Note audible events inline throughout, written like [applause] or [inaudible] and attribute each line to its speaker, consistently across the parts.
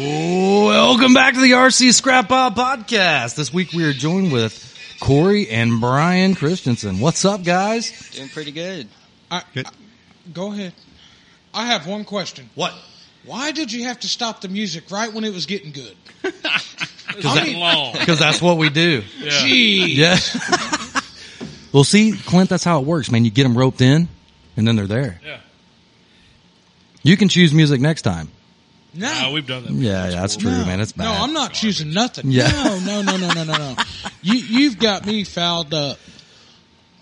Speaker 1: Welcome back to the RC Scrap Bob Podcast. This week we are joined with Corey and Brian Christensen. What's up, guys?
Speaker 2: Doing pretty good.
Speaker 3: I, I- go ahead. I have one question.
Speaker 1: What?
Speaker 3: Why did you have to stop the music right when it was getting
Speaker 4: [laughs]
Speaker 3: good?
Speaker 4: Because
Speaker 3: I
Speaker 4: that
Speaker 3: mean-
Speaker 4: long.
Speaker 1: Because that's what we do.
Speaker 4: Yeah.
Speaker 3: Gee,
Speaker 1: [laughs] Yeah. [laughs] well, see, Clint, that's how it works, man. You get them roped in, and then they're there.
Speaker 4: yeah.
Speaker 1: You can choose music next time.
Speaker 3: no,
Speaker 4: Nah, Ah, we've done that.
Speaker 1: Yeah, yeah that's true,
Speaker 3: no,
Speaker 1: man. It's bad.
Speaker 3: No, I'm not choosing nothing.
Speaker 1: Yeah.
Speaker 3: No, no, no, no, no, no, no. you you've got me fouled up.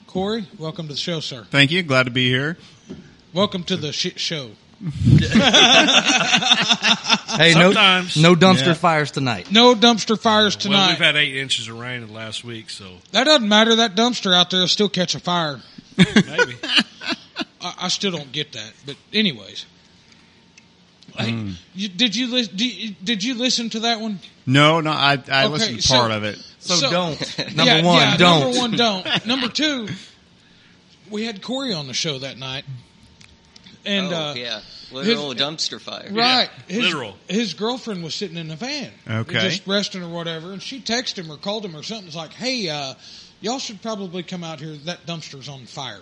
Speaker 3: Corey, welcome to the show, sir.
Speaker 5: Thank you. Glad to be here.
Speaker 2: Oh,
Speaker 3: Welcome to the shit show.
Speaker 1: Hey, no,
Speaker 4: Sometimes.
Speaker 1: no dumpster
Speaker 5: Yeah.
Speaker 1: fires tonight.
Speaker 3: No dumpster fires tonight.
Speaker 4: Well, we've had eight inches of rain in the last week, so
Speaker 3: [laughs] that doesn't matter. That dumpster out there will still catch a fire.
Speaker 4: maybe.
Speaker 3: [laughs] I, I still don't get that. But anyways, Hey,
Speaker 1: Mm.
Speaker 3: you, did you lis- do you- did you listen to that one?
Speaker 5: No, no, I, I
Speaker 3: Okay,
Speaker 5: listened to
Speaker 3: so-
Speaker 5: part of it.
Speaker 1: So, [laughs]
Speaker 3: So-
Speaker 1: don't. Number
Speaker 3: Yeah,
Speaker 1: one,
Speaker 3: yeah,
Speaker 1: don't.
Speaker 3: Number one,
Speaker 1: [laughs]
Speaker 3: don't. Number two, we had Corey on the show that night, and
Speaker 2: oh,
Speaker 3: uh,
Speaker 2: yeah, literal dumpster fire.
Speaker 3: right,
Speaker 4: Yeah,
Speaker 3: his,
Speaker 4: literal.
Speaker 3: His girlfriend was sitting in the van,
Speaker 5: Okay.
Speaker 3: just resting or whatever, and she texted him or called him or something. It's like, hey, uh, y'all should probably come out here. That dumpster's on
Speaker 5: [laughs]
Speaker 3: fire.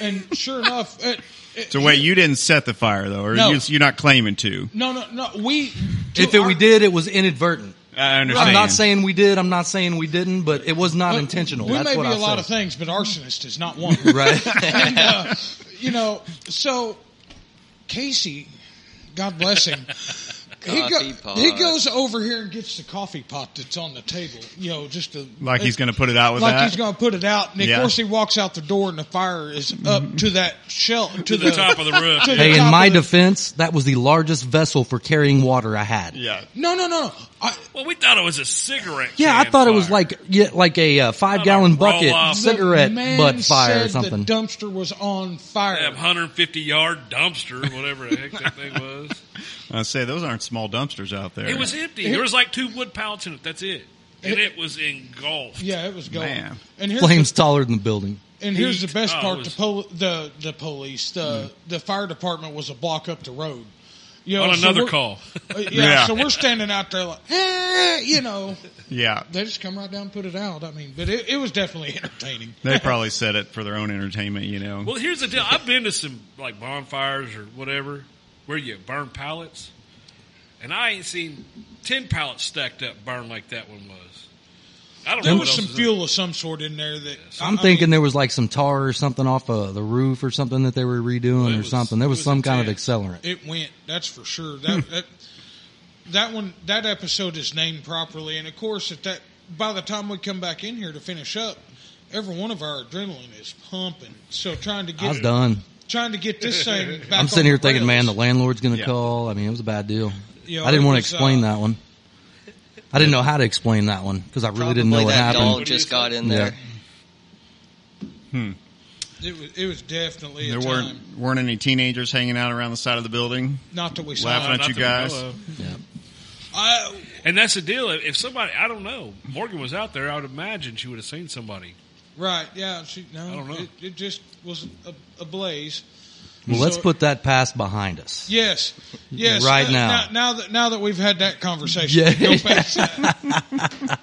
Speaker 3: and sure enough, it, it-
Speaker 5: So wait, you didn't set the fire though, or
Speaker 3: No.
Speaker 5: you, you're not claiming to?
Speaker 3: no, no, no, we. to
Speaker 1: If it,
Speaker 3: our-
Speaker 1: we did, it was inadvertent.
Speaker 5: I understand.
Speaker 1: I'm not saying we did. I'm not saying we didn't, but it was not
Speaker 3: Look,
Speaker 1: intentional.
Speaker 3: uh, We
Speaker 1: That's
Speaker 3: may
Speaker 1: what
Speaker 3: be
Speaker 1: I
Speaker 3: a lot
Speaker 1: said.
Speaker 3: of things, but arsonist is
Speaker 1: [laughs]
Speaker 3: not one.
Speaker 1: Right.
Speaker 3: and, uh, you know, so Casey, God bless him. He,
Speaker 2: Coffee pot.
Speaker 3: he goes over here and gets the coffee pot that's on the table, you know, just to,
Speaker 5: Like he's going to put it out with
Speaker 3: like
Speaker 5: that.
Speaker 3: he's going to put it out. And
Speaker 5: Yeah.
Speaker 3: of course, he walks out the door, and the fire is up to that shell, to
Speaker 4: Mm-hmm. To the top of the roof.
Speaker 3: to the [laughs]
Speaker 1: Hey, in
Speaker 3: top of
Speaker 1: my
Speaker 3: the-
Speaker 1: defense, that was the largest vessel for carrying water I had.
Speaker 5: yeah.
Speaker 3: no, no, no, no. I,
Speaker 4: Well, we thought it was a cigarette.
Speaker 1: Yeah, I
Speaker 4: can
Speaker 1: thought it was
Speaker 4: fire.
Speaker 1: like yeah, like a uh, five gallon
Speaker 4: roll
Speaker 1: bucket
Speaker 4: off.
Speaker 3: the
Speaker 1: cigarette
Speaker 3: man
Speaker 1: butt fire or
Speaker 3: said
Speaker 1: something.
Speaker 3: The dumpster was on fire.
Speaker 4: That 150 yard dumpster, whatever the heck that thing was.
Speaker 3: [laughs]
Speaker 5: I say those aren't small dumpsters out there.
Speaker 4: It was empty. There was like two wood pallets in it. That's it. And it was engulfed.
Speaker 3: Yeah, it was going.
Speaker 5: Man.
Speaker 3: And
Speaker 1: [laughs]
Speaker 3: here's
Speaker 1: Flames taller than the building.
Speaker 3: And here's the
Speaker 4: Heat.
Speaker 3: best
Speaker 4: Oh, it
Speaker 3: part: the,
Speaker 4: was- Mm.
Speaker 3: pol- the the police, the the fire department was a block up the road. You know,
Speaker 4: On
Speaker 3: so
Speaker 4: another
Speaker 3: we're-
Speaker 4: call. [laughs]
Speaker 3: uh, yeah,
Speaker 5: Yeah.
Speaker 3: so we're standing out there like, eh, you know,
Speaker 5: Yeah.
Speaker 3: they just come right down and put it out. I mean, but it, it was definitely entertaining.
Speaker 5: They probably set it for their own entertainment, you know.
Speaker 4: Well, here's the deal. I've been to some like bonfires or whatever where you burn pallets, and I ain't seen ten pallets stacked up burn like that one was. I don't
Speaker 3: There
Speaker 4: know.
Speaker 3: was
Speaker 4: what
Speaker 3: some
Speaker 4: else is in-
Speaker 3: fuel of some sort in there that
Speaker 1: I'm
Speaker 3: I- I
Speaker 1: thinking
Speaker 3: mean,
Speaker 1: there was like some tar or something off of the roof or something that they were redoing
Speaker 4: Well, it
Speaker 1: or
Speaker 4: was-
Speaker 1: something. There
Speaker 4: it
Speaker 1: was,
Speaker 4: was
Speaker 1: some kind of
Speaker 4: intense.
Speaker 1: accelerant.
Speaker 3: it went. That's for sure. That
Speaker 1: Hmm.
Speaker 3: that that one that episode is named properly, and of course, at that by the time we come back in here to finish up, every one of our adrenaline is pumping. So trying to get
Speaker 1: I was done.
Speaker 3: trying to get this
Speaker 1: [laughs]
Speaker 3: thing back.
Speaker 1: I'm
Speaker 3: on
Speaker 1: sitting here
Speaker 3: the
Speaker 1: thinking, man, the
Speaker 3: rails.
Speaker 1: landlord's going to
Speaker 5: Yeah.
Speaker 1: call. I mean, it was a bad deal.
Speaker 3: Yeah,
Speaker 1: I didn't
Speaker 3: it
Speaker 1: want to
Speaker 3: was,
Speaker 1: explain
Speaker 3: uh,
Speaker 1: that one. I didn't know how to explain that one because I really didn't know
Speaker 2: Probably
Speaker 1: what
Speaker 2: that
Speaker 1: happened.
Speaker 2: dog just got in there.
Speaker 3: it was, it was definitely a
Speaker 5: there
Speaker 3: time.
Speaker 5: weren't weren't any teenagers hanging out around the side of the building.
Speaker 3: Not that we saw. it.
Speaker 5: Laughing at you
Speaker 4: Uh, Not that we
Speaker 5: guys.
Speaker 4: know of.
Speaker 1: Yeah.
Speaker 3: I,
Speaker 4: And that's the deal. If somebody, I don't know, Morgan was out there, I would imagine she would have seen somebody.
Speaker 3: right? Yeah. She, no.
Speaker 4: I don't know.
Speaker 3: It, it just was a, a blaze.
Speaker 1: Well, let's
Speaker 3: So-
Speaker 1: put that past behind us.
Speaker 3: Yes. Yes.
Speaker 1: Right
Speaker 3: uh,
Speaker 1: now.
Speaker 3: now. Now that now that we've had that conversation,
Speaker 1: Yeah.
Speaker 3: go past
Speaker 1: [laughs]
Speaker 3: that.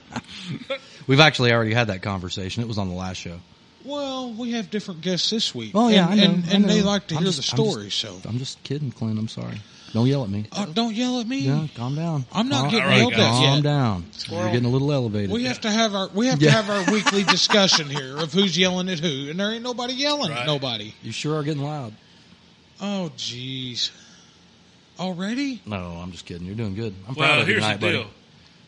Speaker 1: We've actually already had that conversation. It was on the last show.
Speaker 3: Well, we have different guests this week.
Speaker 1: Oh yeah,
Speaker 3: and,
Speaker 1: I know,
Speaker 3: and,
Speaker 1: I
Speaker 3: and they
Speaker 1: know.
Speaker 3: like to
Speaker 1: I'm
Speaker 3: hear
Speaker 1: just-
Speaker 3: the
Speaker 1: I'm just-
Speaker 3: story. so
Speaker 1: I'm just kidding, Clint. I'm sorry. Don't yell at me.
Speaker 3: Oh, don't yell at me.
Speaker 1: Yeah, calm down.
Speaker 3: I'm not
Speaker 1: Calm-
Speaker 3: getting
Speaker 4: right,
Speaker 3: yelled
Speaker 4: guys.
Speaker 3: at
Speaker 1: Calm
Speaker 3: yet.
Speaker 1: down. You're getting a little elevated.
Speaker 3: We have to have our we have
Speaker 1: Yeah.
Speaker 3: to have
Speaker 1: [laughs]
Speaker 3: our weekly discussion here of who's yelling at who, and there ain't nobody yelling at
Speaker 4: Right.
Speaker 3: nobody.
Speaker 1: you sure are getting loud.
Speaker 3: Oh, jeez. Already?
Speaker 1: No, I'm just kidding. You're doing good. I'm proud
Speaker 4: Well,
Speaker 1: of you
Speaker 4: here's
Speaker 1: tonight,
Speaker 4: the deal.
Speaker 1: buddy.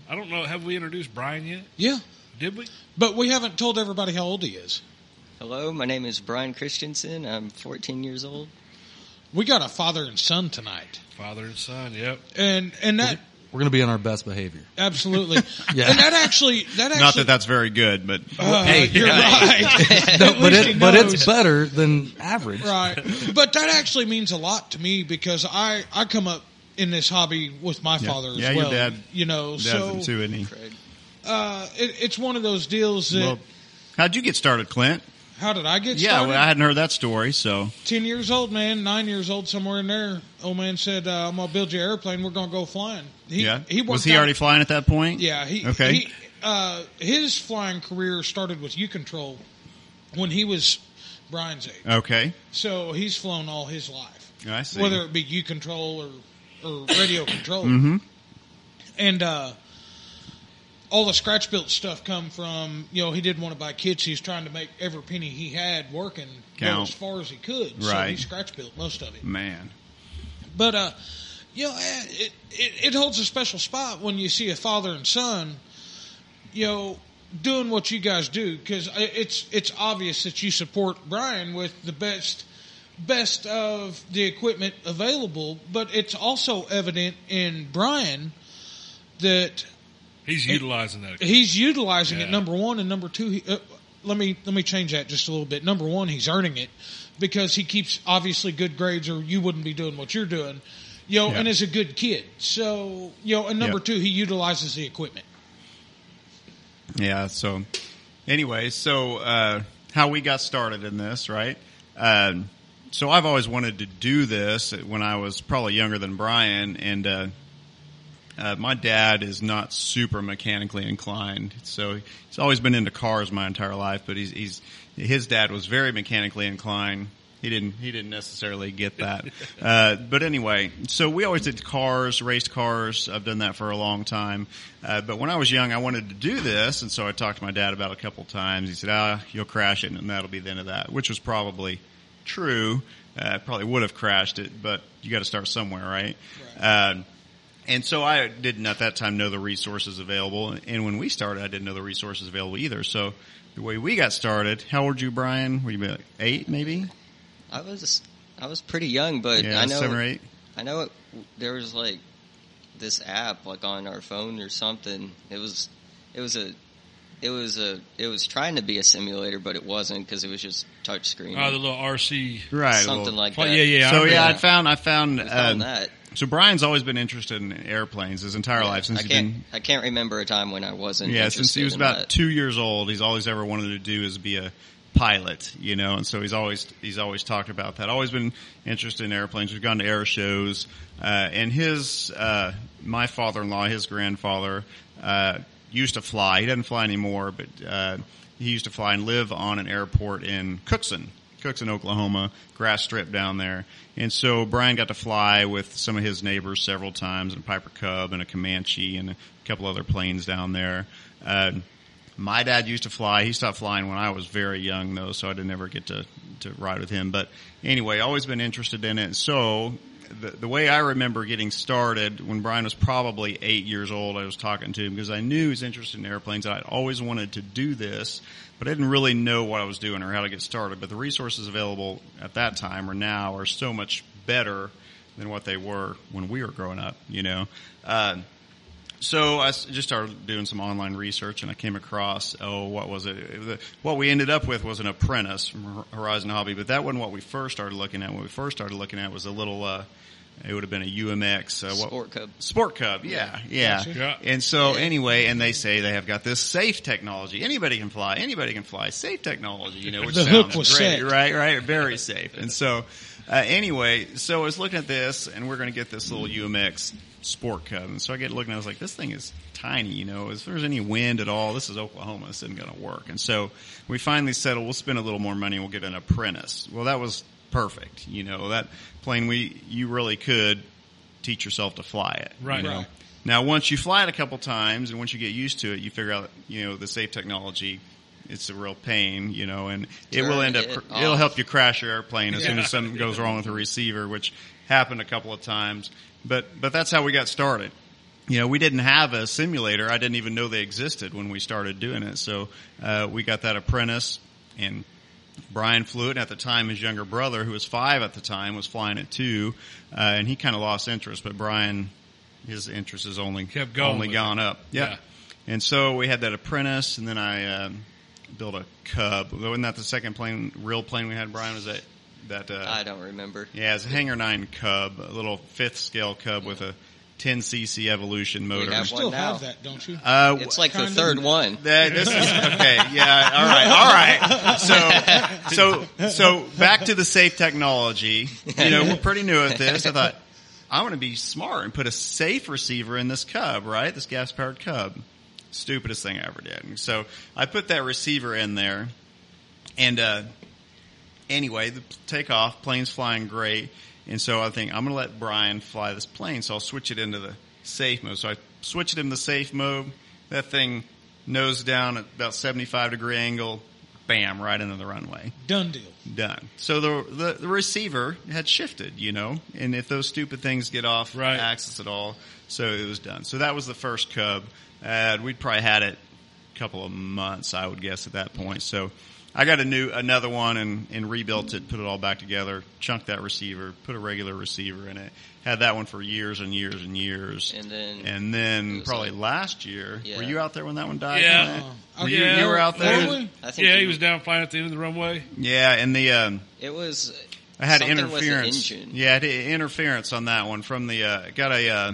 Speaker 4: I don't know. Have we introduced Brian yet?
Speaker 3: Yeah.
Speaker 4: Did we?
Speaker 3: But we haven't told everybody how old he is.
Speaker 2: Hello, my name is Brian Christensen. I'm 14 years old.
Speaker 3: We got a father and son tonight.
Speaker 4: Father and son. Yep.
Speaker 3: And
Speaker 1: [laughs]
Speaker 3: and that
Speaker 1: We're gonna be on our best behavior.
Speaker 3: absolutely.
Speaker 1: Yeah.
Speaker 3: And that actually that actually
Speaker 5: Not that that's very good, but
Speaker 3: uh,
Speaker 1: Hey,
Speaker 3: you're right. [laughs] At
Speaker 1: No, but
Speaker 3: least he
Speaker 1: it, but it's
Speaker 3: knows.
Speaker 1: better than average.
Speaker 5: [laughs]
Speaker 3: right. But that actually means a lot to me because I I come up in this hobby with my
Speaker 5: Yeah.
Speaker 3: father as
Speaker 5: Yeah, your
Speaker 3: well.
Speaker 5: dad-
Speaker 3: you know,
Speaker 5: doesn't
Speaker 3: so
Speaker 5: too, isn't he?
Speaker 2: Craig.
Speaker 3: uh, it, it's one of those deals that
Speaker 5: Well, how'd you get started, Clint?
Speaker 3: How did I get
Speaker 5: yeah,
Speaker 3: started?
Speaker 5: well, I hadn't heard that story, so
Speaker 3: 10 years old, man, nine years old, somewhere in there. Old man said, uh, I'm going to build you an airplane. We're going to go flying. He,
Speaker 5: yeah.
Speaker 3: He
Speaker 5: was
Speaker 3: worked
Speaker 5: he
Speaker 3: out-
Speaker 5: already flying at that point?
Speaker 3: Yeah. He,
Speaker 5: okay.
Speaker 3: He, uh, his flying career started with U Control when he was Brian's age.
Speaker 5: okay.
Speaker 3: So he's flown all his life,
Speaker 5: I see.
Speaker 3: whether it be U Control or,
Speaker 5: [coughs]
Speaker 3: or radio control.
Speaker 5: Mm-hmm.
Speaker 3: And uh, all the scratch built stuff come from, you know, he didn't want to buy kits. He was trying to make every penny he had working go
Speaker 5: Count.
Speaker 3: as far as he could. So he
Speaker 5: Right.
Speaker 3: scratch built most of it.
Speaker 5: Man.
Speaker 3: But uh, you know, eh, it, it it holds a special spot when you see a father and son, you know, doing what you guys do because it's it's obvious that you support Brian with the best best of the equipment available. But it's also evident in Brian that
Speaker 4: He's utilizing that.
Speaker 3: he's utilizing it
Speaker 4: Yeah.
Speaker 3: number one and number two he, uh, let me let me change that just a little bit number one he's earning it because he keeps obviously good grades or you wouldn't be doing what you're doing you know
Speaker 5: Yeah.
Speaker 3: and is a good kid so you know and number
Speaker 5: Yeah.
Speaker 3: two he utilizes the equipment
Speaker 5: Yeah. So, anyway, so uh, how we got started in this, right? Um, so I've always wanted to do this when I was probably younger than Brian, and uh, uh, my dad is not super mechanically inclined, so he's always been into cars my entire life. But he's, he's his dad was very mechanically inclined. He didn't he didn't necessarily get that. uh, but anyway, so we always did cars, race cars. I've done that for a long time. Uh, but when I was young, I wanted to do this, and so I talked to my dad about it a couple times. He said, "Ah, you'll crash it, and that'll be the end of that," which was probably true. Uh, I probably would have crashed it, but you got to start somewhere, right? Um, and so I didn't at that time know the resources available. And when we started, I didn't know the resources available either. So the way we got started, how old were you, Brian? Were you about eight, maybe?
Speaker 2: I was I was pretty young, but
Speaker 5: Yeah,
Speaker 2: Uh, I know
Speaker 5: seven or eight.
Speaker 2: I know it, there was like this app like on our phone or something. It was it was a it was a it was trying to be a simulator, but it wasn't because it was just touch screen.
Speaker 4: Oh, the little RC.
Speaker 5: Right.
Speaker 2: something
Speaker 5: well,
Speaker 2: like
Speaker 4: Oh,
Speaker 2: that.
Speaker 4: yeah, yeah.
Speaker 5: So
Speaker 4: I
Speaker 5: yeah, I
Speaker 2: Yeah.
Speaker 5: found I found,
Speaker 2: We found
Speaker 5: uh,
Speaker 2: that.
Speaker 5: so Brian's always been interested in airplanes his entire life since
Speaker 2: I
Speaker 5: he's
Speaker 2: can't
Speaker 5: been
Speaker 2: I can't remember a time when I wasn't.
Speaker 5: yeah since he
Speaker 2: interested
Speaker 5: was
Speaker 2: in
Speaker 5: about
Speaker 2: that.
Speaker 5: two years old he's always ever wanted to do is be a pilot you know and so he's always he's always talked about that always been interested in airplanes we've gone to air shows uh, and his uh, my father-in-law his grandfather uh, used to fly he doesn't fly anymore but uh, he used to fly and live on an airport in cookson Cooks in Oklahoma, grass strip down there. And so Brian got to fly with some of his neighbors several times, and a Piper Cub and a Comanche and a couple other planes down there. Uh, my dad used to fly. He stopped flying when I was very young, though, so I didn't ever get to, to ride with him. But anyway, always been interested in it. So the, the way I remember getting started when Brian was probably eight years old, I was talking to him because I knew he was interested in airplanes. I always wanted to do this, but I didn't really know what I was doing or how to get started. But the resources available at that time or now are so much better than what they were when we were growing up, you know. Uh, so I s- just started doing some online research, and I came across oh, what was it? It was a- What we ended up with was an apprentice from Hor- Horizon Hobby, but that wasn't what we first started looking at. What we first started looking at was a little. Uh, it would have been a UMX. Uh, what,
Speaker 2: Sport Cub.
Speaker 5: Sport Cub. Yeah, yeah.
Speaker 4: Yeah.
Speaker 5: And so anyway, and they say they have got this safe technology. Anybody can fly. Anybody can fly. Safe technology. You know,
Speaker 3: [laughs]
Speaker 5: which
Speaker 3: The
Speaker 5: sounds
Speaker 3: hook was
Speaker 5: great,
Speaker 3: set.
Speaker 5: right? Right. Very safe. And so uh, anyway, so I was looking at this, and we're going to get this little UMX Sport Cub. And so I get looking, I was like, this thing is tiny. You know, if there's any wind at all, this is Oklahoma. This isn't going to work. And so we finally settled. We'll spend a little more money. and We'll get an apprentice. Well, that was perfect. You know, that plane we you really could teach yourself to fly it. you
Speaker 4: Right.
Speaker 5: know?
Speaker 4: Right.
Speaker 5: Now, once you fly it a couple times, and once you get used to it, you figure out you know the safe technology. It's a real pain, you know, and it will
Speaker 2: Turn
Speaker 5: end up.
Speaker 2: it
Speaker 5: cr- it'll
Speaker 2: off.
Speaker 5: help you crash your airplane as soon as something goes wrong with the receiver, which happened a couple of times. But but that's how we got started. You know, we didn't have a simulator. I didn't even know they existed when we started doing it. So uh, we got that apprentice, and Brian flew it. And at the time, his younger brother, who was five at the time, was flying it too, uh, and he kind of lost interest. But Brian, his interest has only
Speaker 4: Kept going
Speaker 5: only
Speaker 4: with
Speaker 5: gone up. Yeah.
Speaker 4: Yeah.
Speaker 5: And so we had that apprentice, and then I um, built a Cub. Wasn't that the second plane, real plane we had, Brian? Was that that? Uh,
Speaker 2: I don't remember.
Speaker 5: yeah, it's a Hangar 9 Cub, a little fifth scale Cub with a 10cc Evolution motor.
Speaker 2: have
Speaker 3: Still
Speaker 2: One
Speaker 3: have
Speaker 2: now.
Speaker 3: that, don't you?
Speaker 5: Uh,
Speaker 2: It's like the
Speaker 3: Kind of.
Speaker 2: third one.
Speaker 5: That, this is okay. Yeah. All right. All right. So, so, so back to the safe technology. You know, we're pretty new at this. I thought I want to be smart and put a safe receiver in this cub, right? This gas powered cub. Stupidest thing I ever did. So I put that receiver in there and, uh, anyway, the takeoff, plane's flying great. And so I think I'm going to let Brian fly this plane. So I'll switch it into the safe mode. So I switched it into the safe mode. That thing nose down at about 75 degree angle. Bam, right into the runway.
Speaker 3: Done deal.
Speaker 5: Done. So the, the, the receiver had shifted, you know, and if those stupid things get off
Speaker 4: Right.
Speaker 5: axis at all, so it was done. So that was the first Cub. Uh, we'd probably had it a couple of months, I would guess, at that point. So I got a new, another one and, and rebuilt it, put it all back together, chunked that receiver, put a regular receiver in it, had that one for years and years and years.
Speaker 2: And then-
Speaker 5: and then
Speaker 2: was
Speaker 5: probably
Speaker 2: like-
Speaker 5: last year,
Speaker 2: Yeah.
Speaker 5: were you out there when that one died?
Speaker 4: Yeah.
Speaker 5: Matt?
Speaker 3: Oh,
Speaker 5: Were you,
Speaker 4: okay.
Speaker 5: you were out there.
Speaker 3: Were we?
Speaker 2: I think
Speaker 4: Yeah,
Speaker 2: you-
Speaker 4: he was down flying at the end of the runway.
Speaker 5: Yeah, and the, um,
Speaker 2: It was.
Speaker 5: I had
Speaker 2: something With
Speaker 5: interference.
Speaker 2: the engine.
Speaker 5: Yeah, I had interference on that one from the uh, got a uh,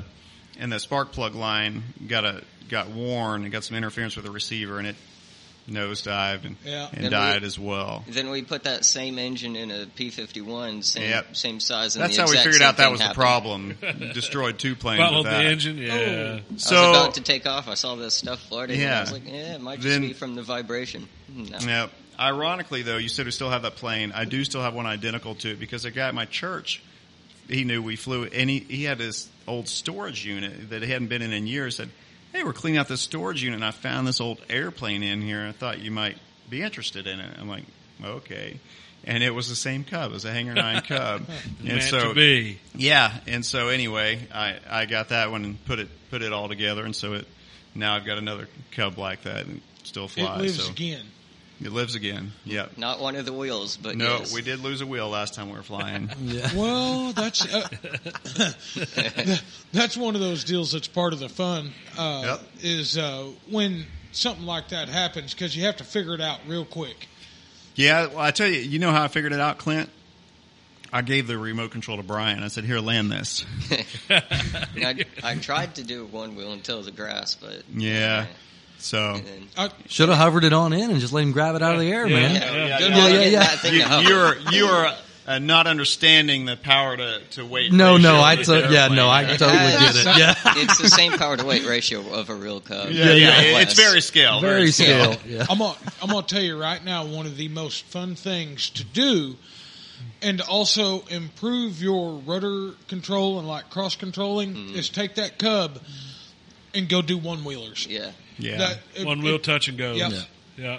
Speaker 5: and the spark plug line got a got worn and got some interference with the receiver and it nosedived and
Speaker 3: Yeah.
Speaker 5: and
Speaker 2: Then
Speaker 5: died
Speaker 2: we-
Speaker 5: as well.
Speaker 2: Then we put that same engine in a P51, same
Speaker 5: Yep.
Speaker 2: same size. And
Speaker 5: That's
Speaker 2: the
Speaker 5: how we
Speaker 2: exact
Speaker 5: figured
Speaker 2: same
Speaker 5: out that
Speaker 2: thing
Speaker 5: was
Speaker 2: happened.
Speaker 5: the problem. Destroyed two planes.
Speaker 4: Bottled
Speaker 5: with
Speaker 4: the
Speaker 5: that.
Speaker 4: engine.
Speaker 1: Oh.
Speaker 4: Yeah.
Speaker 5: So
Speaker 2: I was about to take off. I saw this stuff floating. And
Speaker 5: Yeah.
Speaker 2: I was like, yeah, it might just
Speaker 5: Then-
Speaker 2: be from the vibration. Hmm, No.
Speaker 5: Yeah. Ironically, though, you said we still have that plane. I do still have one identical to it because a guy at my church, he knew we flew, and he, he had his old storage unit that he hadn't been in in years. Said, "Hey, we're cleaning out this storage unit, and I found this old airplane in here. and I thought you might be interested in it." I'm like, "Okay," and it was the same Cub. It was a Hangar Nine Cub, and
Speaker 4: Meant
Speaker 5: so
Speaker 4: to be.
Speaker 5: yeah, and so anyway, I, I got that one and put it put it all together, and so it now I've got another Cub like that and still
Speaker 3: It
Speaker 5: flies.
Speaker 3: lives
Speaker 5: so.
Speaker 3: again.
Speaker 5: It lives again. Yep.
Speaker 2: Not one of the wheels, but
Speaker 5: No,
Speaker 2: yes.
Speaker 5: we did lose a wheel last time we were flying. [laughs]
Speaker 3: Well, that's
Speaker 1: [laughs]
Speaker 3: uh, that's one of those deals that's part of the fun. Uh,
Speaker 5: Yep.
Speaker 3: Is uh, when something like that happens because you have to figure it out real quick.
Speaker 5: yeah, well, I tell you, you know how I figured it out, Clint? I gave the remote control to Brian. I said, "Here, land this."
Speaker 2: I, I tried to do one wheel until the grass, but
Speaker 5: Yeah. So
Speaker 2: And then,
Speaker 3: I,
Speaker 1: Should have hovered it on in and just let him grab it out of the air,
Speaker 4: Yeah.
Speaker 1: man.
Speaker 2: yeah,
Speaker 4: yeah,
Speaker 2: good
Speaker 4: yeah.
Speaker 2: luck
Speaker 1: Yeah, yeah,
Speaker 2: getting
Speaker 1: yeah.
Speaker 2: that thing
Speaker 5: you,
Speaker 2: to hover.
Speaker 5: you're you're uh, not understanding the power to to weight.
Speaker 1: No,
Speaker 5: ratio
Speaker 1: no,
Speaker 5: of
Speaker 1: I
Speaker 5: [laughs] this
Speaker 1: to- yeah, no, I
Speaker 5: airplane.
Speaker 1: totally get
Speaker 4: [laughs]
Speaker 1: it. Yeah,
Speaker 2: it's the same power to weight ratio of a real cub.
Speaker 5: Yeah, yeah,
Speaker 2: Not
Speaker 5: it's
Speaker 2: less.
Speaker 5: very scale.
Speaker 1: very scale.
Speaker 2: scale.
Speaker 1: Yeah,
Speaker 3: I'm gonna, I'm gonna tell you right now one of the most fun things to do, and to also improve your rudder control and like cross controlling
Speaker 1: Mm-hmm.
Speaker 3: is take that cub and go do one wheelers.
Speaker 2: Yeah.
Speaker 5: Yeah.
Speaker 4: One wheel touch and go.
Speaker 3: Yep.
Speaker 4: Yeah. Yeah.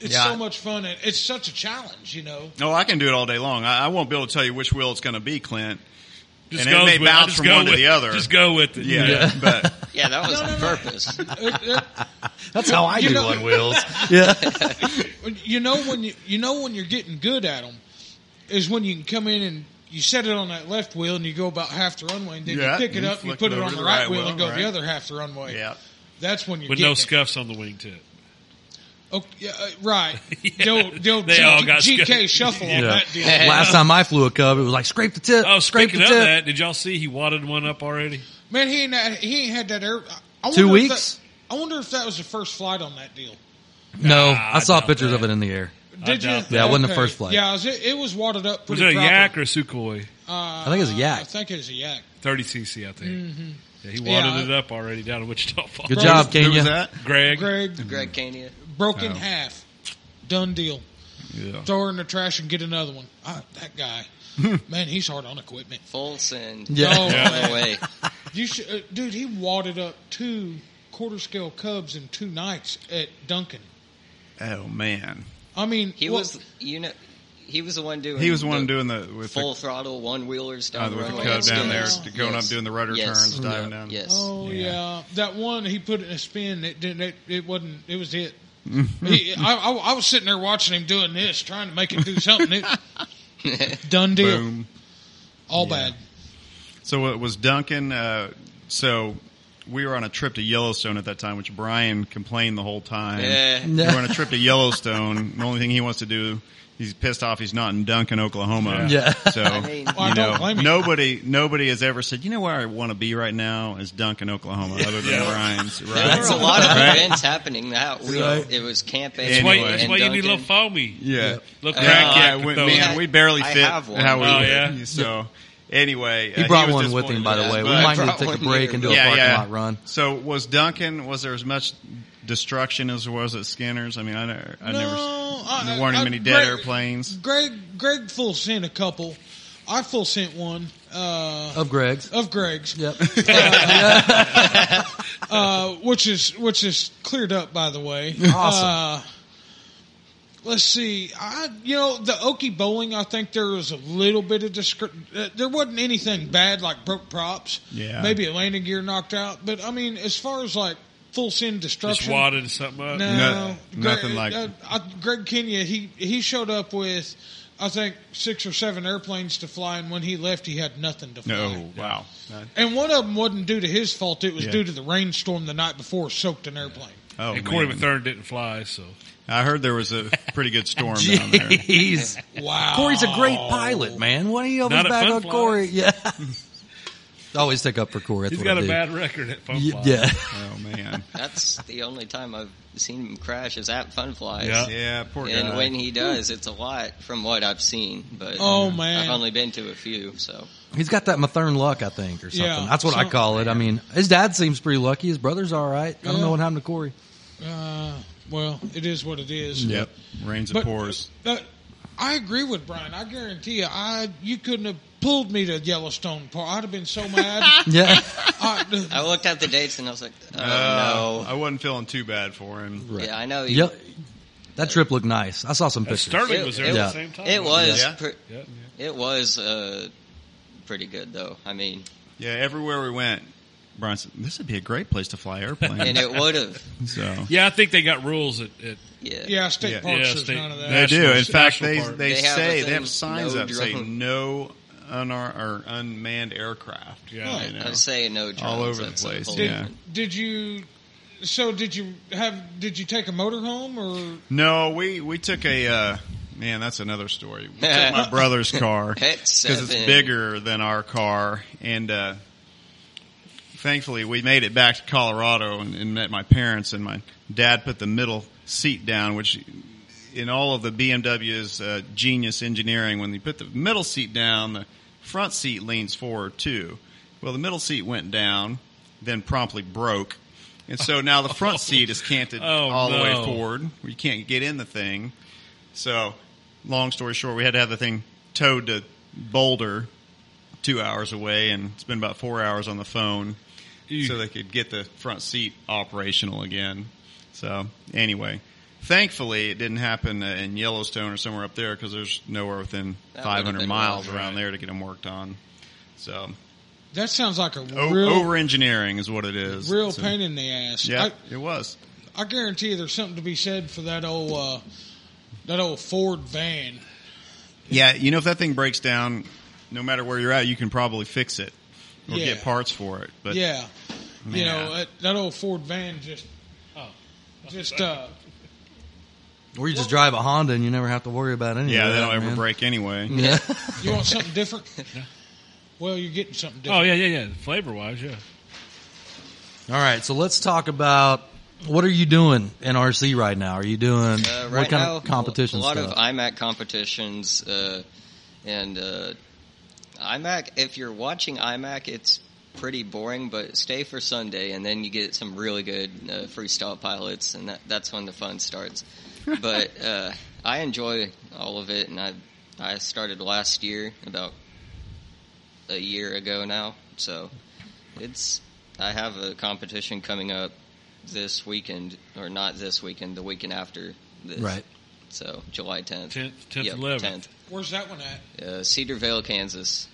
Speaker 3: It's
Speaker 5: Yeah.
Speaker 3: so much fun. and It's such a challenge, you know.
Speaker 5: no, I can do it all day long. I, I won't be able to tell you which wheel it's going to be, Clint.
Speaker 4: Just
Speaker 5: And it
Speaker 4: goes
Speaker 5: may
Speaker 4: with-
Speaker 5: bounce
Speaker 4: just
Speaker 5: from
Speaker 4: go
Speaker 5: one to
Speaker 4: with-
Speaker 5: the other.
Speaker 4: Just go with it.
Speaker 5: Yeah, but
Speaker 1: [laughs]
Speaker 2: Yeah, that was on purpose.
Speaker 3: It- it-
Speaker 1: that's how I
Speaker 3: You
Speaker 1: do
Speaker 3: know-
Speaker 1: on wheels. Yeah,
Speaker 3: you know when you you know when you're getting good at them is when you can come in and you set it on that left wheel and you go about half the runway and then
Speaker 5: Yeah,
Speaker 3: you pick it
Speaker 5: and
Speaker 3: up and you
Speaker 5: flick
Speaker 3: put it
Speaker 5: it over
Speaker 3: on
Speaker 5: to
Speaker 3: the
Speaker 5: the
Speaker 3: right,
Speaker 5: right
Speaker 3: wheel,
Speaker 5: wheel,
Speaker 3: and go
Speaker 5: right.
Speaker 3: the other half the runway.
Speaker 5: yeah.
Speaker 3: That's when you're
Speaker 4: With
Speaker 3: getting
Speaker 4: no
Speaker 3: it.
Speaker 4: scuffs on the wingtip.
Speaker 3: Okay, yeah, uh,
Speaker 5: [laughs]
Speaker 3: right. The old- the old
Speaker 4: They all got
Speaker 3: G- GK
Speaker 4: scared.
Speaker 3: shuffle on
Speaker 1: Yeah.
Speaker 4: [laughs]
Speaker 3: that deal.
Speaker 1: Last time I flew a cub, it was like scrape the tip.
Speaker 4: Oh,
Speaker 1: Uh, scrape
Speaker 4: speaking
Speaker 1: the
Speaker 4: of
Speaker 1: tip.
Speaker 4: that, did y'all see he wadded one up already?
Speaker 3: Man, he ain't had, he ain't had that air. I
Speaker 1: Two
Speaker 3: wonder if
Speaker 1: weeks?
Speaker 3: that- I wonder if that was the first flight on that deal.
Speaker 1: No,
Speaker 4: Nah,
Speaker 1: I saw
Speaker 4: I doubt
Speaker 1: pictures
Speaker 4: that.
Speaker 1: of it in the air.
Speaker 3: Did you?
Speaker 4: doubt that.
Speaker 1: Yeah, it wasn't the first flight.
Speaker 3: Yeah, it was, it was wadded up
Speaker 4: Was
Speaker 3: pretty
Speaker 4: it a
Speaker 3: proper.
Speaker 4: yak or a Sukhoi?
Speaker 3: Uh,
Speaker 1: I think it was a yak.
Speaker 3: I think it was a yak.
Speaker 4: 30 cc, I think. Yeah, he wadded
Speaker 3: Yeah.
Speaker 4: it up already down in Wichita Falls.
Speaker 1: Good job,
Speaker 5: Who was
Speaker 1: Kenya.
Speaker 5: that?
Speaker 4: Greg.
Speaker 3: Greg,
Speaker 2: Greg Cania.
Speaker 3: broke in
Speaker 5: Oh.
Speaker 3: half. Done deal.
Speaker 5: Yeah.
Speaker 3: Throw her in the trash and get another one. Ah, that
Speaker 5: [laughs]
Speaker 3: guy, man, he's hard on equipment.
Speaker 2: Full send.
Speaker 1: Yeah.
Speaker 3: Oh,
Speaker 2: No
Speaker 3: man.
Speaker 2: way.
Speaker 3: You should, uh, dude. He wadded up two quarter scale cubs in two nights at Duncan.
Speaker 5: Oh man,
Speaker 3: I mean,
Speaker 2: He
Speaker 3: well,
Speaker 2: was, you know, he was the one doing.
Speaker 5: he was the one doing the with the
Speaker 2: full throttle one wheelers
Speaker 5: Uh,
Speaker 2: down the
Speaker 5: with the
Speaker 2: runway.
Speaker 5: cub
Speaker 2: It's
Speaker 5: down there,
Speaker 2: yes.
Speaker 5: going
Speaker 2: Yes.
Speaker 5: up, doing the rudder
Speaker 2: Yes.
Speaker 5: turns, diving down.
Speaker 2: Yes.
Speaker 3: Oh
Speaker 5: Yeah.
Speaker 3: yeah. that one he put in a spin. It didn't. It, it wasn't. It was
Speaker 5: [laughs]
Speaker 3: it. he, I, I, I was sitting there watching him doing this, trying to make it do something. It,
Speaker 2: [laughs]
Speaker 3: done deal.
Speaker 5: Boom.
Speaker 3: All
Speaker 5: Yeah.
Speaker 3: bad.
Speaker 5: So it was Duncan. Uh, so we were on a trip to Yellowstone at that time, which Brian complained the whole time.
Speaker 2: Yeah.
Speaker 5: We were on a trip to Yellowstone. the only thing he wants to do, he's pissed off he's not in Duncan, Oklahoma.
Speaker 1: Yeah.
Speaker 5: So,
Speaker 2: I mean,
Speaker 3: Well, I
Speaker 5: you
Speaker 3: don't
Speaker 5: know,
Speaker 3: blame you.
Speaker 5: nobody, nobody has ever said, you know where I want to be right now is Duncan, Oklahoma, other than Brian's,
Speaker 2: there were
Speaker 5: right?
Speaker 2: a lot of
Speaker 5: Right.
Speaker 2: events happening that week.
Speaker 1: Right.
Speaker 2: It was Camp
Speaker 5: That's
Speaker 4: That's why,
Speaker 5: Anyway.
Speaker 2: Anyway.
Speaker 4: that's
Speaker 2: and
Speaker 4: why you need a
Speaker 2: Duncan.
Speaker 4: little foamy.
Speaker 5: Yeah.
Speaker 4: Little
Speaker 5: Yeah,
Speaker 4: crack
Speaker 5: I
Speaker 4: yak
Speaker 5: went,
Speaker 4: with those.
Speaker 5: man, we barely
Speaker 2: I
Speaker 5: fit
Speaker 2: have one.
Speaker 5: how we
Speaker 4: Oh,
Speaker 5: were.
Speaker 4: yeah.
Speaker 5: [laughs] So, anyway, uh,
Speaker 1: He brought
Speaker 5: was
Speaker 1: one with him, by the way.
Speaker 5: disappointed
Speaker 1: We
Speaker 5: in us,
Speaker 1: might
Speaker 5: but-
Speaker 1: need to take a
Speaker 2: one
Speaker 1: break
Speaker 2: here.
Speaker 1: and do a parking lot run.
Speaker 5: So was Duncan? Was there as much destruction as there was at Skinner's? I mean, I, never- I
Speaker 3: No,
Speaker 5: never.
Speaker 3: I-
Speaker 5: there
Speaker 3: I-
Speaker 5: weren't
Speaker 3: I-
Speaker 5: many dead
Speaker 3: Greg-
Speaker 5: airplanes.
Speaker 3: Greg Greg full sent a couple. I full sent one uh,
Speaker 1: Of Greg's.
Speaker 5: Oh,
Speaker 3: of Greg's,
Speaker 1: Yep.
Speaker 3: uh, which is which is cleared up by the way. Uh,
Speaker 1: Awesome.
Speaker 3: let's see. I you know the Okie Bowling. I think there was a little bit of discre- uh, there wasn't anything bad like broke props.
Speaker 5: Yeah.
Speaker 3: maybe a landing gear knocked out, but I mean as far as like full sin
Speaker 4: Just
Speaker 3: destruction.
Speaker 4: wadded something up.
Speaker 3: No,
Speaker 5: Uh, No-
Speaker 3: Greg,
Speaker 5: nothing like-
Speaker 3: uh, uh, Greg Kenya. He he showed up with, I think, six or seven airplanes to fly, and when he left, he had nothing to fly.
Speaker 5: No, oh, wow.
Speaker 3: And one of them wasn't due to his fault; it was
Speaker 5: Yeah.
Speaker 3: due to the rainstorm the night before soaked an airplane.
Speaker 5: Oh,
Speaker 4: and Corey
Speaker 5: man.
Speaker 4: Mathern didn't fly, so
Speaker 5: I heard there was a pretty
Speaker 1: [laughs]
Speaker 5: good storm down there.
Speaker 1: Jeez.
Speaker 3: Wow,
Speaker 1: Corey's a great pilot, man. Why do you always
Speaker 4: Not at
Speaker 1: back
Speaker 4: fun
Speaker 1: on
Speaker 4: flies. [laughs]
Speaker 1: Corey? Yeah. always take up for Corey. That's
Speaker 4: he's
Speaker 1: what
Speaker 4: got
Speaker 1: I
Speaker 4: a
Speaker 1: do.
Speaker 4: bad record at fun
Speaker 1: Y-
Speaker 4: fly.
Speaker 1: Yeah. [laughs]
Speaker 5: Oh man,
Speaker 2: That's the only time I've seen him crash is at Fun Flies.
Speaker 4: Yeah.
Speaker 5: yeah, poor
Speaker 2: And
Speaker 5: guy.
Speaker 2: when he does, it's a lot from what I've seen. But
Speaker 3: Oh, man.
Speaker 2: I've only been to a few. So
Speaker 1: He's got that Mathern luck, I think, or something.
Speaker 3: Yeah.
Speaker 1: That's what I
Speaker 3: Some-
Speaker 1: call it. I mean, his dad seems pretty lucky. His brother's all right. I don't
Speaker 3: Yeah.
Speaker 1: know what happened to Corey.
Speaker 3: Uh, well, it is what it is.
Speaker 5: yep, rains and
Speaker 3: But-
Speaker 5: pours.
Speaker 3: Uh, I agree with Brian. I guarantee you, I you couldn't have pulled me to Yellowstone Park. I'd have been so mad.
Speaker 4: [laughs]
Speaker 5: [laughs]
Speaker 1: Yeah.
Speaker 3: I,
Speaker 2: I looked at the dates and I was like, oh,
Speaker 5: Uh,
Speaker 2: no.
Speaker 5: I wasn't feeling too bad for him.
Speaker 2: Yeah, I know.
Speaker 1: yep. That trip looked nice. I saw some pictures.
Speaker 4: Sterling was there at
Speaker 1: Yeah.
Speaker 4: the same time.
Speaker 2: It was.
Speaker 5: Yeah.
Speaker 2: pre-
Speaker 4: Yeah.
Speaker 2: It was uh, pretty good though. I mean,
Speaker 5: Yeah, everywhere we went, Brian said this would be a great place to fly airplanes.
Speaker 2: and it would have.
Speaker 5: so
Speaker 4: Yeah, I think they got rules at, at
Speaker 2: Yeah.
Speaker 3: [laughs] yeah, state
Speaker 5: Yeah.
Speaker 3: parks.
Speaker 4: Yeah,
Speaker 3: there's
Speaker 4: state-
Speaker 3: none of that.
Speaker 5: They do. In
Speaker 4: National-
Speaker 5: fact,
Speaker 4: National
Speaker 5: they
Speaker 4: Park.
Speaker 5: they
Speaker 2: They have a
Speaker 5: say they have
Speaker 2: thing,
Speaker 5: signs
Speaker 2: no
Speaker 5: up say
Speaker 2: drone.
Speaker 5: no unar- or unmanned aircraft.
Speaker 4: Yeah.
Speaker 5: you know.
Speaker 2: I say no. Drones,
Speaker 5: All over the
Speaker 2: that's a
Speaker 5: place,
Speaker 2: whole
Speaker 3: Did,
Speaker 5: yeah.
Speaker 3: did you? So did you have? Did you take a motor home or?
Speaker 5: No, we we took a uh, man. That's another story.
Speaker 2: [laughs]
Speaker 5: We took my brother's car
Speaker 2: It's
Speaker 5: because it's
Speaker 2: seven.
Speaker 5: bigger than our car, and uh, thankfully we made it back to Colorado and, and met my parents. And my dad put the middle seat down, which in all of the BMW's uh, genius engineering, when they put the middle seat down, the front seat leans forward too. Well, the middle seat went down, then promptly broke. And so now the
Speaker 4: [laughs]
Speaker 5: front seat is canted
Speaker 4: Oh,
Speaker 5: all the way
Speaker 4: no.
Speaker 5: forward. You can't get in the thing. So, long story short, we had to have the thing towed to Boulder, two hours away, and spend about four hours on the phone
Speaker 4: Ew.
Speaker 5: so they could get the front seat operational again. So, anyway, thankfully, it didn't happen uh, in Yellowstone or somewhere up there because there's nowhere within
Speaker 2: That would've
Speaker 5: 500
Speaker 2: been
Speaker 5: miles
Speaker 2: rough,
Speaker 5: around
Speaker 4: right.
Speaker 5: there to get them worked on. So,
Speaker 3: That sounds like a real,
Speaker 5: over engineering is what it is.
Speaker 3: real
Speaker 5: So-
Speaker 3: pain in the ass.
Speaker 5: Yeah, it was.
Speaker 3: I, I guarantee you, there's something to be said for that old, uh, that old Ford van.
Speaker 5: Yeah, you know if that thing breaks down, no matter where you're at, you can probably fix it or
Speaker 3: Yeah.
Speaker 5: get parts for it. But
Speaker 3: yeah, you
Speaker 5: Yeah.
Speaker 3: know that, that old Ford van just,
Speaker 4: Oh.
Speaker 3: just uh,
Speaker 1: Or you just drive a Honda and you never have to worry about anything.
Speaker 5: yeah, they don't ever break anyway.
Speaker 1: Yeah.
Speaker 3: you want something
Speaker 4: [laughs]
Speaker 3: different? Well, you're getting something
Speaker 4: Oh
Speaker 3: different.
Speaker 4: yeah, yeah, yeah. Flavor wise, yeah.
Speaker 1: All right, so let's talk about what are you doing in RC right now? Are you doing
Speaker 2: Uh,
Speaker 1: what
Speaker 2: right
Speaker 1: kind
Speaker 2: now,
Speaker 1: of competition
Speaker 2: A lot
Speaker 1: stuff?
Speaker 2: of IMAC competitions, uh, and uh, IMAC. If you're watching IMAC, it's pretty boring, but stay for Sunday, and then you get some really good uh, freestyle pilots, and that, that's when the fun starts.
Speaker 1: [laughs]
Speaker 2: but uh, I enjoy all of it, and I I started last year, about a year ago now, so it's. I have a competition coming up this weekend, or not this weekend, the weekend after this.
Speaker 1: Right.
Speaker 2: So July 10th.
Speaker 4: 10th, 10th,
Speaker 2: Yep,
Speaker 4: 11th.
Speaker 3: Where's that one at?
Speaker 2: 10th. Uh, Cedar Vale, Kansas.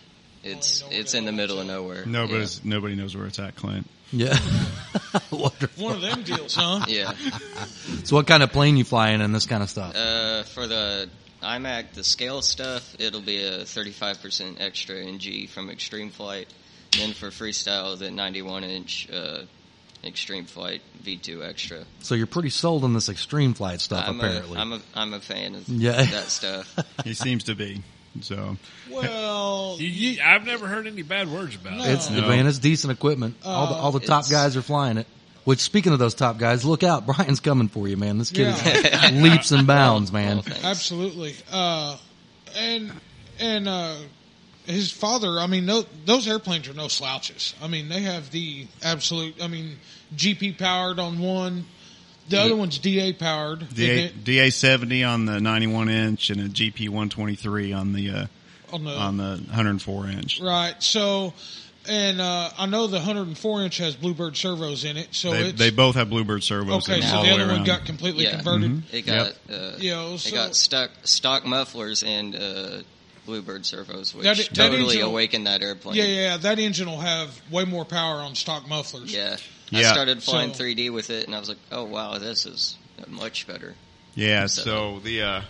Speaker 2: It's
Speaker 3: Oh, I know
Speaker 2: it's
Speaker 3: where
Speaker 2: in the
Speaker 3: that
Speaker 2: middle
Speaker 3: is.
Speaker 2: of nowhere.
Speaker 5: Nobody's nobody knows where it's at, Clint.
Speaker 1: yeah. [laughs] Wonderful.
Speaker 3: One of them deals,
Speaker 4: [laughs]
Speaker 3: huh?
Speaker 2: Yeah. yeah.
Speaker 1: So what kind of plane you flying and this kind of stuff?
Speaker 2: Uh, for the iMac, the scale stuff, it'll be a 35% extra in G from Extreme Flight. Then for freestyle, the 91 inch uh, Extreme Flight V2 Extra.
Speaker 1: So you're pretty sold on this extreme flight stuff,
Speaker 2: I'm
Speaker 1: apparently.
Speaker 2: a I'm a I'm a fan of
Speaker 1: Yeah.
Speaker 2: that
Speaker 1: [laughs]
Speaker 2: stuff.
Speaker 5: He seems to be. So
Speaker 3: Well,
Speaker 4: You, you, I've never heard any bad words about
Speaker 3: No.
Speaker 4: it.
Speaker 1: it's
Speaker 5: No.
Speaker 1: man, it's decent equipment. all the all the top
Speaker 2: it's-
Speaker 1: guys are flying it. Which speaking of those top guys, look out, [laughs] Brian's coming for you, man. This kid
Speaker 2: Yeah.
Speaker 1: is leaps and bounds, man.
Speaker 2: Thanks.
Speaker 3: absolutely. Uh, and and uh, his father. I mean, no, those airplanes are no slouches. I mean, they have the absolute. I mean, GP powered on one. The other one's DA powered.
Speaker 5: DA,
Speaker 3: And it-
Speaker 5: DA seventy on the ninety one inch and a GP one twenty three on the uh,
Speaker 3: on the
Speaker 5: on the hundred and four inch.
Speaker 3: right. So, and uh, I know the 104 inch has Bluebird servos in it. So
Speaker 5: They,
Speaker 3: it's
Speaker 5: they both have Bluebird servos.
Speaker 3: okay.
Speaker 5: in them
Speaker 3: So
Speaker 5: all
Speaker 3: the
Speaker 5: way
Speaker 3: other one
Speaker 5: around. Mm-hmm.
Speaker 3: got completely
Speaker 2: Yeah.
Speaker 3: converted.
Speaker 2: It got uh,
Speaker 3: You know,
Speaker 2: it
Speaker 3: so-
Speaker 2: got stuck stock mufflers and uh, Bluebird servos, which
Speaker 3: That- that
Speaker 2: totally
Speaker 3: engine-
Speaker 2: awakened that airplane.
Speaker 3: Yeah, yeah, yeah. That engine will have way more power on stock mufflers.
Speaker 2: Yeah.
Speaker 5: Yeah.
Speaker 2: I started flying
Speaker 3: So-
Speaker 2: 3D with it, and I was like, "Oh wow, this is much better."
Speaker 5: Yeah,
Speaker 2: So-
Speaker 5: so the uh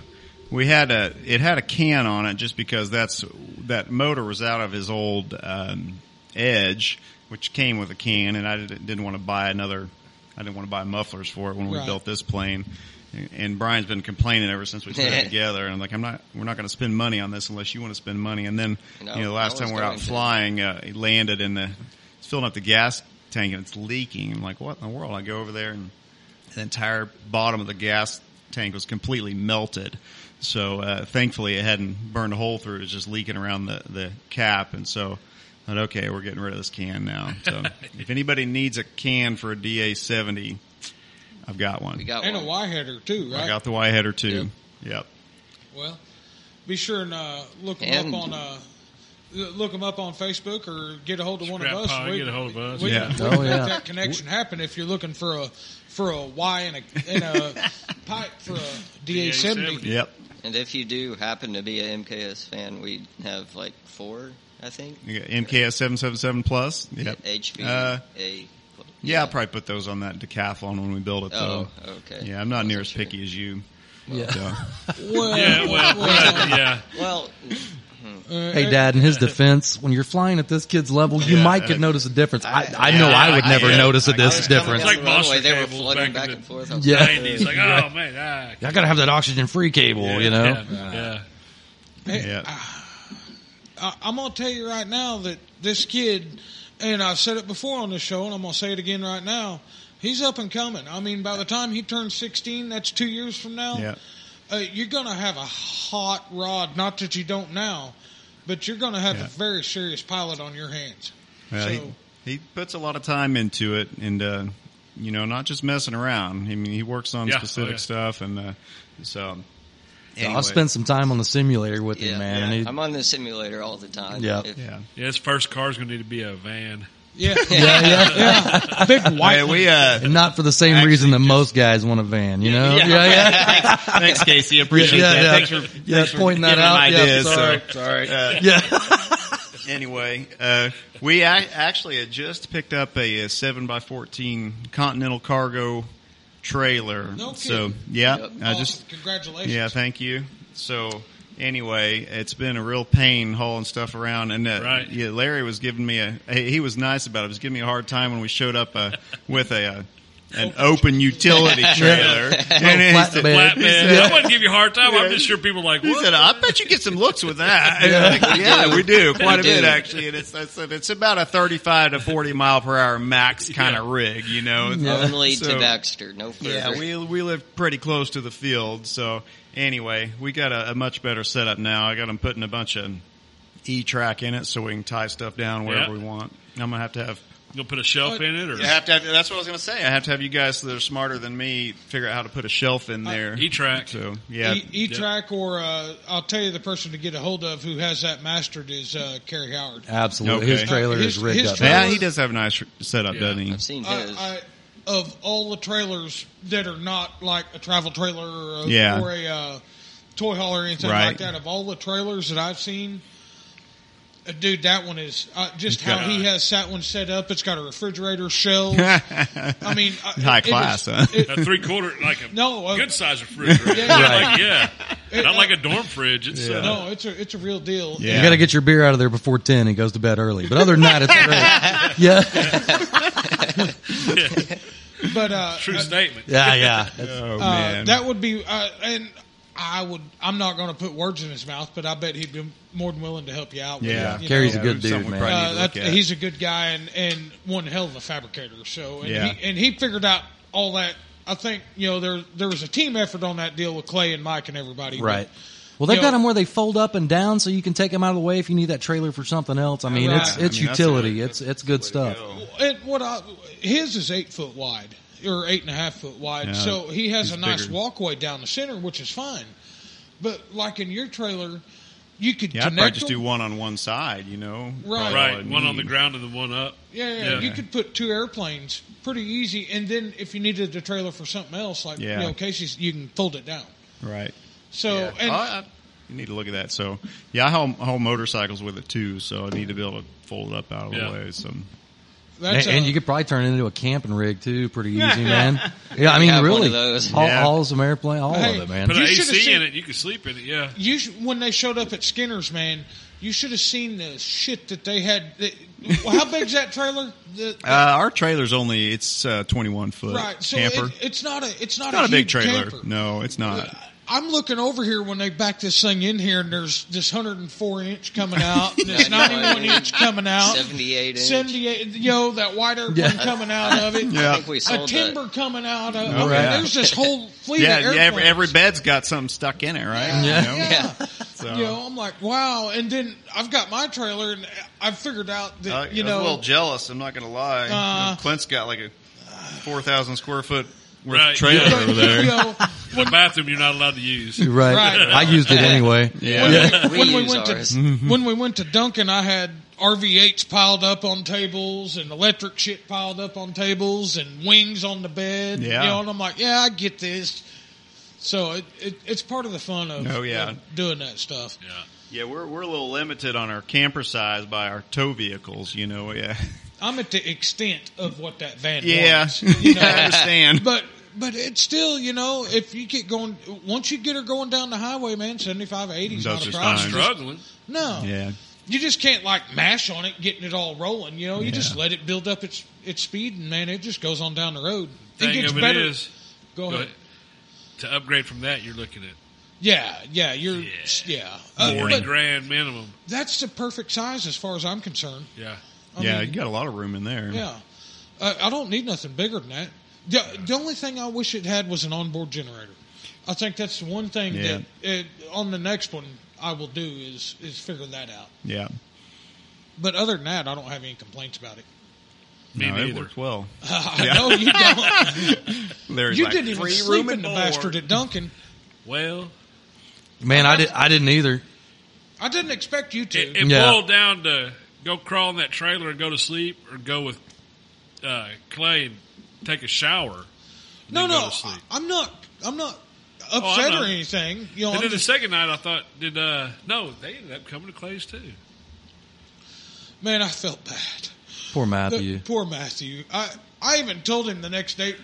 Speaker 5: we had a it had a can on it just because that's that motor was out of his old um edge which came with a can and I didn't, didn't want to buy another I didn't want to buy mufflers for it when
Speaker 3: Right.
Speaker 5: we built this plane. And Brian's been complaining ever since we put
Speaker 2: [laughs]
Speaker 5: it together and I'm like I'm not we're not going to spend money on this unless you want to spend money and then
Speaker 2: You
Speaker 5: you
Speaker 2: know,
Speaker 5: know, the
Speaker 2: I
Speaker 5: last time
Speaker 2: was
Speaker 5: we're out
Speaker 2: going to.
Speaker 5: flying uh, it landed in the it's filling up the gas tank and it's leaking. I'm like what in the world? I go over there and the entire bottom of the gas tank was completely melted. So uh, thankfully, it hadn't burned a hole through. It was just leaking around the, the cap, and so I thought, okay, we're getting rid of this can now.
Speaker 2: [laughs]
Speaker 5: So if anybody needs a can for a DA seventy, I've got one.
Speaker 2: We got
Speaker 3: And a
Speaker 2: one.
Speaker 3: Y header too, right?
Speaker 5: I got the Y header too. Yep.
Speaker 3: Well, be sure and uh, look them
Speaker 2: And-
Speaker 3: up on uh, look 'em up on Facebook or get a hold of one of
Speaker 4: Scrap
Speaker 3: us.
Speaker 4: pile,
Speaker 3: We-
Speaker 4: get a hold of us.
Speaker 3: We,
Speaker 5: Yeah.
Speaker 3: we
Speaker 1: Oh,
Speaker 3: can
Speaker 1: yeah.
Speaker 3: make that connection happen if you're looking for a for a Y and a and
Speaker 4: [laughs]
Speaker 3: a pipe for a DA seventy.
Speaker 5: Yep.
Speaker 2: And if you do happen to be an MKS fan, we have like four, I think.
Speaker 5: You got MKS seven seven seven plus. Yep.
Speaker 2: HB
Speaker 5: Uh,
Speaker 2: A.
Speaker 5: yeah, I'll probably put those on that decathlon when we build it
Speaker 2: Oh,
Speaker 5: though.
Speaker 2: okay.
Speaker 5: Yeah, I'm not near
Speaker 2: Wasn't
Speaker 5: as picky as
Speaker 2: [laughs]
Speaker 5: you.
Speaker 1: Yeah.
Speaker 5: So.
Speaker 3: Well,
Speaker 4: Yeah, well, well, yeah.
Speaker 2: sure. Well,
Speaker 3: uh,
Speaker 1: [laughs] Hey, Dad, in his defense, when you're flying at this kid's level, you
Speaker 5: Yeah,
Speaker 1: might could
Speaker 5: uh,
Speaker 1: notice a difference. I, I know
Speaker 5: yeah,
Speaker 1: I would
Speaker 5: I-
Speaker 1: never
Speaker 5: yeah,
Speaker 1: notice a
Speaker 5: I- I was
Speaker 1: dis- difference.
Speaker 2: Coming down
Speaker 4: like
Speaker 2: the runway,
Speaker 4: monster
Speaker 2: they were
Speaker 4: cables
Speaker 2: flooding
Speaker 4: back
Speaker 2: back
Speaker 4: in
Speaker 2: and
Speaker 4: the
Speaker 2: forth. I was
Speaker 1: Yeah.
Speaker 2: like,
Speaker 4: And he's like, oh man, ah,
Speaker 1: I gotta have that oxygen free cable, you know?
Speaker 4: yeah, yeah.
Speaker 5: Yeah.
Speaker 3: I, I'm gonna tell you right now that this kid, and I've said it before on the show, and I'm gonna say it again right now. He's up and coming. I mean, by the time he turns 16, that's two years from now.
Speaker 5: Yeah.
Speaker 3: uh, you're going to have a hot rod. Not that you don't now, but you're going to have
Speaker 5: Yeah.
Speaker 3: a very serious pilot on your hands.
Speaker 5: Well,
Speaker 3: So-
Speaker 5: he, he puts a lot of time into it, and uh, you know, not just messing around. I mean, he works on
Speaker 4: Yeah, oh,
Speaker 5: specific
Speaker 4: yeah.
Speaker 5: stuff, and uh, so
Speaker 1: I'll
Speaker 5: anyway.
Speaker 1: spend some time on the simulator with
Speaker 2: yeah,
Speaker 1: him, man.
Speaker 2: yeah.
Speaker 1: and he- [laughs]
Speaker 2: I'm on the simulator all the time.
Speaker 1: Yeah.
Speaker 2: If-
Speaker 5: Yeah,
Speaker 4: Yeah, his first car's gonna need to be a van.
Speaker 3: [laughs] Yeah, yeah, yeah. Big white.
Speaker 5: Hey, we uh,
Speaker 1: and not for the same
Speaker 5: Actually,
Speaker 1: reason that
Speaker 5: just-
Speaker 1: most guys want a van, you know? Yeah, yeah.
Speaker 5: [laughs] thanks, Casey. Appreciate
Speaker 1: Yeah, yeah,
Speaker 5: that.
Speaker 1: yeah.
Speaker 5: Thanks for
Speaker 1: Yeah,
Speaker 5: thanks for
Speaker 1: pointing that
Speaker 5: giving
Speaker 1: out.
Speaker 5: him
Speaker 1: Yeah,
Speaker 5: Ideas,
Speaker 1: sorry,
Speaker 5: so, sorry.
Speaker 1: yeah.
Speaker 5: Uh, anyway, uh, we a- actually had just picked up a, uh seven by fourteen Continental cargo trailer.
Speaker 3: No
Speaker 5: so
Speaker 3: kidding.
Speaker 5: yeah,
Speaker 2: Yep.
Speaker 5: I
Speaker 3: Awesome.
Speaker 5: just
Speaker 3: Oh, congratulations.
Speaker 5: Yeah, thank you. So anyway, it's been a real pain hauling stuff around, and uh,
Speaker 4: Right.
Speaker 5: yeah, Larry was giving me a he he was nice about it. He was giving me a hard time when we showed up uh, with a. Uh, an open utility trailer. and he
Speaker 1: flatbed.
Speaker 5: said,
Speaker 1: Yeah.
Speaker 4: Flatbed.
Speaker 5: he said-
Speaker 4: I wouldn't give you a hard time.
Speaker 5: Yeah.
Speaker 4: I'm just sure people are like,
Speaker 5: he
Speaker 4: what?
Speaker 5: said, I bet you get some looks with that. And I'm like, [laughs] Yeah, we do quite
Speaker 2: We
Speaker 5: a bit
Speaker 2: do.
Speaker 5: actually. And it's, I said, it's about a 35 to 40 mile per hour max kind of rig, you know? It's-
Speaker 2: Only
Speaker 5: So-
Speaker 2: to Baxter, no further.
Speaker 5: yeah, we we live pretty close to the field, so anyway, we got a, a much better setup now. I got them putting a bunch of e track in it, so we can tie stuff down wherever
Speaker 4: Yeah.
Speaker 5: we want. I'm gonna have to have.
Speaker 4: You'll put a shelf in it, or
Speaker 5: I have to have. That's what I was gonna say. I have to have you guys that are smarter than me figure out how to put a shelf in there.
Speaker 4: E-Track.
Speaker 5: So yeah,
Speaker 3: E track, or uh, I'll tell you the person to get a hold of who has that mastered is uh, Kerry Howard.
Speaker 1: Absolutely.
Speaker 5: Okay.
Speaker 1: His trailer
Speaker 3: His-
Speaker 1: is rigged
Speaker 3: his
Speaker 1: up.
Speaker 5: yeah,
Speaker 3: trailer-
Speaker 5: he does have a nice setup,
Speaker 4: Yeah.
Speaker 5: doesn't he?
Speaker 2: I've seen his.
Speaker 3: I, I, of all the trailers that are not like a travel trailer or a,
Speaker 5: Yeah.
Speaker 3: or a uh, toy hauler or anything
Speaker 5: Right.
Speaker 3: like that, of all the trailers that I've seen, uh, dude, that one is uh, just how
Speaker 5: got-
Speaker 3: he has that one set up. It's got a refrigerator, shelves.
Speaker 5: [laughs]
Speaker 3: I mean, uh,
Speaker 5: High
Speaker 3: it- it
Speaker 5: class,
Speaker 3: is-
Speaker 5: huh?
Speaker 3: it-
Speaker 4: a three quarter, like a
Speaker 3: No, uh,
Speaker 4: good size refrigerator.
Speaker 3: Yeah.
Speaker 4: Like, yeah, not like a dorm fridge. It's
Speaker 5: Yeah.
Speaker 4: uh,
Speaker 3: no, it's a it's a real deal.
Speaker 5: Yeah.
Speaker 1: You got to get your beer out of there before 10. He goes to bed early. But other than that, it's great. Yeah.
Speaker 3: But uh,
Speaker 4: True
Speaker 3: uh,
Speaker 1: [laughs]
Speaker 4: statement.
Speaker 1: Yeah, yeah.
Speaker 5: Oh
Speaker 3: uh, that would be, uh, and I would. I'm not going to put words in his mouth, but I bet he'd be more than willing to help you out. with
Speaker 5: yeah,
Speaker 3: it, you
Speaker 1: Gary's Carrie's a
Speaker 3: know.
Speaker 1: good dude,
Speaker 5: Something we
Speaker 1: man.
Speaker 5: probably need
Speaker 3: Uh,
Speaker 5: to
Speaker 3: that,
Speaker 5: look at.
Speaker 3: he's a good guy and, and one hell of a fabricator. So and,
Speaker 5: Yeah.
Speaker 3: he, and he figured out all that. I think you know there there was a team effort on that deal with Clay and Mike and everybody. but-
Speaker 1: Right. Well, they've
Speaker 3: You
Speaker 1: got
Speaker 3: know-
Speaker 1: them where they fold up and down, so you can take them out of the way if you need that trailer for something else. I mean,
Speaker 3: Right.
Speaker 1: it's
Speaker 3: I
Speaker 1: it's
Speaker 5: mean, that's
Speaker 1: utility.
Speaker 5: a-
Speaker 1: It's it's good stuff.
Speaker 3: And what I, his is eight foot wide or eight and a half foot wide,
Speaker 5: Yeah,
Speaker 3: so he has
Speaker 5: he's
Speaker 3: a nice
Speaker 5: bigger.
Speaker 3: walkway down the center, which is fine. But like in your trailer, you could
Speaker 5: yeah, I'd probably
Speaker 3: connect
Speaker 5: just
Speaker 3: them.
Speaker 5: do one on one side, you know.
Speaker 3: Right.
Speaker 5: Probably all
Speaker 4: Right,
Speaker 5: I'd
Speaker 4: one on the
Speaker 5: need.
Speaker 4: ground and the one up.
Speaker 3: Yeah, yeah,
Speaker 4: Yeah.
Speaker 3: you could put two airplanes pretty easy, and then if you needed the trailer for something else, like
Speaker 5: Yeah.
Speaker 3: you know, Casey's, you can fold it down.
Speaker 5: Right.
Speaker 3: So
Speaker 5: Yeah.
Speaker 3: and
Speaker 5: Oh, I- you need to look at that. So, yeah, I haul, haul motorcycles with it too, so I need to be able to fold it up out of
Speaker 4: Yeah.
Speaker 5: the way. So,
Speaker 3: that's
Speaker 1: And, and
Speaker 3: a-
Speaker 1: you could probably turn it into a camping rig too,
Speaker 3: [laughs]
Speaker 1: pretty easy, man. Yeah, I mean,
Speaker 2: have one
Speaker 1: really,
Speaker 2: of those.
Speaker 1: All,
Speaker 5: Yeah.
Speaker 1: all some airplane, all
Speaker 3: Hey,
Speaker 1: of it, man.
Speaker 4: Put an
Speaker 3: You should've
Speaker 4: AC
Speaker 3: seen-
Speaker 4: in it. You can sleep in it. Yeah.
Speaker 3: you sh- when they showed up at Skinner's, man, you should have seen the shit that they had. That, well, how big's that trailer? The,
Speaker 5: uh, our trailer's only it's uh, twenty one foot
Speaker 3: right, so
Speaker 5: camper.
Speaker 3: it, it's not a it's not,
Speaker 5: not a big
Speaker 3: huge
Speaker 5: trailer.
Speaker 3: camper.
Speaker 5: No, it's not.
Speaker 3: I'm looking over here when they back this thing in here, and there's this 104 inch
Speaker 2: [laughs]
Speaker 3: coming out, and this 91 inch coming out,
Speaker 2: 78 inch. [laughs]
Speaker 3: 78, yo, that white airplane
Speaker 1: Yeah.
Speaker 3: coming out of it,
Speaker 5: [laughs] Yeah.
Speaker 2: I think we
Speaker 3: a
Speaker 2: sold
Speaker 3: timber
Speaker 2: that.
Speaker 3: coming out of.
Speaker 5: Oh,
Speaker 3: I mean,
Speaker 5: yeah.
Speaker 3: There's this
Speaker 5: [laughs]
Speaker 3: whole fleet.
Speaker 5: Yeah,
Speaker 3: of
Speaker 5: yeah, every,
Speaker 3: airplanes.
Speaker 5: every bed's got something stuck in it, right?
Speaker 3: Yeah.
Speaker 5: You know?
Speaker 3: Yeah.
Speaker 5: So,
Speaker 3: You know, I'm like, wow. And then I've got my trailer, and I've figured out that
Speaker 5: I-
Speaker 3: you
Speaker 5: uh, I'm a
Speaker 3: know,
Speaker 5: little jealous. I'm not going to lie.
Speaker 3: Uh,
Speaker 5: Clint's got like a four thousand square foot worth
Speaker 4: Right,
Speaker 5: of trailer
Speaker 4: yeah.
Speaker 5: over
Speaker 3: you
Speaker 5: there. [laughs]
Speaker 3: know,
Speaker 4: The bathroom you're not allowed to use.
Speaker 1: Right.
Speaker 3: Right.
Speaker 1: I used it
Speaker 2: [laughs]
Speaker 1: anyway.
Speaker 5: Yeah.
Speaker 2: We
Speaker 3: when we
Speaker 2: use
Speaker 3: went
Speaker 2: ours.
Speaker 3: to [laughs] when we went to Duncan, I had RV8s piled up on tables and electric shit piled up on tables and wings on the bed.
Speaker 5: Yeah.
Speaker 3: you know, and I'm like, yeah, I get this. So it, it it's part of the fun of,
Speaker 5: Oh, yeah.
Speaker 3: of doing that stuff.
Speaker 4: Yeah.
Speaker 5: Yeah, we're we're a little limited on our camper size by our tow vehicles. You know, yeah,
Speaker 3: I'm at the extent of what that van
Speaker 5: yeah.
Speaker 3: was.
Speaker 5: [laughs]
Speaker 3: You know?
Speaker 5: I
Speaker 3: [laughs]
Speaker 5: understand.
Speaker 3: but but it's still you know if you get going once you get her going down the highway, man, 75, 80 is
Speaker 5: That's
Speaker 3: not a
Speaker 5: just
Speaker 3: problem.
Speaker 5: fine.
Speaker 4: Struggling.
Speaker 3: No,
Speaker 5: yeah,
Speaker 3: you just can't like mash on it, getting it all rolling. You know, you just let it build up its its speed, and man, it just goes on down the road.
Speaker 4: Thing
Speaker 3: it gets
Speaker 4: of it
Speaker 3: better.
Speaker 4: is,
Speaker 3: Go
Speaker 4: go
Speaker 3: ahead.
Speaker 4: ahead. to upgrade from that, you're looking at
Speaker 3: Yeah, yeah, you're yeah. Uh,
Speaker 4: forty
Speaker 3: but
Speaker 4: grand minimum.
Speaker 3: that's the perfect size as far as I'm concerned.
Speaker 4: Yeah.
Speaker 3: I
Speaker 5: yeah.
Speaker 3: mean,
Speaker 5: you got a lot of room in there.
Speaker 3: yeah. Uh, I don't need nothing bigger than that. The, the only thing I wish it had was an onboard generator. I think that's the one thing
Speaker 5: Yeah.
Speaker 3: that it, on the next one I will do is is figure that out.
Speaker 5: yeah.
Speaker 3: But other than that, I don't have any complaints about it. [laughs]
Speaker 4: Me
Speaker 5: no, it
Speaker 4: neither.
Speaker 5: worked well.
Speaker 3: I know you
Speaker 4: [laughs]
Speaker 3: don't.
Speaker 5: Larry's
Speaker 3: you
Speaker 5: like,
Speaker 3: didn't even
Speaker 5: "Free
Speaker 3: sleep
Speaker 5: room
Speaker 3: in the
Speaker 5: and
Speaker 3: bastard
Speaker 5: board."
Speaker 3: at Duncan.
Speaker 4: Well,
Speaker 1: Man, I did. I didn't either.
Speaker 3: I didn't expect you to.
Speaker 4: it, it
Speaker 1: Yeah.
Speaker 4: boiled down to go crawl in that trailer and go to sleep, or go with uh, Clay and take a shower. and
Speaker 3: no,
Speaker 4: then go
Speaker 3: no,
Speaker 4: to sleep. Oh,
Speaker 3: I'm not. I'm not upset
Speaker 4: I know.
Speaker 3: or anything. You know,
Speaker 4: And
Speaker 3: I'm
Speaker 4: then the
Speaker 3: just-
Speaker 4: second night, I thought, did uh no? They ended up coming to Clay's too.
Speaker 3: man, I felt bad.
Speaker 1: Poor
Speaker 3: The-
Speaker 1: Matthew.
Speaker 3: poor Matthew. I I even told him the next day.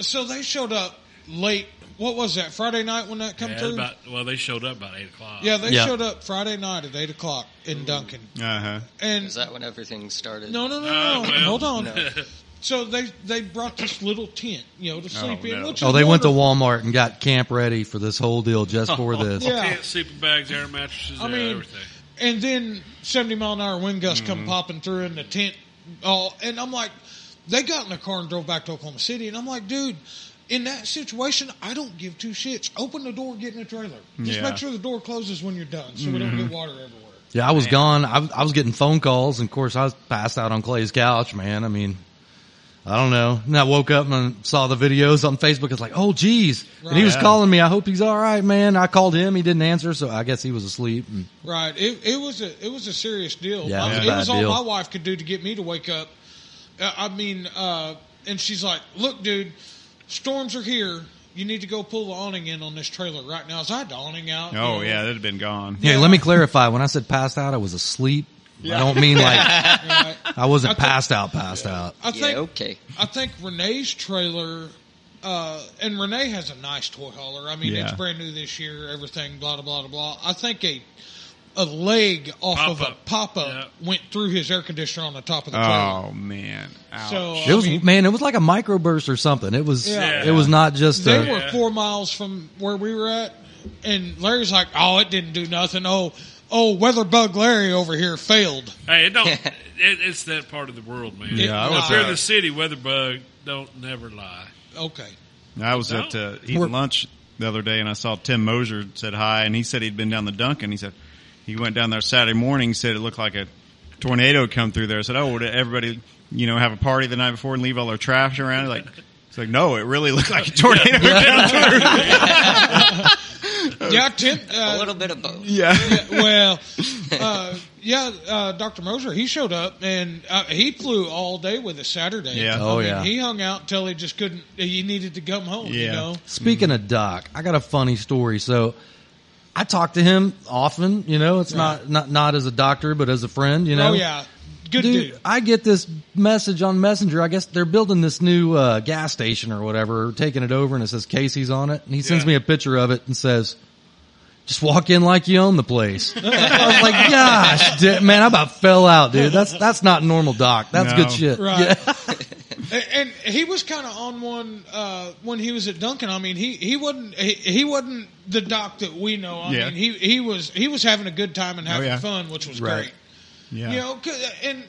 Speaker 3: So they showed up late. What was that Friday night when that come
Speaker 4: Yeah,
Speaker 3: through?
Speaker 4: about well, they showed up about eight o'clock.
Speaker 3: yeah, they
Speaker 1: Yeah.
Speaker 3: showed up Friday night at eight o'clock in Duncan.
Speaker 5: Uh-huh.
Speaker 3: And
Speaker 2: Is that when everything started?
Speaker 3: no, no, no, no.
Speaker 4: Uh, well,
Speaker 3: hold
Speaker 4: [laughs]
Speaker 3: on.
Speaker 2: no.
Speaker 3: So they they brought this little tent, you know, to sleep in.
Speaker 5: no.
Speaker 3: Which
Speaker 1: Oh,
Speaker 3: is
Speaker 1: they went to
Speaker 3: wonderful.
Speaker 1: Walmart and got camp ready for this whole deal just for
Speaker 3: [laughs]
Speaker 1: this.
Speaker 3: Yeah.
Speaker 4: Tents, sleeping bags, air mattresses,
Speaker 3: I
Speaker 4: yeah,
Speaker 3: mean,
Speaker 4: everything.
Speaker 3: and then 70 mile an hour wind gusts
Speaker 5: Mm-hmm.
Speaker 3: come popping through in the tent. All, and I'm like, they got in the car and drove back to Oklahoma City. And I'm like, dude, in that situation, I don't give two shits. Open the door, get in the trailer. Just
Speaker 5: Yeah. Mm-hmm.
Speaker 3: make sure the door closes when you're done so we don't get water everywhere.
Speaker 1: Yeah, I was gone. I, was- I was getting phone calls, and of course, I was passed out on Clay's couch, man. I mean, I don't know. And I woke up and saw the videos on Facebook. It's like, oh, geez. And he was
Speaker 5: Right.
Speaker 1: calling me. I hope he's all right, man. I called him. He didn't answer, so I guess he was asleep. And
Speaker 3: Right. It, it was a it was a serious deal.
Speaker 1: Yeah, it
Speaker 3: My-
Speaker 1: was a
Speaker 3: it
Speaker 1: bad
Speaker 3: was all
Speaker 1: deal.
Speaker 3: my wife could do to get me to wake up. Uh, I mean, uh, and she's like, "Look, dude, storms are here. You need to go pull the awning in on this trailer right now." So I had the awning out. you
Speaker 5: Oh
Speaker 3: know.
Speaker 5: yeah, that'd have been gone.
Speaker 1: Hey, let me clarify. When I said passed out, I was asleep. I don't mean like
Speaker 3: [laughs] Right.
Speaker 1: I wasn't
Speaker 3: I thought-
Speaker 1: passed out, passed out.
Speaker 3: I
Speaker 2: Yeah,
Speaker 3: think
Speaker 2: okay.
Speaker 3: I think Renee's trailer, uh, and Renee has a nice toy hauler. I mean,
Speaker 5: Yeah.
Speaker 3: it's brand new this year. Everything, blah blah blah blah. I think a a leg off of a
Speaker 4: Pop-up.
Speaker 3: pop up
Speaker 4: Yeah.
Speaker 3: went through his air conditioner on the top of the trailer.
Speaker 5: Oh man. Ouch.
Speaker 3: So
Speaker 1: It
Speaker 3: I
Speaker 1: was
Speaker 3: mean,
Speaker 1: man, it was like a microburst or something. It was
Speaker 3: Yeah.
Speaker 1: it was not just
Speaker 3: they
Speaker 1: a
Speaker 3: were four miles from where we were at, and Larry's like, "Oh, it didn't do nothing. Oh, oh, weather bug Larry over here failed."
Speaker 4: Hey, it
Speaker 3: [laughs]
Speaker 4: don't. it, it's that part of the world, man.
Speaker 3: Yeah, I was
Speaker 4: if you're in
Speaker 5: at-
Speaker 4: the city, weatherbug don't never lie.
Speaker 3: Okay,
Speaker 5: I was
Speaker 4: No.
Speaker 5: at uh, eating
Speaker 1: We're-
Speaker 5: lunch the other day, and I saw Tim Mosier said hi, and he said he'd been down the Duncan. He said he went down there Saturday morning. He said it looked like a tornado come through there. I said, "Oh, would everybody, you know, have a party the night before and leave all their trash around?" Like, it's like, no, it really
Speaker 3: [laughs]
Speaker 5: looked like a tornado.
Speaker 3: yeah, Tim.
Speaker 2: a
Speaker 3: Uh,
Speaker 2: little bit of both.
Speaker 5: yeah,
Speaker 3: well, uh, yeah, uh, Doctor Moser, he showed up and uh, he flew all day with us Saturday.
Speaker 5: Yeah.
Speaker 3: I
Speaker 1: Oh,
Speaker 3: mean,
Speaker 1: yeah.
Speaker 3: He hung out till he just couldn't. He needed to come home. You
Speaker 5: Yeah.
Speaker 3: know.
Speaker 1: Speaking of Doc, I got a funny story. So I talk to him often, you know, it's not, not, not as a doctor, but as a friend, you know.
Speaker 3: Oh yeah, good
Speaker 1: Dude,
Speaker 3: dude.
Speaker 1: I get this message on Messenger. I guess they're building this new uh, gas station or whatever, taking it over, and it says Casey's on it. And he sends
Speaker 4: Yeah.
Speaker 1: me a picture of it and says, "Just walk in like you own the place." I was like, "Gosh, dude, man, I about fell out, dude. That's that's not normal, Doc. That's
Speaker 5: No.
Speaker 1: good shit."
Speaker 3: Right.
Speaker 1: Yeah.
Speaker 3: And, and he was kind of on one uh, when he was at Duncan. I mean, he he wasn't he, he wasn't the doc that we know. I
Speaker 5: Yeah. Oh,
Speaker 3: mean, he he was he was having a good time and having
Speaker 5: yeah.
Speaker 3: fun, which was
Speaker 1: Right.
Speaker 3: great.
Speaker 5: yeah.
Speaker 3: You know, 'cause- uh, and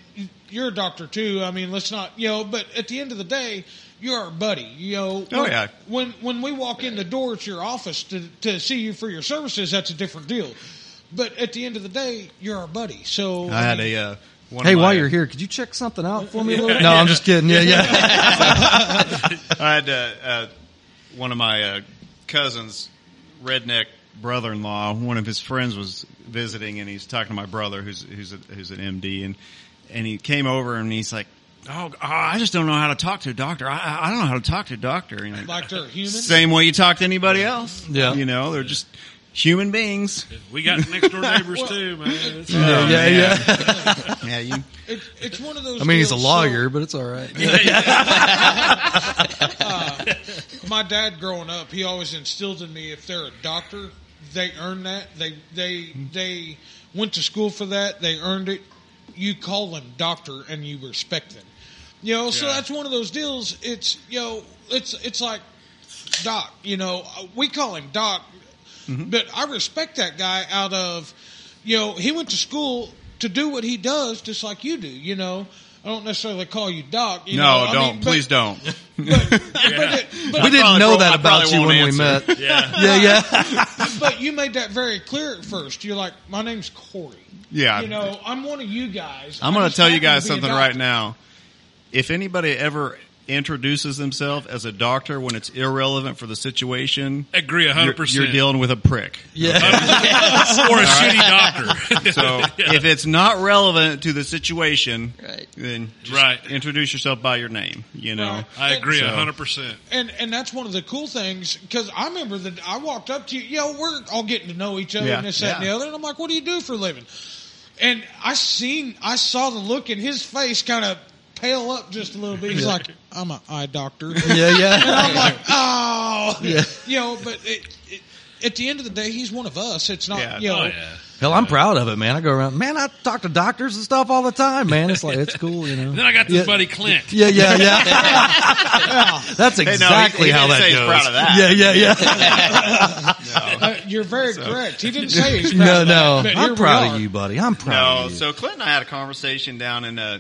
Speaker 3: you're a doctor too. I mean, let's not, you know, but at the end of the day, you're our buddy. You know,
Speaker 5: Oh,
Speaker 3: when,
Speaker 5: yeah.
Speaker 3: when when we walk in the door at your office to to see you for your services, that's a different deal. But at the end of the day, you're our buddy. So
Speaker 5: I had a uh, one.
Speaker 1: Hey,
Speaker 5: of my,
Speaker 1: while you're here, could you check something out for me? A little? bit? No, I'm just kidding. Yeah, [laughs] yeah.
Speaker 5: I had uh, uh, one of my uh, cousins, redneck brother-in-law. One of his friends was visiting, and he's talking to my brother, who's who's a, who's an MD, and and he came over and he's like, "Oh, oh, I just don't know how to talk to a doctor. I- I, I don't know how to talk to a doctor." You know,
Speaker 3: like they're human.
Speaker 5: same way you talk to anybody else.
Speaker 1: Yeah.
Speaker 5: you know, they're just human beings. Oh,
Speaker 4: We got next
Speaker 3: [laughs]
Speaker 4: door neighbors too, man. It's-
Speaker 1: yeah, yeah, yeah.
Speaker 5: [laughs] Yeah, you.
Speaker 3: It, it's one of those.
Speaker 1: I mean, he's a
Speaker 3: deals, so-
Speaker 1: lawyer, but it's all right.
Speaker 3: my dad growing up, he always instilled in me if they're a doctor, they earn that. They they they went to school for that. They earned it. You call them doctor and you respect them. You know, so
Speaker 4: Yeah.
Speaker 3: that's one of those deals. It's you know, it's it's like Doc. You know, we call him Doc,
Speaker 5: Mm-hmm.
Speaker 3: but I respect that guy out of you know he went to school to do what he does, just like you do. You know. I don't necessarily call you Doc. You
Speaker 5: no,
Speaker 3: know, I
Speaker 5: don't.
Speaker 3: mean, but-
Speaker 5: Please don't.
Speaker 3: [laughs] But, it, but
Speaker 1: We didn't
Speaker 5: probably
Speaker 1: know
Speaker 5: won't-
Speaker 1: that
Speaker 5: I
Speaker 1: about
Speaker 5: probably
Speaker 1: you
Speaker 5: won't
Speaker 1: when
Speaker 5: answer. [laughs]
Speaker 1: we met.
Speaker 4: Yeah.
Speaker 1: Yeah, yeah.
Speaker 3: but you made that very clear at first. You're like, my name's Corey.
Speaker 5: Yeah.
Speaker 3: You know, I'm one of you guys.
Speaker 5: I'm going
Speaker 3: just
Speaker 5: to tell
Speaker 3: happen
Speaker 5: you
Speaker 3: to
Speaker 5: guys
Speaker 3: be a
Speaker 5: something
Speaker 3: doctor.
Speaker 5: right now. If anybody ever introduces themselves as a doctor when it's irrelevant for the situation,
Speaker 4: Agree
Speaker 5: you're,
Speaker 4: 100. percent
Speaker 5: you're dealing with a prick.
Speaker 1: Yeah.
Speaker 4: or a shitty doctor. [laughs]
Speaker 5: [laughs] So if it's not relevant to the situation,
Speaker 2: Right.
Speaker 5: then just
Speaker 4: Right.
Speaker 5: introduce yourself by your name. You know,
Speaker 3: Right.
Speaker 4: I agree
Speaker 5: So-
Speaker 4: 100. percent
Speaker 3: And and that's one of the cool things because I remember that I walked up to you. You know, we're all getting to know each other
Speaker 5: Yeah.
Speaker 3: and this, that, and the
Speaker 5: Yeah.
Speaker 3: other. And I'm like, what do you do for a living? And I seen, I saw the look in his face kind of pale up just a little bit. He's like, I'm an eye
Speaker 5: [laughs]
Speaker 3: doctor.
Speaker 1: Yeah,
Speaker 3: And
Speaker 1: yeah.
Speaker 3: I'm like, oh,
Speaker 1: Yeah.
Speaker 3: you know. But it, it, at the end of the day, he's one of us. It's not,
Speaker 5: Yeah.
Speaker 3: you know.
Speaker 4: Oh yeah.
Speaker 1: Hell, I'm proud of it, man. I go around, man. I talk to doctors and stuff all the time, man. It's like it's cool, you
Speaker 5: [laughs]
Speaker 1: know.
Speaker 4: Then I got this
Speaker 1: Yeah.
Speaker 4: buddy Clint.
Speaker 1: Yeah, yeah, yeah. That's
Speaker 5: he-
Speaker 1: exactly
Speaker 5: he
Speaker 1: how
Speaker 5: didn't
Speaker 1: that
Speaker 5: say he's
Speaker 1: goes.
Speaker 5: proud of that.
Speaker 1: Yeah, yeah,
Speaker 5: [laughs]
Speaker 1: yeah.
Speaker 3: Uh, you're
Speaker 1: [laughs]
Speaker 3: very correct. He didn't say he's proud
Speaker 1: No, no.
Speaker 3: of that, but here
Speaker 1: I'm
Speaker 3: we
Speaker 1: proud
Speaker 3: are.
Speaker 1: of you, buddy. I'm proud
Speaker 5: no.
Speaker 1: of you.
Speaker 5: So Clint and I had a conversation down in uh,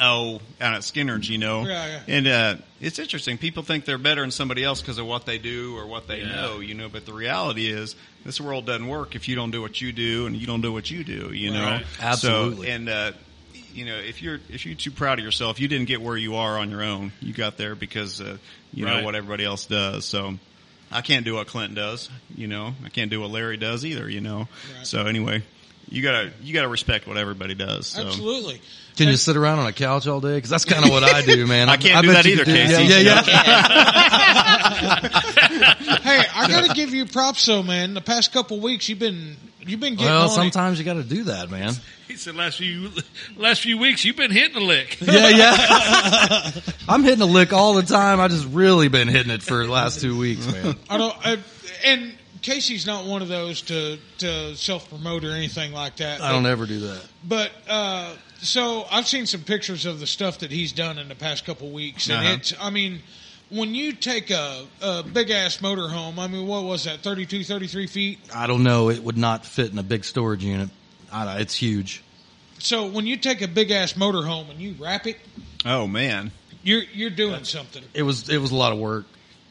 Speaker 5: oh out at Skinner's, you know.
Speaker 3: Yeah, yeah.
Speaker 5: And uh, it's interesting. People think they're better than somebody else because of what they do or what they know, you know. But the reality is, this world doesn't work if you don't do what you do and you don't do what you do, you know.
Speaker 4: Right.
Speaker 1: Absolutely.
Speaker 5: So, and uh, you know, if you're if you're too proud of yourself, you didn't get where you are on your own. You got there because uh, you
Speaker 4: Right.
Speaker 5: know what everybody else does. So. I can't do what Clint does, you know. I can't do what Larry does either, you know. So anyway, you gotta you gotta respect what everybody does. So.
Speaker 3: Absolutely.
Speaker 1: Can you sit around on a couch all day? Because that's
Speaker 5: [laughs]
Speaker 1: kind of what I do, man.
Speaker 5: I can't do
Speaker 1: bet
Speaker 5: that
Speaker 1: you
Speaker 5: either,
Speaker 1: could
Speaker 5: Casey.
Speaker 1: Yeah, yeah, yeah.
Speaker 3: Hey, I
Speaker 1: [laughs]
Speaker 3: got to give you props, though, man. The past couple weeks, you've been you've been getting
Speaker 1: Well,
Speaker 3: on
Speaker 1: sometimes you got to do that, man.
Speaker 4: He said last few last few weeks you've been hitting the lick.
Speaker 1: Yeah, yeah. [laughs] I'm hitting a lick all the time. I just really been hitting it for the last two weeks, man.
Speaker 3: it. I don't. I, and Casey's not one of those to to self promote or anything like that.
Speaker 1: I don't ever do that.
Speaker 3: But uh, so I've seen some pictures of the stuff that he's done in the past couple weeks, and
Speaker 5: Uh-huh.
Speaker 3: it's I mean, when you take a, a big ass motorhome, I mean, what was that 32, 33 feet?
Speaker 1: I don't know. It would not fit in a big storage unit. I, it's huge.
Speaker 3: So when you take a big ass motorhome and you wrap it,
Speaker 5: Oh man,
Speaker 3: you're you're doing something.
Speaker 1: It was it was a lot of work.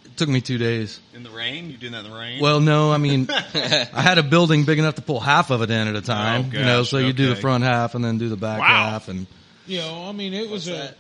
Speaker 1: It took me two days.
Speaker 5: in the rain? You doing that in the rain?
Speaker 1: Well, no, I mean, I had a building big enough to pull half of it in at a time.
Speaker 5: Oh,
Speaker 1: you know,
Speaker 5: gosh,
Speaker 1: so you do the
Speaker 5: okay.
Speaker 1: front half and then do the back
Speaker 4: Wow.
Speaker 1: half, and
Speaker 3: You know, I mean, it was a.
Speaker 2: that?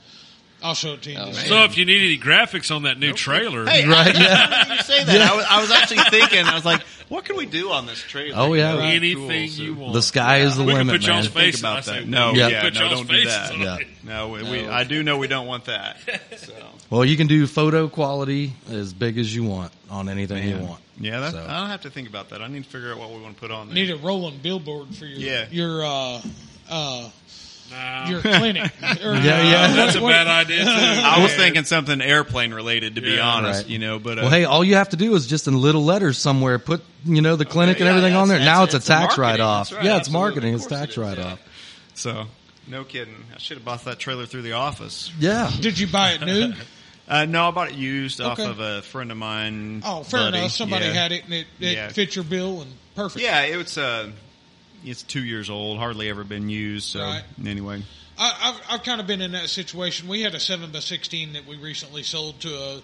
Speaker 3: I'll show it to you.
Speaker 2: Oh, man.
Speaker 4: So if you need any graphics on that new trailer,
Speaker 5: Hey,
Speaker 1: Right,
Speaker 5: I,
Speaker 1: yeah.
Speaker 5: I you say that. I, was, I was actually thinking. I was like, what can we do on this trailer?
Speaker 1: Oh, yeah.
Speaker 5: You know,
Speaker 1: Right.
Speaker 4: anything
Speaker 5: cool, so-
Speaker 4: you want,
Speaker 1: the sky is the
Speaker 4: we
Speaker 1: limit,
Speaker 4: can put
Speaker 1: man.
Speaker 4: y'all's faces.
Speaker 5: about
Speaker 4: I say,
Speaker 5: that. No,
Speaker 4: we can
Speaker 1: yeah,
Speaker 4: put
Speaker 5: no,
Speaker 4: y'all's
Speaker 5: don't do
Speaker 4: faces
Speaker 5: that.
Speaker 4: on
Speaker 1: Yeah.
Speaker 4: it.
Speaker 5: No, we, we,
Speaker 2: No.
Speaker 5: I do know we don't want that. So.
Speaker 1: Well, you can do photo quality as big as you want on anything you want.
Speaker 5: Yeah, that,
Speaker 1: So,
Speaker 5: I don't have to think about that. I need to figure out what we want to put on there.
Speaker 3: Need a rolling billboard for your
Speaker 5: Yeah.
Speaker 3: your uh, uh,
Speaker 4: Nah,
Speaker 3: your clinic. Or,
Speaker 1: Yeah, yeah.
Speaker 3: what-
Speaker 4: that's a
Speaker 3: what-
Speaker 4: bad idea. Too.
Speaker 5: [laughs] I was thinking something airplane related, to be
Speaker 4: Yeah.
Speaker 5: honest.
Speaker 1: Right.
Speaker 5: You know, but uh,
Speaker 1: well, hey, all you have to do is just in little letters somewhere put you know the clinic and
Speaker 5: yeah,
Speaker 1: everything
Speaker 5: yeah,
Speaker 1: on there.
Speaker 5: it's-
Speaker 1: Now it's,
Speaker 5: it's-
Speaker 1: a
Speaker 5: it's
Speaker 1: tax
Speaker 5: marketing.
Speaker 1: write off.
Speaker 5: That's right,
Speaker 1: yeah, it's
Speaker 5: absolutely.
Speaker 1: marketing.
Speaker 5: Of
Speaker 1: It's
Speaker 5: course it
Speaker 1: tax
Speaker 5: is,
Speaker 1: write
Speaker 5: yeah.
Speaker 1: off.
Speaker 5: so no kidding. I should have bought that trailer through the office.
Speaker 1: Yeah.
Speaker 3: Did you buy it new?
Speaker 5: Uh, no, I bought it used off
Speaker 3: Okay.
Speaker 5: of a friend of mine.
Speaker 3: Oh, fair
Speaker 5: buddy.
Speaker 3: enough. Somebody
Speaker 5: Yeah.
Speaker 3: had it and it, it
Speaker 5: Yeah.
Speaker 3: fit your bill and perfect.
Speaker 5: Yeah, it was. Uh, it's two years old, hardly ever been used. So
Speaker 3: Right.
Speaker 5: anyway,
Speaker 3: I, I've I've kind of been in that situation. We had a seven by sixteen that we recently sold to a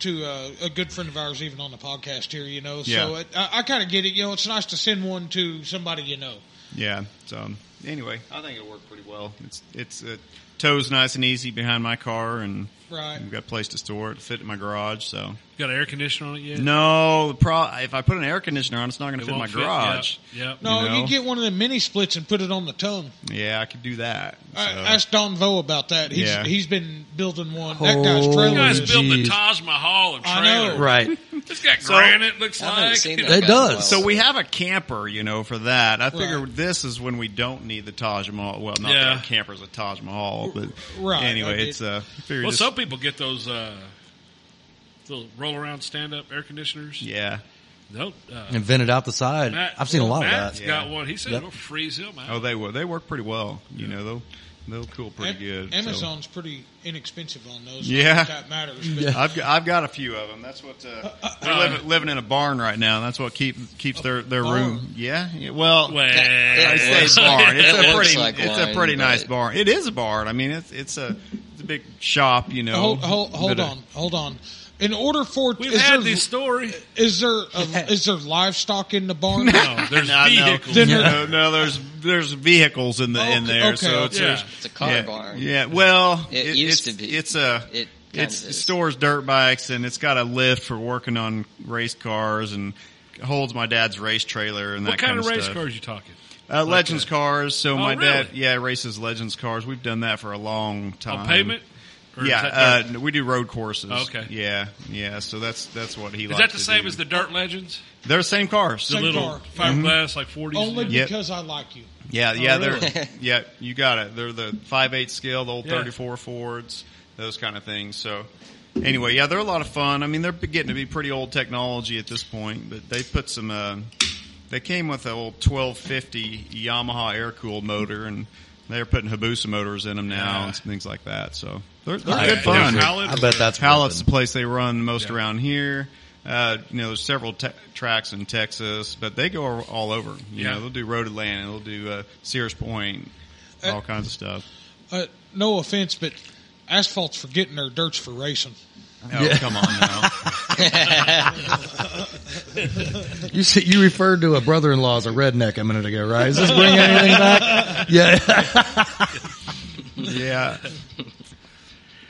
Speaker 3: to a, a good friend of ours, even on the podcast here. You know, so
Speaker 5: Yeah.
Speaker 3: it, I, I kind of get it. You know, it's nice to send one to somebody you know.
Speaker 5: yeah. So anyway, I think it worked pretty well. It's it's uh, tows nice and easy behind my car, and
Speaker 3: Right.
Speaker 5: I've got a place to store it. Fit in my garage, so
Speaker 4: Got an air conditioner on it yet?
Speaker 5: no. The pro if I put an air conditioner on, it's not going to
Speaker 4: It
Speaker 5: fit in my
Speaker 4: won't fit. Yep,
Speaker 5: garage.
Speaker 4: Yep.
Speaker 3: No, you,
Speaker 5: You know?
Speaker 3: get one of them mini splits and put it on the tongue.
Speaker 5: Yeah, I could do that.
Speaker 3: I,
Speaker 5: so.
Speaker 3: ask Don Vo about that. He's
Speaker 5: Yeah.
Speaker 3: he's been building one. That guy's
Speaker 1: Oh.
Speaker 4: You
Speaker 3: trailer.
Speaker 4: guys
Speaker 3: is-
Speaker 4: built the
Speaker 1: Jeez.
Speaker 4: Taj Mahal of
Speaker 3: I
Speaker 4: trailer.
Speaker 3: know.
Speaker 5: [laughs]
Speaker 1: Right.
Speaker 4: It's got
Speaker 5: So-
Speaker 4: granite. Looks
Speaker 2: I haven't
Speaker 4: like
Speaker 2: seen
Speaker 4: You
Speaker 2: that
Speaker 4: know,
Speaker 1: It
Speaker 2: guy in a
Speaker 1: does.
Speaker 2: while,
Speaker 5: So we have a camper, you know, for that. I figure
Speaker 3: Right.
Speaker 5: this is when we don't need the Taj Mahal. Well, not
Speaker 4: Yeah.
Speaker 5: that our camper's a Taj Mahal, but
Speaker 3: Right, I
Speaker 5: anyway,
Speaker 3: did.
Speaker 5: it's uh, I figure
Speaker 4: Well,
Speaker 5: just-
Speaker 4: some people get those uh, little roll around stand up air conditioners.
Speaker 5: yeah.
Speaker 4: Nope. Uh,
Speaker 1: And vented out the side.
Speaker 4: Matt-
Speaker 1: I've seen a lot
Speaker 4: Matt's
Speaker 1: of that.
Speaker 4: got
Speaker 5: Yeah.
Speaker 4: one. He said
Speaker 1: Yep.
Speaker 4: it'll freeze him out.
Speaker 5: Oh, they will. They work pretty well. You know, they'll they'll cool pretty
Speaker 3: Am-
Speaker 5: good. so.
Speaker 3: Amazon's pretty inexpensive on those.
Speaker 5: Yeah.
Speaker 3: not that matters. But
Speaker 5: I've got, I've got a few of them. That's what uh, they're living, living in a barn right now. and That's what keep, keeps their, their
Speaker 3: barn?
Speaker 5: room. Yeah. Oh, yeah, Well,
Speaker 4: Well,
Speaker 5: I say barn. It's
Speaker 2: It
Speaker 5: a
Speaker 2: looks
Speaker 5: pretty
Speaker 2: like
Speaker 5: it's a
Speaker 2: one,
Speaker 5: pretty
Speaker 2: but-
Speaker 5: nice barn. It is a barn. I mean, it's it's a it's a big shop. You know.
Speaker 3: Hold, hold, hold
Speaker 5: But, uh,
Speaker 3: on, hold on. In order for
Speaker 4: we've
Speaker 3: is
Speaker 4: had
Speaker 3: there,
Speaker 4: this story.
Speaker 3: is there a, is there livestock in the barn?
Speaker 4: No, [laughs] there's
Speaker 5: [laughs] no,
Speaker 4: vehicles.
Speaker 5: No,
Speaker 3: Then there-
Speaker 5: no, no, there's there's vehicles in the in
Speaker 3: Okay,
Speaker 5: there,
Speaker 3: okay,
Speaker 5: so it's
Speaker 4: okay.
Speaker 5: there's-
Speaker 2: It's a car
Speaker 5: yeah,
Speaker 2: barn.
Speaker 5: Yeah, well,
Speaker 2: It used
Speaker 5: it's,
Speaker 2: to be.
Speaker 5: It's a
Speaker 2: It kind
Speaker 5: it's,
Speaker 2: of
Speaker 5: it
Speaker 2: is.
Speaker 5: stores dirt bikes and it's got a lift for working on race cars and holds my dad's race trailer and
Speaker 4: What
Speaker 5: that
Speaker 4: kind of race
Speaker 5: stuff.
Speaker 4: cars you talking?
Speaker 5: Uh, Legends cars. So my dad,
Speaker 4: Oh, really?
Speaker 5: yeah, races Legends cars. We've done that for a long time.
Speaker 4: On pavement? Or is
Speaker 5: Uh-huh. yeah,
Speaker 4: that dirt?
Speaker 5: uh, we do road courses.
Speaker 4: Okay.
Speaker 5: Yeah, yeah. So that's that's what he
Speaker 4: Is
Speaker 5: likes.
Speaker 4: that the
Speaker 5: to
Speaker 4: same
Speaker 5: do.
Speaker 4: as the Dirt Legends?
Speaker 5: They're the same cars.
Speaker 4: The
Speaker 3: Same
Speaker 4: little
Speaker 3: car.
Speaker 4: fiberglass, like 40s?
Speaker 3: Only
Speaker 5: Yep.
Speaker 3: because I like you.
Speaker 5: Yeah, yeah,
Speaker 4: Oh, really? [laughs]
Speaker 5: they're yeah, you got it. They're the five eight scale, the old
Speaker 4: Yeah.
Speaker 5: thirty four Fords, those kind of things. So anyway, yeah, they're a lot of fun. I mean, they're getting to be pretty old technology at this point, but they put some. Uh, they came with an old twelve fifty Yamaha air cooled motor, and they're putting Habusa motors in them now
Speaker 4: Yeah.
Speaker 5: and things like that. So they're, they're
Speaker 1: I
Speaker 5: good
Speaker 1: bet
Speaker 5: fun.
Speaker 1: that's-
Speaker 4: Howlett
Speaker 1: I bet that's
Speaker 5: Hallett's the
Speaker 1: ripping.
Speaker 5: place they run most
Speaker 4: Yeah.
Speaker 5: around here. Uh, you know, there's several te- tracks in Texas, but they go all over. You
Speaker 4: Yeah.
Speaker 5: know, they'll do Road Atlanta, they'll do uh, Sears Point, all kinds of stuff.
Speaker 3: Uh, no offense, but asphalt's for getting there, dirt's for racing.
Speaker 5: Oh, come on now.
Speaker 1: You see, you referred to a brother-in-law as a redneck a minute ago, right? Is this
Speaker 5: [laughs]
Speaker 1: bringing anything back? Yeah.
Speaker 5: yeah.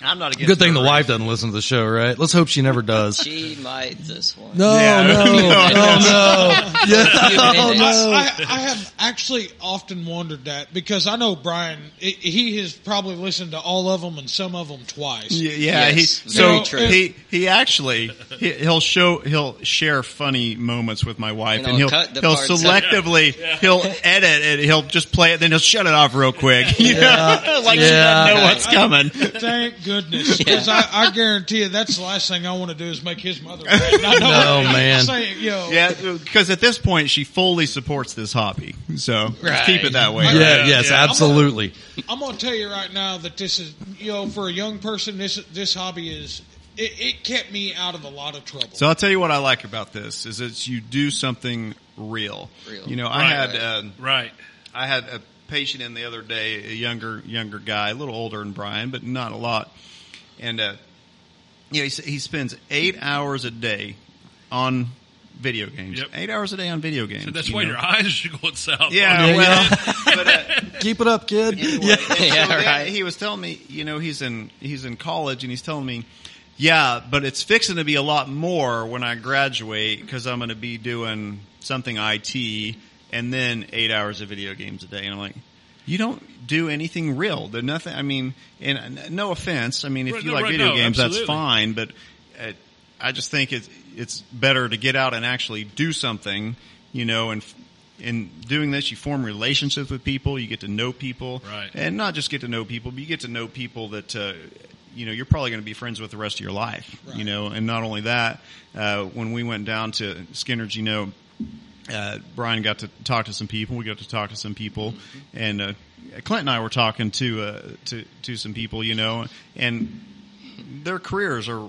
Speaker 5: I'm not against
Speaker 1: Good thing the
Speaker 5: dirt.
Speaker 1: wife doesn't listen to the show, right? Let's hope she never does.
Speaker 2: She might this one.
Speaker 1: No,
Speaker 5: Yeah. [laughs]
Speaker 1: no, no, no. Yeah. Oh, [laughs] no.
Speaker 3: I, I have actually often wondered that because I know Brian. i he has probably listened to all of them and some of them twice.
Speaker 5: Y- Yeah,
Speaker 2: Yes,
Speaker 5: he
Speaker 2: very
Speaker 5: so
Speaker 2: true.
Speaker 5: he he actually he, he'll show he'll share funny moments with my wife,
Speaker 2: And
Speaker 5: and,
Speaker 2: I'll
Speaker 5: he'll
Speaker 2: cut the
Speaker 5: he'll
Speaker 2: parts out.
Speaker 5: selectively he'll edit and [laughs] he'll just play it, then he'll shut it off real quick. You know? like she
Speaker 1: Yeah.
Speaker 5: doesn't know what's coming.
Speaker 3: Thank goodness, because I, I guarantee you, that's the last thing I want to do is make his mother. Mad. And I know
Speaker 1: No,
Speaker 3: what I'm
Speaker 1: man.
Speaker 3: saying, you know,
Speaker 5: Yeah, because at this point she fully supports this hobby, so let's
Speaker 2: Right.
Speaker 5: keep it that way.
Speaker 3: Yeah,
Speaker 1: Yeah, yes,
Speaker 4: yeah.
Speaker 5: [laughs]
Speaker 1: absolutely.
Speaker 3: I'm gonna tell you right now that this is, you know, for a young person, this this hobby is it, it kept me out of a lot of trouble.
Speaker 5: So I'll tell you what I like about this is it's you do something real.
Speaker 2: Real.
Speaker 5: You know, I
Speaker 4: Right,
Speaker 5: had
Speaker 2: right.
Speaker 5: um,
Speaker 4: Right.
Speaker 5: I had a patient in the other day, a younger younger guy, a little older than Brian, but not a lot. And uh, you know, he, s- he spends eight hours a day on video games.
Speaker 4: Yep.
Speaker 5: Eight hours a day on video games.
Speaker 4: So that's
Speaker 5: you
Speaker 4: why
Speaker 5: know?
Speaker 4: your eyes are [laughs] going south.
Speaker 5: Yeah,
Speaker 1: Yeah,
Speaker 5: well, [laughs] but uh,
Speaker 1: Keep it up, kid.
Speaker 5: anyway, and so
Speaker 2: [laughs] Yeah,
Speaker 5: then
Speaker 2: right.
Speaker 5: He was telling me, you know, he's in he's in college, and he's telling me, yeah, but it's fixing to be a lot more when I graduate because I'm going to be doing something IT, and then eight hours of video games a day, and I'm like. You don't do anything real. There's nothing. I mean, and uh, n- no offense. I mean, if
Speaker 4: Right,
Speaker 5: you
Speaker 4: no,
Speaker 5: like
Speaker 4: right,
Speaker 5: video
Speaker 4: no,
Speaker 5: games, that's
Speaker 4: absolutely.
Speaker 5: fine. But uh, I just think it's it's better to get out and actually do something. You know, and f- in doing this, you form relationships with people. You get to know people,
Speaker 4: Right.
Speaker 5: and not just get to know people, but you get to know people that uh, you know you're probably going to be friends with the rest of your life. You know, and not only that, uh, when we went down to Skinner, you know, uh, Brian got to talk to some people. We got to talk to some people, and uh, Clint and I were talking to uh, to to some people, you know, and their careers are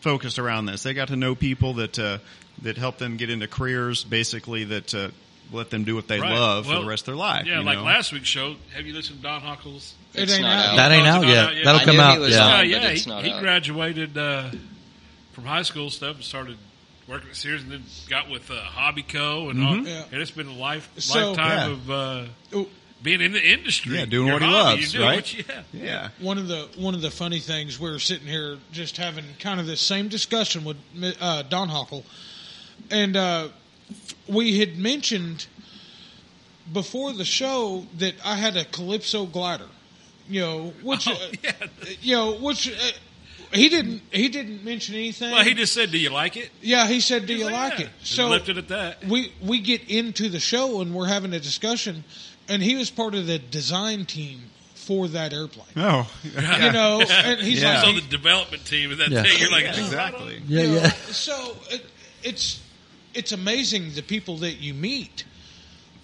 Speaker 5: focused around this. They got to know people that uh, that help them get into careers, basically that uh, let them do what they
Speaker 4: Right.
Speaker 5: love for
Speaker 4: Well,
Speaker 5: the rest of their life.
Speaker 4: Yeah,
Speaker 5: you
Speaker 4: like
Speaker 5: know?
Speaker 4: last week's show. Have you listened to Don Huckles?
Speaker 3: It
Speaker 2: It's
Speaker 3: ain't
Speaker 2: not
Speaker 3: out.
Speaker 2: out.
Speaker 1: That ain't
Speaker 4: Oh, No,
Speaker 1: out
Speaker 4: it's
Speaker 1: yet.
Speaker 4: not out yet.
Speaker 1: That'll
Speaker 4: I
Speaker 1: come
Speaker 2: knew he
Speaker 1: out.
Speaker 2: was
Speaker 1: Yeah.
Speaker 2: on.
Speaker 4: Yeah,
Speaker 2: but
Speaker 4: Oh, yeah.
Speaker 2: it's
Speaker 4: he
Speaker 2: not
Speaker 4: he
Speaker 2: out.
Speaker 4: graduated uh, from high school stuff and started working at Sears, and then got with uh, Hobby Co. and all.
Speaker 3: Yeah.
Speaker 4: And it's been a life
Speaker 3: So-
Speaker 4: lifetime of uh,
Speaker 3: Oh.
Speaker 4: being in the industry.
Speaker 5: Yeah, doing
Speaker 4: Your
Speaker 5: what he
Speaker 4: hobby,
Speaker 5: loves,
Speaker 4: you do
Speaker 5: right?
Speaker 4: what you- [laughs] yeah.
Speaker 5: Yeah.
Speaker 3: one of the one of the funny things we were sitting here just having kind of this same discussion with uh, Don Hockle, and uh, we had mentioned before the show that I had a Calypso glider, you know, which
Speaker 4: Oh,
Speaker 3: uh,
Speaker 4: yeah.
Speaker 3: you know, which uh, he didn't he didn't mention anything.
Speaker 4: Well, he just said, "Do you like it?
Speaker 3: yeah, he said, "Do you
Speaker 4: He's
Speaker 3: like
Speaker 4: yeah.
Speaker 3: it?"
Speaker 4: And
Speaker 3: So
Speaker 4: left it at that.
Speaker 3: we we get into the show and we're having a discussion, and he was part of the design team for that airplane.
Speaker 5: Oh,
Speaker 3: You know, and he's
Speaker 5: Yeah.
Speaker 4: He's
Speaker 3: like,
Speaker 4: on the development team, and that
Speaker 1: Yeah.
Speaker 4: thing. You're like,
Speaker 5: [laughs] exactly.
Speaker 1: Yeah,
Speaker 3: You know,
Speaker 4: [laughs]
Speaker 1: yeah.
Speaker 3: So it, it's it's amazing the people that you meet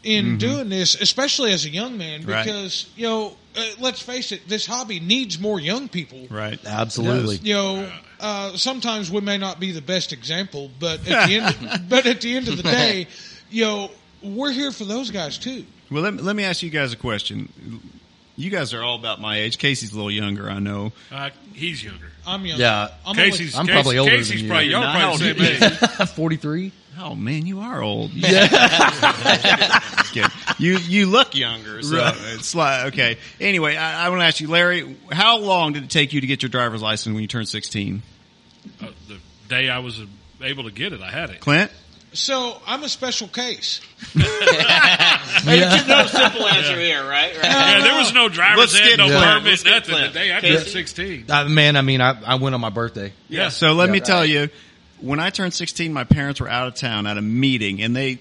Speaker 3: in doing this, especially as a young man,
Speaker 5: Mm-hmm. Right.
Speaker 3: because you know, uh, let's face it, this hobby needs more young people.
Speaker 5: Right.
Speaker 1: Absolutely.
Speaker 3: You know, uh, sometimes we may not be the best example, but at the
Speaker 5: [laughs]
Speaker 3: end, but at the end of the day, you know, we're here for those guys too.
Speaker 5: Well, let, let me ask you guys a question. You guys are all about my age. Casey's a little younger, I know.
Speaker 4: uh, he's younger.
Speaker 3: I'm young.
Speaker 1: Yeah.
Speaker 3: I'm
Speaker 4: Casey's,
Speaker 1: I'm
Speaker 4: Casey-
Speaker 1: probably older
Speaker 4: Casey's
Speaker 1: than you.
Speaker 4: probably, y'all
Speaker 5: You're
Speaker 4: probably
Speaker 5: not
Speaker 4: the same
Speaker 5: old.
Speaker 1: [laughs]
Speaker 4: age.
Speaker 1: 43?
Speaker 5: Oh man, you are old. Yeah. [laughs] you you look younger. So
Speaker 1: Right.
Speaker 5: it's like okay. Anyway, I, I want to ask you, Larry, how long did it take you to get your driver's license when you turned sixteen?
Speaker 4: Uh, the day I was able to get it, I had it.
Speaker 5: Clint.
Speaker 3: only- so I'm a special case.
Speaker 1: Yeah.
Speaker 6: Simple answer here, right? Right.
Speaker 2: [laughs]
Speaker 4: Yeah, there was no driver's
Speaker 5: Let's
Speaker 4: ed,
Speaker 5: get
Speaker 4: no
Speaker 5: Clint.
Speaker 4: permit,
Speaker 6: Let's get
Speaker 4: nothing. The
Speaker 6: Clint.
Speaker 4: day I
Speaker 6: Okay.
Speaker 4: turned 16.
Speaker 1: Uh, man, I mean, I, I went on my birthday.
Speaker 4: Yeah.
Speaker 5: So let me
Speaker 1: Yeah.
Speaker 5: tell you, when I turned 16, my parents were out of town at a meeting and they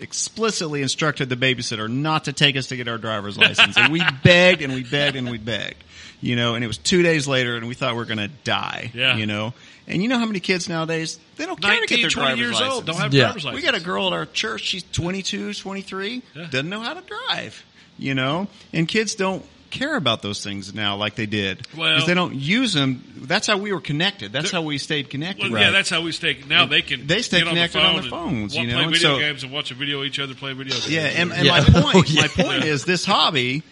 Speaker 5: explicitly instructed the babysitter not to take us to get our driver's
Speaker 4: [laughs]
Speaker 5: license. and we begged and we begged and we begged, you know, and it was two days later and we thought we were going to die,
Speaker 4: Yeah.
Speaker 5: you know. And you know how many kids nowadays, they don't care to get
Speaker 4: 19,
Speaker 5: their
Speaker 4: 20
Speaker 5: driver's
Speaker 4: years
Speaker 5: license.
Speaker 4: old, don't have
Speaker 1: Yeah.
Speaker 4: driver's license.
Speaker 5: We got a girl at our church. She's 22, 23,
Speaker 4: Yeah.
Speaker 5: doesn't know how to drive, you know, and kids don't care about those things now like they did
Speaker 4: Well-
Speaker 5: they don't use them. That's how we were connected. That's
Speaker 4: There-
Speaker 5: how we stayed connected.
Speaker 4: Well, Yeah, that's how we stay. Now they can
Speaker 5: They stay
Speaker 4: get on
Speaker 5: connected
Speaker 4: the phone
Speaker 5: on their
Speaker 4: and
Speaker 5: phones, you
Speaker 4: wa-
Speaker 5: know,
Speaker 4: play
Speaker 5: and
Speaker 4: video
Speaker 5: so-
Speaker 4: games and watch a video of each other play video games.
Speaker 5: yeah, and, and
Speaker 1: Yeah. [laughs]
Speaker 5: my point,
Speaker 1: Oh, yeah.
Speaker 5: my point is this hobby,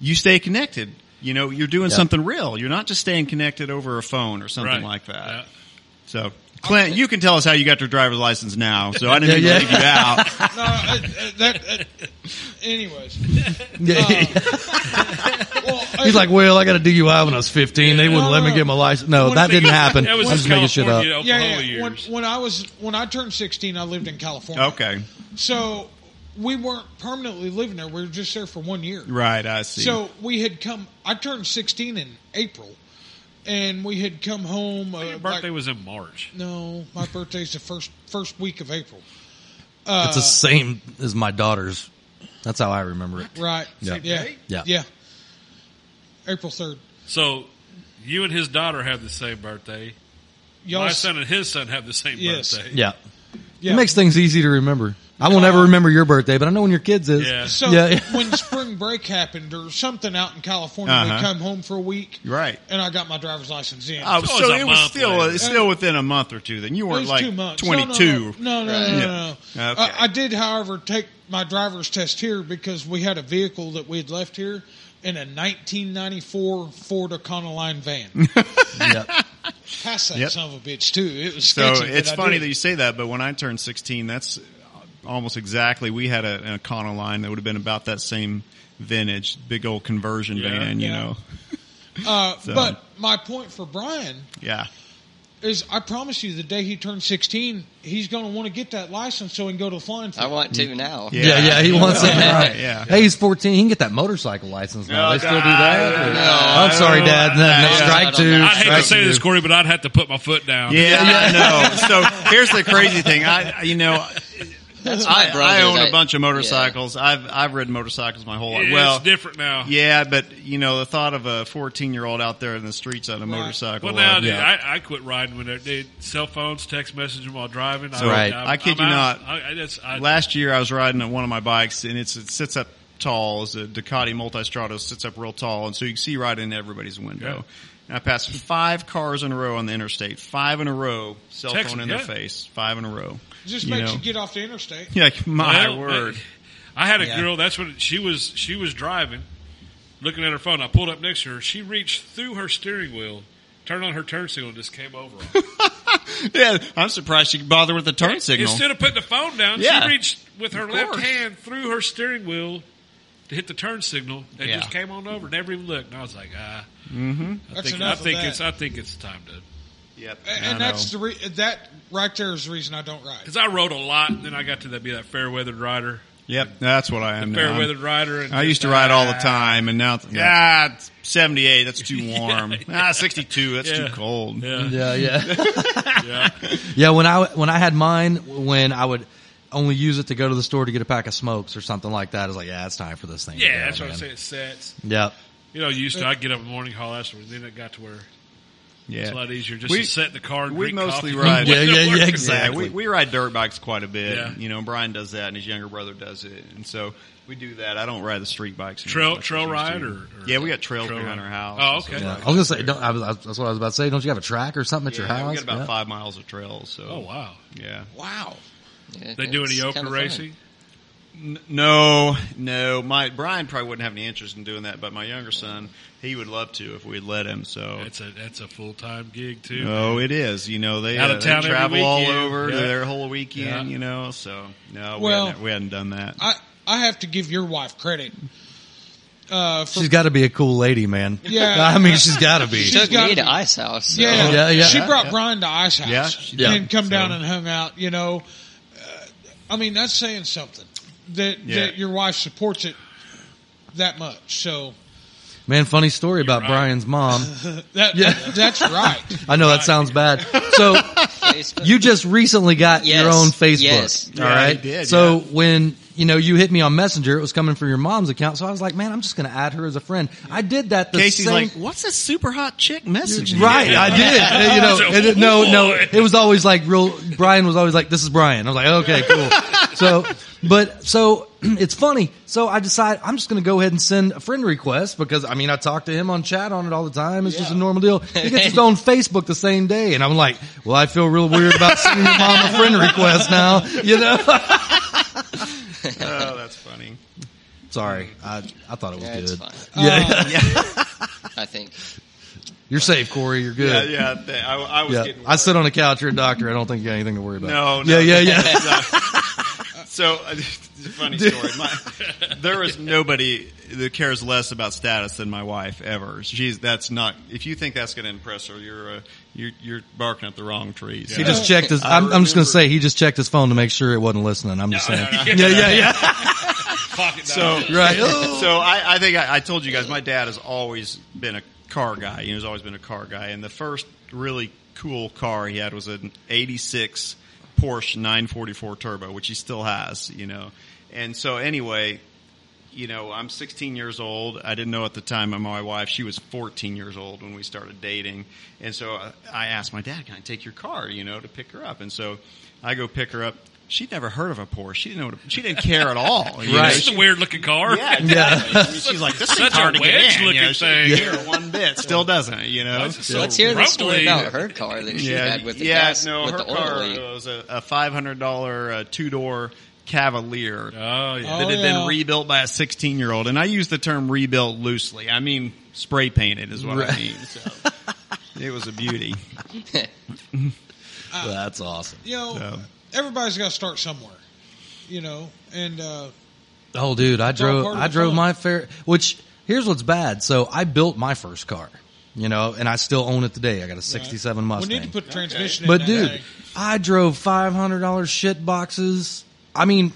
Speaker 5: you stay connected. You know, you're doing
Speaker 1: Yeah.
Speaker 5: something real. You're not just staying connected over a phone or something
Speaker 4: Right.
Speaker 5: like that.
Speaker 4: Yeah.
Speaker 5: So, Clint, you can tell us how you got your driver's license now. So I didn't
Speaker 1: Yeah,
Speaker 5: even leave you out.
Speaker 1: [laughs]
Speaker 3: No, uh, uh, that. Uh, anyways,
Speaker 1: Yeah.
Speaker 3: well,
Speaker 1: [laughs] He's
Speaker 3: uh,
Speaker 1: like, well, I got a DUI when I was 15. They wouldn't let me get my license. No, that didn't happen.
Speaker 4: That was
Speaker 1: I'm
Speaker 4: his
Speaker 1: just making shit up.
Speaker 4: California,
Speaker 3: yeah,
Speaker 4: Oklahoma
Speaker 3: yeah. When,
Speaker 4: years.
Speaker 3: when I was when I turned 16, I lived in California.
Speaker 5: Okay,
Speaker 3: So we weren't permanently living there. We were just there for one year.
Speaker 5: right. I see.
Speaker 3: So we had come. I turned 16 in April, and we had come home. Uh,
Speaker 4: Your birthday
Speaker 3: like-
Speaker 4: was in March.
Speaker 3: no, my birthday's the first first week of April. Uh,
Speaker 1: It's the
Speaker 4: uh,
Speaker 1: same as my daughter's. That's how I remember it.
Speaker 3: Right.
Speaker 1: Yeah.
Speaker 3: Yeah.
Speaker 1: Yeah.
Speaker 3: Yeah. April 3rd.
Speaker 4: So You and his daughter have the same birthday.
Speaker 3: Y'all
Speaker 4: My
Speaker 3: s-
Speaker 4: son and his son have the same
Speaker 3: Yes.
Speaker 4: birthday.
Speaker 1: Yeah.
Speaker 3: Yeah.
Speaker 1: It makes things easy to remember. I won't ever remember your birthday, but I know when your kids is.
Speaker 4: Yeah.
Speaker 1: [laughs]
Speaker 3: So
Speaker 1: yeah.
Speaker 3: [laughs] when spring break happened or something out in California,
Speaker 5: Uh-huh.
Speaker 3: we come home for a week,
Speaker 5: Right.
Speaker 3: and I got my driver's license in.
Speaker 5: Oh,
Speaker 4: It's
Speaker 5: so
Speaker 4: always a
Speaker 5: it was
Speaker 4: month
Speaker 5: still
Speaker 4: later.
Speaker 5: it's still within a month or two. Then you
Speaker 3: It
Speaker 5: weren't
Speaker 3: was
Speaker 5: like
Speaker 3: two months. No, no, no.
Speaker 5: 22.
Speaker 3: No, no, no,
Speaker 2: Right.
Speaker 3: no.
Speaker 5: Yeah.
Speaker 3: no.
Speaker 5: Okay.
Speaker 3: I, I did, however, take my driver's test here because we had a vehicle that we had left here in a 1994 Ford Econoline
Speaker 5: [laughs]
Speaker 3: van.
Speaker 1: yeah.
Speaker 3: Pass that
Speaker 5: Yep.
Speaker 3: son of a bitch too. It was
Speaker 5: So
Speaker 3: sketchy, but
Speaker 5: it's
Speaker 3: I
Speaker 5: funny
Speaker 3: did.
Speaker 5: that you say that, but when I turned 16, that's almost exactly we had a, an Econoline line that would have been about that same vintage, big old conversion
Speaker 4: Yeah.
Speaker 5: van, you
Speaker 3: Yeah.
Speaker 5: know.
Speaker 3: Uh,
Speaker 5: so-
Speaker 3: But my point for Brian
Speaker 5: Yeah.
Speaker 3: is, I promise you, the day he turns 16, he's going to want to get that license so he can go to the flying
Speaker 2: I
Speaker 3: field.
Speaker 2: want to now.
Speaker 5: Yeah.
Speaker 1: yeah, yeah, he wants it now. [laughs]
Speaker 5: Right, yeah.
Speaker 1: Hey, he's 14. He can get that motorcycle license now.
Speaker 5: No,
Speaker 1: they still do
Speaker 5: I
Speaker 1: that?
Speaker 5: don't
Speaker 1: Or-
Speaker 5: know.
Speaker 1: I'm sorry, Dad. No, no,
Speaker 5: Yeah.
Speaker 1: strike two.
Speaker 4: I'd hate to
Speaker 1: strike
Speaker 4: say
Speaker 1: two.
Speaker 4: this, Corey, but I'd have to put my foot down.
Speaker 5: Yeah, I know. [laughs] So here's the crazy thing. I, I- you know,
Speaker 2: That's my
Speaker 5: I,
Speaker 2: brother.
Speaker 5: I own
Speaker 2: that-
Speaker 5: a bunch of motorcycles. I've I've ridden motorcycles my whole life.
Speaker 4: It's
Speaker 5: well,
Speaker 4: different now.
Speaker 5: yeah, but you know, the thought of a 14 year old out there in the streets on a
Speaker 3: Right.
Speaker 5: motorcycle.
Speaker 4: Well, now
Speaker 5: uh,
Speaker 4: dude,
Speaker 5: yeah.
Speaker 4: I, I quit riding when they cell phones, text messaging while driving.
Speaker 5: So,
Speaker 1: Right.
Speaker 4: I'm-
Speaker 5: I kid
Speaker 4: I'm
Speaker 5: you
Speaker 4: out.
Speaker 5: not.
Speaker 4: I, I just, I,
Speaker 5: Last year, I was riding on one of my bikes, and it's, it sits up tall. It's a Ducati Multistrada, sits up real tall, and so you can see right into everybody's window.
Speaker 4: Yeah.
Speaker 5: And I passed five cars in a row on the interstate, five in a row, cell
Speaker 4: Texas,
Speaker 5: phone in
Speaker 4: yeah.
Speaker 5: their face, five in a row.
Speaker 3: Just
Speaker 5: You
Speaker 3: makes
Speaker 5: know?
Speaker 3: you get off the interstate.
Speaker 5: [laughs] Yeah, my
Speaker 4: Well,
Speaker 5: word.
Speaker 4: I, I had a
Speaker 1: Yeah.
Speaker 4: girl. That's what she was. She was driving, looking at her phone. I pulled up next to her. She reached through her steering wheel, turned on her turn signal, and just came over.
Speaker 5: [laughs] [laughs] Yeah, I'm surprised she could bother with the turn signal.
Speaker 4: Instead of putting the phone down,
Speaker 5: Yeah.
Speaker 4: she reached with her
Speaker 5: Of
Speaker 4: left
Speaker 5: course.
Speaker 4: hand through her steering wheel to hit the turn signal, and
Speaker 5: Yeah.
Speaker 4: just came on over. Never even looked. And I was like, ah. I
Speaker 3: That's
Speaker 4: think, I
Speaker 3: enough of
Speaker 4: think
Speaker 3: that.
Speaker 4: it's. I think it's time to.
Speaker 5: yep.
Speaker 3: A- And,
Speaker 5: I
Speaker 3: that's
Speaker 5: know.
Speaker 3: the re- that right there is the reason I don't ride.
Speaker 4: Because I rode a lot, and then I got to that, be that fair weathered rider,
Speaker 5: yep. That's what I am. now.
Speaker 4: fair
Speaker 5: I'm-
Speaker 4: weathered rider. And
Speaker 5: I used to ride all the time, and now it's, ah, it's 78. That's too warm. Ah, 62. That's
Speaker 4: Yeah.
Speaker 5: too cold.
Speaker 4: Yeah,
Speaker 1: Yeah, yeah.
Speaker 4: yeah.
Speaker 1: Yeah, [laughs] when I when I had mine, when I would only use it to go to the store to get a pack of smokes or something like that, I was like, yeah, it's time for this thing. to
Speaker 4: Yeah,
Speaker 1: go,
Speaker 4: that's what I'm
Speaker 1: man.
Speaker 4: saying. It sets.
Speaker 1: Yeah,
Speaker 4: You know, used to I get up in the morning, haul ass, and then it got to where
Speaker 5: Yeah.
Speaker 4: it's a lot easier just
Speaker 5: We-
Speaker 4: to sit in the car and
Speaker 5: we
Speaker 4: drink [laughs]
Speaker 5: mostly
Speaker 4: coffee.
Speaker 5: ride-
Speaker 1: Yeah, yeah, yeah,
Speaker 4: Work.
Speaker 1: exactly.
Speaker 5: Yeah, we, we ride dirt bikes quite a bit.
Speaker 4: Yeah.
Speaker 5: You know, Brian does that, and his younger brother does it, and so we do that. I don't ride the street bikes.
Speaker 4: Trail-
Speaker 5: as much as
Speaker 4: trail
Speaker 5: I used
Speaker 4: ride
Speaker 5: to.
Speaker 4: or- or-
Speaker 5: yeah, we got trails
Speaker 4: trail
Speaker 5: around
Speaker 4: ride.
Speaker 5: our house.
Speaker 4: Oh,
Speaker 5: and stuff
Speaker 4: okay.
Speaker 1: yeah.
Speaker 5: like
Speaker 1: I was gonna say, don't, I was, that's what I was about to say. Don't you have a track or something at your
Speaker 5: that. Yeah,
Speaker 1: house?
Speaker 5: we got about
Speaker 1: Yeah.
Speaker 5: five miles of trails. So,
Speaker 4: Oh wow!
Speaker 5: yeah.
Speaker 3: Wow.
Speaker 2: Yeah,
Speaker 4: They do
Speaker 2: it's
Speaker 4: any
Speaker 2: kinda
Speaker 4: yoker
Speaker 2: fun.
Speaker 4: racing?
Speaker 5: N- No, no. My Brian probably wouldn't have any interest in doing that, but my younger son, he would love to if we'd let him. So
Speaker 4: That's a that's a full time gig too.
Speaker 5: No, it is. You know, they,
Speaker 4: Out of
Speaker 5: uh,
Speaker 4: town every
Speaker 5: they travel all
Speaker 4: weekend.
Speaker 5: over
Speaker 4: Yeah.
Speaker 5: their whole weekend,
Speaker 4: Yeah.
Speaker 5: you know, so no, we,
Speaker 3: Well,
Speaker 5: hadn't, we hadn't done that.
Speaker 3: I I have to give your wife credit. Uh, for
Speaker 1: She's got to be a cool lady, man.
Speaker 3: Yeah.
Speaker 1: [laughs] I mean, she's got to be.
Speaker 3: She's
Speaker 2: Took
Speaker 3: got-
Speaker 2: me to Ice House. so-
Speaker 3: Yeah,
Speaker 1: Oh,
Speaker 3: [laughs]
Speaker 1: Yeah, yeah.
Speaker 3: She
Speaker 1: Yeah,
Speaker 3: brought
Speaker 5: yeah.
Speaker 3: Brian to Ice House
Speaker 5: Yeah, she
Speaker 1: did.
Speaker 3: and come
Speaker 5: So-
Speaker 3: down and hung out. You know, uh, I mean that's saying something that
Speaker 5: Yeah.
Speaker 3: that your wife supports it that much. So
Speaker 1: Man, funny story about
Speaker 4: right.
Speaker 1: Brian's mom.
Speaker 3: that,
Speaker 1: Yeah. [laughs]
Speaker 3: that- that's right.
Speaker 1: I know that sounds bad. So
Speaker 2: Facebook.
Speaker 1: you just recently got
Speaker 2: Yes.
Speaker 1: your own Facebook.
Speaker 2: Yes.
Speaker 1: All
Speaker 5: Yeah,
Speaker 1: right.
Speaker 5: I did,
Speaker 1: so
Speaker 5: yeah.
Speaker 1: when you know you hit me on Messenger, it was coming from your mom's account. So I was like, man, I'm just going to add her as a friend. I did that. The
Speaker 5: Casey's
Speaker 1: same-
Speaker 5: like, what's that super hot chick message?
Speaker 1: Right, I
Speaker 5: [laughs]
Speaker 1: did. And, you know, and it- no,
Speaker 5: Oh,
Speaker 1: no, it was always like real. Brian was always like, "This is Brian." I was like, "Okay,
Speaker 5: [laughs]
Speaker 1: cool." So, but so [clears throat] it's funny. So I decide I'm just going to go ahead and send a friend request because I mean I talk to him on chat on it all the time. It's just a normal deal. He gets his own Facebook the same day, and I'm like, "Well, I feel real weird about sending your mom a friend request now." [laughs] You know?
Speaker 5: Oh, that's funny.
Speaker 1: Sorry, I I thought it was
Speaker 2: Yeah, it's
Speaker 1: good.
Speaker 2: fine.
Speaker 1: Yeah,
Speaker 5: Uh,
Speaker 2: I think.
Speaker 1: [laughs] you're safe, Corey. You're
Speaker 5: Yeah,
Speaker 1: good.
Speaker 5: yeah. th- I, I was
Speaker 1: Yeah.
Speaker 5: getting.
Speaker 1: I sit on a couch. You're a doctor. I don't think you got anything to worry about.
Speaker 5: No,
Speaker 1: Yeah, yeah,
Speaker 5: no. [laughs]
Speaker 1: yeah.
Speaker 5: So, [laughs] it's a funny story. My, there is nobody that cares less about status than my wife ever. She's that's not. If you think that's going to impress her, you're uh, you're you're barking at the wrong tree.
Speaker 1: He
Speaker 5: So-
Speaker 1: just checked his.
Speaker 5: I
Speaker 1: I'm, I'm just going to
Speaker 5: remember-
Speaker 1: say he just checked his phone to make sure it wasn't listening. I'm just
Speaker 4: No,
Speaker 1: saying.
Speaker 3: [laughs]
Speaker 4: no,
Speaker 1: Yeah, yeah, yeah.
Speaker 4: Pocket
Speaker 5: So [laughs]
Speaker 4: dial.
Speaker 1: Right. Oh.
Speaker 5: so I, I think I, I told you guys my dad has always been a car guy. You know, He's always been a car guy, and the first really cool car he had was an '86 Porsche 944 Turbo, which he still has. You know, and so anyway, you know, I'm 16 years old. I didn't know at the time my wife, she was 14 years old when we started dating. And so I, I asked my dad, can I take your car, you know, to pick her up? And so I go pick her up. She'd never heard of a Porsche. She didn't know. What a, she didn't care at all. you know.
Speaker 1: Right.
Speaker 4: It's a weird looking car.
Speaker 5: Yeah, exactly. I mean, She's like, this
Speaker 4: Such
Speaker 5: thing's hard
Speaker 4: a
Speaker 5: to get in.
Speaker 4: wedge-looking
Speaker 5: You know, she didn't
Speaker 4: thing.
Speaker 5: care one bit. Still doesn't, you know.
Speaker 4: That's so
Speaker 2: Let's hear the story
Speaker 4: rumbly.
Speaker 2: about her car that she had with the
Speaker 5: yeah,
Speaker 2: gas,
Speaker 5: no,
Speaker 2: with
Speaker 5: her
Speaker 2: the oil
Speaker 5: car
Speaker 2: leak.
Speaker 3: uh,
Speaker 5: was a, a five hundred dollar uh, two door
Speaker 4: Oh
Speaker 5: Cavalier
Speaker 4: yeah.
Speaker 3: Oh,
Speaker 5: that had
Speaker 3: yeah.
Speaker 5: been rebuilt by a sixteen year old, and I use the term rebuilt loosely. I mean spray painted is what I
Speaker 1: Right.
Speaker 5: mean. So. It was a beauty.
Speaker 1: That's awesome.
Speaker 3: You know,
Speaker 5: Um,
Speaker 3: everybody's got to start somewhere. You know, and uh,
Speaker 1: Oh, dude, I
Speaker 3: all
Speaker 1: drove.
Speaker 3: part of
Speaker 1: I
Speaker 3: the
Speaker 1: drove
Speaker 3: fun.
Speaker 1: my fair. Which here's what's bad. So I built my first car, you know, and I still own it today. I got a '67 Mustang.
Speaker 3: we need to put transmission.
Speaker 1: but
Speaker 3: in
Speaker 1: dude,
Speaker 3: that thing.
Speaker 1: I drove five hundred dollars shit boxes. I mean,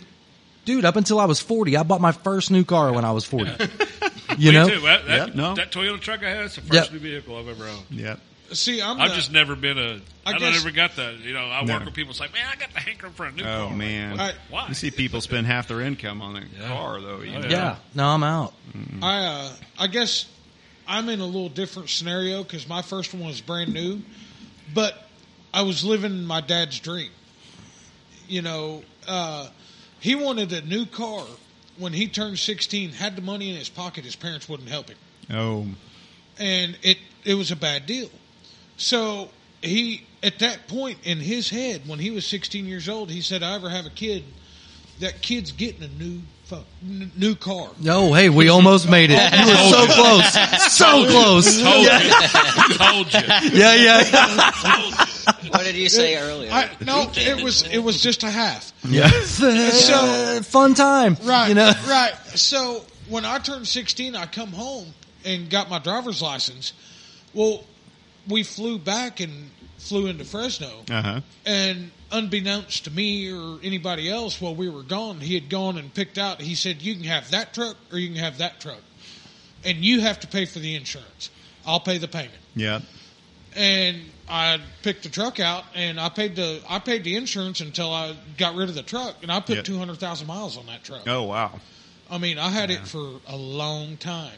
Speaker 1: dude, up until I was forty, I bought my first new car when I was forty. [laughs]
Speaker 3: [laughs]
Speaker 1: You know,
Speaker 4: Me too. That, that,
Speaker 5: Yeah, no.
Speaker 4: that Toyota truck I had is the first
Speaker 1: Yep.
Speaker 4: new vehicle I've ever owned.
Speaker 5: Yep.
Speaker 3: see, I'm
Speaker 4: I've
Speaker 3: the-
Speaker 4: just never been a.
Speaker 3: I
Speaker 4: I, don't
Speaker 3: guess-
Speaker 4: ever got that. You know, I
Speaker 5: No.
Speaker 4: work with people. It's like, man, I got the hankering for a new
Speaker 5: Oh
Speaker 4: car.
Speaker 5: man.
Speaker 3: I-
Speaker 4: Why?
Speaker 5: You see people spend half their income on a
Speaker 4: Yeah.
Speaker 5: car though. You
Speaker 4: Oh,
Speaker 5: know?
Speaker 1: yeah. No, I'm out.
Speaker 3: I uh, I guess I'm in a little different scenario because my first one was brand new, but I was living my dad's dream. You know, uh, he wanted a new car when he turned 16. Had the money in his pocket, his parents wouldn't help him,
Speaker 5: Oh.
Speaker 3: and it it was a bad deal. So he at that point in his head when he was 16 years old, he said, "I ever have a kid, that kid's getting a new fuck, n- new car."
Speaker 1: No, hey, we almost made it. You were
Speaker 3: [laughs]
Speaker 1: so close, so close.
Speaker 4: Told
Speaker 1: Yeah,
Speaker 4: you. Told you.
Speaker 1: yeah, yeah.
Speaker 2: What did you
Speaker 3: [laughs]
Speaker 2: say earlier?
Speaker 3: I, no, it was it was just a half.
Speaker 1: yeah. So fun time,
Speaker 3: Right.
Speaker 1: You know,
Speaker 3: Right. So when I turned 16, I come home and got my driver's license. Well, we flew back and flew into Fresno.
Speaker 5: Uh huh.
Speaker 3: And unbeknownst to me or anybody else, while we were gone, he had gone and picked out. He said, "You can have that truck, or you can have that truck, and you have to pay for the insurance. I'll pay the payment."
Speaker 5: Yeah.
Speaker 3: and I picked the truck out, and I paid the I paid the insurance until I got rid of the truck, and I put
Speaker 5: Yeah.
Speaker 3: two hundred thousand miles on that truck.
Speaker 5: Oh wow.
Speaker 3: I mean, I had it for a long time.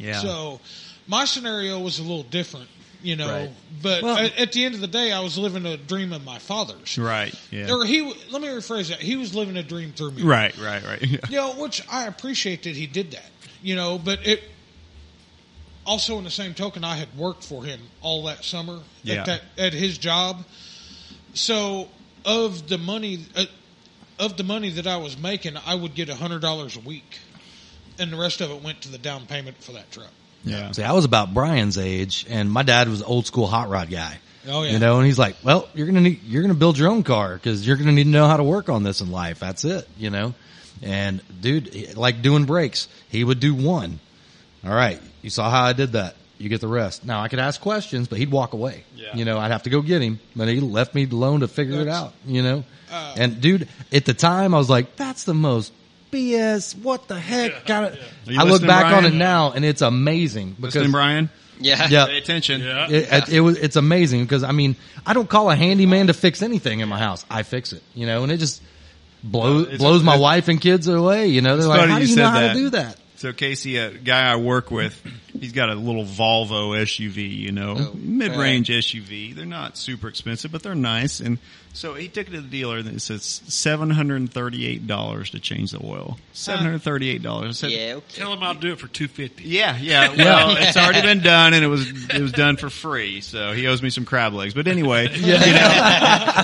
Speaker 5: Yeah.
Speaker 3: So my scenario was a little different, you know.
Speaker 1: Right.
Speaker 3: But
Speaker 1: Well-
Speaker 3: at, at the end of the day, I was living a dream of my father's.
Speaker 5: right. Yeah.
Speaker 3: Or he, w- let me rephrase that. He was living a dream through me.
Speaker 5: Right. Right. Right. [laughs] Yeah.
Speaker 3: You know, which I appreciate that he did that. You know, but it also in the same token, I had worked for him all that summer
Speaker 5: Yeah.
Speaker 3: at that at his job. So of the money, uh, of the money that I was making, I would get hundred dollars a week, and the rest of it went to the down payment for that truck.
Speaker 5: Yeah.
Speaker 1: See, I was about Brian's age, and my dad was an old school hot rod guy.
Speaker 3: Oh, yeah.
Speaker 1: you know, and he's like, "Well, you're gonna need, you're gonna build your own car because you're gonna need to know how to work on this in life. That's it, you know." And dude, he- like doing brakes, he would do one. All right, you saw how I did that. You get the rest. Now I could ask questions, but he'd walk away.
Speaker 5: Yeah.
Speaker 1: You know, I'd have to go get him, but he left me alone to figure it
Speaker 3: That's- uh,
Speaker 1: out. You know, and dude, at the time I was like, "That's the most." BS, what the heck? Got it.
Speaker 5: Are you
Speaker 1: I look
Speaker 5: listening,
Speaker 1: back on
Speaker 5: Brian?
Speaker 1: it now, and it's amazing because
Speaker 5: Listen, Brian.
Speaker 2: yeah,
Speaker 1: yeah,
Speaker 5: Pay attention.
Speaker 4: Yeah.
Speaker 1: it, it, it was it's amazing because I mean I don't call a handyman to fix anything in my house. I fix it, you know, and it just blows
Speaker 5: It's-
Speaker 1: blows my
Speaker 5: it's-
Speaker 1: wife and kids away. You know, they're
Speaker 5: It's
Speaker 1: like,
Speaker 5: funny
Speaker 1: how do
Speaker 5: you
Speaker 1: you
Speaker 5: said
Speaker 1: know how
Speaker 5: that.
Speaker 1: to do that?
Speaker 5: So Casey, a guy I work with, he's got a little Volvo SUV, you know,
Speaker 2: Oh,
Speaker 5: mid-range SUV. They're not super expensive, but they're nice. And so he took it to the dealer and it says seven hundred and thirty-eight dollars to change the oil. Seven hundred thirty-eight dollars. I said,
Speaker 2: yeah, okay.
Speaker 4: [laughs] Tell him I'll do it for two fifty.
Speaker 5: yeah, yeah. Well, it's already been done, and it was it was done for free. So he owes me some crab legs. But anyway, [laughs] you know.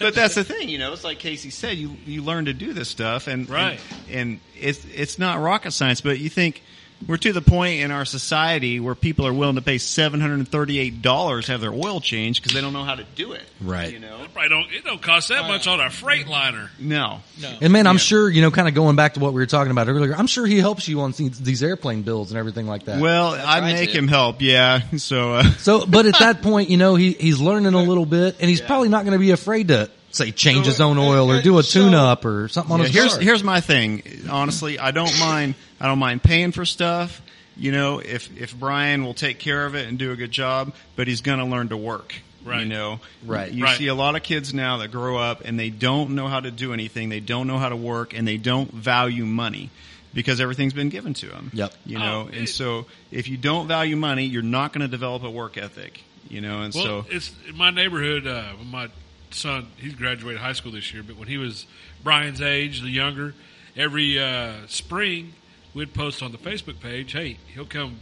Speaker 5: but that's the thing, you know. It's like Casey said, you you learn to do this stuff, and
Speaker 4: Right.
Speaker 5: and, and it's it's not rocket science. But you think we're to the point in our society where people are willing to pay seven hundred and thirty eight dollars to have their oil changed because they don't know how to do it.
Speaker 1: [laughs] Right.
Speaker 5: You know.
Speaker 4: It probably don't. It don't cost that much on a freight liner.
Speaker 5: No.
Speaker 3: No,
Speaker 1: And man, I'm
Speaker 5: Yeah.
Speaker 1: sure you know, kind of going back to what we were talking about earlier. I'm sure he helps you on these, these airplane bills and everything like that.
Speaker 5: Well, I
Speaker 2: right,
Speaker 5: make
Speaker 2: dude.
Speaker 5: him help. Yeah. [laughs] So. Uh,
Speaker 1: so, but at
Speaker 5: [laughs]
Speaker 1: that point, you know, he he's learning a little bit, and he's probably not going to be afraid to say change his own oil or do a
Speaker 3: So-
Speaker 1: tune up or something on
Speaker 5: Yeah,
Speaker 1: his
Speaker 5: here's
Speaker 1: car.
Speaker 5: here's my thing. Honestly, I don't mind. I don't mind paying for stuff. You know, if if Brian will take care of it and do a good job, but he's going to learn to work. You
Speaker 4: Right.
Speaker 5: know,
Speaker 1: Right.
Speaker 5: You
Speaker 4: Right.
Speaker 5: see a lot of kids now that grow up and they don't know how to do anything. They don't know how to work, and they don't value money. because everything's been given to them.
Speaker 1: Yep.
Speaker 5: You know,
Speaker 4: Oh,
Speaker 5: and
Speaker 4: it-
Speaker 5: so if you don't value money, you're not going to develop a work ethic. You know, and
Speaker 4: Well,
Speaker 5: so
Speaker 4: it's in my neighborhood. Uh, when my son, he graduated high school this year, but when he was Brian's age, the younger, every uh, spring we'd post on the Facebook page, "Hey, he'll come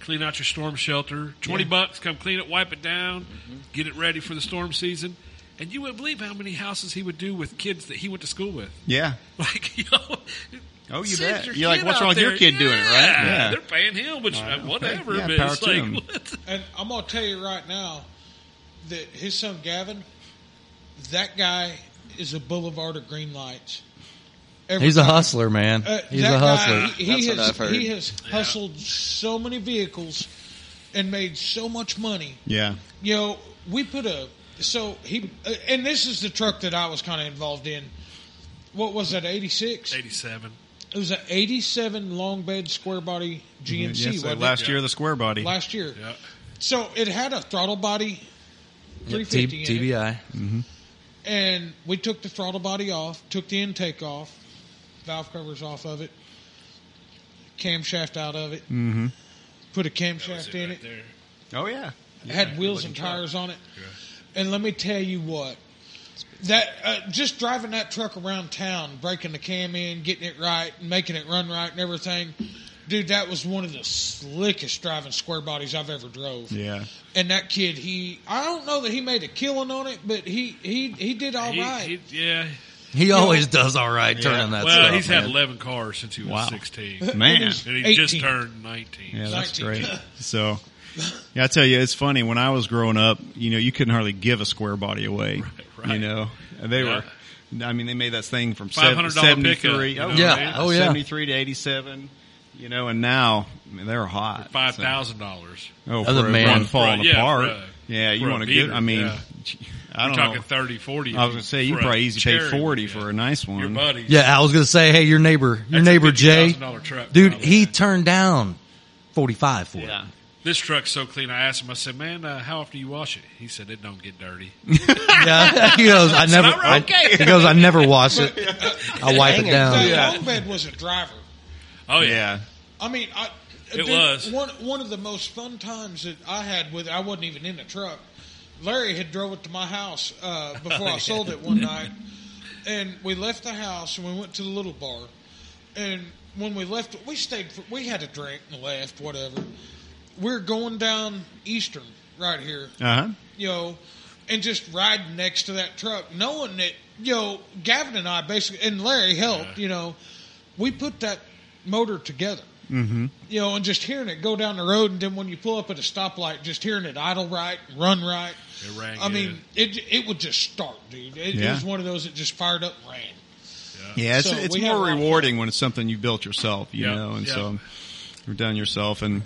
Speaker 4: clean out your storm shelter. Twenty bucks, come clean it, wipe it down,
Speaker 5: Mm-hmm.
Speaker 4: get it ready for the storm season." And you wouldn't believe how many houses he would do with kids that he went to school with. [laughs]
Speaker 5: yeah,
Speaker 4: Like, you know,
Speaker 5: Oh, you
Speaker 4: send
Speaker 5: bet.
Speaker 4: your
Speaker 5: You're like,
Speaker 4: kid
Speaker 5: "What's
Speaker 4: out
Speaker 5: wrong with your
Speaker 4: there."
Speaker 5: kid doing it, right?
Speaker 4: Yeah,
Speaker 5: Yeah.
Speaker 4: they're paying him, which
Speaker 5: Wow,
Speaker 4: uh, whatever.
Speaker 5: okay. Yeah,
Speaker 4: but
Speaker 5: power
Speaker 4: it's
Speaker 5: to
Speaker 4: like, [laughs]
Speaker 5: them.
Speaker 4: what?
Speaker 3: And I'm gonna tell you right now that his son Gavin, that guy is a boulevard of green lights. Every
Speaker 1: He's a
Speaker 3: time-
Speaker 1: hustler, man.
Speaker 3: Uh,
Speaker 1: He's
Speaker 3: that
Speaker 1: a hustler.
Speaker 3: Guy, he, he
Speaker 2: That's what
Speaker 3: has
Speaker 2: I've heard.
Speaker 3: he has hustled so many vehicles and made so much money.
Speaker 5: yeah.
Speaker 3: You know, we put a so he uh, and this is the truck that I was kind of involved in. What was that? Eighty six.
Speaker 4: Eighty-seven.
Speaker 3: It was an eighty seven long bed square body GMC.
Speaker 1: Mm-hmm.
Speaker 5: Yes, uh,
Speaker 3: wasn't it?
Speaker 5: last year the square body.
Speaker 3: last year.
Speaker 4: Yeah.
Speaker 3: So it had a throttle body
Speaker 1: T-
Speaker 3: 350 in it.
Speaker 1: TBI.
Speaker 3: and we took the throttle body off, took the intake off, valve covers off of it, camshaft out of it, mm-hmm. put a camshaft in it,
Speaker 4: there.
Speaker 5: oh yeah.
Speaker 3: It had wheels and tires on it. And let me tell you what. That uh, just driving that truck around town, breaking the cam in, getting it right, and making it run right, and everything, dude, that was one of the slickest driving square bodies I've ever drove.
Speaker 5: Yeah.
Speaker 3: And that kid, he, I don't know that he made a killing on it, but he he he did all right.
Speaker 4: He- he- yeah.
Speaker 1: He always does all right turning
Speaker 5: Yeah.
Speaker 1: that
Speaker 4: well,
Speaker 1: stuff.
Speaker 4: he's had
Speaker 1: man.
Speaker 4: 11 cars since he was
Speaker 5: Wow. [laughs]
Speaker 4: 16.
Speaker 5: Man.
Speaker 4: And he just
Speaker 3: 18.
Speaker 4: turned 19.
Speaker 5: Yeah, that's
Speaker 3: 19.
Speaker 4: [laughs]
Speaker 5: great. So, yeah, I tell you, it's funny. When I was growing up, you know, you couldn't hardly give a square body away.
Speaker 4: right.
Speaker 5: You know, And they
Speaker 4: Yeah.
Speaker 5: were. I mean, they made that thing from
Speaker 4: $500
Speaker 5: 73.
Speaker 4: pickup,
Speaker 1: you know, Yeah. Oh, yeah.
Speaker 5: seventy-three to eighty-seven. You know, and now I mean, they're hot.
Speaker 4: Five
Speaker 5: So-
Speaker 4: thousand dollars.
Speaker 5: Oh,
Speaker 1: Other
Speaker 5: for
Speaker 1: man.
Speaker 5: one falling
Speaker 4: For a- yeah,
Speaker 5: apart.
Speaker 4: for a-
Speaker 5: yeah, you
Speaker 4: for a
Speaker 5: want to get?
Speaker 4: beater,
Speaker 5: I mean, [laughs]
Speaker 4: yeah.
Speaker 5: I don't
Speaker 4: Talking
Speaker 5: know.
Speaker 4: 30, 40.
Speaker 5: I was gonna say you
Speaker 4: for a
Speaker 5: probably easy
Speaker 4: cherry,
Speaker 5: paid forty
Speaker 4: yeah.
Speaker 5: for a nice one.
Speaker 4: Your buddy.
Speaker 1: yeah, I was gonna say, hey, your neighbor, your
Speaker 4: That's a
Speaker 1: neighbor Jay,
Speaker 4: $50,000 truck,
Speaker 1: dude,
Speaker 4: by the
Speaker 1: he
Speaker 4: way.
Speaker 1: turned down forty five for
Speaker 5: Yeah.
Speaker 1: it.
Speaker 4: This truck's so clean. I asked him. I said, "Man, uh, how often do you wash it?" He said, "It don't get dirty."
Speaker 1: Yeah, [laughs] he goes, I never.
Speaker 4: not right.
Speaker 1: I- he goes, I never wash it. I wipe it
Speaker 2: Hang it.
Speaker 1: down.
Speaker 3: That
Speaker 5: Yeah.
Speaker 3: long bed was a driver.
Speaker 4: Oh yeah.
Speaker 5: yeah.
Speaker 3: I mean, I,
Speaker 4: It was.
Speaker 3: one one of the most fun times that I had with. I wasn't even in the truck. Larry had drove it to my house uh,
Speaker 4: [laughs]
Speaker 3: before I sold it one night, and we left the house and we went to the little bar. And when we left, we stayed. For, we had a drink and left. Whatever. We're going down Eastern right here
Speaker 5: Uh huh.
Speaker 3: you know, and just riding next to that truck, knowing that, you know, Gavin and I basically, and Larry helped, you know, we put that motor together. Mm-hmm. You know, and just hearing it go down the road, and then when you pull up at a stoplight, just hearing it idle right, run right.
Speaker 4: It rang
Speaker 3: I mean,
Speaker 4: good.
Speaker 3: it it would just start, dude. It,
Speaker 5: Yeah.
Speaker 3: was one of those that just fired up, and ran.
Speaker 5: Yeah, it's,
Speaker 3: So
Speaker 5: it's
Speaker 3: we had a
Speaker 5: more
Speaker 3: lot of
Speaker 5: rewarding when it's something you built yourself, you
Speaker 4: Yeah,
Speaker 5: know, and
Speaker 4: yeah.
Speaker 5: so you've done yourself, and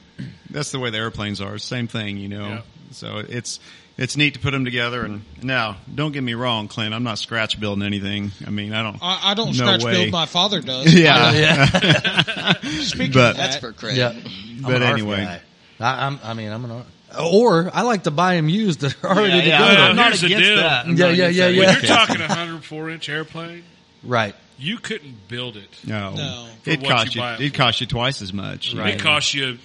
Speaker 5: that's the way the airplanes are. Same thing, you know.
Speaker 4: Yeah.
Speaker 5: So it's it's neat to put them together. And now, don't get me wrong, Clint. I'm not scratch building anything. I mean, I don't.
Speaker 3: I, I don't
Speaker 5: No
Speaker 3: scratch
Speaker 5: way.
Speaker 3: build. My father does.
Speaker 5: [laughs] yeah,
Speaker 4: [laughs]
Speaker 1: Yeah, [laughs]
Speaker 3: Speaking
Speaker 5: But-
Speaker 3: of
Speaker 2: That's
Speaker 3: that,
Speaker 2: for credit.
Speaker 1: yeah.
Speaker 5: But
Speaker 1: I'm an ARF
Speaker 5: anyway.
Speaker 1: guy. I, I'm. I mean, I'm an. ARF. Or I like to buy them used [laughs] that are already
Speaker 5: yeah,
Speaker 1: together.
Speaker 5: I'm not
Speaker 4: Here's the
Speaker 5: against
Speaker 4: deal.
Speaker 5: that. I'm
Speaker 1: Yeah,
Speaker 5: not
Speaker 1: yeah,
Speaker 5: against
Speaker 1: yeah,
Speaker 5: that.
Speaker 1: yeah.
Speaker 4: When
Speaker 5: Well,
Speaker 4: you're talking a 104 inch airplane,
Speaker 1: Right.
Speaker 4: you couldn't build it.
Speaker 5: No,
Speaker 3: No.
Speaker 4: For
Speaker 5: it
Speaker 4: what
Speaker 5: cost
Speaker 4: you
Speaker 5: you.
Speaker 4: buy it
Speaker 5: It
Speaker 4: for.
Speaker 5: cost you twice as much. you
Speaker 1: Right.
Speaker 4: It
Speaker 5: know.
Speaker 4: cost you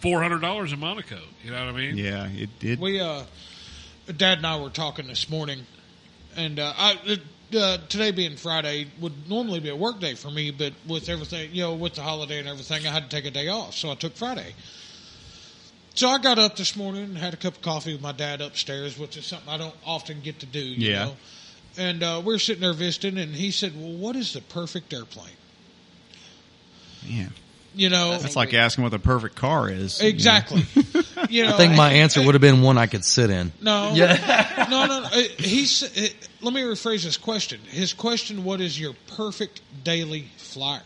Speaker 4: four hundred dollars in Monaco. You know what I mean?
Speaker 5: Yeah, it did.
Speaker 3: We, uh, Dad and I were talking this morning, and uh, I, uh, today being Friday would normally be a work day for me, but with everything, you know, with the holiday and everything, I had to take a day off, so I took Friday. So I got up this morning and had a cup of coffee with my dad upstairs, which is something I don't often get to do. You
Speaker 5: Yeah.
Speaker 3: Know? And uh, we we're sitting there visiting, and he said, "Well, what is the perfect airplane?"
Speaker 5: yeah.
Speaker 3: You know,
Speaker 5: That's like asking what the perfect car is. you know.
Speaker 1: [laughs]
Speaker 3: exactly. you know,
Speaker 1: I think my answer would have been one I could sit in.
Speaker 3: No.
Speaker 1: [laughs] Yeah.
Speaker 3: no, no, eh, no. He's. Let me rephrase his question. His question: What is your perfect daily flyer?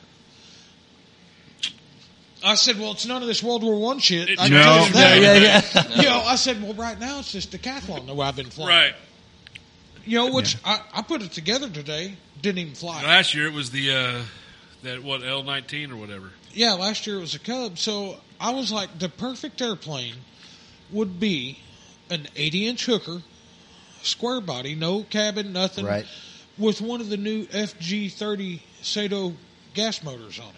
Speaker 3: I said, well, it's none of this World War One shit. I can
Speaker 5: No.
Speaker 3: tell you
Speaker 1: Yeah,
Speaker 3: that.
Speaker 1: yeah, yeah.
Speaker 3: You know, I said, well, right now it's just decathlon that I've been [laughs] flying.
Speaker 4: Right.
Speaker 3: You know, which I, I put it together today. Didn't even fly.
Speaker 4: Last year it was the uh, that what L nineteen or whatever.
Speaker 3: Yeah, last year it was a Cub. So I was like, the perfect airplane would be an 80 inch hooker, square body, no cabin, nothing.
Speaker 1: Right.
Speaker 3: With one of the new FG30 Sato gas motors on it.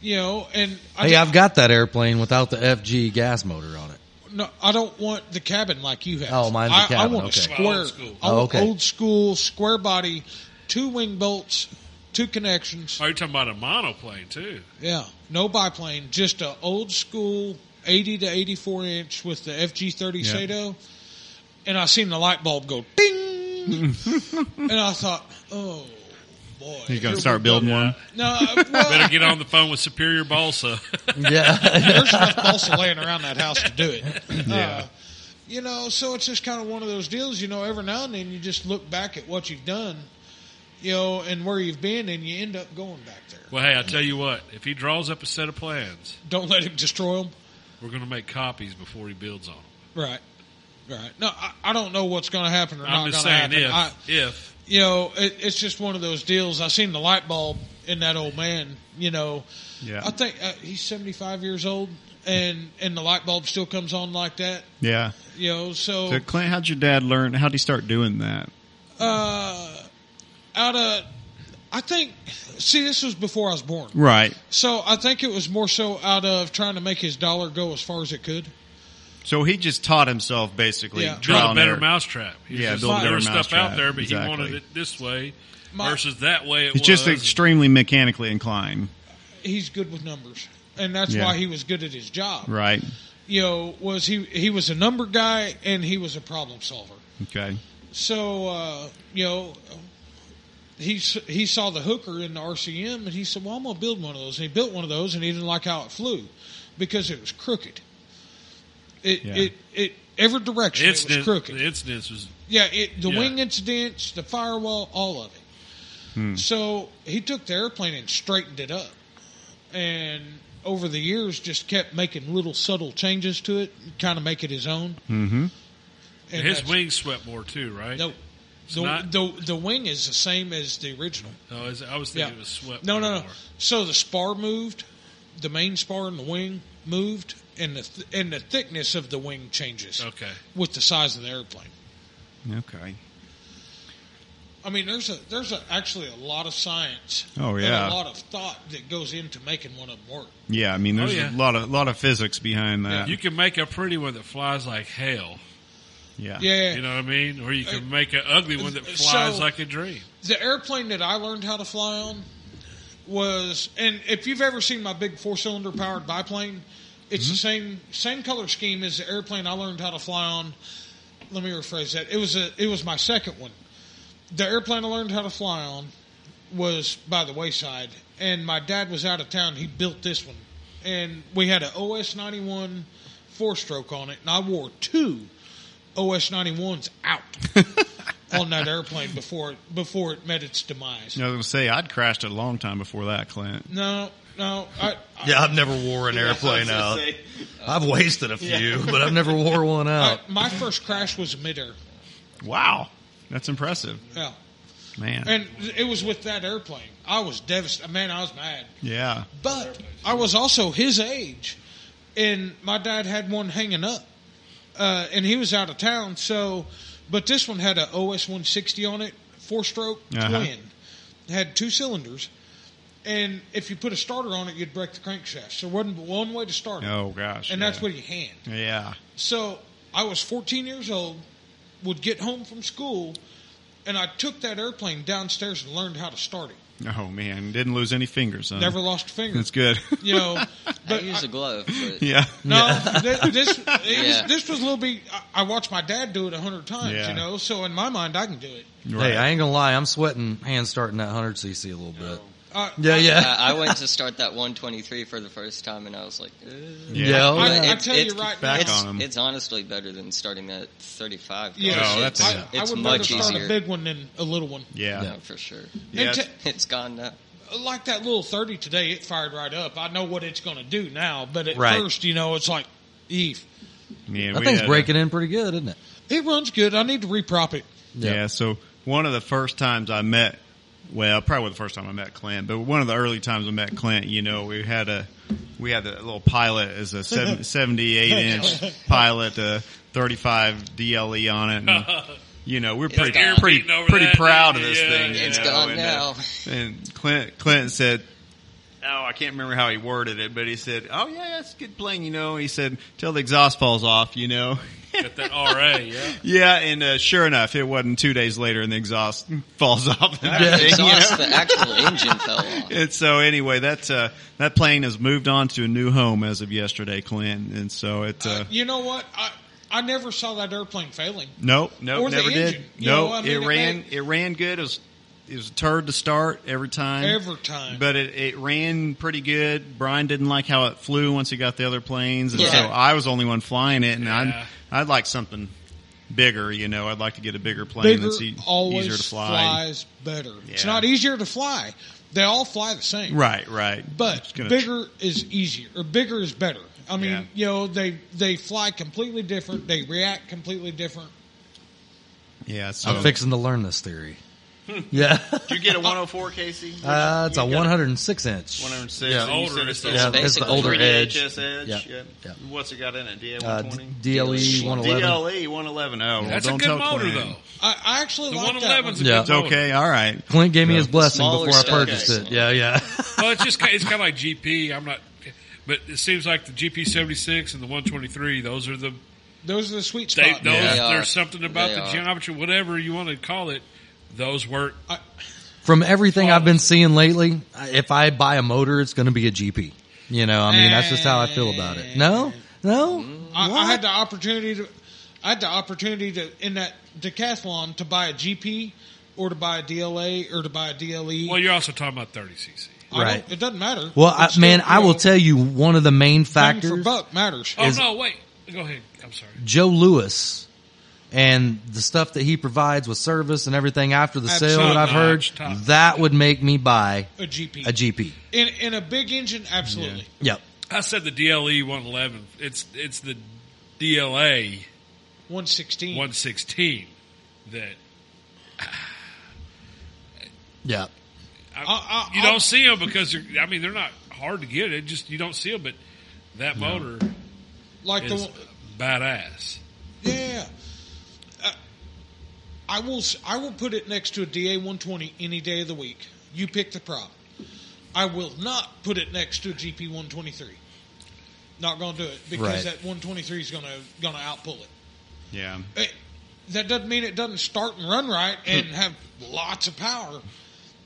Speaker 3: You know, and I
Speaker 1: Hey,
Speaker 3: don't-
Speaker 1: I've got that airplane without the FG gas motor on it.
Speaker 3: No, I don't want the cabin like you have.
Speaker 1: Oh, mine's the
Speaker 3: I, I
Speaker 1: cabin,
Speaker 3: want a
Speaker 1: okay.
Speaker 3: square,
Speaker 4: Old school.
Speaker 3: I want
Speaker 1: Oh, okay.
Speaker 3: old school square body, two wing bolts, two connections.
Speaker 4: Oh, you're talking about a monoplane too.
Speaker 3: Yeah, no biplane, just a old school eighty to eighty four inch with the FG thirty
Speaker 5: Yeah.
Speaker 3: Sato. And I seen the light bulb go
Speaker 5: [laughs]
Speaker 3: ding, and I thought, oh boy,
Speaker 5: He's
Speaker 3: here
Speaker 5: gonna
Speaker 3: we
Speaker 5: start building
Speaker 3: go.
Speaker 5: one. [laughs]
Speaker 3: No, uh, well,
Speaker 4: Better get on the phone with Superior Balsa. [laughs]
Speaker 1: Yeah.
Speaker 3: [laughs] there's enough balsa laying around that house to do it.
Speaker 5: [laughs]
Speaker 3: Uh,
Speaker 5: Yeah.
Speaker 3: you know, so it's just kind of one of those deals, you know, every now and then you just look back at what you've done, you know, and where you've been, and you end up going back there.
Speaker 4: well, hey, I tell you what, if he draws up a set of plans,
Speaker 3: Don't let him destroy them.
Speaker 4: we're going to make copies before he builds on them.
Speaker 3: Right. Right. No, I, I don't know what's going to happen or
Speaker 4: I'm
Speaker 3: not
Speaker 4: just
Speaker 3: going to
Speaker 4: saying,
Speaker 3: happen.
Speaker 4: if
Speaker 3: I,
Speaker 4: if
Speaker 3: you know, it, it's just one of those deals. I seen the light bulb in that old man, you know.
Speaker 5: Yeah.
Speaker 3: I think uh, he's 75 years old, and, and the light bulb still comes on like that,
Speaker 5: Yeah.
Speaker 3: you know, so.
Speaker 5: So Clint, how'd your dad learn? How'd he start doing that?
Speaker 3: uh, out of, I think, see, this was before I was born.
Speaker 5: Right.
Speaker 3: So I think it was more so out of trying to make his dollar go as far as it could.
Speaker 5: So he just taught himself basically.
Speaker 3: Yeah.
Speaker 4: build
Speaker 5: trial
Speaker 4: a
Speaker 5: and
Speaker 4: better
Speaker 5: error.
Speaker 4: mousetrap, He's
Speaker 5: Yeah,
Speaker 4: just-
Speaker 5: build a
Speaker 4: there
Speaker 5: better
Speaker 4: was stuff
Speaker 5: mousetrap.
Speaker 4: out there, but
Speaker 5: Exactly.
Speaker 4: he wanted it this way
Speaker 3: My-
Speaker 4: versus that way. It
Speaker 5: He's
Speaker 4: was
Speaker 5: just extremely mechanically inclined,
Speaker 3: He's good with numbers, and that's
Speaker 5: Yeah.
Speaker 3: why he was good at his job.
Speaker 5: right?
Speaker 3: You know, was he he was a number guy and he was a problem solver.
Speaker 5: Okay.
Speaker 3: So uh, you know. He, s- he saw the hooker in the RCM and he said, Well, I'm going to build one of those. And he built one of those and he didn't like how it flew because it was crooked. It,
Speaker 5: Yeah.
Speaker 3: it, it, every
Speaker 4: The
Speaker 3: direction it was
Speaker 4: incident,
Speaker 3: crooked.
Speaker 4: the incidents was
Speaker 3: Yeah, it, the
Speaker 4: Yeah.
Speaker 3: wing incidents, the firewall, all of it. So he took the airplane and straightened it up, and over the years just kept making little subtle changes to it, kind of make it his own. Mm-hmm. And
Speaker 4: his
Speaker 3: that's-
Speaker 4: wings swept more too, right?
Speaker 3: No, the,
Speaker 4: not-
Speaker 3: the the wing is the same as the original.
Speaker 4: No, is- I was
Speaker 3: Yeah,
Speaker 4: thinking it was swept.
Speaker 3: No, no,
Speaker 4: more.
Speaker 3: no. So the spar moved, the main spar and the wing moved, and the th- and the thickness of the wing changes
Speaker 4: Okay,
Speaker 3: with the size of the airplane.
Speaker 5: Okay.
Speaker 3: I mean, there's a there's a, actually a lot of science.
Speaker 5: Oh,
Speaker 3: and
Speaker 5: yeah.
Speaker 3: a lot of thought that goes into making one of them work.
Speaker 5: Yeah, I mean, there's
Speaker 4: Oh, yeah.
Speaker 5: a lot of lot of physics behind that.
Speaker 4: you can make a pretty one that flies like hell.
Speaker 5: Yeah.
Speaker 3: Yeah, Uh,
Speaker 4: You know what I mean? Or you can make an ugly one that flies
Speaker 3: so-
Speaker 4: like a dream.
Speaker 3: the airplane that I learned how to fly on was, and if you've ever seen my big four cylinder powered biplane, it's the same same color scheme as the airplane I learned how to fly on. Let me rephrase that. It was a it was my second one. The airplane I learned how to fly on was by the wayside, and my dad was out of town. He built this one, and we had an OS ninety one four stroke on it, and I wore two OS ninety ones out on that airplane before before it met its demise.
Speaker 5: I was gonna say I'd crashed it a long time before that, Clint.
Speaker 3: No, no, I, I,
Speaker 1: [laughs] Yeah, I've never wore an airplane out. I've wasted a few, but I've never wore one [laughs]
Speaker 3: I
Speaker 1: out.
Speaker 3: my first crash was midair.
Speaker 5: Wow, that's impressive,
Speaker 3: Yeah,
Speaker 5: man.
Speaker 3: and it was with that airplane. I was devastated. Man, I was mad.
Speaker 5: yeah,
Speaker 3: But I was also his age, and my dad had one hanging up, uh, and he was out of town. So, but this one had a OS 160 on it, four stroke
Speaker 5: Uh-huh.
Speaker 3: twin, It had two cylinders, and if you put a starter on it, you'd break the crankshaft. So there wasn't but one way to start it,
Speaker 5: oh gosh,
Speaker 3: and
Speaker 5: yeah.
Speaker 3: that's with your hand.
Speaker 5: Yeah,
Speaker 3: So I was 14 years old, would get home from school, and I took that airplane downstairs and learned how to start it.
Speaker 5: oh man, didn't lose any fingers. Huh?
Speaker 3: Never lost a finger.
Speaker 5: Uh-huh. That's good.
Speaker 3: You know,
Speaker 2: I
Speaker 3: but
Speaker 2: use
Speaker 3: I-
Speaker 2: a glove, but
Speaker 5: [laughs] yeah,
Speaker 3: no, thi- this it
Speaker 2: Yeah.
Speaker 3: was, this was a little bit. I, I watched my dad do it a hundred times,
Speaker 5: Yeah.
Speaker 3: you know. So in my mind, I can do it.
Speaker 5: Right.
Speaker 1: Hey, I ain't gonna lie, I'm sweating hands starting that 100 cc a little bit.
Speaker 3: I,
Speaker 1: Yeah, yeah,
Speaker 2: I, I went to start that 123 for the first time, and I was like, "Ugh."
Speaker 5: yeah.
Speaker 1: Yeah, oh,
Speaker 3: I,
Speaker 1: yeah.
Speaker 3: I
Speaker 2: It's-
Speaker 3: tell you
Speaker 2: it's-
Speaker 3: right
Speaker 5: Back
Speaker 3: now,
Speaker 2: it's,
Speaker 5: on 'em.
Speaker 2: it's honestly better than starting that 35.
Speaker 3: yeah,
Speaker 5: Oh,
Speaker 2: gosh,
Speaker 5: that's-
Speaker 2: it's,
Speaker 3: I, I
Speaker 2: it's
Speaker 3: would rather
Speaker 2: much
Speaker 3: start a
Speaker 2: easier.
Speaker 3: big one than a little one.
Speaker 5: yeah.
Speaker 2: No, for sure.
Speaker 5: Yeah,
Speaker 3: And
Speaker 5: it's-
Speaker 2: It's gone now.
Speaker 3: Like that little thirty today, it fired right up. I know what it's going to do now, but at
Speaker 1: Right.
Speaker 3: first, you know, it's like, Eve,
Speaker 5: Man,
Speaker 1: that
Speaker 5: we
Speaker 1: thing's
Speaker 5: had a-
Speaker 1: breaking in pretty good, isn't it?
Speaker 3: it runs good. I need to reprop it.
Speaker 5: Yeah.
Speaker 1: Yeah.
Speaker 5: So one of the first times I met, well, probably the first time I met Clint, but one of the early times I met Clint, you know, we had a, we had a little pilot as
Speaker 4: [laughs]
Speaker 5: a seven- 78 inch pilot, a 35 DLE E on it. And,
Speaker 4: [laughs]
Speaker 5: you know, we're pretty,
Speaker 4: gone.
Speaker 5: pretty,
Speaker 4: Beating over
Speaker 5: pretty
Speaker 4: that,
Speaker 5: proud of this
Speaker 4: yeah,
Speaker 5: [laughs] thing. you
Speaker 2: It's
Speaker 5: know,
Speaker 2: gone
Speaker 5: uh, and,
Speaker 2: now.
Speaker 5: uh, and Clint, Clint said, oh, I can't remember how he worded it, but he said, "Oh yeah, that's a good plane," you know. He said, "Till the exhaust falls off," you know. [laughs]
Speaker 4: Got that RA,
Speaker 3: [laughs]
Speaker 4: yeah.
Speaker 5: yeah, and uh, sure enough, it wasn't two days later, and the exhaust [laughs]
Speaker 3: [laughs]
Speaker 5: falls
Speaker 2: [laughs]
Speaker 5: off. And
Speaker 2: The
Speaker 5: everything, you
Speaker 2: exhaust,
Speaker 5: know?
Speaker 2: the actual engine fell
Speaker 5: [laughs]
Speaker 2: off.
Speaker 5: and so anyway, that uh, that plane has moved on to a new home as of yesterday, Clint. And so it. Uh,
Speaker 3: you know what? I I never saw that airplane failing.
Speaker 5: Nope, nope,
Speaker 3: Or the
Speaker 5: never did.
Speaker 3: engine. You
Speaker 5: No,
Speaker 3: know, I mean,
Speaker 5: it
Speaker 3: it
Speaker 5: ran.
Speaker 3: may-
Speaker 5: It ran good. It was, it was a turd to start every time.
Speaker 3: Every time.
Speaker 5: but it, it ran pretty good. Brian didn't like how it flew once he got the other planes, and
Speaker 2: Yeah.
Speaker 5: so I was the only one flying it, and
Speaker 4: Yeah.
Speaker 5: I'd I'd like something bigger. You know, I'd like to get a bigger plane
Speaker 3: Bigger
Speaker 5: that's e-
Speaker 3: always
Speaker 5: easier to fly.
Speaker 3: flies better. It's
Speaker 5: Yeah.
Speaker 3: not easier to fly. They all fly the same.
Speaker 5: Right, right.
Speaker 3: But
Speaker 5: Just gonna-
Speaker 3: bigger is easier, or bigger is better. I mean,
Speaker 5: Yeah.
Speaker 3: you know, they they fly completely different. They react completely different.
Speaker 5: Yeah, so
Speaker 1: I'm fixing to learn this theory. [laughs] Yeah,
Speaker 5: Did you get a 104, Casey?
Speaker 1: uh, it's a
Speaker 5: You got
Speaker 1: 106 inch.
Speaker 5: 106.
Speaker 1: Yeah.
Speaker 5: and you
Speaker 4: Older,
Speaker 5: said
Speaker 4: it's
Speaker 5: a oh
Speaker 4: older.
Speaker 1: Yeah, it's the
Speaker 2: basically
Speaker 1: older
Speaker 2: three
Speaker 1: edge.
Speaker 5: VHS Edge.
Speaker 1: Yeah,
Speaker 5: Yeah.
Speaker 1: yeah.
Speaker 5: What's it got in it? DL
Speaker 1: Uh,
Speaker 5: 120?
Speaker 1: DLE 111.
Speaker 5: DLE 111. Oh, well,
Speaker 4: That's a
Speaker 5: don't
Speaker 4: good
Speaker 5: tell
Speaker 4: motor,
Speaker 5: Clint.
Speaker 4: though.
Speaker 3: I, I actually
Speaker 4: The
Speaker 3: like that
Speaker 4: 111's a
Speaker 1: Yeah.
Speaker 4: good
Speaker 5: It's
Speaker 4: motor.
Speaker 5: okay. All right.
Speaker 1: Clint gave me
Speaker 5: Yeah.
Speaker 1: his blessing
Speaker 2: Smaller
Speaker 1: before I
Speaker 2: stuff.
Speaker 1: purchased
Speaker 2: Okay.
Speaker 1: it. Yeah, yeah.
Speaker 4: Well, it's just ki- it's kind of like GP. I'm not, but it seems like the GP 76 and the 123. Those are
Speaker 3: Uh,
Speaker 4: the
Speaker 3: Those are the sweet
Speaker 4: they,
Speaker 3: spots.
Speaker 4: those.
Speaker 2: They are.
Speaker 4: There's something about
Speaker 2: They
Speaker 4: the
Speaker 2: are.
Speaker 4: geometry, whatever you want to call it. Those work.
Speaker 1: From everything I've been seeing lately, I- if I buy a motor, it's going to be a GP. You know, I mean, that's just how I feel about it. No, no.
Speaker 3: I, I
Speaker 1: What?
Speaker 3: had the opportunity to, I had the opportunity to in that decathlon to buy a GP or to buy a DLA or to buy a DLE.
Speaker 4: Well, you're also talking about 30cc.
Speaker 3: I don't-
Speaker 1: Right.
Speaker 3: It doesn't matter.
Speaker 1: Well, I,
Speaker 3: It's still,
Speaker 1: man,
Speaker 3: you
Speaker 1: I will
Speaker 3: know,
Speaker 1: tell you one of the main
Speaker 3: bang
Speaker 1: factors.
Speaker 3: for buck matters.
Speaker 4: Oh
Speaker 1: Is-
Speaker 4: no, wait. Go ahead. I'm sorry.
Speaker 1: Joe Lewis and the stuff that he provides with service and everything after the sale that I've heard,
Speaker 4: Top notch, top
Speaker 1: that would make me buy
Speaker 3: a GP.
Speaker 1: a GP.
Speaker 3: in in a big engine, absolutely.
Speaker 1: Yep.
Speaker 4: I said the DLE 111. It's it's the DLA
Speaker 3: One sixteen.
Speaker 4: 116 that
Speaker 1: Yep.
Speaker 4: I,
Speaker 3: I- I-
Speaker 4: you
Speaker 3: I'll-
Speaker 4: don't see them because you're, I mean they're not hard to get. It just you don't see them, but that motor
Speaker 3: like the
Speaker 4: is
Speaker 3: one-
Speaker 4: badass.
Speaker 3: yeah. Uh, I will s- I will put it next to a DA one twenty any day of the week. You pick the prop. I will not put it next to a GP one twenty three. Not gonna do it
Speaker 1: Right.
Speaker 3: because that one twenty three is gonna gonna outpull it.
Speaker 5: Yeah.
Speaker 3: it, that doesn't mean it doesn't start and run right
Speaker 1: Hmm.
Speaker 3: and have lots of power,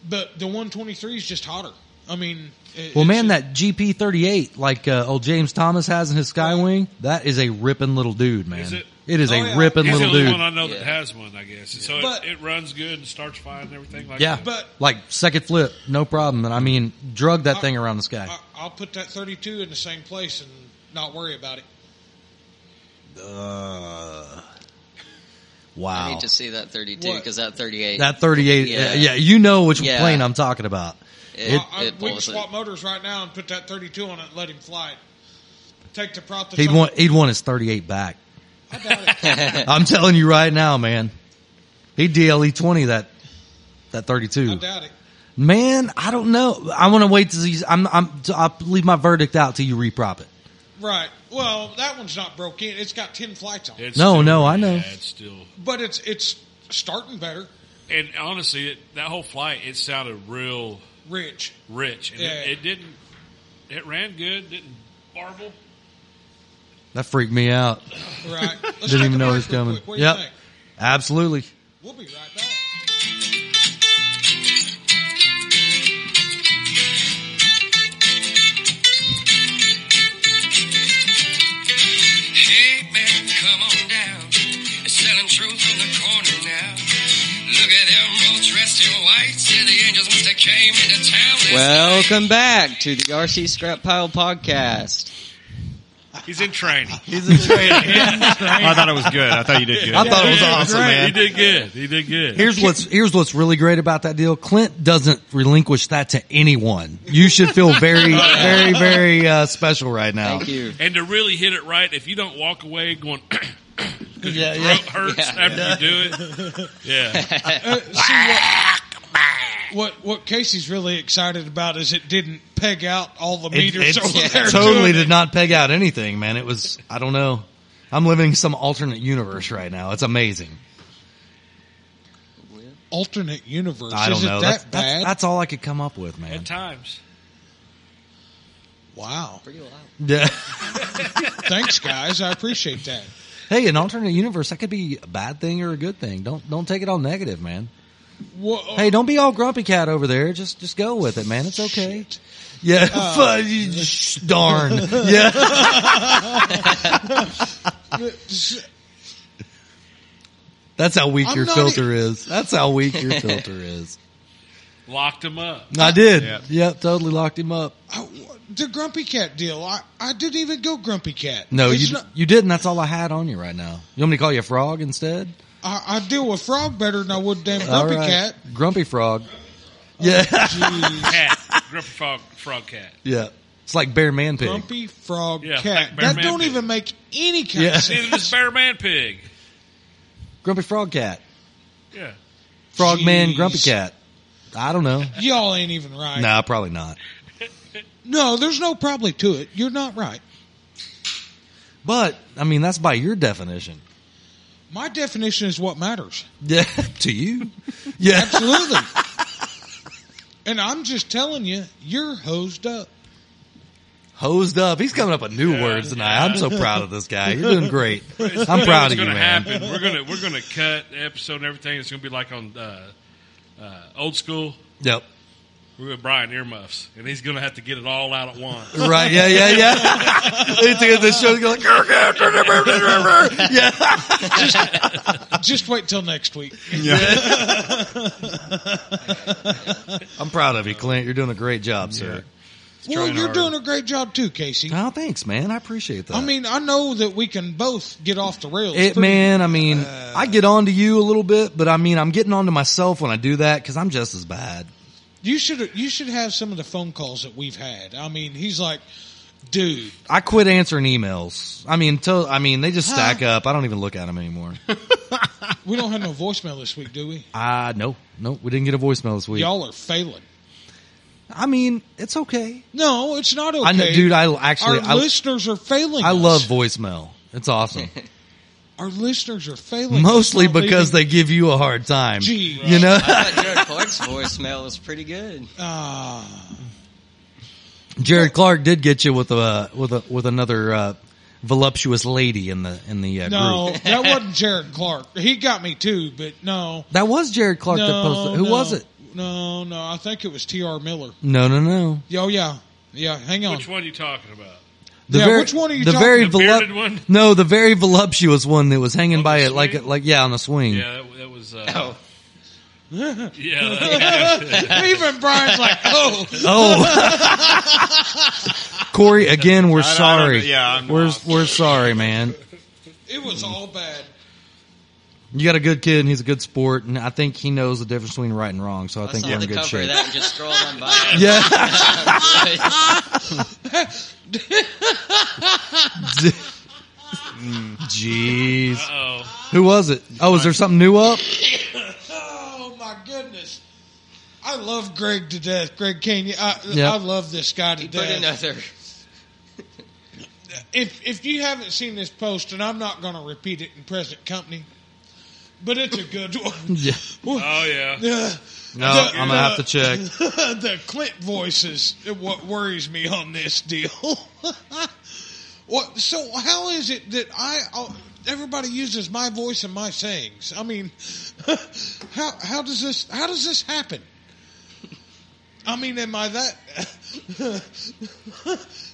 Speaker 3: but the 123 is just hotter. I mean, it,
Speaker 1: Well,
Speaker 3: it's
Speaker 1: man,
Speaker 3: just-
Speaker 1: that GP thirty eight, like uh, old James Thomas has in his Skywing, that is a ripping little dude, man.
Speaker 4: Is it?
Speaker 1: It is
Speaker 3: Oh,
Speaker 1: a
Speaker 3: yeah.
Speaker 1: ripping
Speaker 4: He's the
Speaker 1: little
Speaker 4: only
Speaker 1: dude.
Speaker 4: one I know that
Speaker 2: Yeah.
Speaker 4: has one, I guess. So
Speaker 3: But-
Speaker 4: it, it runs good and starts fine and everything like
Speaker 1: yeah,
Speaker 4: that.
Speaker 3: But-
Speaker 1: like second flip, no problem. And I mean, drug that thing around the sky.
Speaker 3: I, I'll put that 32 in the same place and not worry about it. Uh,
Speaker 1: wow,
Speaker 2: I need to see that 32
Speaker 3: What?
Speaker 2: because that 38.
Speaker 1: that thirty eight. Yeah.
Speaker 2: Yeah.
Speaker 1: yeah, you know which
Speaker 2: Yeah.
Speaker 1: plane I'm talking about.
Speaker 2: It-
Speaker 3: I, I,
Speaker 2: it
Speaker 3: we can
Speaker 2: blows it.
Speaker 3: swap motors right now and put that 32 on it. and Let him fly it. Take the prop. that's
Speaker 1: He'd
Speaker 3: on-
Speaker 1: want he'd want his thirty eight
Speaker 2: [laughs]
Speaker 1: back.
Speaker 3: I doubt it.
Speaker 1: I'm telling you right now, man. He DLE twenty that that thirty
Speaker 3: I
Speaker 1: [laughs] two.
Speaker 3: doubt it.
Speaker 1: Man, I don't know. I want to wait to see. I'm I'm I'll leave my verdict out till you reprop it.
Speaker 3: Right. Well, that one's not broke in. It's got 10 flights on it,
Speaker 4: It's
Speaker 1: No,
Speaker 4: still-
Speaker 1: no, I know.
Speaker 4: Yeah, it's still.
Speaker 3: but it's it's starting better.
Speaker 4: And honestly, it, that whole flight it sounded real
Speaker 3: Rich.
Speaker 4: rich. And
Speaker 3: Yeah.
Speaker 4: it, it didn't. It ran good. Didn't marvel.
Speaker 1: That freaked me out. [laughs]
Speaker 3: Right. Let's take
Speaker 1: Didn't
Speaker 3: a
Speaker 1: even know it
Speaker 3: break
Speaker 1: was
Speaker 3: real
Speaker 1: coming.
Speaker 3: quick. What do you
Speaker 1: Yep,
Speaker 3: think?
Speaker 1: absolutely.
Speaker 3: We'll be right back.
Speaker 7: Hey man, come on down. Selling truth in the corner now. Look at them all dressed in white. Say the angels must have came into town. last
Speaker 2: Welcome back to the RC Scrap Pile Podcast.
Speaker 4: He's
Speaker 1: [laughs]
Speaker 4: in training.
Speaker 1: He's in training.
Speaker 5: I thought it was good. I thought you [laughs] did good.
Speaker 1: I thought it was
Speaker 4: Yeah,
Speaker 1: awesome,
Speaker 4: great. He
Speaker 1: man.
Speaker 4: did good. He did good.
Speaker 1: Here's what's here's what's really great about that deal. Clint doesn't relinquish that to anyone. You should feel very very very uh, special right now.
Speaker 2: Thank you.
Speaker 4: and to really hit it right, if you don't walk away going, [clears throat]
Speaker 1: Yeah,
Speaker 4: throat
Speaker 1: yeah.
Speaker 4: hurts
Speaker 2: Yeah.
Speaker 4: after you do it. Yeah,
Speaker 3: Uh,
Speaker 1: [laughs]
Speaker 3: What what Casey's really excited about is it didn't peg out all the
Speaker 1: It,
Speaker 3: meters
Speaker 1: it's-
Speaker 3: over there.
Speaker 1: totally
Speaker 3: doing
Speaker 1: did
Speaker 3: it.
Speaker 1: not peg out anything, man. It was I don't know. I'm living some alternate universe right now. It's amazing.
Speaker 3: alternate universe.
Speaker 1: I don't
Speaker 3: is
Speaker 1: know.
Speaker 3: it
Speaker 1: That's,
Speaker 3: that
Speaker 1: that's,
Speaker 3: bad?
Speaker 1: that's all I could come up with, man.
Speaker 4: at times.
Speaker 3: Wow.
Speaker 2: Pretty loud.
Speaker 1: Yeah. [laughs]
Speaker 3: Thanks, guys. I appreciate that.
Speaker 1: hey, an alternate universe that could be a bad thing or a good thing. Don't don't take it all negative, man.
Speaker 3: Well,
Speaker 1: Hey, don't be all grumpy cat over there. Just just go with it, man. It's okay. Yeah, [laughs] Fudge. darn. Yeah, that's how weak
Speaker 3: I'm
Speaker 1: your
Speaker 3: not
Speaker 1: filter is. That's how weak [laughs] your filter is.
Speaker 4: Locked him up.
Speaker 1: I did.
Speaker 5: Yeah.
Speaker 1: Yep, totally locked him up.
Speaker 3: I, the Grumpy Cat deal. I, I didn't even go Grumpy Cat.
Speaker 1: No,
Speaker 3: It's
Speaker 1: you
Speaker 3: not-
Speaker 1: you didn't. That's all I had on you right now. You want me to call you a frog instead?
Speaker 3: I, I deal with Frog better than I would damn
Speaker 1: All
Speaker 3: Grumpy
Speaker 1: right. [laughs]
Speaker 3: Cat.
Speaker 1: Grumpy frog. Yeah, [laughs]
Speaker 3: Jeez.
Speaker 4: Cat. Grumpy frog, frog cat.
Speaker 1: yeah. It's like bear man pig.
Speaker 3: Grumpy Frog
Speaker 4: Yeah,
Speaker 3: Cat.
Speaker 4: like Bear
Speaker 3: that
Speaker 4: Man
Speaker 3: don't
Speaker 4: Pig.
Speaker 3: even make any kind
Speaker 1: Yeah.
Speaker 3: of
Speaker 4: Neither
Speaker 3: sense.
Speaker 4: does Bear Man Pig.
Speaker 1: Grumpy frog cat.
Speaker 4: Yeah.
Speaker 1: Frog man.
Speaker 3: Jeez.
Speaker 1: Grumpy cat. I don't know.
Speaker 3: Y'all ain't even right.
Speaker 1: Nah, probably not.
Speaker 3: No, there's no probably to it. You're not right.
Speaker 1: But I mean, that's by your definition.
Speaker 3: My definition is what matters.
Speaker 1: [laughs] Yeah, to you. [laughs] Yeah, [laughs]
Speaker 3: Absolutely. and I'm just telling you, you're hosed up.
Speaker 1: hosed up. He's coming up with new
Speaker 4: Yeah,
Speaker 1: words tonight.
Speaker 4: yeah.
Speaker 1: I'm so proud of this guy. You're doing great. I'm
Speaker 4: [laughs] It's
Speaker 1: proud of you,
Speaker 4: gonna
Speaker 1: man.
Speaker 4: Happen. We're gonna we're gonna cut the episode and everything. It's gonna be like on uh, uh, old school.
Speaker 1: Yep.
Speaker 4: We're gonna Brian earmuffs, and he's gonna have to get it all out at once.
Speaker 1: Right. Yeah. Yeah. Yeah. [laughs] they took this show. They go like, yeah.
Speaker 3: Just wait till next week.
Speaker 1: [laughs] I'm proud of you, Clint. You're doing a great job, sir.
Speaker 3: well,
Speaker 5: trying
Speaker 3: you're
Speaker 5: harder.
Speaker 3: doing a great job too, Casey.
Speaker 1: Oh, thanks, man. I appreciate that.
Speaker 3: I mean, I know that we can both get off the rails.
Speaker 1: it,
Speaker 3: pretty-
Speaker 1: man. I mean, I get on to you a little bit, but I mean, I'm getting on to myself when I do that because I'm just as bad.
Speaker 3: You should you should have some of the phone calls that we've had. I mean, he's like, dude,
Speaker 1: I quit answering emails. I mean, to, I mean, they just
Speaker 3: Huh?
Speaker 1: stack up. I don't even look at them
Speaker 3: [laughs]
Speaker 1: anymore.
Speaker 3: we don't have no voicemail this week, do we?
Speaker 1: Ah, no, no, we didn't get a voicemail this week.
Speaker 3: Y'all are failing.
Speaker 1: I mean, it's okay.
Speaker 3: No, it's not okay.
Speaker 1: I know, dude. I actually,
Speaker 3: Our
Speaker 1: I,
Speaker 3: listeners are failing.
Speaker 1: I
Speaker 3: us.
Speaker 1: love voicemail. It's
Speaker 3: [laughs]
Speaker 1: awesome,
Speaker 3: our listeners are failing. us,
Speaker 1: mostly
Speaker 3: not
Speaker 1: because
Speaker 3: leaving-
Speaker 1: they give you a hard time.
Speaker 3: Gee.
Speaker 1: You know,
Speaker 2: I thought Jared Clark's voicemail was pretty good.
Speaker 3: Ah,
Speaker 1: [laughs] Jared Clark did get you with a with a with another uh, voluptuous lady in the in the uh,
Speaker 3: no,
Speaker 1: group.
Speaker 3: that wasn't Jared Clark. He got me too, but no,
Speaker 1: That was Jared Clark
Speaker 3: no,
Speaker 1: that posted. Who
Speaker 3: no.
Speaker 1: was it?
Speaker 3: No, no, I think it was T.R. Miller.
Speaker 1: No, no, no.
Speaker 3: Oh yeah, yeah. Hang on.
Speaker 4: Which one are you talking about?
Speaker 1: The
Speaker 3: Yeah,
Speaker 1: very,
Speaker 3: which one are you
Speaker 1: the
Speaker 3: talking-
Speaker 1: very
Speaker 4: The bearded one?
Speaker 1: No, the very voluptuous one that was hanging
Speaker 4: On
Speaker 1: by
Speaker 4: the
Speaker 1: it, like
Speaker 4: swing?
Speaker 1: like yeah, on the swing.
Speaker 4: Yeah, that, that was. Uh,
Speaker 2: Oh.
Speaker 4: yeah,
Speaker 3: [laughs]
Speaker 4: that-
Speaker 3: Even Brian's like, oh,
Speaker 1: [laughs]
Speaker 4: [laughs]
Speaker 1: Oh, Corey, again, we're
Speaker 5: I don't-
Speaker 1: sorry.
Speaker 5: yeah, I'm
Speaker 1: we're
Speaker 5: not.
Speaker 1: we're sorry, man.
Speaker 3: it was all bad.
Speaker 1: You got a good kid, and he's a good sport, and I think he knows the difference between right and wrong. So I,
Speaker 2: I
Speaker 1: think
Speaker 2: saw
Speaker 1: we're
Speaker 2: the
Speaker 1: in good
Speaker 2: cover of
Speaker 1: shape.
Speaker 2: that and just scrolled on by. [laughs]
Speaker 1: Yeah, [laughs] jeez.
Speaker 4: oh,
Speaker 1: Who was it? Oh, is there something new up?
Speaker 3: Oh my goodness. I love Greg to death. Greg Kane. I,
Speaker 1: Yeah.
Speaker 3: I love this guy to
Speaker 2: He put
Speaker 3: death.
Speaker 2: another.
Speaker 3: If if you haven't seen this post, and I'm not going to repeat it in present company, but it's a
Speaker 1: [laughs]
Speaker 3: good one.
Speaker 1: Yeah.
Speaker 3: [laughs]
Speaker 4: oh yeah.
Speaker 3: Uh,
Speaker 1: No,
Speaker 3: the-
Speaker 1: I'm gonna have to
Speaker 3: the-
Speaker 1: check.
Speaker 3: [laughs] the Clint voice is what worries me on this deal. [laughs] what? So how is it that I? oh, everybody uses my voice and my sayings. I mean, [laughs] how how does this how does this happen? I mean, am I that?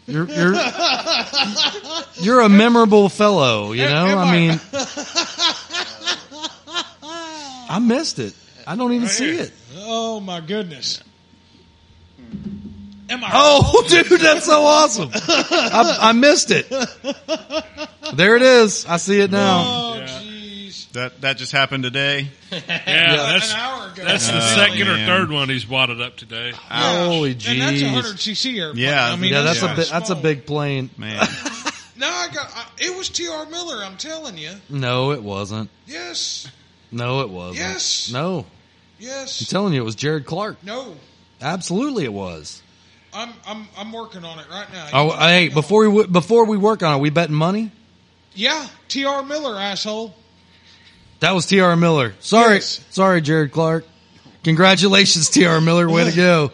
Speaker 1: You're you're you're a memorable fellow. You know,
Speaker 3: Am
Speaker 1: I
Speaker 3: I- [laughs]
Speaker 1: mean, I missed it. I don't even see
Speaker 4: here.
Speaker 1: it.
Speaker 3: [laughs] oh my goodness! Am I?
Speaker 1: Oh, [laughs] dude, that's so awesome! I, I missed it. There it is. I see it now.
Speaker 3: Oh,
Speaker 4: Yeah.
Speaker 3: jeez!
Speaker 5: That that just happened today.
Speaker 4: Yeah,
Speaker 3: An
Speaker 4: that's
Speaker 3: hour ago.
Speaker 4: that's the
Speaker 5: Oh,
Speaker 4: second or
Speaker 5: man.
Speaker 4: third one he's wadded up today.
Speaker 1: Holy
Speaker 3: And that's a
Speaker 1: jeez.
Speaker 3: hundred cc airplane.
Speaker 5: Yeah,
Speaker 3: I mean,
Speaker 1: yeah, that's
Speaker 5: yeah.
Speaker 1: a big, that's a
Speaker 3: small.
Speaker 1: big plane.
Speaker 5: Man,
Speaker 3: No, I got. I, it was T.R. Miller. I'm telling you.
Speaker 1: No, it wasn't.
Speaker 3: Yes.
Speaker 1: No, it wasn't.
Speaker 3: Yes.
Speaker 1: No, I'm
Speaker 3: Yes.
Speaker 1: telling you, it was Jared Clark.
Speaker 3: No.
Speaker 1: Absolutely, it was.
Speaker 3: I'm I'm I'm working on it right now.
Speaker 1: Oh, hey, before we w- before we work on it, we betting money.
Speaker 3: Yeah, T.R. Miller,
Speaker 1: [laughs]
Speaker 3: asshole.
Speaker 1: That was T.R. Miller. Sorry,
Speaker 3: Yes.
Speaker 1: sorry, Jared Clark. Congratulations, T.R. Miller. Way to go.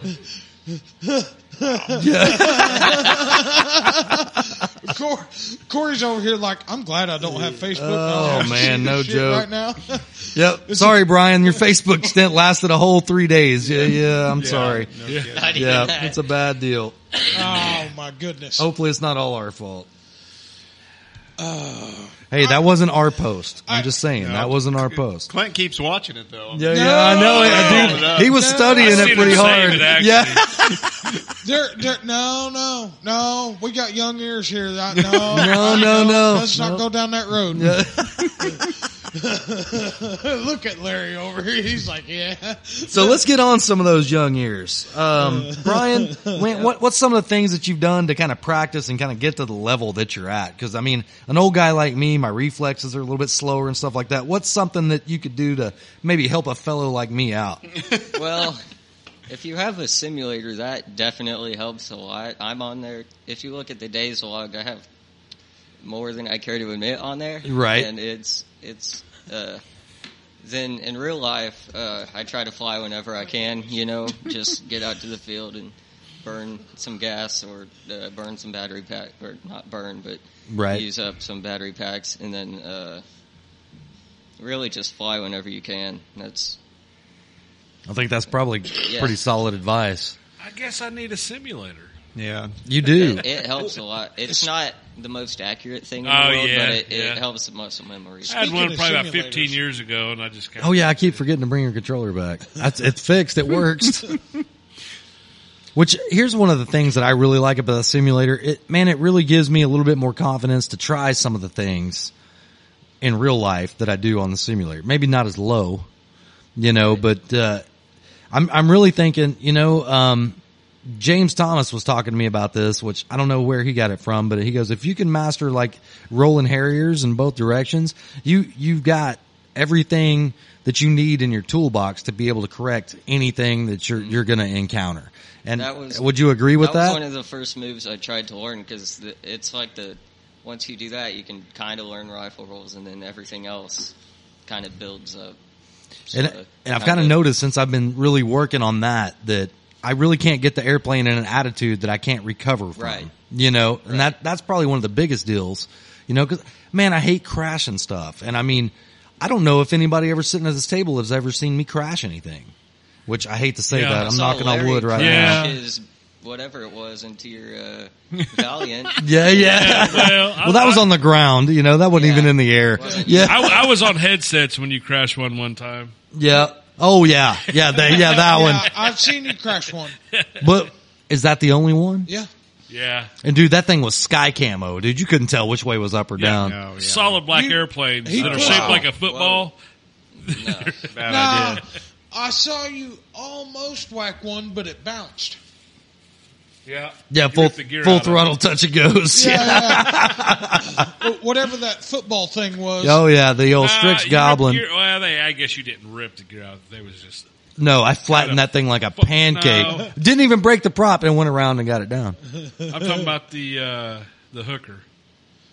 Speaker 3: Cor- Corey's over here like, I'm glad I don't have Facebook.
Speaker 1: Oh,
Speaker 3: I don't have to
Speaker 1: man,
Speaker 3: see
Speaker 1: no
Speaker 3: this shit
Speaker 1: joke.
Speaker 3: Right now, [laughs]
Speaker 1: Yep. Sorry, Brian. Your Facebook stint lasted a whole three days. Yeah, yeah. I'm sorry.
Speaker 2: Not even
Speaker 1: Yeah,
Speaker 2: that.
Speaker 1: it's a bad deal.
Speaker 3: oh my goodness.
Speaker 1: Hopefully, it's not all our fault. hey, that wasn't our post. I'm
Speaker 3: I-
Speaker 1: just saying that wasn't our post.
Speaker 5: [laughs] Clint keeps watching it though.
Speaker 1: Yeah, yeah, I know it.
Speaker 5: No,
Speaker 1: Dude, he was
Speaker 3: no.
Speaker 1: studying
Speaker 4: I've seen
Speaker 1: it
Speaker 4: him
Speaker 1: pretty
Speaker 4: save
Speaker 1: hard.
Speaker 4: it, actually.
Speaker 1: yeah,
Speaker 3: There, there, no, no, no. We got young ears here. I- No,
Speaker 1: [laughs]
Speaker 3: no,
Speaker 1: no, no.
Speaker 3: Let's not
Speaker 1: Nope.
Speaker 3: go down that road. [laughs] Look at Larry over here. He's like, yeah.
Speaker 1: So let's get on some of those young ears. Um, Brian, when, what, what's some of the things that you've done to kind of practice and kind of get to the level that you're at? Because I mean, an old guy like me, my reflexes are a little bit slower and stuff like that. What's something that you could do to maybe help a fellow like me out?
Speaker 2: well, if you have a simulator, that definitely helps a lot. I'm on there. If you look at the days log, I have more than I care to admit on there.
Speaker 1: Right.
Speaker 2: And it's it's uh, then in real life, uh, I try to fly whenever I can. You know,
Speaker 1: [laughs]
Speaker 2: just get out to the field and burn some gas or uh, burn some battery pack or not burn, but
Speaker 1: Right.
Speaker 2: use up some battery packs and then. Uh, Really, just fly whenever you can. That's
Speaker 1: I think that's probably
Speaker 2: Yeah.
Speaker 1: pretty solid advice.
Speaker 4: I guess I need a simulator.
Speaker 5: Yeah.
Speaker 1: You do.
Speaker 2: It, it helps a lot. It's not the most accurate thing in
Speaker 4: Oh,
Speaker 2: the world,
Speaker 4: yeah,
Speaker 2: but it,
Speaker 4: yeah.
Speaker 2: it helps with muscle memory.
Speaker 4: I had
Speaker 3: Speaking
Speaker 4: one
Speaker 3: of
Speaker 4: probably about
Speaker 3: simulators.
Speaker 4: 15 years ago, and I just kind
Speaker 1: Oh yeah, I keep forgetting to bring your controller back. That's, it's fixed. It works. Which here's one of the things that I really like about the simulator. It man, it really gives me a little bit more confidence to try some of the things in real life that I do on the simulator. Maybe not as low, you know, but uh, I'm I'm really thinking, you know, um, James Thomas was talking to me about this, which I don't know where he got it from, but he goes, if you can master like rolling harriers in both directions, you, you've got everything that you need in your toolbox to be able to correct anything that you're, you're going to encounter. And
Speaker 2: That was-
Speaker 1: would you agree with
Speaker 2: was
Speaker 1: that?
Speaker 2: one of the first moves I tried to learn because it's like the once you do that, you can kind of learn rifle rolls, and then everything else kind of builds up.
Speaker 1: and, and I've kind of noticed since I've been really working on that that I really can't get the airplane in an attitude that I can't recover from.
Speaker 2: Right.
Speaker 1: You know, and that that's probably one of the biggest deals. You know, because man, I hate crashing stuff, and I mean, I don't know if anybody ever sitting at this table has ever seen me crash anything. Which I hate to say
Speaker 4: Yeah.
Speaker 1: that
Speaker 4: I
Speaker 1: I'm knocking on wood right now.
Speaker 4: crash.
Speaker 2: Is whatever it was into your
Speaker 5: [laughs]
Speaker 2: uh, Valiant.
Speaker 1: Yeah, yeah.
Speaker 4: of. [laughs] Well, I-
Speaker 1: Well, that was
Speaker 4: I-
Speaker 1: on the ground. You know, that wasn't
Speaker 2: Yeah.
Speaker 1: even in the air.
Speaker 2: Wasn't-
Speaker 1: Yeah,
Speaker 4: I, I was on headsets when you crashed one one time.
Speaker 1: yeah. Oh yeah, yeah, that, [laughs] yeah. That one.
Speaker 3: Yeah, I've seen you
Speaker 1: [laughs]
Speaker 3: crash one.
Speaker 1: But is that the only one?
Speaker 3: Yeah.
Speaker 4: Yeah.
Speaker 1: And dude, that thing was sky camo, dude. You couldn't tell which way was up or down.
Speaker 5: Oh, yeah.
Speaker 4: solid black
Speaker 3: You-
Speaker 4: airplanes
Speaker 3: he
Speaker 4: that are
Speaker 3: put-
Speaker 4: shaped
Speaker 5: Wow.
Speaker 4: like a football.
Speaker 5: Bad
Speaker 3: Nah,
Speaker 5: idea.
Speaker 3: I saw you almost whack one, but it bounced.
Speaker 4: Yeah,
Speaker 1: Yeah,
Speaker 4: You
Speaker 1: full
Speaker 4: ripped the gear
Speaker 1: full
Speaker 4: out of it.
Speaker 1: throttle touch it goes. Yeah.
Speaker 3: But Whatever that football thing was.
Speaker 1: [laughs] Oh yeah, the old
Speaker 4: Uh, you
Speaker 1: Strix
Speaker 4: ripped
Speaker 1: Goblin.
Speaker 4: the gear- well, they, I guess you didn't rip the gear out. They was just
Speaker 1: no, I flattened that thing like a pancake.
Speaker 4: No.
Speaker 1: Didn't even break the prop and went around and got it down.
Speaker 4: I'm talking about the uh, the hooker.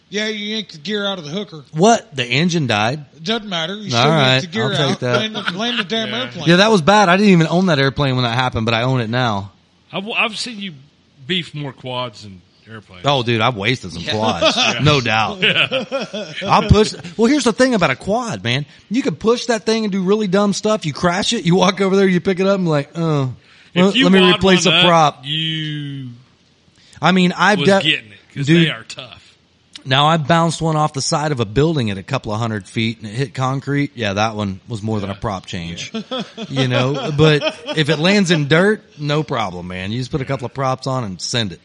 Speaker 3: Yeah, you yanked the gear out of the hooker.
Speaker 1: What? The engine died.
Speaker 3: Doesn't matter. You
Speaker 1: All
Speaker 3: still
Speaker 1: right,
Speaker 3: yanked the gear
Speaker 1: I'll take
Speaker 3: out.
Speaker 1: that.
Speaker 3: Land, the- land the damn
Speaker 4: Yeah.
Speaker 3: airplane.
Speaker 1: Yeah, that was bad. I didn't even own that airplane when that happened, but I own it now.
Speaker 4: I've, I've seen you beef more quads than airplanes.
Speaker 1: Oh, dude, I've wasted some
Speaker 4: [laughs]
Speaker 1: quads, no doubt. I push. Well, here's the thing about a quad, man. You can push that thing and do really dumb stuff. You crash it, you walk over there, you pick it up, and like, oh, let,
Speaker 4: you
Speaker 1: let me
Speaker 4: wad
Speaker 1: replace
Speaker 4: one
Speaker 1: a
Speaker 4: up,
Speaker 1: prop.
Speaker 4: You
Speaker 1: I mean, I've
Speaker 4: was
Speaker 1: got
Speaker 4: getting it because
Speaker 1: dude.
Speaker 4: they are tough.
Speaker 1: now I bounced one off the side of a building at a couple of hundred feet and it hit concrete. Yeah, that one was more than a prop change,
Speaker 4: [laughs]
Speaker 1: you know. But if it lands in dirt, no problem, man. You just put a couple of props on and send it.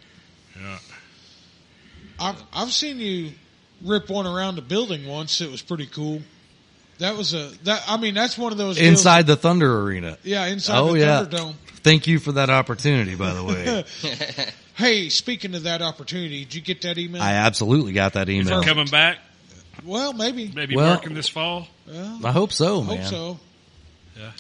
Speaker 3: I've, I've seen you rip one around a building once. It was pretty cool. That was a that. I mean, that's one of those deals-
Speaker 1: Inside the Thunder Arena.
Speaker 3: yeah, inside
Speaker 1: Oh,
Speaker 3: the
Speaker 1: yeah.
Speaker 3: Thunderdome.
Speaker 1: Thank you for that opportunity, by the
Speaker 4: [laughs]
Speaker 1: way.
Speaker 3: Hey, speaking of that opportunity, did you get that email?
Speaker 1: I absolutely got that email.
Speaker 4: Coming back,
Speaker 3: well, maybe.
Speaker 4: maybe
Speaker 1: Well-
Speaker 4: working this fall.
Speaker 3: Well,
Speaker 1: I hope so,
Speaker 3: hope
Speaker 1: man.
Speaker 3: so.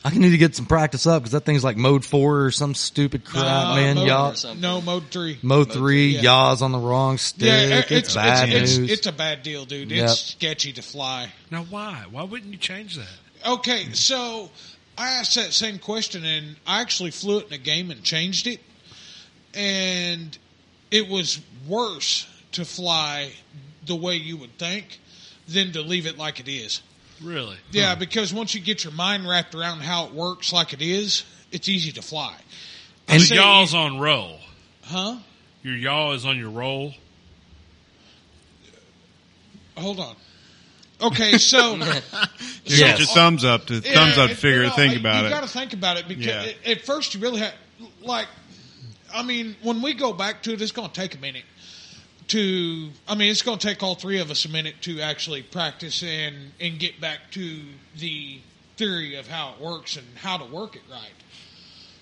Speaker 1: I need to get some practice up because that thing's like mode four or some stupid crap,
Speaker 3: Nah,
Speaker 1: man.
Speaker 3: mode
Speaker 1: Y'all,
Speaker 2: or something.
Speaker 3: Uh, No mode three.
Speaker 1: mode three,
Speaker 3: yeah.
Speaker 1: y'all's on the wrong stick.
Speaker 3: yeah,
Speaker 1: it's, bad
Speaker 3: it's,
Speaker 1: news.
Speaker 3: It's, a bad deal, dude.
Speaker 1: Yep.
Speaker 3: It's sketchy to fly.
Speaker 4: Now, why? Why wouldn't you change that?
Speaker 3: Okay, so I asked that same question, and I actually flew it in a game and changed it. and it was worse to fly the way you would think than to leave it like it is.
Speaker 4: Really?
Speaker 1: Hmm.
Speaker 3: Yeah, because once you get your mind wrapped around how it works like it is, it's easy to fly.
Speaker 4: Your
Speaker 3: say-
Speaker 4: yaw's on roll.
Speaker 3: Huh?
Speaker 4: Your yaw is on your roll.
Speaker 3: Hold on. Okay, so
Speaker 1: [laughs]
Speaker 5: Just
Speaker 1: Yes.
Speaker 5: get your thumbs up to thumbs up.
Speaker 3: it-
Speaker 5: Figure,
Speaker 3: no,
Speaker 5: think
Speaker 3: you-
Speaker 5: about
Speaker 3: you
Speaker 5: it.
Speaker 3: got to think about it because
Speaker 5: Yeah.
Speaker 3: at- at first you really have like. I mean, when we go back to it, it's going to take a minute to. I mean, it's going to take all three of us a minute to actually practice and and get back to the theory of how it works and how to work it right.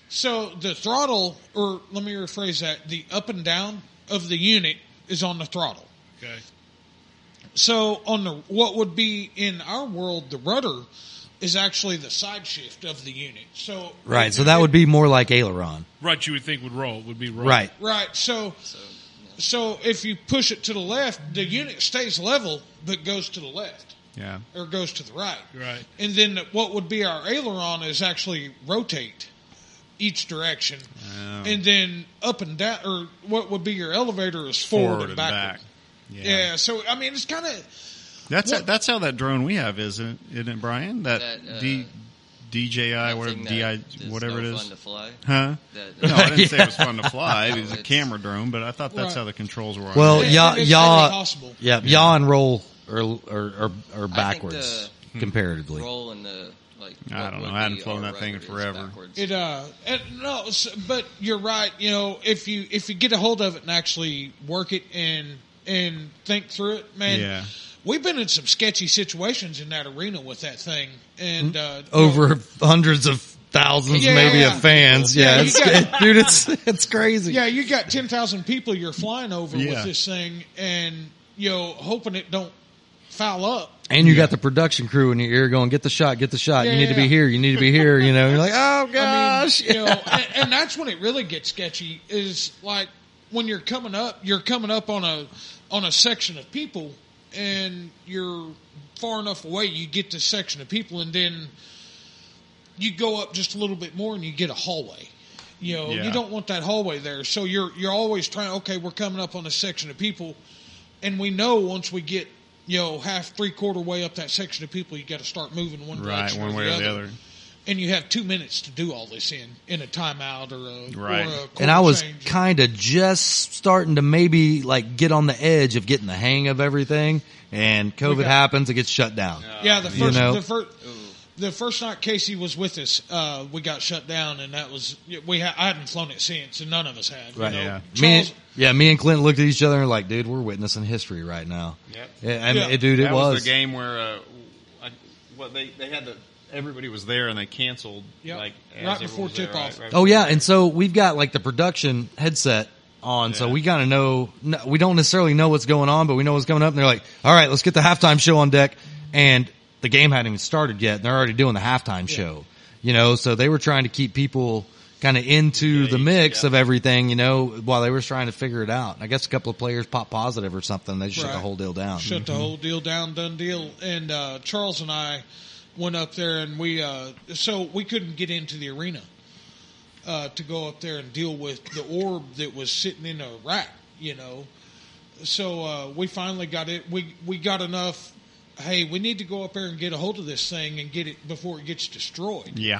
Speaker 3: So the throttle, or let me rephrase that: the up and down of the unit is on the throttle.
Speaker 4: Okay.
Speaker 3: So on the what would be in our world the rudder is actually the side shift of the unit. So
Speaker 1: Right. So that would be more like aileron.
Speaker 4: Right, you would think would roll would be roll.
Speaker 1: Right.
Speaker 3: right. So
Speaker 2: So, yeah.
Speaker 3: so if you push it to the left, the unit stays level but goes to the left
Speaker 5: yeah.
Speaker 3: or goes to the right.
Speaker 4: Right.
Speaker 3: And then what would be our aileron is actually rotate each direction,
Speaker 5: Oh.
Speaker 3: and then up and down, or what would be your elevator is forward,
Speaker 5: Forward
Speaker 3: and
Speaker 5: and
Speaker 3: backward.
Speaker 5: back.
Speaker 3: Yeah. So I mean, it's kind of
Speaker 5: That's
Speaker 3: What-
Speaker 5: that's how that drone we have is, isn't it, isn't it Brian? That,
Speaker 2: That, uh,
Speaker 5: D, DJI,
Speaker 2: That
Speaker 5: whatever,
Speaker 2: thing that
Speaker 5: DI,
Speaker 2: is
Speaker 5: whatever
Speaker 2: no
Speaker 5: it
Speaker 2: Fun
Speaker 5: is.
Speaker 2: to fly.
Speaker 5: Huh?
Speaker 2: That- [laughs]
Speaker 5: No, I didn't say it was fun to fly. It was a
Speaker 2: It's-
Speaker 5: camera drone, but I thought that's
Speaker 3: Right.
Speaker 5: how the controls were. on
Speaker 1: Well,
Speaker 5: it.
Speaker 3: It-
Speaker 1: yaw,
Speaker 3: it's
Speaker 1: yaw,
Speaker 3: every possible.
Speaker 1: yeah, yaw and roll are are, are, are
Speaker 2: the-
Speaker 1: backwards comparatively.
Speaker 2: Roll in the like.
Speaker 5: I
Speaker 2: what
Speaker 5: don't
Speaker 2: would
Speaker 5: know. I hadn't
Speaker 2: be
Speaker 5: flown
Speaker 2: our
Speaker 5: that thing in
Speaker 2: rudder is
Speaker 5: forever.
Speaker 2: backwards.
Speaker 3: It uh, it, no, s- but you're right. You know, if you if you get a hold of it and actually work it and and think through it, man.
Speaker 5: Yeah.
Speaker 3: We've been in some sketchy situations in that arena with that thing,
Speaker 5: Hmm?
Speaker 3: and uh,
Speaker 1: Over hundreds of thousands,
Speaker 3: Yeah,
Speaker 1: maybe
Speaker 3: yeah.
Speaker 1: of fans. Yeah,
Speaker 3: Yeah, you
Speaker 1: it's,
Speaker 3: got-
Speaker 1: [laughs] dude, it's it's crazy.
Speaker 3: Yeah, you got ten thousand people you're flying over
Speaker 5: Yeah.
Speaker 3: with this thing, and you know, hoping it don't foul up.
Speaker 1: And you got the production crew in your ear going, "Get the shot, get the shot.
Speaker 3: Yeah,
Speaker 1: you need to
Speaker 3: yeah.
Speaker 1: be here. You need to be here." You know, you're like, "Oh gosh."
Speaker 3: [laughs] I mean, you know, and, and that's when it really gets sketchy. Is like when you're coming up, you're coming up on a on a section of people, and you're far enough away. You get this section of people, and then you go up just a little bit more, and you get a hallway. You know,
Speaker 5: Yeah.
Speaker 3: you don't want that hallway there. So you're you're always trying. Okay, we're coming up on a section of people, and we know once we get. You know, half three quarter way up that section of people, you got to start moving one
Speaker 5: Right,
Speaker 3: direction
Speaker 5: one way or the other.
Speaker 3: and you have two minutes to do all this in in a timeout or a
Speaker 5: Right.
Speaker 3: Or a
Speaker 1: and I
Speaker 3: quarter
Speaker 1: was
Speaker 3: change.
Speaker 1: kind of just starting to maybe like get on the edge of getting the hang of everything, and COVID
Speaker 3: got-
Speaker 1: happens, it gets shut down.
Speaker 3: yeah the first
Speaker 1: you know.
Speaker 3: the first the first night Casey was with us, uh, we got shut down, and that was we ha- I hadn't flown it since, and none of us had. you
Speaker 1: Right.
Speaker 3: know.
Speaker 5: Yeah.
Speaker 1: Me
Speaker 3: Charles-
Speaker 1: and, yeah, me and Clint looked at each other and were like, dude, we're witnessing history right now.
Speaker 5: Yep.
Speaker 1: Yeah, I mean,
Speaker 3: Yeah.
Speaker 1: dude, it
Speaker 5: that
Speaker 1: was.
Speaker 5: was. the game where uh, I, well, they they had the everybody was there and they canceled
Speaker 3: Yep.
Speaker 5: like as
Speaker 3: Right
Speaker 5: everyone
Speaker 3: before
Speaker 5: was there,
Speaker 3: tip-off.
Speaker 5: right, right
Speaker 1: Oh
Speaker 5: before-
Speaker 1: yeah, and so we've got like the production headset on, so
Speaker 5: Yeah.
Speaker 1: we gotta know. No, we don't necessarily know what's going on, but we know what's coming up. And they're like, "All right, let's get the halftime show on deck," and the game hadn't even started yet, and they're already doing the halftime show. You know, so they were trying to keep people kind of into the mix
Speaker 5: yeah.
Speaker 1: of everything. You know, while they were trying to figure it out. And I guess a couple of players pop positive or something. They just shut
Speaker 3: Right.
Speaker 1: the whole deal down.
Speaker 3: shut the whole deal down, done deal. And uh, Charles and I went up there, and we uh, so we couldn't get into the arena uh, to go up there and deal with the orb that was sitting in a rack, you know. So uh, we finally got it. We we got enough. Hey, we need to go up there and get a hold of this thing and get it before it gets destroyed.
Speaker 5: yeah,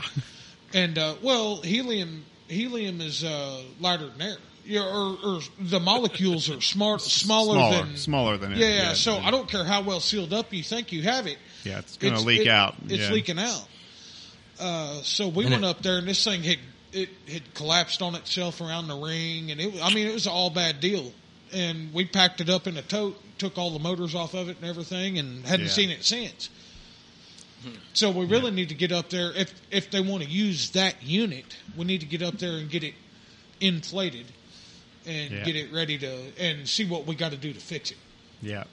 Speaker 3: And uh, well, helium helium is uh, lighter than air. Yeah, or, or the molecules are smart, smaller,
Speaker 5: smaller
Speaker 3: than
Speaker 5: smaller than it-
Speaker 3: yeah, yeah. So
Speaker 5: than-
Speaker 3: I don't care how well sealed up you think you have it.
Speaker 5: Yeah, it's gonna
Speaker 3: it's-
Speaker 5: leak
Speaker 3: it-
Speaker 5: out.
Speaker 3: It's
Speaker 5: Yeah.
Speaker 3: leaking out. Uh, so we
Speaker 1: And
Speaker 3: went
Speaker 1: it-
Speaker 3: up there, and this thing had it had collapsed on itself around the ring, and it. I mean, it was an all bad deal. And we packed it up in a tote, took all the motors off of it and everything, and hadn't
Speaker 5: Yeah.
Speaker 3: seen it since.
Speaker 1: Hmm.
Speaker 3: So we really need to get up there if if they want to use that unit, we need to get up there and get it inflated and
Speaker 5: Yeah.
Speaker 3: get it ready to and see what we got to do to fix it.
Speaker 5: yeah.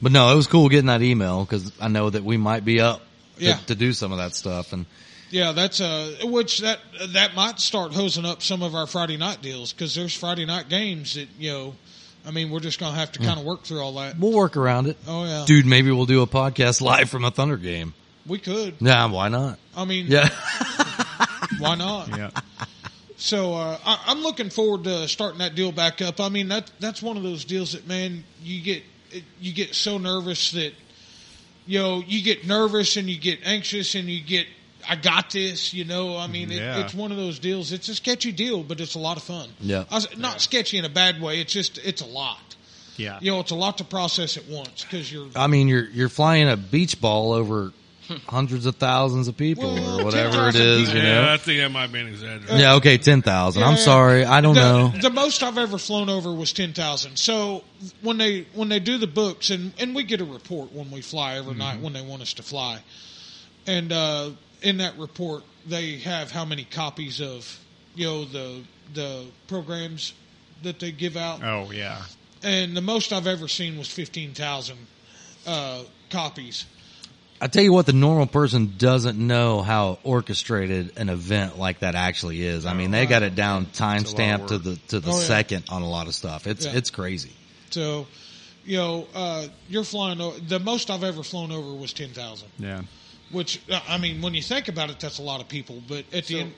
Speaker 1: But no, it was cool getting that email because I know that we might be up to,
Speaker 3: Yeah.
Speaker 1: to do some of that stuff and.
Speaker 3: Yeah, that's uh which that that might start hosing up some of our Friday night deals because there's Friday night games that you know, I mean, we're just gonna have to kind of work through all that.
Speaker 1: We'll work around it.
Speaker 3: Oh yeah,
Speaker 1: Dude, maybe we'll do a podcast live from a Thunder game.
Speaker 3: we could.
Speaker 1: Nah, why not?
Speaker 3: I mean,
Speaker 1: Yeah.
Speaker 3: why not?
Speaker 5: Yeah.
Speaker 3: So uh, I, I'm looking forward to starting that deal back up. I mean, that that's one of those deals that man, you get you get so nervous that you know you get nervous and you get anxious and you get I got this. You know, I mean,
Speaker 5: Yeah.
Speaker 3: it, it's one of those deals. It's a sketchy deal, but it's a lot of fun.
Speaker 1: Yeah.
Speaker 3: I was, not sketchy in a bad way. It's just it's a lot. [laughs]
Speaker 5: Yeah.
Speaker 3: You know, it's a lot to process at once because you're
Speaker 1: [laughs] I mean, you're you're flying a beach ball over hundreds of thousands of people
Speaker 3: Well,
Speaker 1: or whatever it
Speaker 3: 10,000
Speaker 1: is, you
Speaker 3: people.
Speaker 4: Yeah,
Speaker 1: know.
Speaker 4: I think that might be an exaggeration.
Speaker 1: Yeah, okay, ten thousand. I'm
Speaker 3: Yeah.
Speaker 1: sorry, I don't
Speaker 3: the,
Speaker 1: know.
Speaker 3: The most I've ever flown over was ten thousand. So when they when they do the books and and we get a report when we fly
Speaker 1: Mm-hmm.
Speaker 3: every night when they want us to fly, and uh, in that report they have how many copies of you know the the programs that they give out,
Speaker 5: Oh yeah.
Speaker 3: and the most I've ever seen was fifteen thousand uh, copies.
Speaker 1: I tell you what, the normal person doesn't know how orchestrated an event like that actually is. I mean, they got it down timestamped to the to the
Speaker 3: Oh, yeah.
Speaker 1: second on a lot of stuff. It's
Speaker 3: Yeah.
Speaker 1: it's crazy.
Speaker 3: So. You know, uh, you're flying. O- the most I've ever flown over was ten thousand.
Speaker 5: Yeah.
Speaker 3: Which uh, I mean, when you think about it, that's a lot of people. But at the end,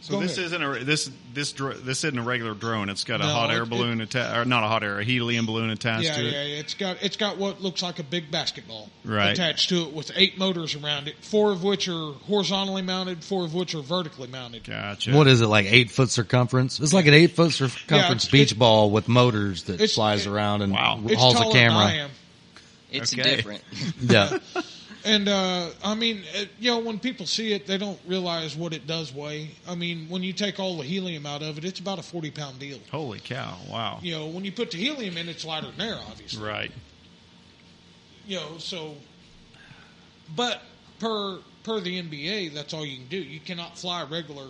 Speaker 5: So
Speaker 3: Go
Speaker 5: this
Speaker 3: ahead.
Speaker 5: isn't a this this dr- this isn't a regular drone. It's got a
Speaker 3: No,
Speaker 5: hot air
Speaker 3: it-
Speaker 5: balloon attached, or not a hot air, a helium balloon attached
Speaker 3: yeah,
Speaker 5: to
Speaker 3: yeah,
Speaker 5: it.
Speaker 3: yeah, it's got it's got what looks like a big basketball
Speaker 5: Right.
Speaker 3: attached to it with eight motors around it, four of which are horizontally mounted, four of which are vertically mounted.
Speaker 5: Gotcha.
Speaker 1: What is it like? Eight foot circumference? It's like an eight foot circumference
Speaker 3: it's-
Speaker 1: beach
Speaker 3: it-
Speaker 1: ball with motors that
Speaker 3: it's-
Speaker 1: flies
Speaker 3: it-
Speaker 1: around and
Speaker 5: Wow.
Speaker 1: r-
Speaker 3: It's
Speaker 1: hauls
Speaker 3: taller
Speaker 1: a camera.
Speaker 3: than I am.
Speaker 2: It's
Speaker 5: Okay. [laughs]
Speaker 2: different. [laughs]
Speaker 3: [laughs]
Speaker 1: Yeah,
Speaker 3: And uh, I mean, it, you know, when people see it, they don't realize what it does weigh. I mean, when you take all the helium out of it, it's about a forty pound deal.
Speaker 5: Holy cow! Wow.
Speaker 3: You know, when you put the helium in, it's lighter than air, obviously.
Speaker 5: Right.
Speaker 3: you know so but per per the nba that's all you can do you cannot fly a regular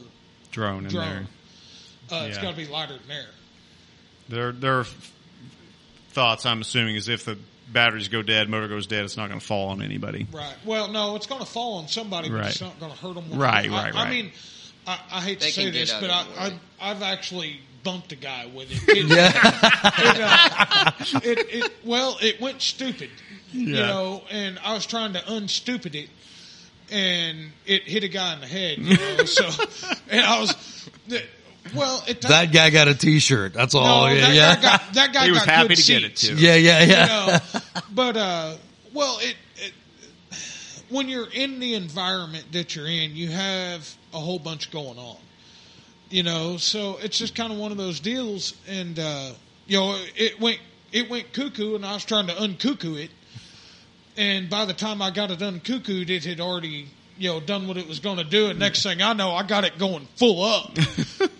Speaker 5: Drone in there.
Speaker 3: drone uh, it's
Speaker 5: Yeah.
Speaker 3: got to be lighter than air
Speaker 5: Their their f- thoughts, I'm assuming, is if the batteries go dead, motor goes dead, it's not going to fall on anybody.
Speaker 3: right well no it's going to fall on somebody but it's
Speaker 5: Right.
Speaker 3: not going to hurt them I,
Speaker 5: Right, right,
Speaker 3: I
Speaker 5: right.
Speaker 3: mean I, I hate
Speaker 2: They
Speaker 3: to say
Speaker 2: can get
Speaker 3: this
Speaker 2: out
Speaker 3: but I,
Speaker 2: of the
Speaker 3: I
Speaker 2: way.
Speaker 3: i've actually bumped a guy with it,
Speaker 5: [laughs]
Speaker 3: It- it, uh, it, it well it went stupid you
Speaker 5: Yeah.
Speaker 3: know and i was trying to unstupid it and it hit a guy in the head you
Speaker 5: [laughs]
Speaker 3: know so and i was well it
Speaker 1: that guy got a T-shirt. That's all.
Speaker 3: no,
Speaker 1: yeah,
Speaker 3: that
Speaker 1: yeah.
Speaker 3: guy got that guy
Speaker 5: He was
Speaker 3: got
Speaker 5: happy
Speaker 3: good
Speaker 5: to get it
Speaker 3: seats,
Speaker 1: [laughs]
Speaker 5: too.
Speaker 1: yeah, yeah, yeah,
Speaker 3: you
Speaker 1: [laughs]
Speaker 3: know. but uh, well, it, it when you're in the environment that you're in, you have a whole bunch going on, you know. So it's just kind of one of those deals, and uh, you know, it went it went cuckoo, and I was trying to uncuckoo it, and by the time I got it uncuckooed, it had already. You know, done what it was going to do, and next thing I know, I got it going full up.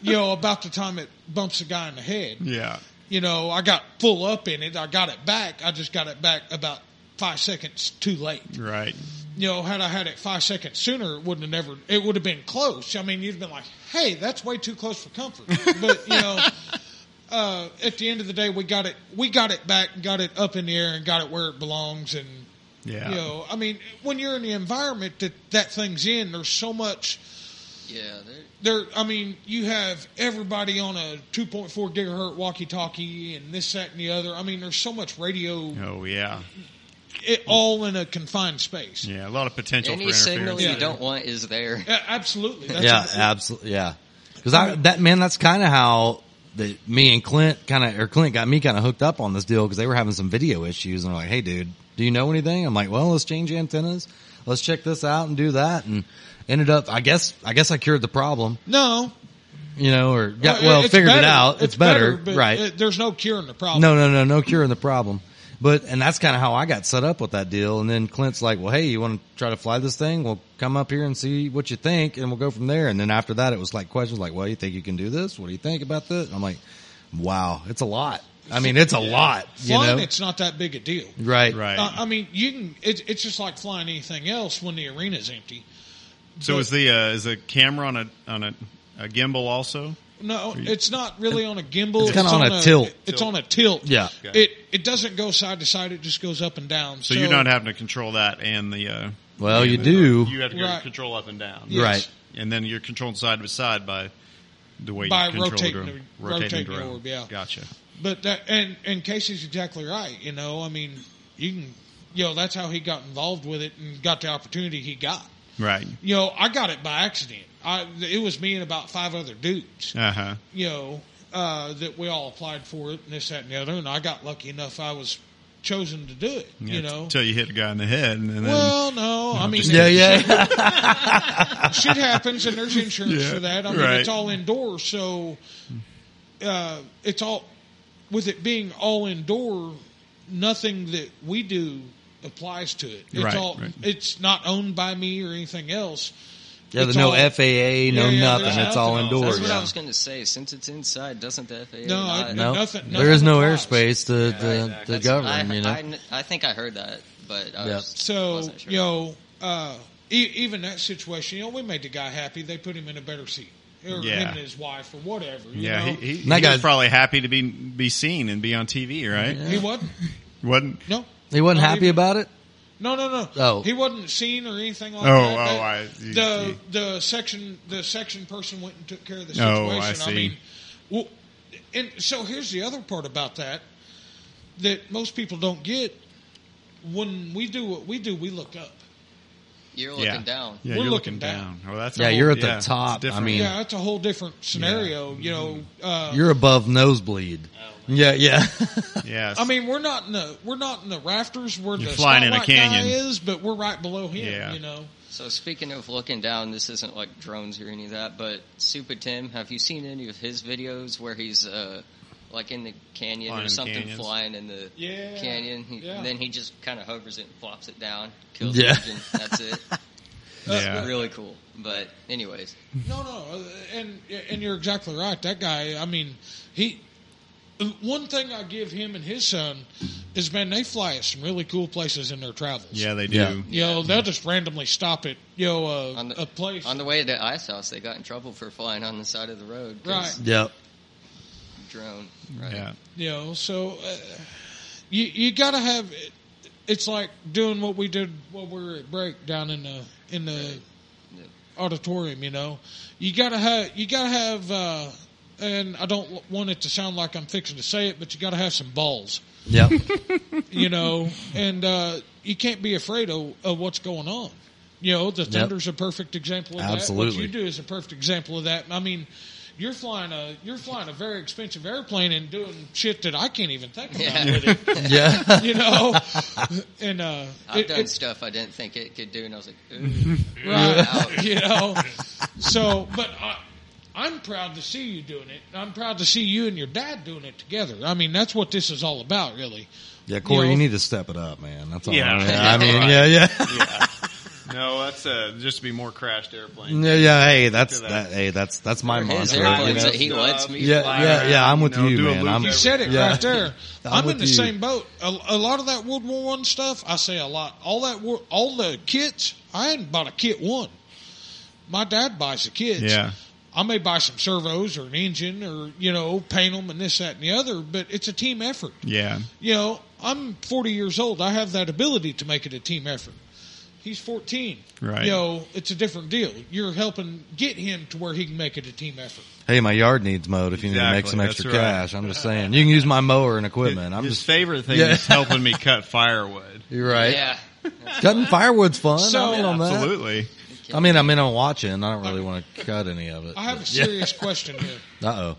Speaker 3: you know, about the time it bumps a guy in the head
Speaker 5: Yeah.
Speaker 3: you know, I got full up in it. I got it back. I just got it back about five seconds too late.
Speaker 5: Right.
Speaker 3: You know, had I had it five seconds sooner, it wouldn't have never. It would have been close. I mean, you'd have been like, "Hey, that's way too close for comfort." But you know, uh, at the end of the day, we got it. We got it back. Got it up in the air and got it where it belongs. And
Speaker 5: Yeah.
Speaker 3: you know, I mean, when you're in the environment that that thing's in, there's so much.
Speaker 2: yeah, they're-
Speaker 3: There, I mean, you have everybody on a 2.4 gigahertz walkie-talkie and this, that, and the other. I mean, there's so much radio,
Speaker 5: Oh yeah.
Speaker 3: it, all in a confined space.
Speaker 5: Yeah. A lot of potential
Speaker 2: any
Speaker 5: for
Speaker 2: signal
Speaker 5: interference.
Speaker 3: Yeah.
Speaker 2: you don't want is there.
Speaker 3: Yeah, absolutely. That's
Speaker 1: yeah,
Speaker 3: a-
Speaker 1: absolutely. Yeah, because I that man, that's kind of how the me and Clint kind of or Clint got me kind of hooked up on this deal because they were having some video issues and they're like, "Hey, dude, do you know anything?" I'm like, "Well, let's change antennas, let's check this out and do that," and ended up. I guess I guess I cured the problem,
Speaker 3: no.
Speaker 1: you know, or got
Speaker 3: uh,
Speaker 1: well
Speaker 3: it's
Speaker 1: figured
Speaker 3: better.
Speaker 1: it out. It's, better,
Speaker 3: but
Speaker 1: right?
Speaker 3: it- there's no cure in the problem.
Speaker 1: No, no, no, no curing the problem. But and that's kind of how I got set up with that deal. And then Clint's like, "Well, hey, you want to try to fly this thing? Well, come up here and see what you think, and we'll go from there." And then after that, it was like questions like, "Well, you think you can do this? What do you think about this?" And I'm like, "Wow, it's a lot. I mean, it's a lot, you
Speaker 3: Flying,
Speaker 1: know?
Speaker 3: it's not that big a deal.
Speaker 1: Right,
Speaker 5: Right.
Speaker 3: Uh, I mean, you can. It, it's just like flying anything else when the arena's empty.
Speaker 5: so is the uh, is the camera on a on a, a gimbal also?
Speaker 3: No, it's not really on a gimbal.
Speaker 1: It's kinda on a tilt.
Speaker 3: It's on a tilt.
Speaker 1: Yeah.
Speaker 5: Okay.
Speaker 3: It it doesn't go side to side. It just goes up and down.
Speaker 5: So, you're not having to control that and the. Uh,
Speaker 1: Well,
Speaker 5: and
Speaker 1: you
Speaker 5: the-
Speaker 1: do.
Speaker 5: You have to go
Speaker 3: Right.
Speaker 5: control up and down.
Speaker 3: Yes.
Speaker 1: right,
Speaker 5: And then you're controlling side by side by the way
Speaker 3: By
Speaker 5: you control
Speaker 3: rotating
Speaker 5: the drone.
Speaker 3: the- rotating the
Speaker 5: drone.
Speaker 3: orb, yeah.
Speaker 5: Gotcha.
Speaker 3: But that and and Casey's exactly right. You know, I mean, you can, you know, that's how he got involved with it and got the opportunity he got.
Speaker 5: Right.
Speaker 3: You know, I got it by accident. I, it was me and about five other dudes.
Speaker 5: Uh huh.
Speaker 3: you know, uh, that we all applied for it and this, that, and the other. And I got lucky enough; I was chosen to do it. you know.
Speaker 5: Until you hit a guy in the head, and then
Speaker 3: well, no, I mean,
Speaker 5: just-
Speaker 1: Yeah,
Speaker 3: [laughs]
Speaker 1: yeah.
Speaker 3: shit happens, and there's insurance
Speaker 5: Yeah,
Speaker 3: for that. I mean,
Speaker 5: right.
Speaker 3: it's all indoors, so uh, it's all with it being all indoor. Nothing that we do applies to it. It's
Speaker 5: Right,
Speaker 3: all.
Speaker 5: right.
Speaker 3: It's not owned by me or anything else.
Speaker 1: Yeah,
Speaker 3: It's
Speaker 1: there's no
Speaker 3: all-
Speaker 1: FAA, no
Speaker 3: Yeah, yeah,
Speaker 1: nothing.
Speaker 3: there's
Speaker 1: It's all
Speaker 5: nothing.
Speaker 1: indoors.
Speaker 2: That's what
Speaker 1: yeah.
Speaker 2: I was going to say. Since it's inside, doesn't the FAA?
Speaker 3: No,
Speaker 2: not-
Speaker 3: I-
Speaker 1: No,
Speaker 3: Nothing-
Speaker 1: there is no
Speaker 3: nothing applies.
Speaker 1: airspace to the,
Speaker 8: exactly.
Speaker 1: the
Speaker 2: That's-
Speaker 1: govern.
Speaker 2: I,
Speaker 1: you know,
Speaker 2: I, kn- I think I heard that, but I
Speaker 1: Yeah.
Speaker 2: was,
Speaker 3: So
Speaker 2: wasn't sure.
Speaker 3: you know, uh, e- even that situation, you know, we made the guy happy. They put him in a better seat, or
Speaker 5: Yeah.
Speaker 3: him and his wife, or whatever. You
Speaker 5: yeah,
Speaker 3: know?
Speaker 5: he, he,
Speaker 1: That
Speaker 5: he was
Speaker 1: guy-
Speaker 5: probably happy to be be seen and be on TV, right?
Speaker 1: Yeah.
Speaker 3: he wasn't.
Speaker 5: Wasn't.
Speaker 3: No,
Speaker 1: he wasn't
Speaker 3: Not
Speaker 1: happy
Speaker 3: even-
Speaker 1: about it.
Speaker 3: no, no, no.
Speaker 1: Oh.
Speaker 3: he wasn't seen or anything like
Speaker 5: Oh,
Speaker 3: that.
Speaker 5: oh,
Speaker 3: That-
Speaker 5: I- you
Speaker 3: the
Speaker 5: see.
Speaker 3: the section the section person went and took care of the situation.
Speaker 5: Oh, I see.
Speaker 3: mean, well, and so here's the other part about that that most people don't get. When we do what we do, we look up.
Speaker 2: you're looking
Speaker 5: Yeah.
Speaker 2: down.
Speaker 5: Yeah,
Speaker 3: We're
Speaker 5: you're
Speaker 3: looking
Speaker 5: looking down.
Speaker 3: down.
Speaker 5: Oh, that's a
Speaker 1: Yeah,
Speaker 5: whole-
Speaker 1: you're at the
Speaker 5: yeah, it's
Speaker 1: top. I
Speaker 5: different.
Speaker 1: mean-
Speaker 3: Yeah, that's a whole different scenario. You know, uh,
Speaker 1: Oh. You're above nosebleed. Oh. yeah, yeah.
Speaker 5: yes.
Speaker 3: I mean, we're not in the we're not in the rafters where
Speaker 5: You're
Speaker 3: the
Speaker 5: flying in a
Speaker 3: spotlight guy
Speaker 5: canyon.
Speaker 3: is, but we're right below him.
Speaker 5: Yeah.
Speaker 3: You know,
Speaker 2: So speaking of looking down, this isn't like drones or any of that, but Super Tim, have you seen any of his videos where he's uh, like in the canyon
Speaker 5: Flying in
Speaker 2: or
Speaker 5: the
Speaker 2: something,
Speaker 5: canyons.
Speaker 2: flying in the
Speaker 3: Yeah,
Speaker 2: canyon? He,
Speaker 3: yeah.
Speaker 2: And then he just kind of hovers it and flops it down, kills
Speaker 1: Yeah.
Speaker 2: the engine. That's
Speaker 5: [laughs]
Speaker 2: it.
Speaker 5: yeah.
Speaker 2: Really cool. But anyways,
Speaker 3: no, no, and and you're exactly right. That guy, I mean, he. One thing I give him and his son is, man, they fly at some really cool places in their travels.
Speaker 5: yeah, they do.
Speaker 1: Yeah.
Speaker 3: You know, they'll just randomly stop at, you know, uh,
Speaker 2: on the
Speaker 3: a place.
Speaker 2: on the way to Ice House, they got in trouble for flying on the side of the road.
Speaker 1: [laughs]
Speaker 2: 'cause
Speaker 1: yep.
Speaker 2: Drone. Right.
Speaker 5: Yeah.
Speaker 3: You know, so uh, you you gotta have. It's like doing what we did while we were at break down in the in the
Speaker 2: Yeah.
Speaker 3: auditorium. You know, you gotta have you gotta have. Uh, and I don't w- want it to sound like I'm fixing to say it, but you gotta have some balls.
Speaker 1: Yep.
Speaker 3: You know, and uh, you can't be afraid of, of what's going on. You know, the Thunder's a perfect example of that.
Speaker 1: Absolutely.
Speaker 3: What you do is a perfect example of that. I mean. You're flying a you're flying a very expensive airplane and doing shit that I can't even think about with it
Speaker 1: [laughs] yeah.
Speaker 3: you know. [laughs] And uh,
Speaker 2: [laughs] I've
Speaker 3: it-
Speaker 2: done
Speaker 3: it's
Speaker 2: stuff I didn't think it could do, and I was like, ooh.
Speaker 3: right, [laughs] you know. So, but I, I'm proud to see you doing it. I'm proud to see you and your dad doing it together. I mean, that's what this is all about, really.
Speaker 1: Yeah, Corey,
Speaker 3: You
Speaker 1: you
Speaker 3: know?
Speaker 1: need to step it up, man. That's all.
Speaker 5: Yeah.
Speaker 1: I mean, I mean, yeah, yeah, [laughs]
Speaker 5: No, that's uh, just to be more crashed airplanes.
Speaker 1: yeah, yeah. Hey, that's
Speaker 5: Look at that.
Speaker 1: that. Hey, that's that's my
Speaker 2: For his
Speaker 1: mantra.
Speaker 2: airplanes
Speaker 1: you know?
Speaker 2: that he lets me
Speaker 1: Yeah,
Speaker 2: fly
Speaker 1: yeah, yeah. I'm with
Speaker 5: You know,
Speaker 1: you,
Speaker 5: do a
Speaker 1: man.
Speaker 5: loop
Speaker 1: I'm,
Speaker 5: every-
Speaker 3: You said it
Speaker 1: Yeah.
Speaker 3: right there.
Speaker 1: [laughs] I'm
Speaker 3: I'm,
Speaker 1: with
Speaker 3: in the
Speaker 1: you.
Speaker 3: same boat. A, a lot of that World War One stuff, I say a lot. All that, war, all the kits, I hadn't bought a kit one. My dad buys the kits.
Speaker 5: Yeah.
Speaker 3: I may buy some servos or an engine or you know paint them and this that and the other, but it's a team effort.
Speaker 5: Yeah.
Speaker 3: you know, I'm 40 years old. I have that ability to make it a team effort. He's 14.
Speaker 5: Right.
Speaker 3: You know, it's a different deal. You're helping get him to where he can make it a team effort.
Speaker 1: Hey, my yard needs mowed. If you need to make
Speaker 5: Exactly,
Speaker 1: some extra
Speaker 5: that's right.
Speaker 1: cash, I'm just saying you can use my mower and equipment. I'm
Speaker 5: His
Speaker 1: just
Speaker 5: favorite thing
Speaker 1: Yeah.
Speaker 5: is helping me cut
Speaker 1: [laughs]
Speaker 5: firewood.
Speaker 1: you're right.
Speaker 2: yeah.
Speaker 1: Cutting firewood's fun.
Speaker 3: So-
Speaker 1: I'm in on that.
Speaker 5: Absolutely.
Speaker 1: I mean, I'm in on watching. I don't really want to cut any of it.
Speaker 3: I
Speaker 1: [laughs]
Speaker 3: have a serious question here.
Speaker 1: Uh oh.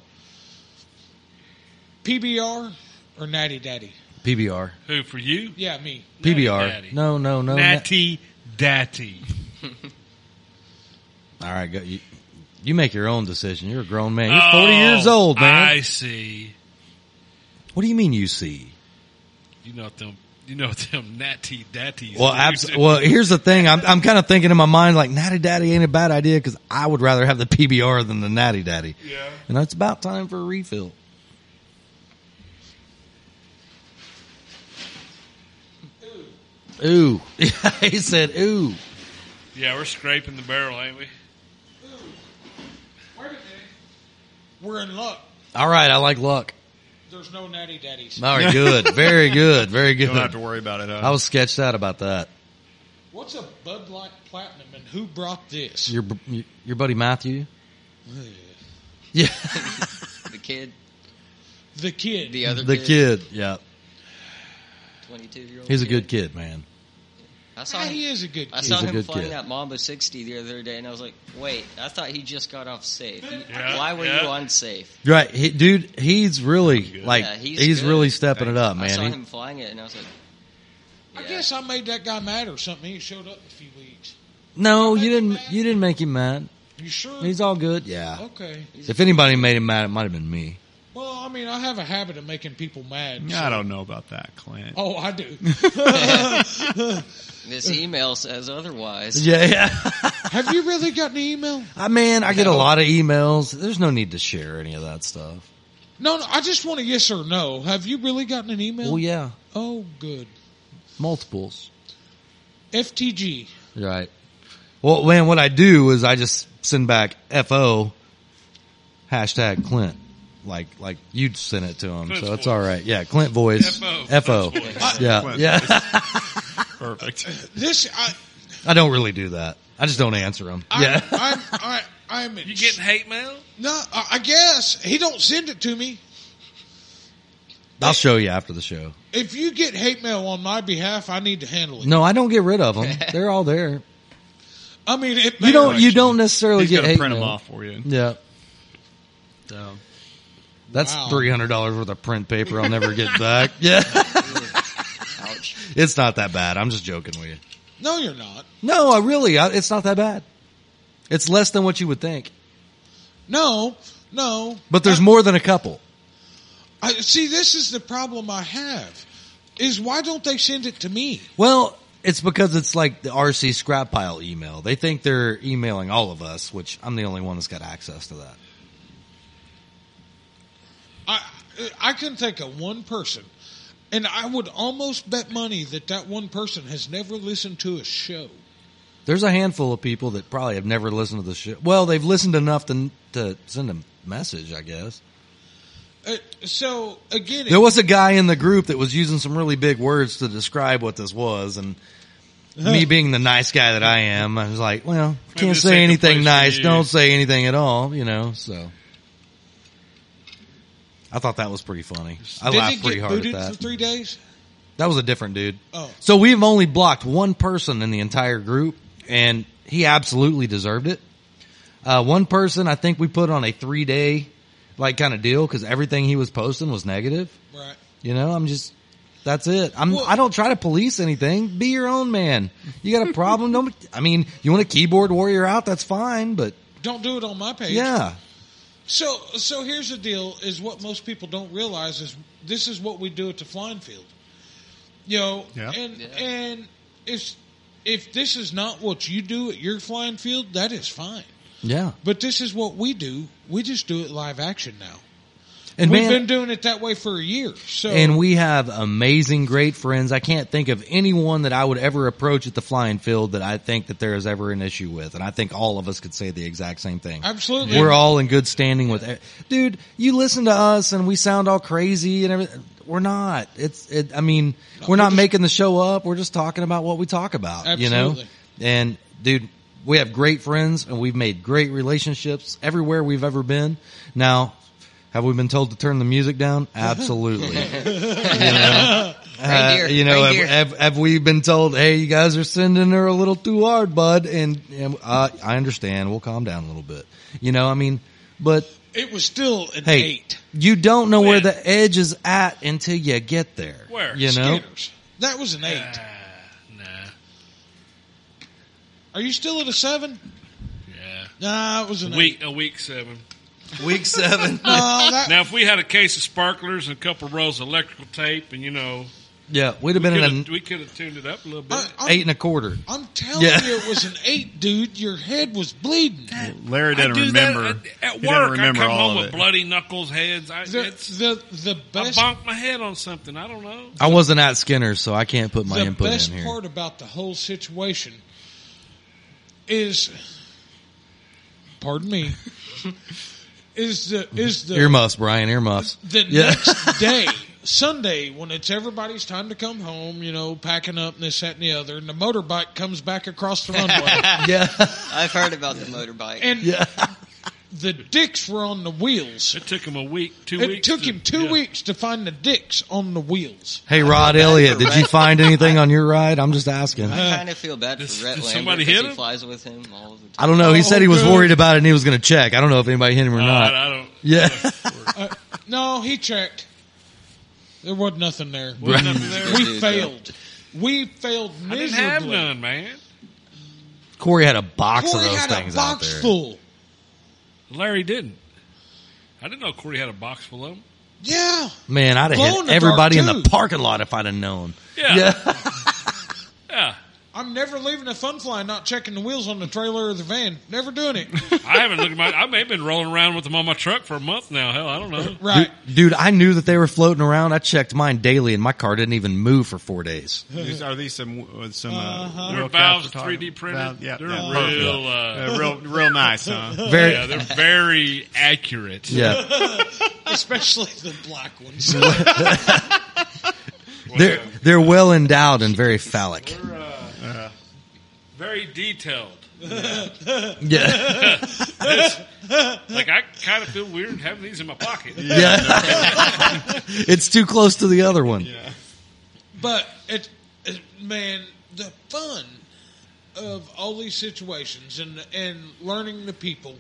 Speaker 3: PBR or Natty Daddy?
Speaker 1: PBR.
Speaker 4: Who for you?
Speaker 3: Yeah, me.
Speaker 1: PBR.
Speaker 4: Natty.
Speaker 1: No, no, no. na-
Speaker 4: Natty Datty.
Speaker 1: All right, go, you, you make your own decision. You're a grown man. You're 40
Speaker 5: Oh,
Speaker 1: years old, man.
Speaker 4: Oh, I see.
Speaker 1: What do you mean you see?
Speaker 4: You know them. You know them Natty Datties.
Speaker 1: Well,
Speaker 4: dude.
Speaker 1: abs- well, here's the thing. I'm, I'm kind of thinking in my mind like Natty Daddy ain't a bad idea because I would rather have the PBR than the Natty Daddy.
Speaker 4: Yeah.
Speaker 1: And it's about time for a refill. Ooh. [laughs] he said, ooh.
Speaker 4: Yeah, we're scraping the barrel, ain't we?
Speaker 3: We're in luck.
Speaker 1: All right, I like luck.
Speaker 3: There's no Natty Daddies.
Speaker 1: All right, good. Very good. Very
Speaker 5: [laughs] Don't have to
Speaker 1: good.
Speaker 5: worry about it. Huh?
Speaker 1: I was sketched out about that.
Speaker 3: What's a Bud Light Platinum and who brought this?
Speaker 1: Your your buddy Matthew? Yeah.
Speaker 2: The kid,
Speaker 3: The
Speaker 2: [laughs]
Speaker 3: kid.
Speaker 2: the other
Speaker 1: the kid. Yeah.
Speaker 2: 22 year old.
Speaker 1: He's a good kid, man.
Speaker 2: I saw
Speaker 3: Ah,
Speaker 2: him,
Speaker 3: he is a good
Speaker 2: I
Speaker 3: kid.
Speaker 2: saw
Speaker 1: He's a
Speaker 2: him
Speaker 1: good
Speaker 2: flying
Speaker 1: kid.
Speaker 2: that Mamba 60 the other day, and I was like, wait, I thought he just got off safe. You-
Speaker 4: Yeah,
Speaker 2: why were you
Speaker 4: yeah.
Speaker 2: unsafe?
Speaker 1: Right, he, dude, he's really like
Speaker 2: Yeah,
Speaker 1: he's,
Speaker 2: he's good.
Speaker 1: really stepping it up,
Speaker 2: I
Speaker 1: man.
Speaker 2: saw
Speaker 1: He-
Speaker 2: him flying it, and I was like,
Speaker 3: I
Speaker 2: yeah.
Speaker 3: guess I made that guy mad or something. He showed up in a few weeks.
Speaker 1: no, you didn't. You didn't make him mad.
Speaker 3: You sure?
Speaker 1: He's all good. Yeah.
Speaker 3: okay.
Speaker 1: If anybody made him mad, it might have been me.
Speaker 3: Well, I mean, I have a habit of making people mad.
Speaker 5: Yeah, I don't know about that, Clint.
Speaker 3: Oh, I do.
Speaker 2: this email says otherwise.
Speaker 1: Yeah, yeah.
Speaker 3: have you really got an email?
Speaker 1: [laughs] I mean, I get a lot of emails. There's no need to share any of that stuff.
Speaker 3: No, no. I just want a yes or no. Have you really gotten an email?
Speaker 1: Well, yeah,
Speaker 3: Oh, good.
Speaker 1: multiples.
Speaker 3: FTG.
Speaker 1: Right. Well, man, what I do is I just send back fo hashtag Clint, like like you'd send it to him,
Speaker 4: Clint's
Speaker 1: so it's
Speaker 4: voice.
Speaker 1: all right. Yeah, Clint voice
Speaker 4: FO.
Speaker 1: fo.
Speaker 4: Clint's
Speaker 1: Yeah,
Speaker 5: Clint
Speaker 1: yeah.
Speaker 5: Perfect.
Speaker 3: This I
Speaker 1: [laughs] I don't really do that. I just don't answer them.
Speaker 3: I,
Speaker 1: yeah.
Speaker 3: I'm, I, I'm.
Speaker 4: [laughs] You getting hate mail?
Speaker 3: no? I I guess he don't send it to me.
Speaker 1: I'll show you after the show.
Speaker 3: If you get hate mail on my behalf, I need to handle it.
Speaker 1: No, I don't get rid of them. They're all there.
Speaker 3: I mean, it
Speaker 1: You don't.
Speaker 3: matters.
Speaker 1: You don't necessarily
Speaker 5: He's
Speaker 1: get
Speaker 5: gonna
Speaker 1: hate
Speaker 5: print them
Speaker 1: mail.
Speaker 5: off for you.
Speaker 1: Yeah. That's
Speaker 3: Wow.
Speaker 1: three hundred dollars worth of print paper. I'll never get back. [laughs] Yeah,
Speaker 2: Ouch.
Speaker 1: it's not that bad. I'm just joking with you.
Speaker 3: No, you're not.
Speaker 1: No, I really. I, it's not that bad. It's less than what you would think,
Speaker 3: No, no.
Speaker 1: but there's more than a couple.
Speaker 3: I, see, this is the problem I have. Is why don't they send it to me?
Speaker 1: Well, it's because it's like the RC scrap pile email. They think they're emailing all of us, which I'm the only one that's got access to that.
Speaker 3: I I can think of one person, and I would almost bet money that that one person has never listened to a show.
Speaker 1: There's a handful of people that probably have never listened to the show. Well, they've listened enough to to send a message, I guess.
Speaker 3: Uh, so again, it-
Speaker 1: There was a guy in the group that was using some really big words to describe what this was, and me being the nice guy that I am, I was like, "Well, can't
Speaker 4: this
Speaker 1: say
Speaker 4: ain't the
Speaker 1: anything
Speaker 4: place
Speaker 1: nice.
Speaker 4: for you."
Speaker 1: Don't say anything at all," you know. So, I thought that was pretty funny. I
Speaker 3: did
Speaker 1: laughed
Speaker 3: it
Speaker 1: pretty
Speaker 3: get
Speaker 1: hard at
Speaker 3: booted for
Speaker 1: that.
Speaker 3: three days?
Speaker 1: That was a different dude.
Speaker 3: Oh.
Speaker 1: So we've only blocked one person in the entire group, and he absolutely deserved it. Uh, one person, I think we put on a three day, like kind of deal because everything he was posting was negative.
Speaker 3: Right.
Speaker 1: You know, I'm just that's it. I'm
Speaker 3: Well-
Speaker 1: I don't try to police anything. Be your own man. You got a
Speaker 3: [laughs]
Speaker 1: problem? Don't I mean, you want a keyboard warrior out, that's fine, but
Speaker 3: Don't do it on my page.
Speaker 1: yeah.
Speaker 3: So so here's the deal: is what most people don't realize is this is what we do at the flying field. You know,
Speaker 5: Yeah.
Speaker 3: and
Speaker 2: Yeah.
Speaker 3: and if if this is not what you do at your flying field, that is fine.
Speaker 1: Yeah.
Speaker 3: But this is what we do. We just do it live action now.
Speaker 1: And
Speaker 3: We've
Speaker 1: man,
Speaker 3: been doing it that way for a year. So
Speaker 1: and we have amazing great friends. I can't think of anyone that I would ever approach at the flying field that I think that there is ever an issue with. And I think all of us could say the exact same thing.
Speaker 3: absolutely,
Speaker 1: We're all in good standing with, e- dude. You listen to us, and we sound all crazy and everything. We're not. It's. It, I mean, we're not
Speaker 3: just-
Speaker 1: making the show up. We're just talking about what we talk about. You know.
Speaker 3: Absolutely.
Speaker 1: And dude, we have great friends, and we've made great relationships everywhere we've ever been. Now, have we been told to turn the music
Speaker 2: [laughs]
Speaker 1: down? Absolutely.
Speaker 2: Right here,
Speaker 1: Uh, you know,
Speaker 2: right
Speaker 1: have,
Speaker 2: here.
Speaker 1: have, have we been told, hey, you guys are sending her a little too hard, bud? And, and uh, I understand. We'll calm down a little bit. You know, I mean, but
Speaker 3: it was still an
Speaker 1: hey,
Speaker 3: eight.
Speaker 1: you don't know where
Speaker 4: When?
Speaker 1: the edge is at until you get there.
Speaker 4: Where?
Speaker 1: You know?
Speaker 3: Scanners. That was an eight.
Speaker 4: Nah.
Speaker 3: Are you still at a seven?
Speaker 4: Yeah.
Speaker 3: Nah, it was an
Speaker 4: Week
Speaker 3: eight.
Speaker 4: a week seven.
Speaker 1: Week seven.
Speaker 3: No, that,
Speaker 4: Now, if we had a case of sparklers and a couple rolls of electrical tape, and you know,
Speaker 1: [laughs] yeah, we'd have been
Speaker 4: coulda-
Speaker 1: in an
Speaker 4: we could have tuned it up a little bit.
Speaker 3: I, I'm,
Speaker 1: eight and a quarter.
Speaker 3: I'm telling
Speaker 1: Yeah.
Speaker 3: you, it was an eight, dude. Your head was bleeding.
Speaker 5: Larry
Speaker 4: I
Speaker 5: didn't
Speaker 4: do that
Speaker 5: remember.
Speaker 4: at- at
Speaker 5: he didn't
Speaker 4: work.
Speaker 5: remember
Speaker 4: I come
Speaker 5: all
Speaker 4: home
Speaker 5: of
Speaker 4: with
Speaker 5: it.
Speaker 4: bloody knuckles, heads. I,
Speaker 3: The
Speaker 4: it's,
Speaker 3: the the
Speaker 4: I
Speaker 3: best
Speaker 4: bonked my head on something. I don't know.
Speaker 1: I wasn't at Skinner's, so I can't put my
Speaker 3: the
Speaker 1: input
Speaker 3: best
Speaker 1: in here.
Speaker 3: part about the whole situation is, pardon
Speaker 4: [laughs]
Speaker 3: me, is the is the
Speaker 1: earmuffs, Brian,
Speaker 3: [laughs]
Speaker 1: earmuffs.
Speaker 3: the
Speaker 1: Yeah. [laughs]
Speaker 3: next day, Sunday, when it's everybody's time to come home, you know, packing up and this, that, and the other, and the
Speaker 4: [laughs]
Speaker 3: motorbike comes back across the runway.
Speaker 1: Yeah.
Speaker 2: I've heard about the motorbike.
Speaker 3: And
Speaker 1: Yeah.
Speaker 3: the dicks were on the wheels.
Speaker 4: It took him a week, two
Speaker 3: It
Speaker 4: weeks.
Speaker 3: took
Speaker 4: to-
Speaker 3: him two
Speaker 4: yeah.
Speaker 3: weeks to find the dicks on the wheels.
Speaker 1: Hey, Rod Elliott, did you find anything on your ride? I'm just asking.
Speaker 2: I kind of feel bad
Speaker 4: Does-
Speaker 2: for Rhett
Speaker 4: does
Speaker 2: Lambert
Speaker 4: somebody
Speaker 2: because
Speaker 4: hit
Speaker 2: he
Speaker 4: him?
Speaker 2: flies with him all the time.
Speaker 1: I don't know. He said he was
Speaker 3: Oh, good.
Speaker 1: worried about it and he was going to check. I don't know if anybody hit him or
Speaker 4: Uh,
Speaker 1: not.
Speaker 4: I, I don't.
Speaker 1: Yeah.
Speaker 3: Uh, No, he checked. There was nothing there.
Speaker 1: [laughs]
Speaker 4: Wasn't nothing there.
Speaker 2: Right.
Speaker 3: We
Speaker 2: Dude,
Speaker 3: failed. We failed
Speaker 4: I didn't have
Speaker 3: miserably.
Speaker 4: none, man.
Speaker 1: Corey had a box
Speaker 3: Corey
Speaker 1: of those
Speaker 3: had a
Speaker 1: things out
Speaker 3: box
Speaker 1: there.
Speaker 3: full.
Speaker 4: Larry didn't. I didn't know Corey had a box full of them.
Speaker 3: Yeah.
Speaker 1: Man, I'd have
Speaker 3: Glow in the
Speaker 1: hit
Speaker 3: dark,
Speaker 1: everybody in
Speaker 3: too.
Speaker 1: the parking lot if I'd have known.
Speaker 4: Yeah.
Speaker 1: Yeah.
Speaker 4: Yeah.
Speaker 3: I'm never leaving a fun fly not checking the wheels on the trailer or the van. Never doing it.
Speaker 1: [laughs]
Speaker 4: I haven't looked at my. I may have been rolling around with them on my truck for a month now. Hell, I don't know.
Speaker 3: Right.
Speaker 1: Dude, dude, I knew that they were floating around. I checked mine daily and my car didn't even move for four days.
Speaker 5: These, are these some uh, some? Uh,
Speaker 3: Uh-huh.
Speaker 4: Their
Speaker 5: real
Speaker 4: valves
Speaker 5: cats we're
Speaker 4: are 3D
Speaker 5: talking
Speaker 4: printed.
Speaker 5: about? yeah,
Speaker 4: they're
Speaker 5: yeah.
Speaker 4: real. Uh,
Speaker 5: Uh, real, real
Speaker 1: [laughs]
Speaker 5: nice,
Speaker 3: Oh,
Speaker 5: huh?
Speaker 1: Very,
Speaker 4: yeah, they're very accurate.
Speaker 1: yeah.
Speaker 3: [laughs] Especially the black
Speaker 1: [laughs]
Speaker 3: ones.
Speaker 1: They're they're well endowed and very phallic.
Speaker 4: Very detailed.
Speaker 1: Yeah,
Speaker 3: [laughs]
Speaker 4: Like I kind of feel weird having these in my pocket.
Speaker 1: yeah. [laughs] it's too close to the other one.
Speaker 3: But it, it, man, the fun of all these situations and and learning the people.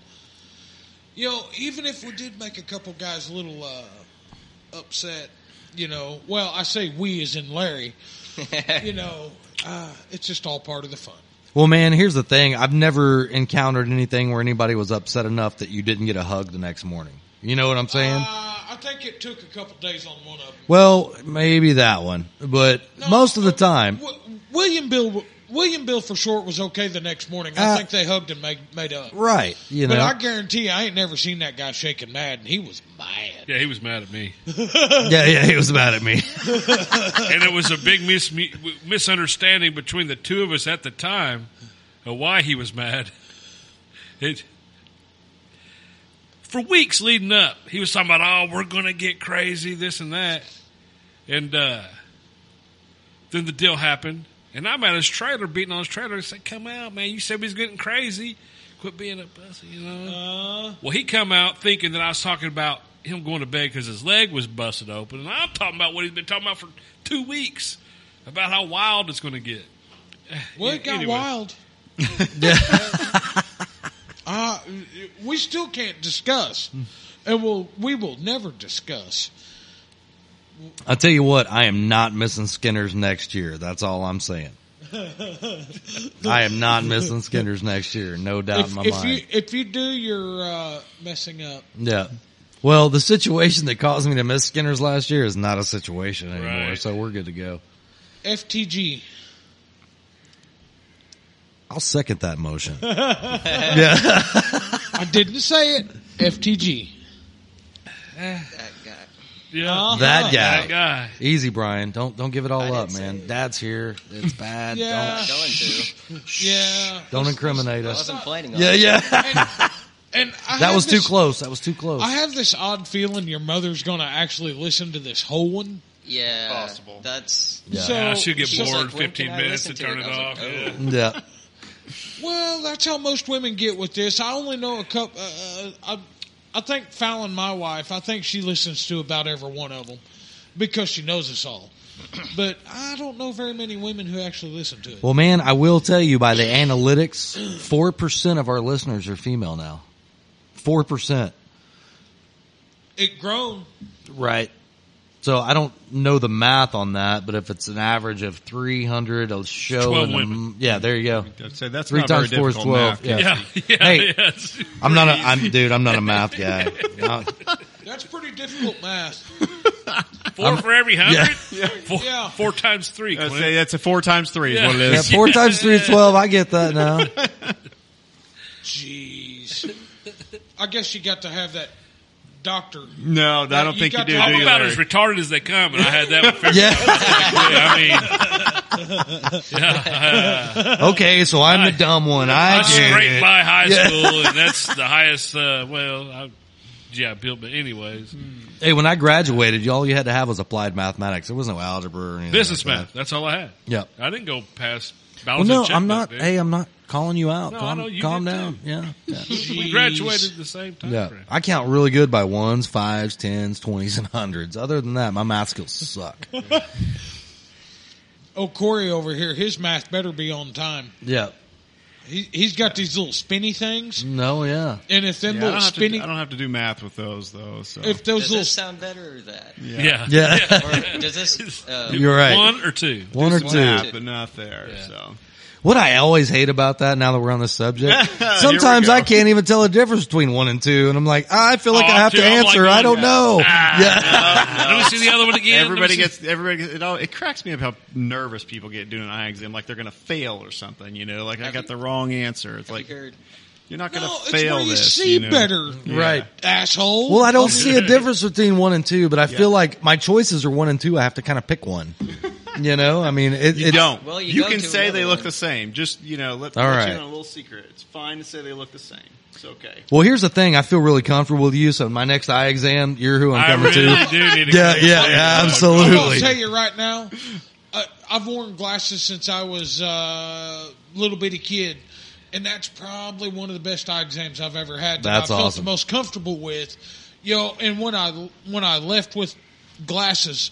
Speaker 3: You know, even if we did make a couple guys a little uh, upset, you know, well, I say we as in Larry, you know, uh, it's just all part of the fun.
Speaker 1: Well, man, here's the thing. I've never encountered anything where anybody was upset enough that you didn't get a hug the next morning. You know what I'm saying?
Speaker 3: Uh, I think it took a couple days on one of them.
Speaker 1: Well, maybe that one, but
Speaker 3: No,
Speaker 1: most of the
Speaker 3: uh,
Speaker 1: time,
Speaker 3: Wi- William Bill, William Bill for short was okay the next morning. I
Speaker 1: Uh,
Speaker 3: think they hugged and made made up.
Speaker 1: right? You
Speaker 3: But
Speaker 1: know,
Speaker 3: I guarantee you, I ain't never seen that guy shaking mad, and he was mad.
Speaker 4: Yeah, he was mad at me,
Speaker 1: yeah, yeah. He was mad at me.
Speaker 4: and it was a big mis- misunderstanding between the two of us at the time of why he was mad. It for weeks leading up, he was talking about, "Oh, we're gonna get crazy, this and that," and uh, then the deal happened, and I'm at his trailer, beating on his trailer, and said, "Come out, man! You said we was getting crazy. Quit being a pussy, you know."
Speaker 3: Uh,
Speaker 4: Well, he come out thinking that I was talking about him going to bed because his leg was busted open, and I'm talking about what he's been talking about for two weeks about how wild it's going to get.
Speaker 3: well, it got
Speaker 4: Anyway.
Speaker 1: [laughs]
Speaker 3: wild. [laughs] uh, we still can't discuss, and we'll we will never discuss.
Speaker 1: I'll tell you what. I am not missing Skinner's next year. That's all I'm
Speaker 3: [laughs]
Speaker 1: saying. I am not missing Skinner's next year. No doubt in
Speaker 3: if
Speaker 1: my
Speaker 3: if
Speaker 1: mind.
Speaker 3: you if you do, you're uh, messing up.
Speaker 1: Yeah. Well, the situation that caused me to miss Skinner's last year is not a situation anymore,
Speaker 4: Right.
Speaker 1: so we're good to go.
Speaker 3: FTG.
Speaker 1: I'll second that
Speaker 3: [laughs]
Speaker 1: motion.
Speaker 3: I didn't say it. FTG.
Speaker 2: That guy.
Speaker 4: Yeah,
Speaker 3: Uh-huh.
Speaker 1: that
Speaker 4: that
Speaker 1: guy.
Speaker 4: guy.
Speaker 1: [laughs] Easy, Brian. Don't don't give it all
Speaker 2: I
Speaker 1: up,
Speaker 2: didn't say
Speaker 1: man.
Speaker 2: it.
Speaker 1: Dad's here. It's bad.
Speaker 3: Yeah.
Speaker 2: Going to.
Speaker 1: Don't
Speaker 3: Yeah.
Speaker 1: Don't incriminate
Speaker 2: I
Speaker 1: us.
Speaker 2: wasn't planning on
Speaker 1: Yeah,
Speaker 2: it.
Speaker 1: yeah.
Speaker 3: And, and I
Speaker 1: [laughs] That
Speaker 3: have
Speaker 1: was too
Speaker 3: this-
Speaker 1: close. That was too close.
Speaker 3: I have this odd feeling your mother's going to actually listen to this whole one.
Speaker 2: Yeah.
Speaker 5: Possible.
Speaker 2: That's.
Speaker 1: Yeah.
Speaker 3: So
Speaker 4: Yeah, she'll get
Speaker 2: She's
Speaker 4: bored
Speaker 2: like, "When
Speaker 4: in 15
Speaker 2: can I
Speaker 4: minutes and
Speaker 2: listen
Speaker 4: turn
Speaker 2: to
Speaker 4: it,
Speaker 2: it?" I
Speaker 4: off.
Speaker 2: was like,
Speaker 4: yeah.
Speaker 2: "Oh."
Speaker 1: Yeah.
Speaker 3: Well, that's how most women get with this. I only know a couple. Uh, uh, I, I think Fallon, my wife, I think she listens to about every one of them because she knows us all. [clears throat] But I don't know very many women who actually listen to it.
Speaker 1: Well, man, I will tell you by the analytics, 4% of our listeners are female now. 4%.
Speaker 3: It grown.
Speaker 1: Right. So I don't know the math on that, but if it's an average of 300 a show.
Speaker 4: 12
Speaker 1: in a
Speaker 4: women.
Speaker 1: m- yeah, there you go.
Speaker 5: I'd say that's
Speaker 1: Three
Speaker 5: not very
Speaker 1: times four is
Speaker 5: difficult
Speaker 1: 12.
Speaker 5: math.
Speaker 1: Yeah.
Speaker 4: Yeah, yeah,
Speaker 1: Hey,
Speaker 4: yeah, it's-
Speaker 1: I'm not a, I'm, dude, I'm not a math guy. Uh,
Speaker 3: That's pretty difficult math.
Speaker 4: 4 for
Speaker 1: [laughs]
Speaker 4: every hundred. Four,
Speaker 3: Yeah.
Speaker 4: four times three.
Speaker 5: I'd
Speaker 4: Clint.
Speaker 5: say that's a four times three is
Speaker 4: Yeah.
Speaker 5: what it
Speaker 1: yeah,
Speaker 5: is.
Speaker 1: four times three is 12. I get that now.
Speaker 3: Jeez. I guess you got to have that
Speaker 5: [laughs]
Speaker 3: doctor.
Speaker 5: No, I don't
Speaker 3: You
Speaker 5: think you
Speaker 3: got
Speaker 5: do.
Speaker 3: to-
Speaker 5: do
Speaker 4: I'm
Speaker 5: you,
Speaker 4: about
Speaker 5: Larry?
Speaker 4: as retarded as they come, and I had that one figured
Speaker 1: Yeah.
Speaker 4: out. I mean, yeah,
Speaker 1: Okay. So I'm the dumb one.
Speaker 4: I,
Speaker 1: I
Speaker 4: I
Speaker 1: get
Speaker 4: scraped
Speaker 1: it.
Speaker 4: by high
Speaker 1: Yeah.
Speaker 4: school, and that's the highest. Uh, well, I, yeah, built, but anyways,
Speaker 1: Hey, when I graduated, you all you had to have was applied mathematics. There was no algebra or anything.
Speaker 4: business
Speaker 1: like that.
Speaker 4: math. That's all I had.
Speaker 1: Yeah.
Speaker 4: I didn't go past
Speaker 1: Well,
Speaker 4: Balance
Speaker 1: no,
Speaker 4: his checkbook,
Speaker 1: I'm not.
Speaker 4: dude.
Speaker 1: Hey, I'm not calling you out.
Speaker 4: No, I
Speaker 1: calm
Speaker 4: know you
Speaker 1: calm
Speaker 4: did
Speaker 1: down. Yeah. yeah.
Speaker 4: we graduated at the same time.
Speaker 1: Yeah,
Speaker 4: frame.
Speaker 1: I count really good by ones, fives, tens, twenties, and hundreds. Other than that, my math skills
Speaker 4: [laughs]
Speaker 1: suck.
Speaker 3: Oh, Corey over here, his math better be on time.
Speaker 1: yeah,
Speaker 3: He, he's got these little spinny things,
Speaker 1: no, yeah.
Speaker 3: and if them
Speaker 5: Yeah, I,
Speaker 3: little
Speaker 5: don't have
Speaker 3: spinny,
Speaker 5: to, I don't have to do math with those though. So
Speaker 3: if those
Speaker 2: Does
Speaker 3: little
Speaker 2: this sound better or that?
Speaker 4: Yeah.
Speaker 1: Yeah.
Speaker 2: Or does this? Uh,
Speaker 1: [laughs] You're right.
Speaker 4: One or two.
Speaker 1: One or
Speaker 5: There's
Speaker 1: two.
Speaker 5: math, but not there.
Speaker 4: Yeah.
Speaker 5: So
Speaker 1: What I always hate about that now that we're on this
Speaker 4: [laughs]
Speaker 1: subject,
Speaker 5: Here we
Speaker 1: sometimes
Speaker 5: go.
Speaker 1: I can't even tell the difference between one and two. And I'm like, "Ah, I feel like
Speaker 4: Oh,
Speaker 1: I
Speaker 4: I'm
Speaker 1: have
Speaker 4: two,
Speaker 1: to
Speaker 4: I'm like
Speaker 1: answer. I
Speaker 4: one. Ah.
Speaker 1: don't know. [laughs] yeah.
Speaker 4: Let me see the other one again.
Speaker 5: everybody
Speaker 4: Let me see-
Speaker 5: gets everybody. Gets, it all it cracks me up how nervous people get doing an eye exam, like they're going to fail or something. You know, like I
Speaker 2: Have
Speaker 5: got
Speaker 2: you-
Speaker 5: the wrong answer. It's like
Speaker 2: you heard?
Speaker 5: you're not going to
Speaker 3: no, it's
Speaker 5: fail
Speaker 3: where you
Speaker 5: this.
Speaker 3: see
Speaker 5: know?
Speaker 3: better,
Speaker 1: Right.
Speaker 3: asshole.
Speaker 1: Well, I don't see
Speaker 3: [laughs]
Speaker 1: a difference between one and two, but I feel like my choices are one and two. I have to kind of pick one. You know, I mean, it,
Speaker 5: You
Speaker 1: it's-
Speaker 5: don't.
Speaker 2: Well, you
Speaker 5: you
Speaker 2: go
Speaker 5: can
Speaker 2: to
Speaker 5: say they
Speaker 2: another
Speaker 5: look
Speaker 2: one.
Speaker 5: the same. Just you know, let,
Speaker 1: All
Speaker 5: let
Speaker 1: right.
Speaker 5: you in on a little secret. It's fine to say they look the same. It's okay.
Speaker 1: Well, here's the thing. I feel really comfortable with you. So my next eye exam, you're who I'm
Speaker 4: I
Speaker 1: coming
Speaker 4: really
Speaker 1: to.
Speaker 4: do need to
Speaker 1: Yeah,
Speaker 4: go.
Speaker 1: yeah, yeah,
Speaker 3: I'm gonna tell
Speaker 1: absolutely.
Speaker 3: you right now. Uh, I've worn glasses since I was a uh, little bitty kid, and that's probably one of the best eye exams I've ever had. That
Speaker 1: That's
Speaker 3: I felt
Speaker 1: awesome.
Speaker 3: the most comfortable with, you know. And when I when I left with glasses,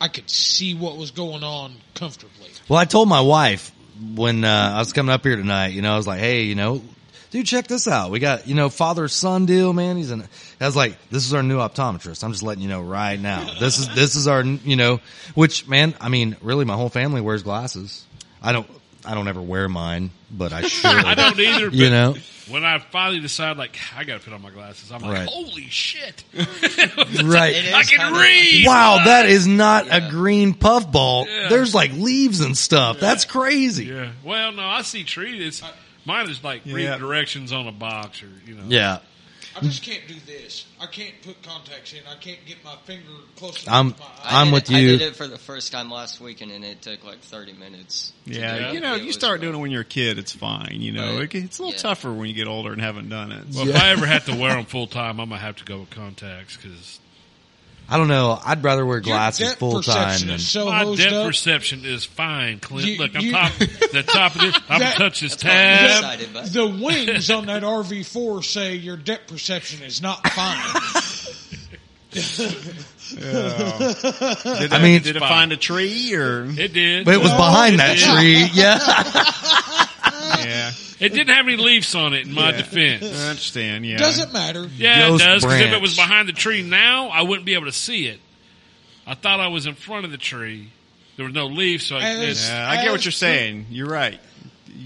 Speaker 3: I could see what was going on comfortably.
Speaker 1: Well, I told my wife when uh, I was coming up here tonight, you know, I was like, hey, you know, dude, check this out. We got, you know, father son deal, man. He's in, I was like, this is our new optometrist. I'm just letting you know right now. This is, this is our, you know, which man, I mean, really my whole family wears glasses. I don't, I don't ever wear mine, but I should.
Speaker 4: [laughs] I don't either. But
Speaker 1: You know?
Speaker 4: when I finally decide, like I got to put on my glasses, I'm like,
Speaker 1: Right.
Speaker 4: holy shit!
Speaker 1: Right.
Speaker 2: It
Speaker 4: I
Speaker 2: is
Speaker 4: can
Speaker 2: kinda-
Speaker 4: read.
Speaker 1: Wow, that is not
Speaker 2: Yeah.
Speaker 1: a green puffball.
Speaker 4: Yeah.
Speaker 1: There's like leaves and stuff. That's crazy.
Speaker 4: Yeah. Well, no, I see trees. It's mine is like
Speaker 5: Yeah.
Speaker 4: read directions on a box or you know.
Speaker 1: Yeah.
Speaker 3: I just
Speaker 1: Hmm.
Speaker 3: can't do this. I can't put contacts in. I can't get my finger close enough
Speaker 1: I'm-
Speaker 3: to my eye.
Speaker 2: I
Speaker 1: I'm
Speaker 2: did
Speaker 1: with
Speaker 2: it-
Speaker 1: you.
Speaker 2: I did it for the first time last weekend, and it took like 30 minutes. to
Speaker 5: Yeah,
Speaker 2: do it.
Speaker 5: you know,
Speaker 2: It
Speaker 5: you
Speaker 2: was
Speaker 5: start
Speaker 2: rough.
Speaker 5: doing it when you're a kid. It's fine. You know,
Speaker 2: Right.
Speaker 5: it, it's a little
Speaker 2: Yeah.
Speaker 5: tougher when you get older and haven't done it.
Speaker 4: Well, if I ever had to wear them full time, I'm gonna have to go with contacts because
Speaker 1: I don't know. I'd rather wear
Speaker 3: Your
Speaker 1: glasses
Speaker 3: depth
Speaker 1: full time
Speaker 3: perception
Speaker 1: than
Speaker 3: is so
Speaker 4: my
Speaker 3: hosed
Speaker 4: depth
Speaker 3: up.
Speaker 4: perception is fine. Clint,
Speaker 3: You-
Speaker 4: look, I'm
Speaker 3: you-
Speaker 4: top the top of this. I'm gonna
Speaker 3: That-
Speaker 4: touch this
Speaker 2: That's why we
Speaker 4: tab.
Speaker 2: decided, but
Speaker 3: Um, the wings on that RV4 say your depth perception is not fine.
Speaker 5: Did
Speaker 1: I
Speaker 5: it-
Speaker 1: mean-
Speaker 5: did it find a tree or?
Speaker 4: [laughs] It did.
Speaker 1: But it was
Speaker 4: No,
Speaker 1: behind
Speaker 4: it
Speaker 1: that
Speaker 4: did.
Speaker 1: tree. Yeah.
Speaker 5: yeah,
Speaker 4: It didn't have any leaves on it. In my
Speaker 5: Yeah. I
Speaker 3: Uh,
Speaker 4: defense.
Speaker 5: understand. Yeah,
Speaker 3: Doesn't matter.
Speaker 4: Yeah,
Speaker 1: Ghost
Speaker 4: it does. Because if it
Speaker 1: branch.
Speaker 4: was behind the tree now, I wouldn't be able to see it. I thought I was in front of the tree. There was no leaves, so I,
Speaker 3: And
Speaker 4: it's-
Speaker 3: it's-
Speaker 5: Yeah, I get what you're saying. You're right.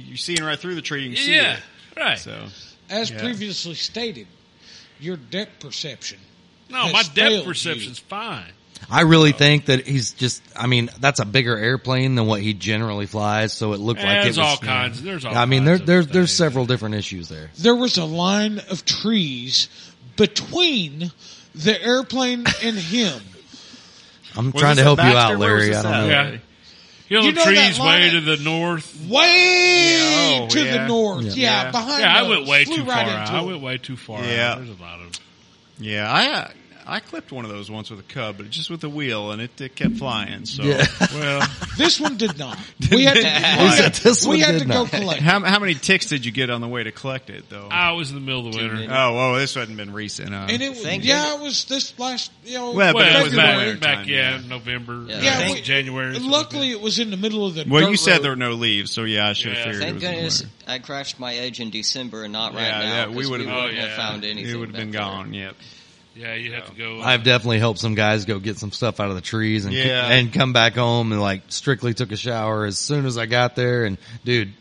Speaker 5: You're seeing right through the tree. You can see
Speaker 4: yeah,
Speaker 5: it.
Speaker 4: right.
Speaker 5: So
Speaker 3: As
Speaker 5: Yeah.
Speaker 3: previously stated, your depth perception.
Speaker 4: no,
Speaker 3: has
Speaker 4: my
Speaker 3: failed
Speaker 4: depth
Speaker 3: you.
Speaker 4: perception's fine.
Speaker 1: I really think that he's just, I mean, that's a bigger airplane than what he generally flies. So it looked like it
Speaker 4: there's
Speaker 1: was.
Speaker 4: all kinds. There's all.
Speaker 1: I mean, there,
Speaker 4: kinds of
Speaker 1: there, there's
Speaker 4: things.
Speaker 1: several different issues there.
Speaker 3: There was a line of trees between the airplane and him.
Speaker 1: I'm
Speaker 5: Was
Speaker 1: trying to
Speaker 5: this at
Speaker 1: help you
Speaker 5: Baxter?
Speaker 1: out,
Speaker 5: Where was
Speaker 1: Larry. I
Speaker 5: this
Speaker 1: don't
Speaker 5: at?
Speaker 1: know.
Speaker 4: Yeah. You know,
Speaker 3: You
Speaker 4: the
Speaker 3: know that
Speaker 4: trees way
Speaker 3: line-
Speaker 4: to the north.
Speaker 3: Way
Speaker 5: Yeah, oh,
Speaker 3: to the
Speaker 5: yeah.
Speaker 3: north. Yeah,
Speaker 5: Yeah.
Speaker 3: behind
Speaker 4: Yeah, I
Speaker 3: us.
Speaker 4: went way
Speaker 3: Flew
Speaker 4: too far.
Speaker 3: right
Speaker 4: out.
Speaker 3: into
Speaker 4: I
Speaker 3: it.
Speaker 4: went way too far. out.
Speaker 5: Yeah.
Speaker 4: There's a lot of.
Speaker 5: yeah, I uh, I clipped one of those once with a cub, but just with the wheel, and it, it kept flying. So
Speaker 1: Yeah.
Speaker 2: [laughs]
Speaker 4: Well,
Speaker 3: [laughs] This one did not. We had to, we
Speaker 1: said
Speaker 3: had,
Speaker 1: this
Speaker 3: we
Speaker 1: one
Speaker 3: had
Speaker 1: did
Speaker 3: to
Speaker 1: not.
Speaker 3: go collect.
Speaker 5: how how many ticks did you get on the way to collect it though?
Speaker 4: I was in the middle of the winter.
Speaker 2: minutes.
Speaker 5: oh, whoa, this hadn't been recent. Huh?
Speaker 3: And it was,
Speaker 2: Thank
Speaker 3: yeah, it was this last, you know,
Speaker 5: Well, but
Speaker 4: Well,
Speaker 5: it
Speaker 4: it was
Speaker 5: February
Speaker 4: back, back
Speaker 5: time,
Speaker 4: yeah,
Speaker 5: yeah.
Speaker 4: November,
Speaker 2: Yeah.
Speaker 4: uh,
Speaker 3: Yeah, we-
Speaker 4: January. something like
Speaker 3: luckily it was in the middle of the
Speaker 5: well,
Speaker 3: dirt
Speaker 5: you said
Speaker 3: road.
Speaker 5: there were no leaves, so yeah, I should have
Speaker 4: Yeah.
Speaker 5: figured
Speaker 2: Thank
Speaker 5: it was
Speaker 2: goodness
Speaker 5: somewhere.
Speaker 2: I crashed my edge in December and not right
Speaker 5: Yeah,
Speaker 2: now.
Speaker 5: yeah,
Speaker 2: 'cause
Speaker 5: we would've-
Speaker 2: we wouldn't
Speaker 4: oh,
Speaker 2: have
Speaker 4: yeah.
Speaker 2: found anything.
Speaker 5: It would have been
Speaker 2: back there.
Speaker 5: gone. Yep.
Speaker 4: that. yeah, you have to go. uh,
Speaker 1: I've definitely helped some guys go get some stuff out of the trees and
Speaker 5: Yeah.
Speaker 1: and come back home and like strictly took a shower as soon as I got there and dude,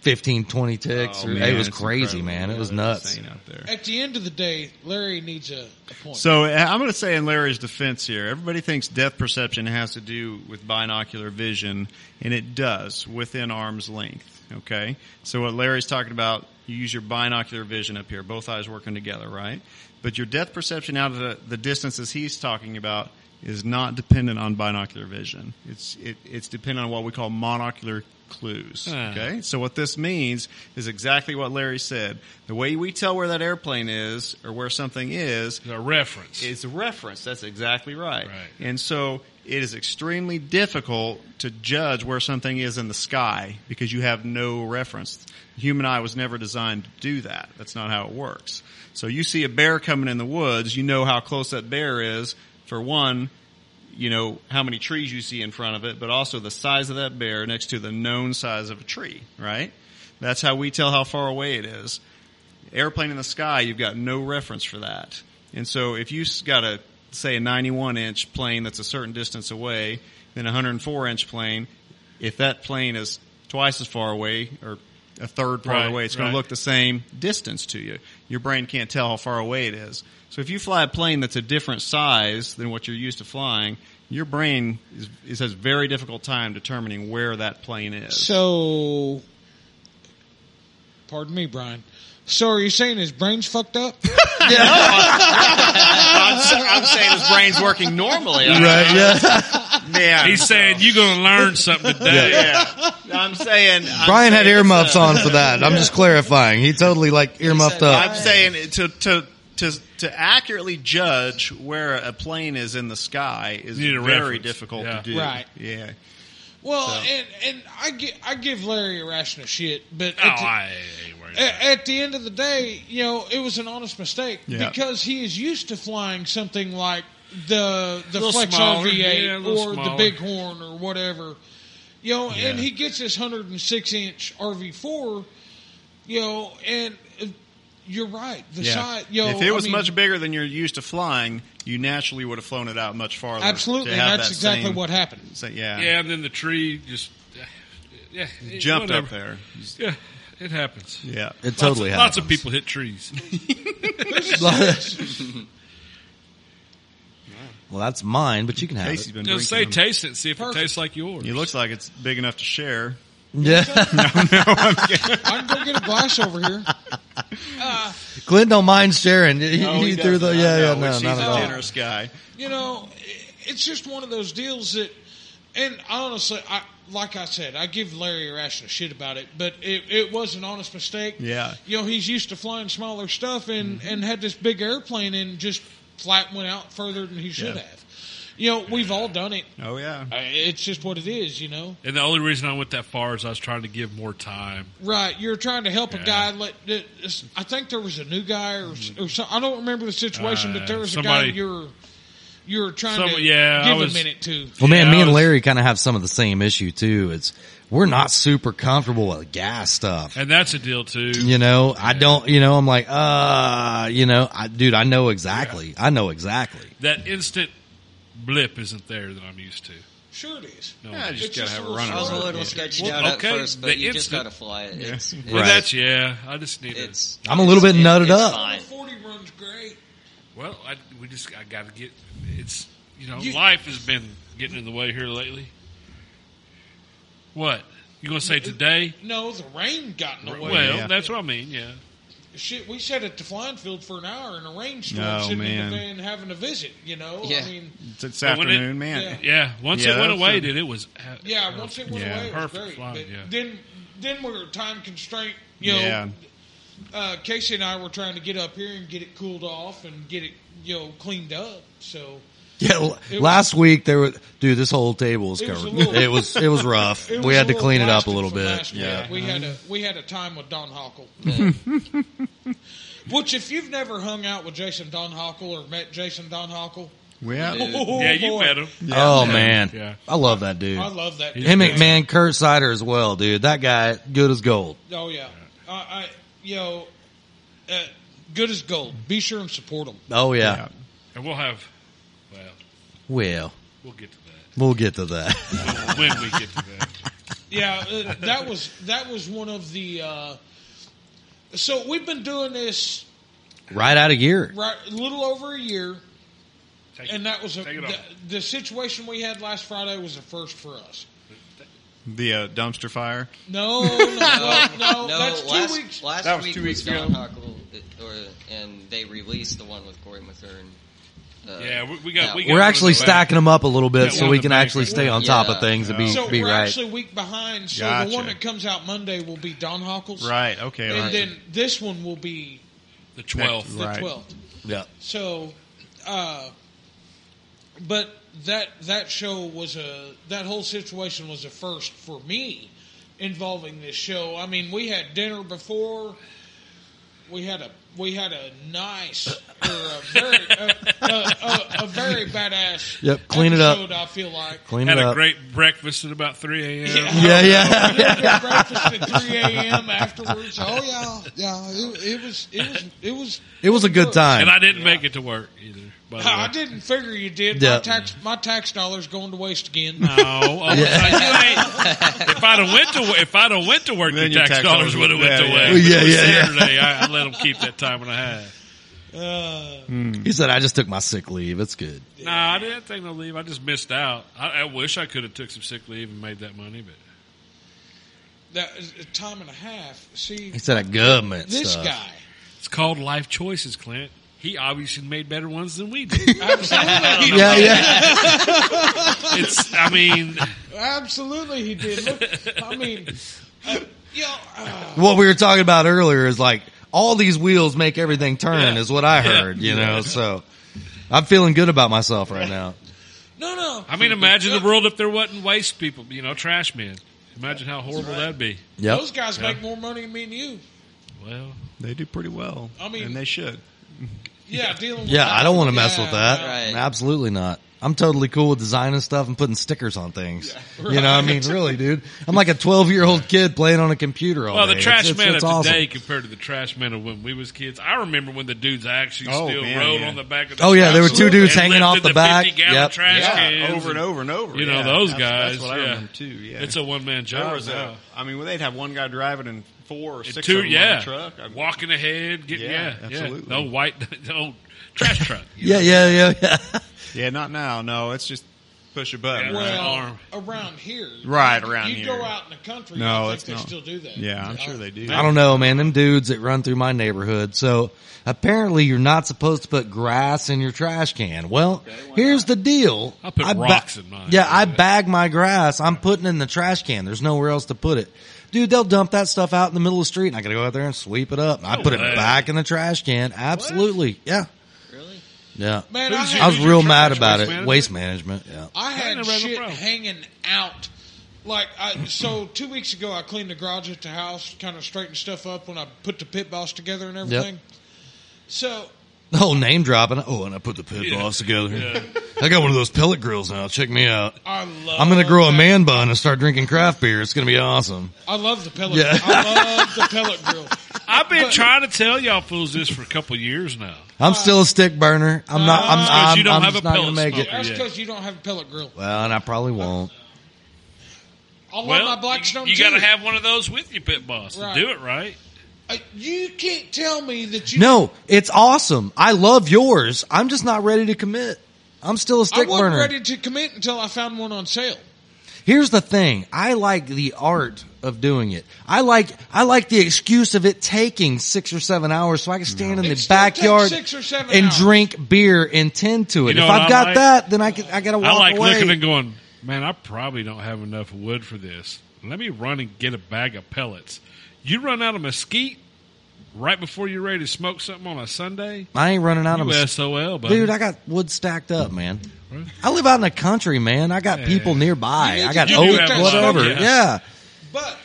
Speaker 1: 15, 20 ticks.
Speaker 5: Oh,
Speaker 1: or,
Speaker 5: man,
Speaker 1: it was
Speaker 5: it's
Speaker 1: crazy,
Speaker 5: incredible.
Speaker 1: man. It
Speaker 5: Yeah,
Speaker 1: was
Speaker 5: that's
Speaker 1: nuts.
Speaker 5: insane out there.
Speaker 3: At the end of the day, Larry needs a, a point.
Speaker 5: So uh, I'm going to say in Larry's defense here, everybody thinks depth perception has to do with binocular vision, and it does within arm's length. Okay. So what Larry's talking about, you use your binocular vision up here, both eyes working together, right? But your depth perception out of the, the distances he's talking about is not dependent on binocular vision. It's it, it's dependent on what we call monocular clues.
Speaker 4: Ah.
Speaker 5: Okay, so what this means is exactly what Larry said. The way we tell where that airplane is or where something is
Speaker 4: the reference.
Speaker 5: it's a reference. That's exactly right.
Speaker 4: Right.
Speaker 5: And so it is extremely difficult to judge where something is in the sky because you have no reference. The human eye was never designed to do that. That's not how it works. So you see a bear coming in the woods, you know how close that bear is. For one, you know how many trees you see in front of it, but also the size of that bear next to the known size of a tree, right? That's how we tell how far away it is. Airplane in the sky, you've got no reference for that. And so if you've got a, say, a 91 inch plane that's a certain distance away, then a 104 inch plane, if that plane is twice as far away or a third part
Speaker 4: Right,
Speaker 5: away, it's going
Speaker 4: right.
Speaker 5: to look the same distance to you. Your brain can't tell how far away it is. So if you fly a plane that's a different size than what you're used to flying, your brain is, is has very difficult time determining where that plane is.
Speaker 3: So, pardon me, Brian. So are you saying his brain's fucked
Speaker 4: [laughs]
Speaker 3: up?
Speaker 5: [laughs] I'm, s- I'm saying his brain's working normally. I'm-
Speaker 1: Right? Yeah.
Speaker 5: Man, [laughs]
Speaker 4: He's saying you're going to learn something today.
Speaker 5: yeah. I'm saying I'm
Speaker 1: Brian had
Speaker 5: saying it's
Speaker 1: earmuffs
Speaker 5: a-
Speaker 1: on for that. I'm just clarifying. He totally like earmuffed
Speaker 5: I'm
Speaker 1: up.
Speaker 5: saying it- to to to to accurately judge where a plane is in the sky is
Speaker 4: You need a
Speaker 5: very
Speaker 4: reference.
Speaker 5: difficult
Speaker 4: Yeah.
Speaker 5: to do.
Speaker 3: Right.
Speaker 5: Yeah.
Speaker 3: Well, and and I gi- I give Larry a ration of shit, but
Speaker 4: Oh,
Speaker 3: at, the-
Speaker 4: I ain't worried about
Speaker 3: a- at the end of the day, you know, it was an honest mistake
Speaker 5: Yeah.
Speaker 3: because he is used to flying something like the the
Speaker 4: Little
Speaker 3: Flex
Speaker 4: smaller,
Speaker 3: RV8
Speaker 4: yeah, a little
Speaker 3: or the
Speaker 4: smaller.
Speaker 3: Bighorn or whatever. You know, and
Speaker 5: Yeah.
Speaker 3: he gets this 106 inch RV4, you know, and uh, you're right. The
Speaker 5: Yeah.
Speaker 3: side, you know,
Speaker 5: if it was
Speaker 3: I mean,
Speaker 5: much bigger than you're used to flying, you naturally would have flown it out much farther. to
Speaker 3: absolutely, and
Speaker 5: have
Speaker 3: that's
Speaker 5: that
Speaker 3: exactly
Speaker 5: same-
Speaker 3: what happened.
Speaker 5: so- yeah,
Speaker 4: it. Yeah, and then the tree just yeah, it-
Speaker 5: jumped up
Speaker 4: whatever.
Speaker 5: there.
Speaker 4: Yeah, it happens.
Speaker 5: Yeah,
Speaker 1: It totally
Speaker 4: lots,
Speaker 1: happens.
Speaker 4: Lots of people hit trees.
Speaker 1: [laughs] well, that's mine, but you can have
Speaker 5: Casey's
Speaker 1: it.
Speaker 5: been
Speaker 4: Just say
Speaker 5: drinking. them.
Speaker 4: taste it, and see if
Speaker 3: Perfect.
Speaker 4: it tastes like yours.
Speaker 5: It looks like it's big enough to share.
Speaker 1: [laughs] Yeah,
Speaker 3: I can go get a glass over here.
Speaker 1: Glenn don't mind sharing. He,
Speaker 3: Oh,
Speaker 1: he threw the
Speaker 5: doesn't.
Speaker 1: yeah,
Speaker 5: I
Speaker 1: yeah,
Speaker 5: know,
Speaker 1: no,
Speaker 5: which
Speaker 1: not at
Speaker 5: he's a
Speaker 1: all.
Speaker 5: generous guy.
Speaker 3: you know, it's just one of those deals that, and honestly, I like I said, I give Larry a ration of shit about it, but it, it was an honest mistake.
Speaker 5: Yeah.
Speaker 3: you know, he's used to flying smaller stuff and
Speaker 4: Mm-hmm.
Speaker 3: and had this big airplane and just flat went out further than he should
Speaker 5: Yeah.
Speaker 3: have. You know, we've all done it.
Speaker 5: Oh yeah,
Speaker 3: Uh, It's just what it is, you know.
Speaker 4: And the only reason I went that far is I was trying to give more time.
Speaker 3: Right, you're trying to help a
Speaker 4: Yeah. Mm-hmm.
Speaker 3: guy. Let that- I think there was a new guy or, or some, I don't remember the situation,
Speaker 4: Uh,
Speaker 3: but there was
Speaker 4: somebody-
Speaker 3: a guy you're you're trying
Speaker 4: Some-
Speaker 3: to
Speaker 4: yeah, I
Speaker 3: give
Speaker 4: was-
Speaker 3: a minute to.
Speaker 1: Well, man,
Speaker 4: Yeah,
Speaker 1: me
Speaker 4: I
Speaker 1: and
Speaker 4: was-
Speaker 1: Larry kind of have some of the same issue too. It's we're not super comfortable with gas stuff.
Speaker 4: And that's a deal too.
Speaker 1: You know, I don't. You know, I'm like, uh, you know, I, dude, I know exactly. I know exactly.
Speaker 4: That instant blip isn't there that I'm used to.
Speaker 3: Sure, it is.
Speaker 4: No.
Speaker 5: yeah you just
Speaker 3: It's
Speaker 5: gotta
Speaker 3: just
Speaker 5: have
Speaker 3: a
Speaker 5: a
Speaker 3: little
Speaker 5: run.
Speaker 2: I was a
Speaker 5: around.
Speaker 2: little
Speaker 5: Yeah.
Speaker 2: sketched
Speaker 4: Well,
Speaker 2: out
Speaker 4: okay,
Speaker 2: at first, but
Speaker 4: the
Speaker 2: you just
Speaker 4: instant-
Speaker 2: gotta fly it. It's, it's,
Speaker 4: Well,
Speaker 1: Right.
Speaker 4: that's yeah. I just need to.
Speaker 2: it's-
Speaker 1: I'm a little bit
Speaker 2: it's-
Speaker 1: nutted
Speaker 2: it's
Speaker 1: up.
Speaker 2: fine.
Speaker 3: Forty runs great.
Speaker 4: Well, I, we just I got to get. It's you know
Speaker 3: You-
Speaker 4: life has been getting in the way here lately. What you gonna say today?
Speaker 3: No, the rain got in the way.
Speaker 4: Well,
Speaker 5: yeah.
Speaker 4: that's what I mean. Yeah,
Speaker 3: Shit, we sat at the flying field for an hour in a rainstorm,
Speaker 5: Oh,
Speaker 3: sitting in
Speaker 5: man.
Speaker 3: the van having a visit. You know,
Speaker 2: Yeah.
Speaker 3: I mean,
Speaker 5: It's this
Speaker 4: But when it-
Speaker 5: afternoon, man.
Speaker 3: Yeah.
Speaker 4: yeah. Once
Speaker 5: Yeah,
Speaker 4: it went
Speaker 5: that's
Speaker 4: away,
Speaker 5: a-
Speaker 4: dude, it was uh,
Speaker 3: yeah, once it went
Speaker 5: Yeah.
Speaker 3: away, it was
Speaker 4: Perfect
Speaker 3: great.
Speaker 4: flying,
Speaker 3: but
Speaker 4: yeah.
Speaker 3: then, then we were time constraint. You know,
Speaker 5: Yeah.
Speaker 3: uh, Casey and I were trying to get up here and get it cooled off and get it, you know, cleaned up. So
Speaker 1: Yeah, l-
Speaker 3: It-
Speaker 1: last week there was, dude, this whole table was
Speaker 3: It was a
Speaker 1: covered.
Speaker 3: little-
Speaker 1: it was it was rough.
Speaker 3: [laughs] it
Speaker 1: we
Speaker 3: was
Speaker 1: had
Speaker 3: a
Speaker 1: to
Speaker 3: little
Speaker 1: clean it up a
Speaker 3: plastic
Speaker 1: little
Speaker 3: from
Speaker 1: bit.
Speaker 3: last week.
Speaker 5: Yeah.
Speaker 3: we had a we had a time with Don Hockle. [laughs]
Speaker 2: Yeah.
Speaker 3: Which, if you've never hung out with Jason Don Hockle or met Jason Don Hockle,
Speaker 5: Well,
Speaker 3: oh,
Speaker 4: [laughs] yeah. You
Speaker 3: boy.
Speaker 4: met him.
Speaker 1: oh man,
Speaker 4: Yeah.
Speaker 1: I love that dude.
Speaker 3: I love that.
Speaker 1: Him
Speaker 3: dude.
Speaker 1: and man, Kurt Sider as well, dude. That guy, good as gold.
Speaker 3: Oh yeah, I, I you know, uh, good as gold. Be sure and support them.
Speaker 1: Oh yeah.
Speaker 5: Yeah.
Speaker 4: And we'll have. Well,
Speaker 1: Well,
Speaker 4: we'll get to
Speaker 1: we'll get to
Speaker 3: [laughs]
Speaker 1: that.
Speaker 4: that when we get to that.
Speaker 3: Yeah, uh, that was that was one of the. Uh, so we've been doing this
Speaker 1: right out of gear.
Speaker 3: right a little over a year,
Speaker 4: Take
Speaker 3: and that was a,
Speaker 4: Take it
Speaker 3: the,
Speaker 4: off.
Speaker 3: the situation we had last Friday was a first for us.
Speaker 5: [laughs] the uh, dumpster fire.
Speaker 3: No,
Speaker 2: [laughs]
Speaker 3: no, no, no,
Speaker 2: No,
Speaker 3: that's two
Speaker 2: last,
Speaker 3: weeks.
Speaker 2: last
Speaker 5: That was
Speaker 2: week
Speaker 5: two weeks
Speaker 2: was
Speaker 5: ago.
Speaker 2: Don Huckle, uh, or, and they released the one with Corey Matern. Uh,
Speaker 4: Yeah, we- we got-
Speaker 2: that
Speaker 4: we
Speaker 2: one.
Speaker 4: got-
Speaker 1: We're
Speaker 4: one
Speaker 1: actually
Speaker 4: of the back.
Speaker 1: stacking them up a little bit
Speaker 4: Yeah,
Speaker 1: so
Speaker 4: one
Speaker 1: we
Speaker 4: of the
Speaker 1: can
Speaker 4: back.
Speaker 1: actually stay on top of
Speaker 2: Yeah.
Speaker 1: things and be
Speaker 3: So
Speaker 1: be
Speaker 3: we're
Speaker 1: right.
Speaker 3: actually a week behind. So the
Speaker 5: Gotcha.
Speaker 3: one that comes out Monday will be Don Hockles,
Speaker 5: Right. Okay.
Speaker 3: And
Speaker 5: all right.
Speaker 3: then this one will be
Speaker 4: The twelfth.
Speaker 3: the
Speaker 5: Right.
Speaker 3: twelfth.
Speaker 1: yeah.
Speaker 3: So, uh, but that that show was a that whole situation was a first for me involving this show. I mean, we had dinner before. We had a we had a nice or a very a, a, a, a very badass
Speaker 1: Yep, clean it up.
Speaker 3: episode, I feel like
Speaker 1: Clean
Speaker 4: Had
Speaker 1: it
Speaker 4: a
Speaker 1: up.
Speaker 4: great breakfast at about 3 a.m.
Speaker 1: yeah,
Speaker 3: [laughs]
Speaker 1: yeah, yeah.
Speaker 3: Had breakfast at 3 a.m. afterwards. Oh yeah, yeah. It, it was it was it was
Speaker 1: It was a good time.
Speaker 4: And I didn't make it to work either. By the way.
Speaker 3: I didn't figure you did.
Speaker 1: Yeah.
Speaker 3: My tax my tax dollars going to waste again.
Speaker 4: No, I was like, you ain't- if I'd have went to if I'd have went to work,
Speaker 5: Then
Speaker 4: the
Speaker 5: your
Speaker 4: tax,
Speaker 5: tax
Speaker 4: dollars
Speaker 5: dollars
Speaker 4: would have went
Speaker 5: would-
Speaker 4: to work.
Speaker 5: yeah,
Speaker 1: yeah.
Speaker 4: But it was
Speaker 1: Yeah, yeah, yeah.
Speaker 4: Saturday, I, I let them keep that time and a half.
Speaker 3: Uh,
Speaker 1: He said, "I just took my sick leave. It's good."
Speaker 4: Nah, I didn't take no leave. I just missed out. I, I wish I could have took some sick leave and made that money, but
Speaker 3: that is a time and a half. See
Speaker 1: He said, "A government
Speaker 3: this
Speaker 1: stuff."
Speaker 3: guy.
Speaker 4: it's called life choices, Clint. He obviously made better ones than
Speaker 1: [laughs]
Speaker 4: we did.
Speaker 3: Absolutely, he-
Speaker 1: Yeah, yeah.
Speaker 4: it's, I mean,
Speaker 3: absolutely, he did. Look, I mean, uh, you know, uh,
Speaker 1: what we were talking about earlier is like all these wheels make everything turn,
Speaker 4: Yeah.
Speaker 1: is what I
Speaker 4: Yeah.
Speaker 1: heard. You know, so I'm feeling good about myself right now.
Speaker 3: no, no.
Speaker 4: I mean, imagine the world if there wasn't waste people, you know, trash men. Imagine how horrible that'd be.
Speaker 1: Yep.
Speaker 3: Those guys make more money than me and you.
Speaker 4: Well,
Speaker 5: They do pretty well.
Speaker 3: I mean-
Speaker 5: and they should.
Speaker 3: Yeah, dealing. With
Speaker 1: Yeah, I don't want to mess
Speaker 3: Yeah,
Speaker 1: with that.
Speaker 2: right.
Speaker 1: Absolutely not. I'm totally cool with designing stuff and putting stickers on things. You know, I mean, really, dude. I'm like a 12 year old kid playing on a computer all
Speaker 4: well,
Speaker 1: day.
Speaker 4: the trash
Speaker 1: Oh, It's- it's-
Speaker 4: man
Speaker 1: it's
Speaker 4: of
Speaker 1: awesome.
Speaker 4: today compared to the trash man of when we was kids. I remember when the dudes actually
Speaker 5: Oh,
Speaker 4: still
Speaker 5: man,
Speaker 4: rode
Speaker 5: yeah.
Speaker 4: on the back of the
Speaker 1: Oh yeah, there were two
Speaker 4: trucks
Speaker 1: dudes
Speaker 4: and
Speaker 1: hanging off
Speaker 4: lifted
Speaker 1: the back.
Speaker 4: 50-gallon
Speaker 1: Yep.
Speaker 4: trash cans
Speaker 5: over and over and over.
Speaker 4: You know,
Speaker 5: yeah.
Speaker 4: those
Speaker 5: That's-
Speaker 4: guys.
Speaker 5: That's what
Speaker 4: yeah.
Speaker 5: I remember too. Yeah,
Speaker 4: It's a one man job.
Speaker 5: There was
Speaker 4: now.
Speaker 5: a, I mean, well, they'd have one guy driving and four or
Speaker 4: And
Speaker 5: six
Speaker 4: two,
Speaker 5: of them
Speaker 4: yeah,
Speaker 5: on the truck. I mean,
Speaker 4: walking ahead, getting yeah,
Speaker 5: Yeah,
Speaker 4: yeah.
Speaker 5: absolutely.
Speaker 4: No white, [laughs] no trash truck.
Speaker 1: Yeah, yeah, yeah, yeah. [laughs]
Speaker 5: Yeah, not now. No, it's just push a button.
Speaker 4: Yeah.
Speaker 5: right?
Speaker 3: Well,
Speaker 4: Arm.
Speaker 3: around here,
Speaker 5: Right, around
Speaker 3: you
Speaker 5: here.
Speaker 3: go out in the country.
Speaker 5: No,
Speaker 3: I
Speaker 5: it's
Speaker 3: think they
Speaker 5: not.
Speaker 3: still do that.
Speaker 5: Yeah, I'm sure they do.
Speaker 1: I don't know, man. Them dudes that run through my neighborhood. So apparently, you're not supposed to put grass in your trash can. Well, here's the deal.
Speaker 4: I put
Speaker 1: ba-
Speaker 4: rocks in mine.
Speaker 1: Yeah, I bag my grass. I'm putting it in the trash can. There's nowhere else to put it. Dude, they'll dump that stuff out in the middle of the street, and I gotta go out there and sweep it up. I
Speaker 4: No
Speaker 1: put it
Speaker 4: way.
Speaker 1: back in the trash can. Absolutely, yeah,
Speaker 2: Really?
Speaker 1: yeah.
Speaker 3: Man, I
Speaker 4: Who's
Speaker 3: had,
Speaker 4: your-
Speaker 1: I was
Speaker 4: who's
Speaker 1: real
Speaker 4: trash?
Speaker 1: mad about
Speaker 4: Waste
Speaker 1: it.
Speaker 4: management?
Speaker 1: Waste management. Yeah.
Speaker 3: I
Speaker 4: I
Speaker 3: had
Speaker 4: never had no
Speaker 3: shit
Speaker 4: problem.
Speaker 3: hanging out. Like I, so two weeks ago, I cleaned the garage at the house, kind of straightened stuff up when I put the pit boss together and everything. So
Speaker 1: The whole name dropping. Oh, and I put the pit balls together. I got one of those pellet grills now. Check me out.
Speaker 3: I love.
Speaker 1: I'm gonna grow a
Speaker 3: that.
Speaker 1: man bun and start drinking craft beer. It's gonna be awesome.
Speaker 3: I love the pellet.
Speaker 1: Yeah.
Speaker 3: I love
Speaker 1: [laughs]
Speaker 3: the pellet grill.
Speaker 4: I've been trying to tell y'all fools this for a couple years now.
Speaker 1: I'm still a stick burner. I'm not. I'm.
Speaker 4: That's 'cause
Speaker 1: I'm,
Speaker 4: you don't
Speaker 1: I'm
Speaker 4: have
Speaker 1: just
Speaker 4: a
Speaker 1: not gonna
Speaker 4: pellet
Speaker 1: make
Speaker 4: smoker.
Speaker 1: it.
Speaker 3: That's
Speaker 4: Yeah.
Speaker 3: because you don't have a pellet grill.
Speaker 1: Well, and I probably won't.
Speaker 3: I love
Speaker 4: Well,
Speaker 3: my Blackstone.
Speaker 4: you, got to
Speaker 3: too.
Speaker 4: have one of those with you, pit boss,
Speaker 3: Right.
Speaker 4: to do it right.
Speaker 3: Uh, you can't tell me that you.
Speaker 1: No, it's awesome. I love yours. I'm just not ready to commit. I'm still a
Speaker 3: I
Speaker 1: stick
Speaker 3: wasn't
Speaker 1: burner.
Speaker 3: ready to commit until I found one on sale.
Speaker 1: Here's the thing. I like the art of doing it. I like I like the excuse of it taking six or seven hours so I can stand in
Speaker 3: It
Speaker 1: the
Speaker 3: still takes
Speaker 1: backyard
Speaker 3: six or seven
Speaker 1: and
Speaker 3: hours.
Speaker 1: drink beer and tend to it.
Speaker 4: know
Speaker 1: if
Speaker 4: what
Speaker 1: I've
Speaker 4: I
Speaker 1: got
Speaker 4: like?
Speaker 1: that, then I can I gotta walk
Speaker 4: I like
Speaker 1: away.
Speaker 4: looking and going, man, I probably don't have enough wood for this. Let me run and get a bag of pellets. You run out of mesquite right before you're ready to smoke something on a Sunday.
Speaker 1: I ain't running out of
Speaker 4: You
Speaker 1: my
Speaker 4: SOL, buddy.
Speaker 1: Dude, I got wood stacked up, man. I live out in the country, man. I got people nearby.
Speaker 3: You
Speaker 1: I got
Speaker 3: do
Speaker 1: oak,
Speaker 3: have that
Speaker 1: whatever.
Speaker 4: stuff, yeah.
Speaker 1: yeah.
Speaker 3: But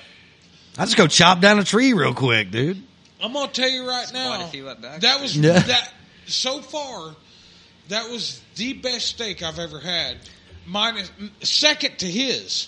Speaker 1: I just go chop down a tree real quick, dude.
Speaker 3: I'm gonna tell you right now.
Speaker 2: quite a few at Baxter.
Speaker 3: that was
Speaker 1: Yeah.
Speaker 3: [laughs] that. So far, that was the best steak I've ever had. Minus second to his.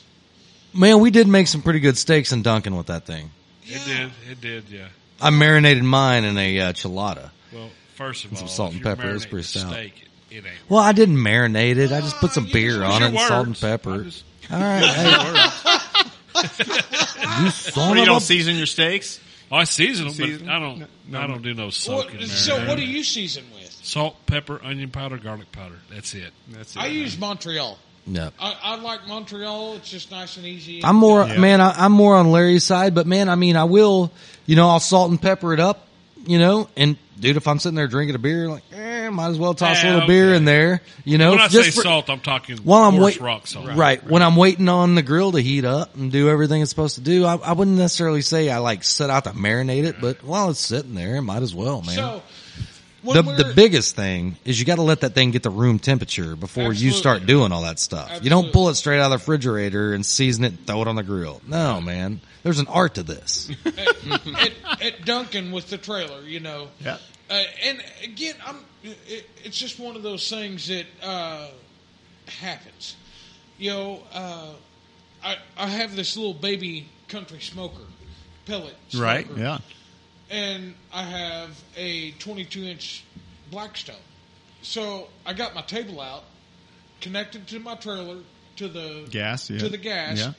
Speaker 1: Man, we did make some pretty good steaks in Duncan with that thing.
Speaker 4: it did. It did, yeah.
Speaker 1: I marinated mine in a uh, chilada.
Speaker 4: Well, first of all,
Speaker 1: some salt
Speaker 4: if
Speaker 1: and
Speaker 4: you're
Speaker 1: pepper, it's
Speaker 4: marinating
Speaker 1: pretty stout.
Speaker 4: Steak, it ain't.
Speaker 1: Well, I didn't marinate it. I just put some
Speaker 3: Ah, you
Speaker 1: beer
Speaker 3: just
Speaker 1: on it
Speaker 4: your
Speaker 1: and salt and
Speaker 4: words. I
Speaker 1: pepper.
Speaker 4: just-
Speaker 1: All right.
Speaker 4: [laughs]
Speaker 1: hey, you son
Speaker 5: What,
Speaker 1: of
Speaker 5: you
Speaker 1: a-
Speaker 5: don't season your steaks?
Speaker 4: Oh, I season them,
Speaker 5: Season?
Speaker 4: but I don't.
Speaker 5: No, no.
Speaker 4: I don't do no
Speaker 3: What-
Speaker 4: soaking.
Speaker 3: so what do you season with?
Speaker 4: Salt, pepper, onion powder, garlic powder. That's it.
Speaker 5: That's it.
Speaker 3: I use Montreal.
Speaker 1: No.
Speaker 3: I, I like Montreal. It's just nice and easy.
Speaker 1: I'm more,
Speaker 5: Yeah.
Speaker 1: man, I, I'm more on Larry's side, but man, I mean, I will, you know, I'll salt and pepper it up, you know, and dude, if I'm sitting there drinking a beer, like, eh, might as well toss a
Speaker 4: Yeah,
Speaker 1: little beer
Speaker 4: okay.
Speaker 1: in there, you know,
Speaker 4: When I
Speaker 1: just
Speaker 4: say
Speaker 1: for-
Speaker 4: salt, I'm talking
Speaker 1: while I'm
Speaker 4: coarse
Speaker 1: waiting,
Speaker 4: rock salt.
Speaker 1: Right, When I'm waiting on the grill to heat up and do everything it's supposed to do, I, I wouldn't necessarily say I like set out to marinate it, but while it's sitting there, it might as well, man.
Speaker 3: so When
Speaker 1: the,
Speaker 3: we're-
Speaker 1: the biggest thing is you got to let that thing get to room temperature before you
Speaker 3: Absolutely.
Speaker 1: start doing all that stuff. You
Speaker 3: Absolutely.
Speaker 1: don't pull it straight out of the refrigerator and season it and throw it on the grill. No, man. There's an art to
Speaker 3: [laughs]
Speaker 1: this.
Speaker 3: at, at Duncan with the trailer, you know.
Speaker 5: Yeah.
Speaker 3: Uh, and again, I'm. It, it's just one of those things that uh, happens. You know, uh, I I have this little baby country smoker, pellet. Smoker,
Speaker 5: Right? Yeah.
Speaker 3: and I have a 22 inch Blackstone. So I got my table out, connected to my trailer to the
Speaker 5: Gas, yeah.
Speaker 3: to the gas.
Speaker 5: Yeah.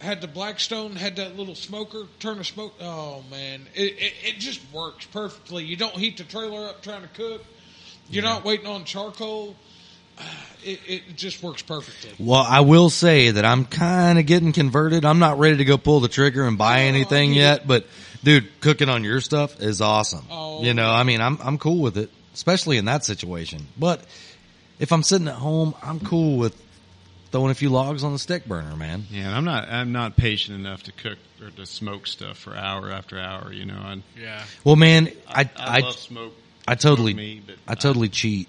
Speaker 3: Had the Blackstone, had that little smoker, turn the smoke. Oh man, it, it it just works perfectly. You don't heat the trailer up trying to cook. You're not waiting on charcoal. [sighs] Ah, It, it just works perfectly.
Speaker 1: Well, I will say that I'm kind of getting converted. I'm not ready to go pull the trigger and buy anything
Speaker 3: dude.
Speaker 1: yet, but dude, cooking on your stuff is awesome.
Speaker 3: Oh.
Speaker 1: you know, I mean, I'm I'm cool with it, especially in that situation. But if I'm sitting at home, I'm cool with throwing a few logs on the stick burner, man.
Speaker 5: Yeah, and I'm not I'm not patient enough to cook or to smoke stuff for hour after hour. You know, I
Speaker 4: Yeah.
Speaker 1: Well, man, I
Speaker 5: I,
Speaker 1: I
Speaker 5: love smoke.
Speaker 1: I totally,
Speaker 5: Not me, but
Speaker 1: I totally cheat.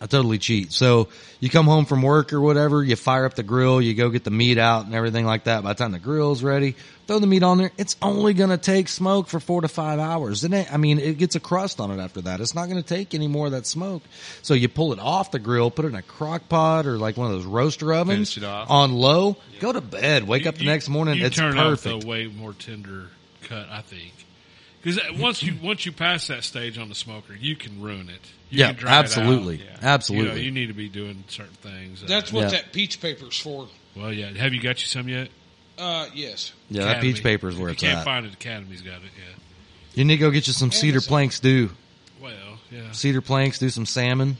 Speaker 1: I totally cheat. So you come home from work or whatever, you fire up the grill, you go get the meat out and everything like that. By the time the grill's ready, throw the meat on there. It's only going to take smoke for four to five hours. It ain't, I mean, it gets a crust on it after that. It's not going to take any more of that smoke. So you pull it off the grill, put it in a crock pot or like one of those roaster ovens
Speaker 5: Finish it off.
Speaker 1: on low, go to bed, wake up the
Speaker 4: You-
Speaker 1: next morning.
Speaker 4: You
Speaker 1: it's
Speaker 4: turn
Speaker 1: perfect.
Speaker 4: off a way more tender cut, I think. Because once you once you pass that stage on the smoker, you can ruin it. You
Speaker 1: Yeah,
Speaker 4: can dry it out.
Speaker 1: absolutely.
Speaker 4: You know,
Speaker 1: Absolutely.
Speaker 4: you need to be doing certain things. Uh,
Speaker 3: That's what
Speaker 1: Yeah.
Speaker 3: that peach paper's for.
Speaker 4: well, yeah. Have you got you some yet?
Speaker 3: Uh, yes.
Speaker 1: yeah, that
Speaker 4: Academy.
Speaker 1: peach paper is where
Speaker 4: If
Speaker 1: it's
Speaker 4: you can't
Speaker 1: at.
Speaker 4: find it. Academy's got it. Yeah.
Speaker 1: You need to go get you some cedar
Speaker 3: Amazon.
Speaker 1: planks, do
Speaker 4: Well, yeah.
Speaker 1: cedar planks, do some salmon.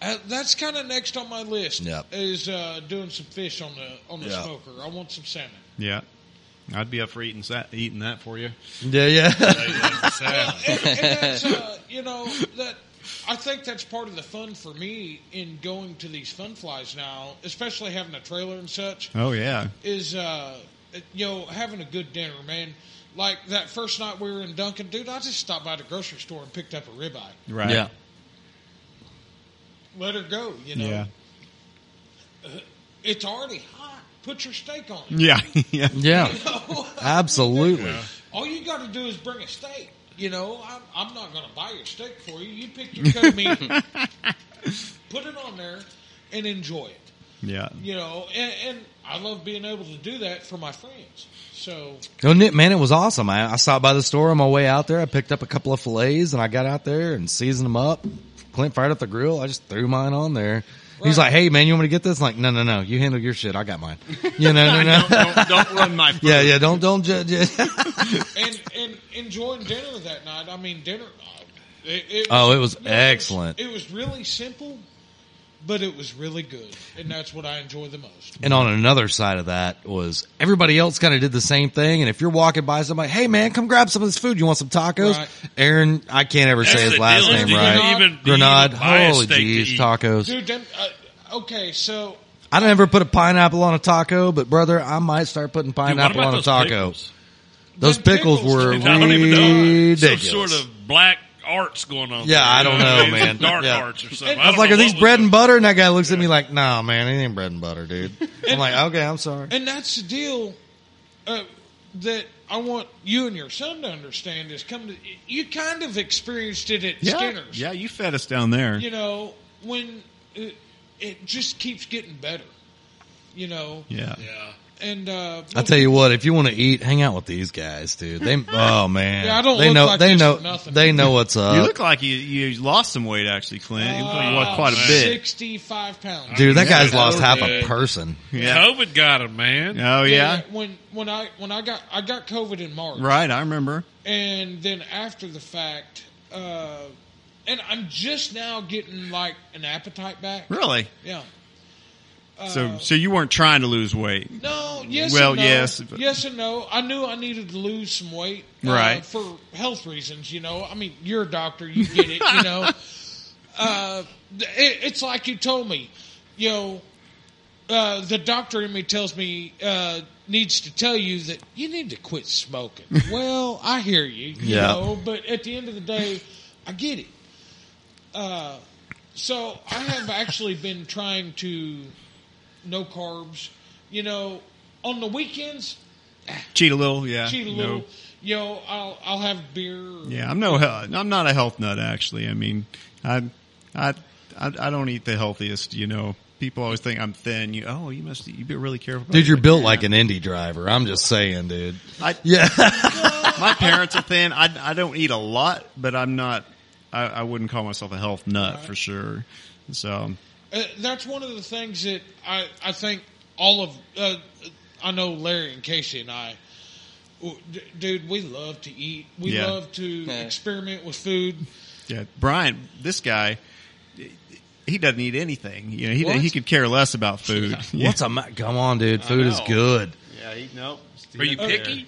Speaker 3: Uh, that's kind of next on my list.
Speaker 1: Yep.
Speaker 3: Is uh, doing some fish on the on the
Speaker 1: Yeah.
Speaker 3: smoker. I want some salmon.
Speaker 5: yeah. I'd be up for eating that eating that for you.
Speaker 1: Yeah, yeah.
Speaker 3: Well, and, and that's, uh, you know that I think that's part of the fun for me in going to these fun flies now, especially having a trailer and such.
Speaker 5: Oh yeah.
Speaker 3: Is uh, you know having a good dinner, man. Like that first night we were in Duncan, dude. I just stopped by the grocery store and picked up a ribeye.
Speaker 5: Right.
Speaker 1: Yeah.
Speaker 3: Let her go, you know.
Speaker 5: Yeah.
Speaker 3: It's already hot. Put your steak on [laughs] it.
Speaker 5: [laughs] Yeah. [laughs] yeah.
Speaker 1: Yeah. Absolutely.
Speaker 3: All you got to do is bring a steak. You know, I'm, I'm not going to buy your steak for you. You pick your cut
Speaker 1: [laughs]
Speaker 3: of meat, put it on there, and enjoy it.
Speaker 5: Yeah.
Speaker 3: You know, and, and I love being able to do that for my friends. So,
Speaker 1: No, Nick, man, it was awesome. I, I stopped by the store on my way out there. I picked up a couple of fillets and I got out there and seasoned them up. Clint fired up the grill. I just threw mine on there. He's
Speaker 3: Right.
Speaker 1: like, "Hey, man, you want me to get this?" I'm like, no, no, no. You handle your shit. I got mine. You know, no,
Speaker 5: don't,
Speaker 1: no.
Speaker 5: [laughs] don't, don't
Speaker 1: [laughs]
Speaker 5: run my food.
Speaker 1: yeah, yeah. Don't, don't judge it. [laughs]
Speaker 3: and and enjoying dinner that night. I mean, dinner. uh, It, it
Speaker 1: Oh, it was
Speaker 3: no,
Speaker 1: excellent.
Speaker 3: It was, it was really simple, but it was really good, and that's what I enjoy the most.
Speaker 1: And on another side of that was everybody else kind of did the same thing. And if you're walking by somebody, hey man, come grab some of this food. You want some tacos?
Speaker 3: Right.
Speaker 1: Aaron, I can't ever say his
Speaker 4: the
Speaker 1: last
Speaker 4: deal, is
Speaker 1: name
Speaker 4: do you
Speaker 1: right.
Speaker 4: even- do you
Speaker 1: Grenade.
Speaker 4: even buy a
Speaker 1: Holy
Speaker 4: steak to
Speaker 1: jeez,
Speaker 4: eat?
Speaker 1: tacos.
Speaker 3: Dude, then, uh, okay, so
Speaker 1: I don't ever put a pineapple on a taco, but brother, I might start putting
Speaker 4: Dude, what
Speaker 1: pineapple
Speaker 4: about
Speaker 1: on a
Speaker 4: those
Speaker 1: taco.
Speaker 4: pickles?
Speaker 1: Those
Speaker 3: Them
Speaker 1: pickles,
Speaker 3: pickles,
Speaker 1: were
Speaker 3: dude,
Speaker 4: I don't even know. Some
Speaker 1: ridiculous.
Speaker 4: sort of black arts going on.
Speaker 1: Yeah,
Speaker 4: there,
Speaker 1: I
Speaker 4: you
Speaker 1: don't
Speaker 4: what
Speaker 1: know,
Speaker 4: mean?
Speaker 1: man.
Speaker 4: Dark
Speaker 1: Yeah.
Speaker 4: arts or something.
Speaker 1: I was
Speaker 4: don't
Speaker 1: like,
Speaker 4: know
Speaker 1: "Are these
Speaker 4: what
Speaker 1: bread
Speaker 4: was
Speaker 1: and butter?" And that guy looks at me like, "Nah, man, it ain't bread and butter, dude." I'm like, "Okay, I'm sorry."
Speaker 3: And that's the deal uh, that I want you and your son to understand is come to you kind of experienced it at
Speaker 5: Yeah.
Speaker 3: Skinner's.
Speaker 5: Yeah. You fed us down there.
Speaker 3: You know, when it, it just keeps getting better. You know,
Speaker 5: Yeah.
Speaker 4: it. Yeah.
Speaker 3: and uh,
Speaker 1: I tell you what, if you want to eat, hang out with these guys, dude. They oh man,
Speaker 3: Yeah, I don't
Speaker 1: they
Speaker 3: look
Speaker 1: know
Speaker 3: like
Speaker 1: they
Speaker 3: this
Speaker 1: know
Speaker 3: for nothing.
Speaker 1: they know what's up,
Speaker 5: You look like you, you lost some weight actually, Clint. You lost quite a bit.
Speaker 3: oh, sixty-five pounds.
Speaker 1: dude. That guy's
Speaker 5: Yeah,
Speaker 1: lost half a
Speaker 4: okay.
Speaker 1: person.
Speaker 5: Yeah.
Speaker 4: COVID got him, man.
Speaker 5: Oh yeah.
Speaker 3: When when I when I got I got COVID in March,
Speaker 5: Right. I remember.
Speaker 3: and then after the fact, uh, and I'm just now getting like an appetite back.
Speaker 5: Really.
Speaker 3: Yeah. Uh,
Speaker 5: So so you weren't trying to lose weight.
Speaker 3: No, yes.
Speaker 5: Well,
Speaker 3: and no.
Speaker 5: yes, but-
Speaker 3: yes and no. I knew I needed to lose some weight, uh,
Speaker 5: Right.
Speaker 3: for health reasons. You know, I mean, you're a doctor, you get it. You
Speaker 5: [laughs]
Speaker 3: know, uh, it, it's like you told me, you know. Uh, the doctor in me tells me uh, needs to tell you that you need to quit smoking. well, I hear you, you
Speaker 1: Yeah.
Speaker 3: know, but at the end of the day, I get it. Uh, so I have actually been trying to no carbs. You know, on the weekends,
Speaker 5: Cheat a little, yeah.
Speaker 3: cheat a
Speaker 5: Uh, no.
Speaker 3: little. You know, I'll I'll have beer. Or,
Speaker 5: Yeah, I'm no, he- I'm not a health nut actually. I mean, I, I, I, I don't eat the healthiest. You know, people always think I'm thin. You, oh, you must, you be really careful.
Speaker 1: Dude, you're
Speaker 5: Like,
Speaker 1: built
Speaker 5: yeah.
Speaker 1: like an indie driver. I'm just saying, dude.
Speaker 5: I,
Speaker 1: Yeah.
Speaker 5: [laughs] my parents are thin. I, I don't eat a lot, but I'm not. I, I wouldn't call myself a health nut for sure. So
Speaker 3: Uh, that's one of the things that I, I think all of uh, I know Larry and Casey and I, w- d- dude, we love to eat. We
Speaker 5: Yeah.
Speaker 3: love to
Speaker 2: Yeah.
Speaker 3: experiment with food.
Speaker 5: Yeah, Brian, this guy, he doesn't eat anything. You know, he
Speaker 1: What?
Speaker 5: he could care less about food. Yeah.
Speaker 1: What's a ma- come on, dude? Food is
Speaker 5: know.
Speaker 1: good.
Speaker 5: Yeah, he, nope.
Speaker 4: Are you picky?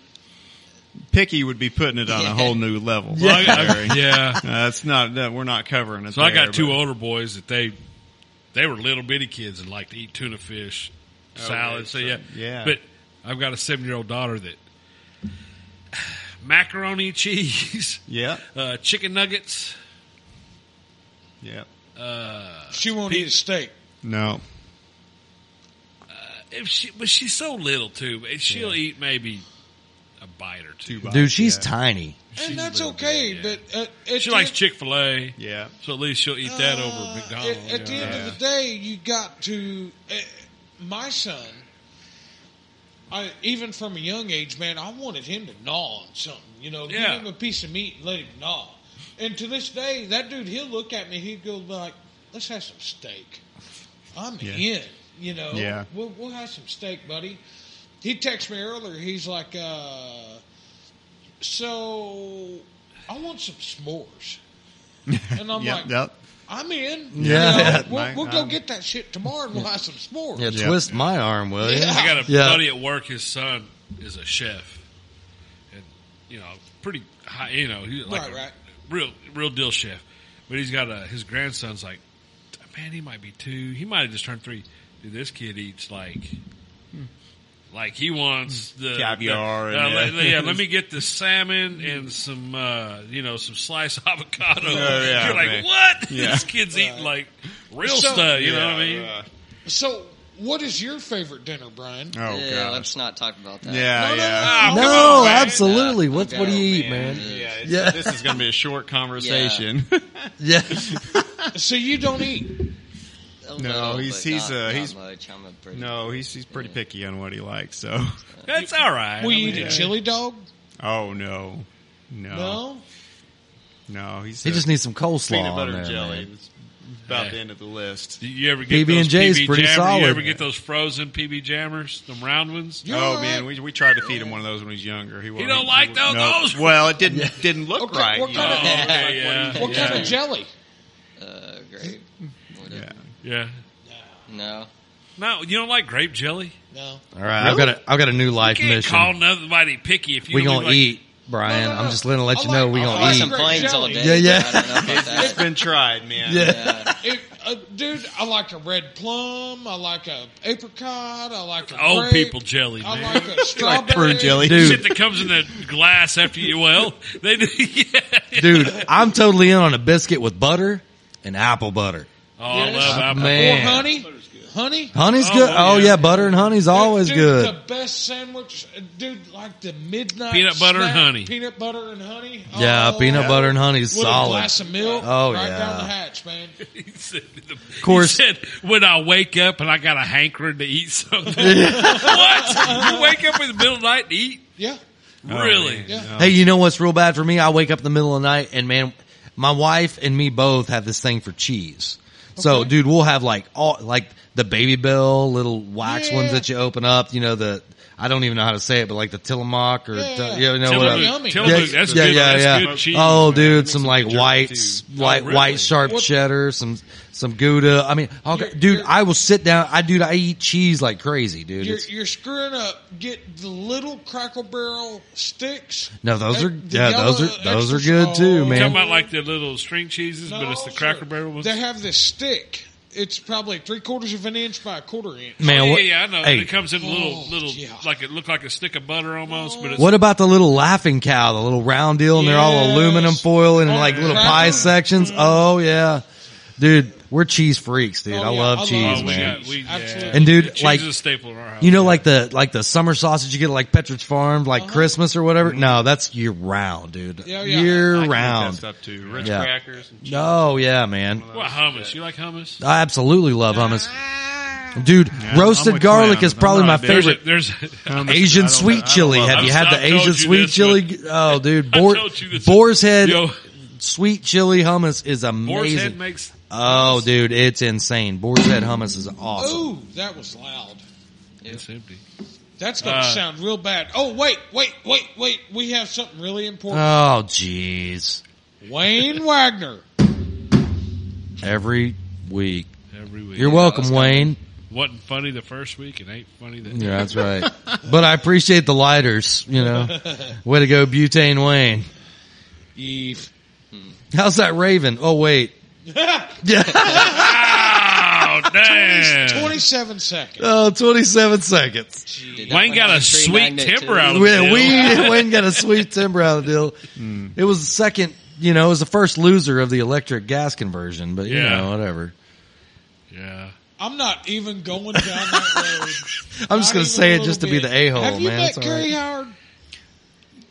Speaker 5: Picky would be putting it on a whole new level.
Speaker 4: Well, I- I-
Speaker 5: Larry.
Speaker 4: [laughs] yeah.
Speaker 5: Uh, that's not. That, we're not covering it.
Speaker 4: So I
Speaker 5: there,
Speaker 4: got two
Speaker 5: but-
Speaker 4: older boys that they they were little bitty kids and liked to eat tuna fish, salad.
Speaker 5: right,
Speaker 4: so
Speaker 5: so-
Speaker 4: yeah,
Speaker 5: yeah.
Speaker 4: But I've got a seven year old daughter that [sighs] macaroni and cheese, [laughs]
Speaker 5: Yeah,
Speaker 4: uh, chicken nuggets.
Speaker 5: yeah.
Speaker 3: She won't eat a steak.
Speaker 5: No,
Speaker 4: If she, but she's so little too. But she'll eat maybe a bite or two.
Speaker 1: Dude, she's tiny.
Speaker 3: And that's okay, but uh, at
Speaker 4: She
Speaker 3: the
Speaker 4: likes
Speaker 3: end-
Speaker 4: Chick Fil A.
Speaker 5: Yeah.
Speaker 4: So at least she'll eat that over
Speaker 3: uh,
Speaker 4: McDonald's.
Speaker 3: At, at the end
Speaker 5: Yeah.
Speaker 3: of the day, you got to. Uh, my son, I even from a young age, man, I wanted him to gnaw on something. You know,
Speaker 4: Yeah.
Speaker 3: give him a piece of meat and let him gnaw. And to this day, that dude, he'll look at me, he'd go like, "Let's have some steak." I'm in. You know,
Speaker 5: Yeah.
Speaker 3: we'll, we'll have some steak, buddy. He texted me earlier. He's like, uh, "So, I want some s'mores," and I'm
Speaker 5: yeah,
Speaker 3: like,
Speaker 5: that-
Speaker 3: I'm in.
Speaker 1: Yeah.
Speaker 3: You know,
Speaker 1: Yeah.
Speaker 3: we'll,
Speaker 5: Mike,
Speaker 3: we'll go
Speaker 5: I'm-
Speaker 3: get that shit tomorrow and we'll have some s'mores.
Speaker 1: Yeah,
Speaker 5: Yeah.
Speaker 1: twist my arm, will you?
Speaker 3: Yeah.
Speaker 4: I got a
Speaker 1: Yeah.
Speaker 4: buddy at work. His son is a chef, and you know, pretty high. You know, he's like
Speaker 3: Right,
Speaker 4: a
Speaker 3: right.
Speaker 4: real, real deal chef. But he's got a his grandson's like, man, he might be two. He might have just turned three. Dude, this kid eats like. Like he wants the
Speaker 5: Caviar
Speaker 4: the-
Speaker 5: and,
Speaker 4: uh,
Speaker 5: yeah.
Speaker 4: let- let- yeah, let me get the salmon and some, uh, you know, some sliced [laughs] avocado.
Speaker 5: Oh, yeah,
Speaker 4: You're like,
Speaker 5: man.
Speaker 4: what? [laughs]
Speaker 5: Yeah.
Speaker 4: this kid's eating like real
Speaker 3: So-
Speaker 4: stuff. You know what I
Speaker 5: Yeah,
Speaker 4: mean?
Speaker 5: uh,
Speaker 3: So, what is your favorite dinner, Brian?
Speaker 5: oh
Speaker 2: yeah,
Speaker 5: gosh.
Speaker 2: let's not talk about that.
Speaker 5: Yeah,
Speaker 3: Oh, No, no,
Speaker 5: yeah.
Speaker 4: Ah,
Speaker 1: [laughs]
Speaker 4: come
Speaker 1: no,
Speaker 4: on, man.
Speaker 1: absolutely.
Speaker 2: Uh,
Speaker 1: What
Speaker 2: okay.
Speaker 1: what do you
Speaker 2: Oh,
Speaker 1: eat, man?
Speaker 5: [laughs]
Speaker 2: man.
Speaker 5: Yeah, it's-
Speaker 1: Yeah.
Speaker 5: this is going to be a short conversation.
Speaker 1: Yeah.
Speaker 3: So you don't eat.
Speaker 2: A
Speaker 5: No,
Speaker 2: little,
Speaker 5: he's-
Speaker 2: but
Speaker 5: he's,
Speaker 2: not-
Speaker 5: uh,
Speaker 2: not
Speaker 5: he's-
Speaker 2: much. I'm a pretty-
Speaker 5: [laughs] no, he's he's pretty picky on what he likes. So,
Speaker 4: That's all right.
Speaker 3: Will
Speaker 4: I
Speaker 3: you
Speaker 4: mean,
Speaker 3: eat a chili dog?
Speaker 5: oh no, no,
Speaker 3: No.
Speaker 5: no, he's
Speaker 1: he
Speaker 5: a-
Speaker 1: just needs some coleslaw
Speaker 5: peanut butter
Speaker 1: on there,
Speaker 5: jelly.
Speaker 1: man.
Speaker 5: It's about
Speaker 4: Yeah.
Speaker 5: the end of the list.
Speaker 4: Do you ever get
Speaker 1: PB&J
Speaker 4: those
Speaker 1: is
Speaker 4: PB
Speaker 1: pretty
Speaker 4: jammer?
Speaker 1: solid.
Speaker 4: You ever get those frozen PB jammers, them round ones?
Speaker 3: You're
Speaker 5: oh
Speaker 3: all
Speaker 5: man,
Speaker 3: right.
Speaker 5: we we tried to feed him one of those when he was younger. He, wouldn't-
Speaker 4: don't
Speaker 5: he
Speaker 4: like
Speaker 5: wouldn't-
Speaker 4: those- those?
Speaker 5: Well, it didn't didn't look
Speaker 3: Okay,
Speaker 5: right.
Speaker 3: what
Speaker 5: you
Speaker 3: kind
Speaker 5: know?
Speaker 3: of-
Speaker 4: Oh, okay,
Speaker 5: Like,
Speaker 4: yeah.
Speaker 5: what do you-
Speaker 3: What
Speaker 4: yeah.
Speaker 3: kind of jelly?
Speaker 2: Uh, grape. Whatever.
Speaker 5: yeah.
Speaker 4: Yeah.
Speaker 2: No.
Speaker 4: No, you don't like grape jelly.
Speaker 3: No.
Speaker 1: All right, I've got a I've got a new
Speaker 4: You
Speaker 1: life
Speaker 4: can't
Speaker 1: mission.
Speaker 4: call nobody picky if you
Speaker 1: we
Speaker 4: don't
Speaker 1: gonna
Speaker 4: like-
Speaker 1: eat, Brian.
Speaker 3: No, no, no.
Speaker 1: I'm just gonna let
Speaker 3: I
Speaker 1: you know
Speaker 3: like-
Speaker 1: we
Speaker 3: I
Speaker 1: gonna
Speaker 2: I like
Speaker 1: eat.
Speaker 2: some
Speaker 3: grape
Speaker 2: planes all
Speaker 3: jelly.
Speaker 2: day.
Speaker 1: Yeah, Oh, yeah.
Speaker 2: but I don't know about
Speaker 5: It's
Speaker 2: that.
Speaker 5: been tried,
Speaker 1: [laughs]
Speaker 5: man.
Speaker 1: yeah.
Speaker 2: Yeah.
Speaker 3: It, uh, dude, I like a red plum. I like a apricot. I like a
Speaker 4: Old
Speaker 3: grape.
Speaker 4: people jelly,
Speaker 3: I
Speaker 4: man. [laughs]
Speaker 3: like a strawberry.
Speaker 5: prune jelly.
Speaker 1: Dude.
Speaker 4: Shit that comes in the glass after you. Well, they do. [laughs] Yeah.
Speaker 1: Dude, I'm totally in on a biscuit with butter and apple butter.
Speaker 4: Oh, I
Speaker 3: Yes.
Speaker 4: love
Speaker 1: Oh,
Speaker 4: apple.
Speaker 3: Or
Speaker 1: man.
Speaker 3: honey. Honey.
Speaker 1: Honey's
Speaker 4: Oh,
Speaker 1: good. Oh
Speaker 4: yeah.
Speaker 1: yeah, butter and honey's always
Speaker 3: dude,
Speaker 1: good.
Speaker 3: The best sandwich, uh, dude. Like the midnight
Speaker 4: Peanut butter and
Speaker 3: snack,
Speaker 4: honey.
Speaker 3: Peanut butter and honey.
Speaker 1: Yeah,
Speaker 3: Oh,
Speaker 1: peanut butter and honey's
Speaker 3: With a
Speaker 1: solid.
Speaker 3: glass of milk.
Speaker 1: Oh,
Speaker 3: right
Speaker 1: yeah.
Speaker 3: down the hatch, man.
Speaker 4: [laughs] He said, of
Speaker 1: course.
Speaker 4: he said, when I wake up and I got a hankering to eat
Speaker 1: [laughs]
Speaker 4: something. what? You wake up in the middle of the night and eat?
Speaker 3: Yeah,
Speaker 1: Oh,
Speaker 4: really?
Speaker 5: Oh, man.
Speaker 3: Yeah.
Speaker 1: Hey, you know what's real bad for me? I wake up in the middle of the night and man, my wife and me both have this thing for cheese. So,
Speaker 3: Okay.
Speaker 1: dude, we'll have like all like the baby bell little wax
Speaker 3: Yeah.
Speaker 1: ones that you open up. You know the I don't even know how to say it, but like the Tillamook or
Speaker 3: Yeah.
Speaker 1: T- you know
Speaker 4: Tillamook.
Speaker 1: whatever.
Speaker 3: Yummy.
Speaker 4: Tillamook, that's
Speaker 1: yeah,
Speaker 4: good.
Speaker 1: yeah,
Speaker 4: that's
Speaker 1: yeah.
Speaker 4: good cheese.
Speaker 1: Oh,
Speaker 5: man.
Speaker 1: dude,
Speaker 5: Make
Speaker 1: some
Speaker 5: some
Speaker 1: like
Speaker 5: jerky,
Speaker 1: white,
Speaker 5: too.
Speaker 1: s-
Speaker 4: Oh,
Speaker 1: like
Speaker 4: really?
Speaker 1: white sharp
Speaker 3: What-
Speaker 1: cheddar, some some Gouda. I mean, all ki-
Speaker 3: You're-
Speaker 1: dude,
Speaker 3: you're-
Speaker 1: I will sit down. I dude, I eat cheese like crazy, dude.
Speaker 3: you're
Speaker 1: It's-
Speaker 3: you're screwing up. Get the little Crackle Barrel sticks.
Speaker 1: no, those
Speaker 3: Hey,
Speaker 1: are
Speaker 3: the
Speaker 1: yeah, those
Speaker 3: yellow
Speaker 1: are those are
Speaker 3: uh, extra
Speaker 1: good too,
Speaker 3: small-
Speaker 4: Talking
Speaker 1: man.
Speaker 4: about like the little string cheeses, but it's the
Speaker 3: No,
Speaker 4: Cracker
Speaker 3: sir.
Speaker 4: Barrel ones.
Speaker 3: They have this stick. It's probably three quarters of an inch by a quarter inch.
Speaker 1: Man,
Speaker 4: yeah,
Speaker 1: what,
Speaker 4: yeah, I know.
Speaker 1: Hey,
Speaker 4: it comes in little,
Speaker 3: Oh,
Speaker 4: little,
Speaker 3: yeah.
Speaker 4: like it looked like a stick of butter almost, but it's
Speaker 1: what about the little laughing cow, the little round deal, and they're all
Speaker 3: Yes.
Speaker 1: aluminum foil and
Speaker 3: Oh,
Speaker 1: like little
Speaker 3: yeah.
Speaker 1: pie sections? Oh yeah, dude, we're cheese freaks, dude.
Speaker 3: Oh,
Speaker 1: I
Speaker 3: yeah,
Speaker 1: love
Speaker 3: I love
Speaker 1: cheese,
Speaker 4: we
Speaker 1: man.
Speaker 4: got, we, yeah.
Speaker 3: Absolutely.
Speaker 1: And dude,
Speaker 4: Cheese
Speaker 1: like-
Speaker 4: is a staple in our house.
Speaker 1: You know, like the like the summer sausage you get at like Petridge Farm, like Christmas or whatever. No, that's year round, dude.
Speaker 3: Yeah, yeah.
Speaker 1: Year
Speaker 5: I can eat that
Speaker 1: round.
Speaker 5: stuff too. Ritz
Speaker 1: Yeah.
Speaker 5: crackers. And cheese.
Speaker 1: Oh yeah, man.
Speaker 4: what hummus? You like hummus?
Speaker 1: I absolutely love hummus, dude. roasted
Speaker 5: with
Speaker 1: garlic
Speaker 5: Clem.
Speaker 1: is probably
Speaker 5: I'm
Speaker 1: my
Speaker 5: not a big-
Speaker 4: There's a,
Speaker 1: favorite.
Speaker 4: there's
Speaker 5: Um,
Speaker 4: [laughs]
Speaker 5: I
Speaker 1: Asian
Speaker 5: don't- I
Speaker 1: sweet
Speaker 5: don't
Speaker 1: chili.
Speaker 5: love
Speaker 1: Have
Speaker 5: it.
Speaker 1: you had
Speaker 4: I've
Speaker 1: the
Speaker 4: told
Speaker 1: Asian
Speaker 4: you
Speaker 1: sweet
Speaker 4: this,
Speaker 1: chili?
Speaker 4: [laughs]
Speaker 1: Oh, dude,
Speaker 4: I
Speaker 1: boar,
Speaker 4: told you this.
Speaker 1: boar's head
Speaker 4: Yo.
Speaker 1: sweet chili hummus is
Speaker 4: Boar's head
Speaker 1: amazing.
Speaker 4: makes
Speaker 1: Oh, dude, it's insane. Boar's head hummus is awesome.
Speaker 3: Ooh, that was loud.
Speaker 4: it's empty.
Speaker 3: That's going to
Speaker 4: Uh,
Speaker 3: sound real bad. Oh, wait, wait, wait, wait. We have something really important.
Speaker 1: Oh, jeez.
Speaker 3: Wayne Wagner.
Speaker 1: Every week.
Speaker 4: Every week.
Speaker 1: You're welcome, Wayne.
Speaker 4: Wasn't funny the first week. It ain't funny the
Speaker 1: Yeah, that's
Speaker 4: [laughs]
Speaker 1: right. but I appreciate the lighters. You know, way to go, Butane Wayne.
Speaker 4: [laughs]
Speaker 3: Eve.
Speaker 1: How's that Raven? Oh wait.
Speaker 3: [laughs]
Speaker 4: Oh damn!
Speaker 3: 27 seconds.
Speaker 1: Oh, 27 seconds.
Speaker 2: Dude, that
Speaker 4: Wayne
Speaker 2: one
Speaker 4: got
Speaker 2: had
Speaker 4: a
Speaker 2: tree
Speaker 4: sweet
Speaker 2: magnet,
Speaker 4: temper
Speaker 2: too.
Speaker 4: out of
Speaker 1: we,
Speaker 4: it. [laughs]
Speaker 1: we [laughs] Wayne got a sweet timber out of the deal.
Speaker 4: Hmm.
Speaker 1: It was the second, you know, it was the first loser of the electric gas conversion, but you
Speaker 4: Yeah.
Speaker 1: know, whatever. [laughs]
Speaker 4: Yeah.
Speaker 3: I'm not even going down that road.
Speaker 1: I'm just
Speaker 3: Not
Speaker 1: going
Speaker 3: even
Speaker 1: to say
Speaker 3: a
Speaker 1: it just to
Speaker 3: little
Speaker 1: be the a
Speaker 3: bit.
Speaker 1: hole,
Speaker 3: Have
Speaker 1: man.
Speaker 3: you met
Speaker 1: It's all
Speaker 3: Gary
Speaker 1: right.
Speaker 3: Howard?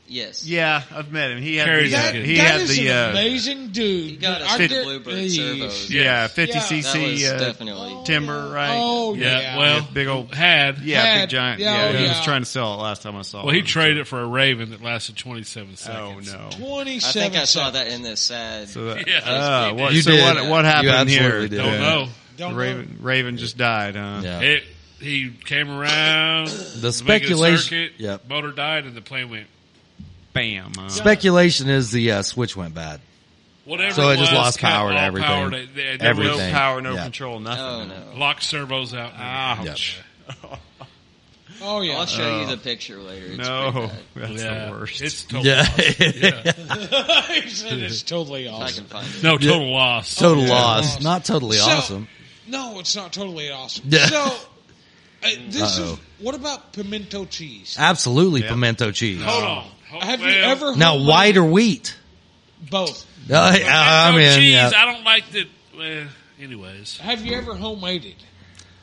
Speaker 2: Yes.
Speaker 5: Yeah, I've met him. He had
Speaker 4: Carries
Speaker 5: the, uh,
Speaker 4: that-
Speaker 5: he
Speaker 3: that
Speaker 5: had
Speaker 3: is
Speaker 5: the
Speaker 3: an
Speaker 5: uh,
Speaker 3: amazing dude.
Speaker 2: He got
Speaker 3: that
Speaker 2: us
Speaker 3: I
Speaker 2: the
Speaker 3: did-
Speaker 2: Bluebird
Speaker 3: Eve.
Speaker 2: servos.
Speaker 5: yeah
Speaker 3: Yeah.
Speaker 5: 50
Speaker 2: That was
Speaker 5: cc uh,
Speaker 2: definitely.
Speaker 5: timber, right?
Speaker 3: Oh, yeah.
Speaker 4: Yeah. Well,
Speaker 5: Yeah, big old-
Speaker 4: had.
Speaker 5: yeah,
Speaker 3: Had-
Speaker 5: big giant.
Speaker 3: yeah,
Speaker 5: Yeah,
Speaker 3: oh,
Speaker 5: he
Speaker 3: yeah.
Speaker 5: was trying to sell it last time I saw.
Speaker 4: Well, he
Speaker 5: him, so-
Speaker 4: traded it for a Raven that lasted 27
Speaker 5: Oh
Speaker 4: seconds.
Speaker 5: no.
Speaker 3: 27
Speaker 2: I think I saw
Speaker 3: seconds.
Speaker 2: that in this sad.
Speaker 5: So that,
Speaker 4: Yeah.
Speaker 5: uh, what,
Speaker 1: You
Speaker 5: so
Speaker 1: did.
Speaker 5: what, what
Speaker 1: You
Speaker 5: happened here?
Speaker 1: absolutely did.
Speaker 4: Don't
Speaker 1: Yeah.
Speaker 4: know.
Speaker 3: Don't know.
Speaker 5: Raven, Raven just died, huh?
Speaker 1: Yeah.
Speaker 4: It. He came around. The
Speaker 1: speculation-
Speaker 4: Circuit,
Speaker 1: Yep.
Speaker 4: Motor died, and the plane went.
Speaker 5: Bam. huh?
Speaker 1: Speculation is the uh, switch went bad.
Speaker 4: Whatever.
Speaker 1: So it just
Speaker 4: was,
Speaker 1: lost
Speaker 4: cut
Speaker 1: power to
Speaker 4: all
Speaker 1: everything.
Speaker 4: Power to, they, they
Speaker 5: no
Speaker 1: Everything.
Speaker 5: power, no
Speaker 1: Yeah.
Speaker 5: control, nothing.
Speaker 2: Oh
Speaker 5: huh?
Speaker 2: no!
Speaker 4: Locked servos out.
Speaker 5: Ouch.
Speaker 3: Oh, yeah.
Speaker 2: I'll show you the picture later. It's
Speaker 5: No,
Speaker 2: pretty bad.
Speaker 5: [laughs] that's
Speaker 4: yeah.
Speaker 5: the worst.
Speaker 4: It's total.
Speaker 1: Yeah.
Speaker 3: [laughs]
Speaker 1: [laughs]
Speaker 3: He said it's
Speaker 5: [laughs]
Speaker 3: totally
Speaker 2: I
Speaker 3: awesome.
Speaker 2: can find it.
Speaker 4: No, total loss.
Speaker 1: Total
Speaker 3: Yeah.
Speaker 1: loss. Not totally
Speaker 3: So-
Speaker 1: awesome.
Speaker 3: No, it's not totally awesome.
Speaker 1: Yeah. [laughs]
Speaker 3: So, uh, this
Speaker 1: Uh-oh.
Speaker 3: is what about pimento cheese?
Speaker 1: Absolutely
Speaker 5: Yeah.
Speaker 1: pimento cheese.
Speaker 4: Hold on.
Speaker 5: Uh,
Speaker 4: Hold-
Speaker 3: Have you
Speaker 4: well,
Speaker 3: ever heard
Speaker 1: Now,
Speaker 3: of
Speaker 1: white or
Speaker 4: [laughs]
Speaker 1: wheat?
Speaker 3: both?
Speaker 1: Uh, I
Speaker 4: no
Speaker 1: mean,
Speaker 4: cheese.
Speaker 1: yeah.
Speaker 4: oh, I don't like the. Well, anyways,
Speaker 3: Have you ever homemade it?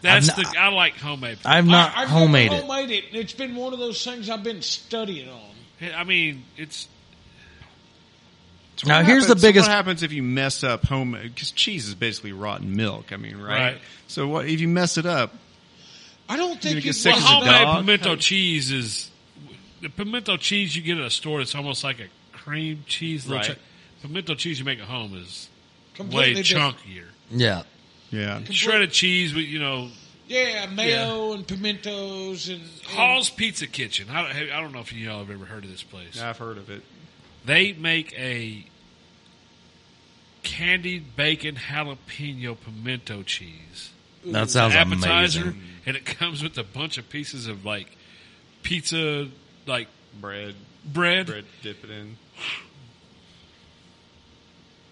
Speaker 4: that's
Speaker 1: I'm not-
Speaker 4: the. I like homemade. I,
Speaker 1: I've not
Speaker 3: I, I've
Speaker 1: homemade
Speaker 3: never
Speaker 1: it.
Speaker 3: homemade it. and It's been one of those things I've been studying on.
Speaker 4: mean, it's
Speaker 5: What
Speaker 1: Now, here's the
Speaker 5: happens- so
Speaker 1: biggest-
Speaker 5: What happens if you mess up home? Because cheese is basically rotten milk. I mean, right?
Speaker 4: Right.
Speaker 5: So what if you mess it up?
Speaker 3: I don't think
Speaker 5: get
Speaker 3: you
Speaker 5: sick
Speaker 4: well,
Speaker 5: as a
Speaker 3: well,
Speaker 4: homemade
Speaker 5: dog?
Speaker 4: pimento cheese is the pimento cheese you get at a store. It's almost like a cream cheese. Little
Speaker 5: Right.
Speaker 4: ch- pimento cheese you make at home is way
Speaker 3: completely different.
Speaker 4: chunkier.
Speaker 1: Yeah.
Speaker 5: Yeah.
Speaker 4: Shredded cheese with you know
Speaker 3: Yeah, mayo and pimentos and, and
Speaker 4: Hall's Pizza Kitchen. I don't, I don't know if you all have ever heard of this place.
Speaker 5: I've heard of it.
Speaker 4: They make a candied bacon jalapeno pimento cheese.
Speaker 1: That sounds
Speaker 4: appetizer,
Speaker 1: amazing.
Speaker 4: and it comes with a bunch of pieces of like pizza, like
Speaker 5: Bread,
Speaker 4: bread.
Speaker 5: bread, dip it in.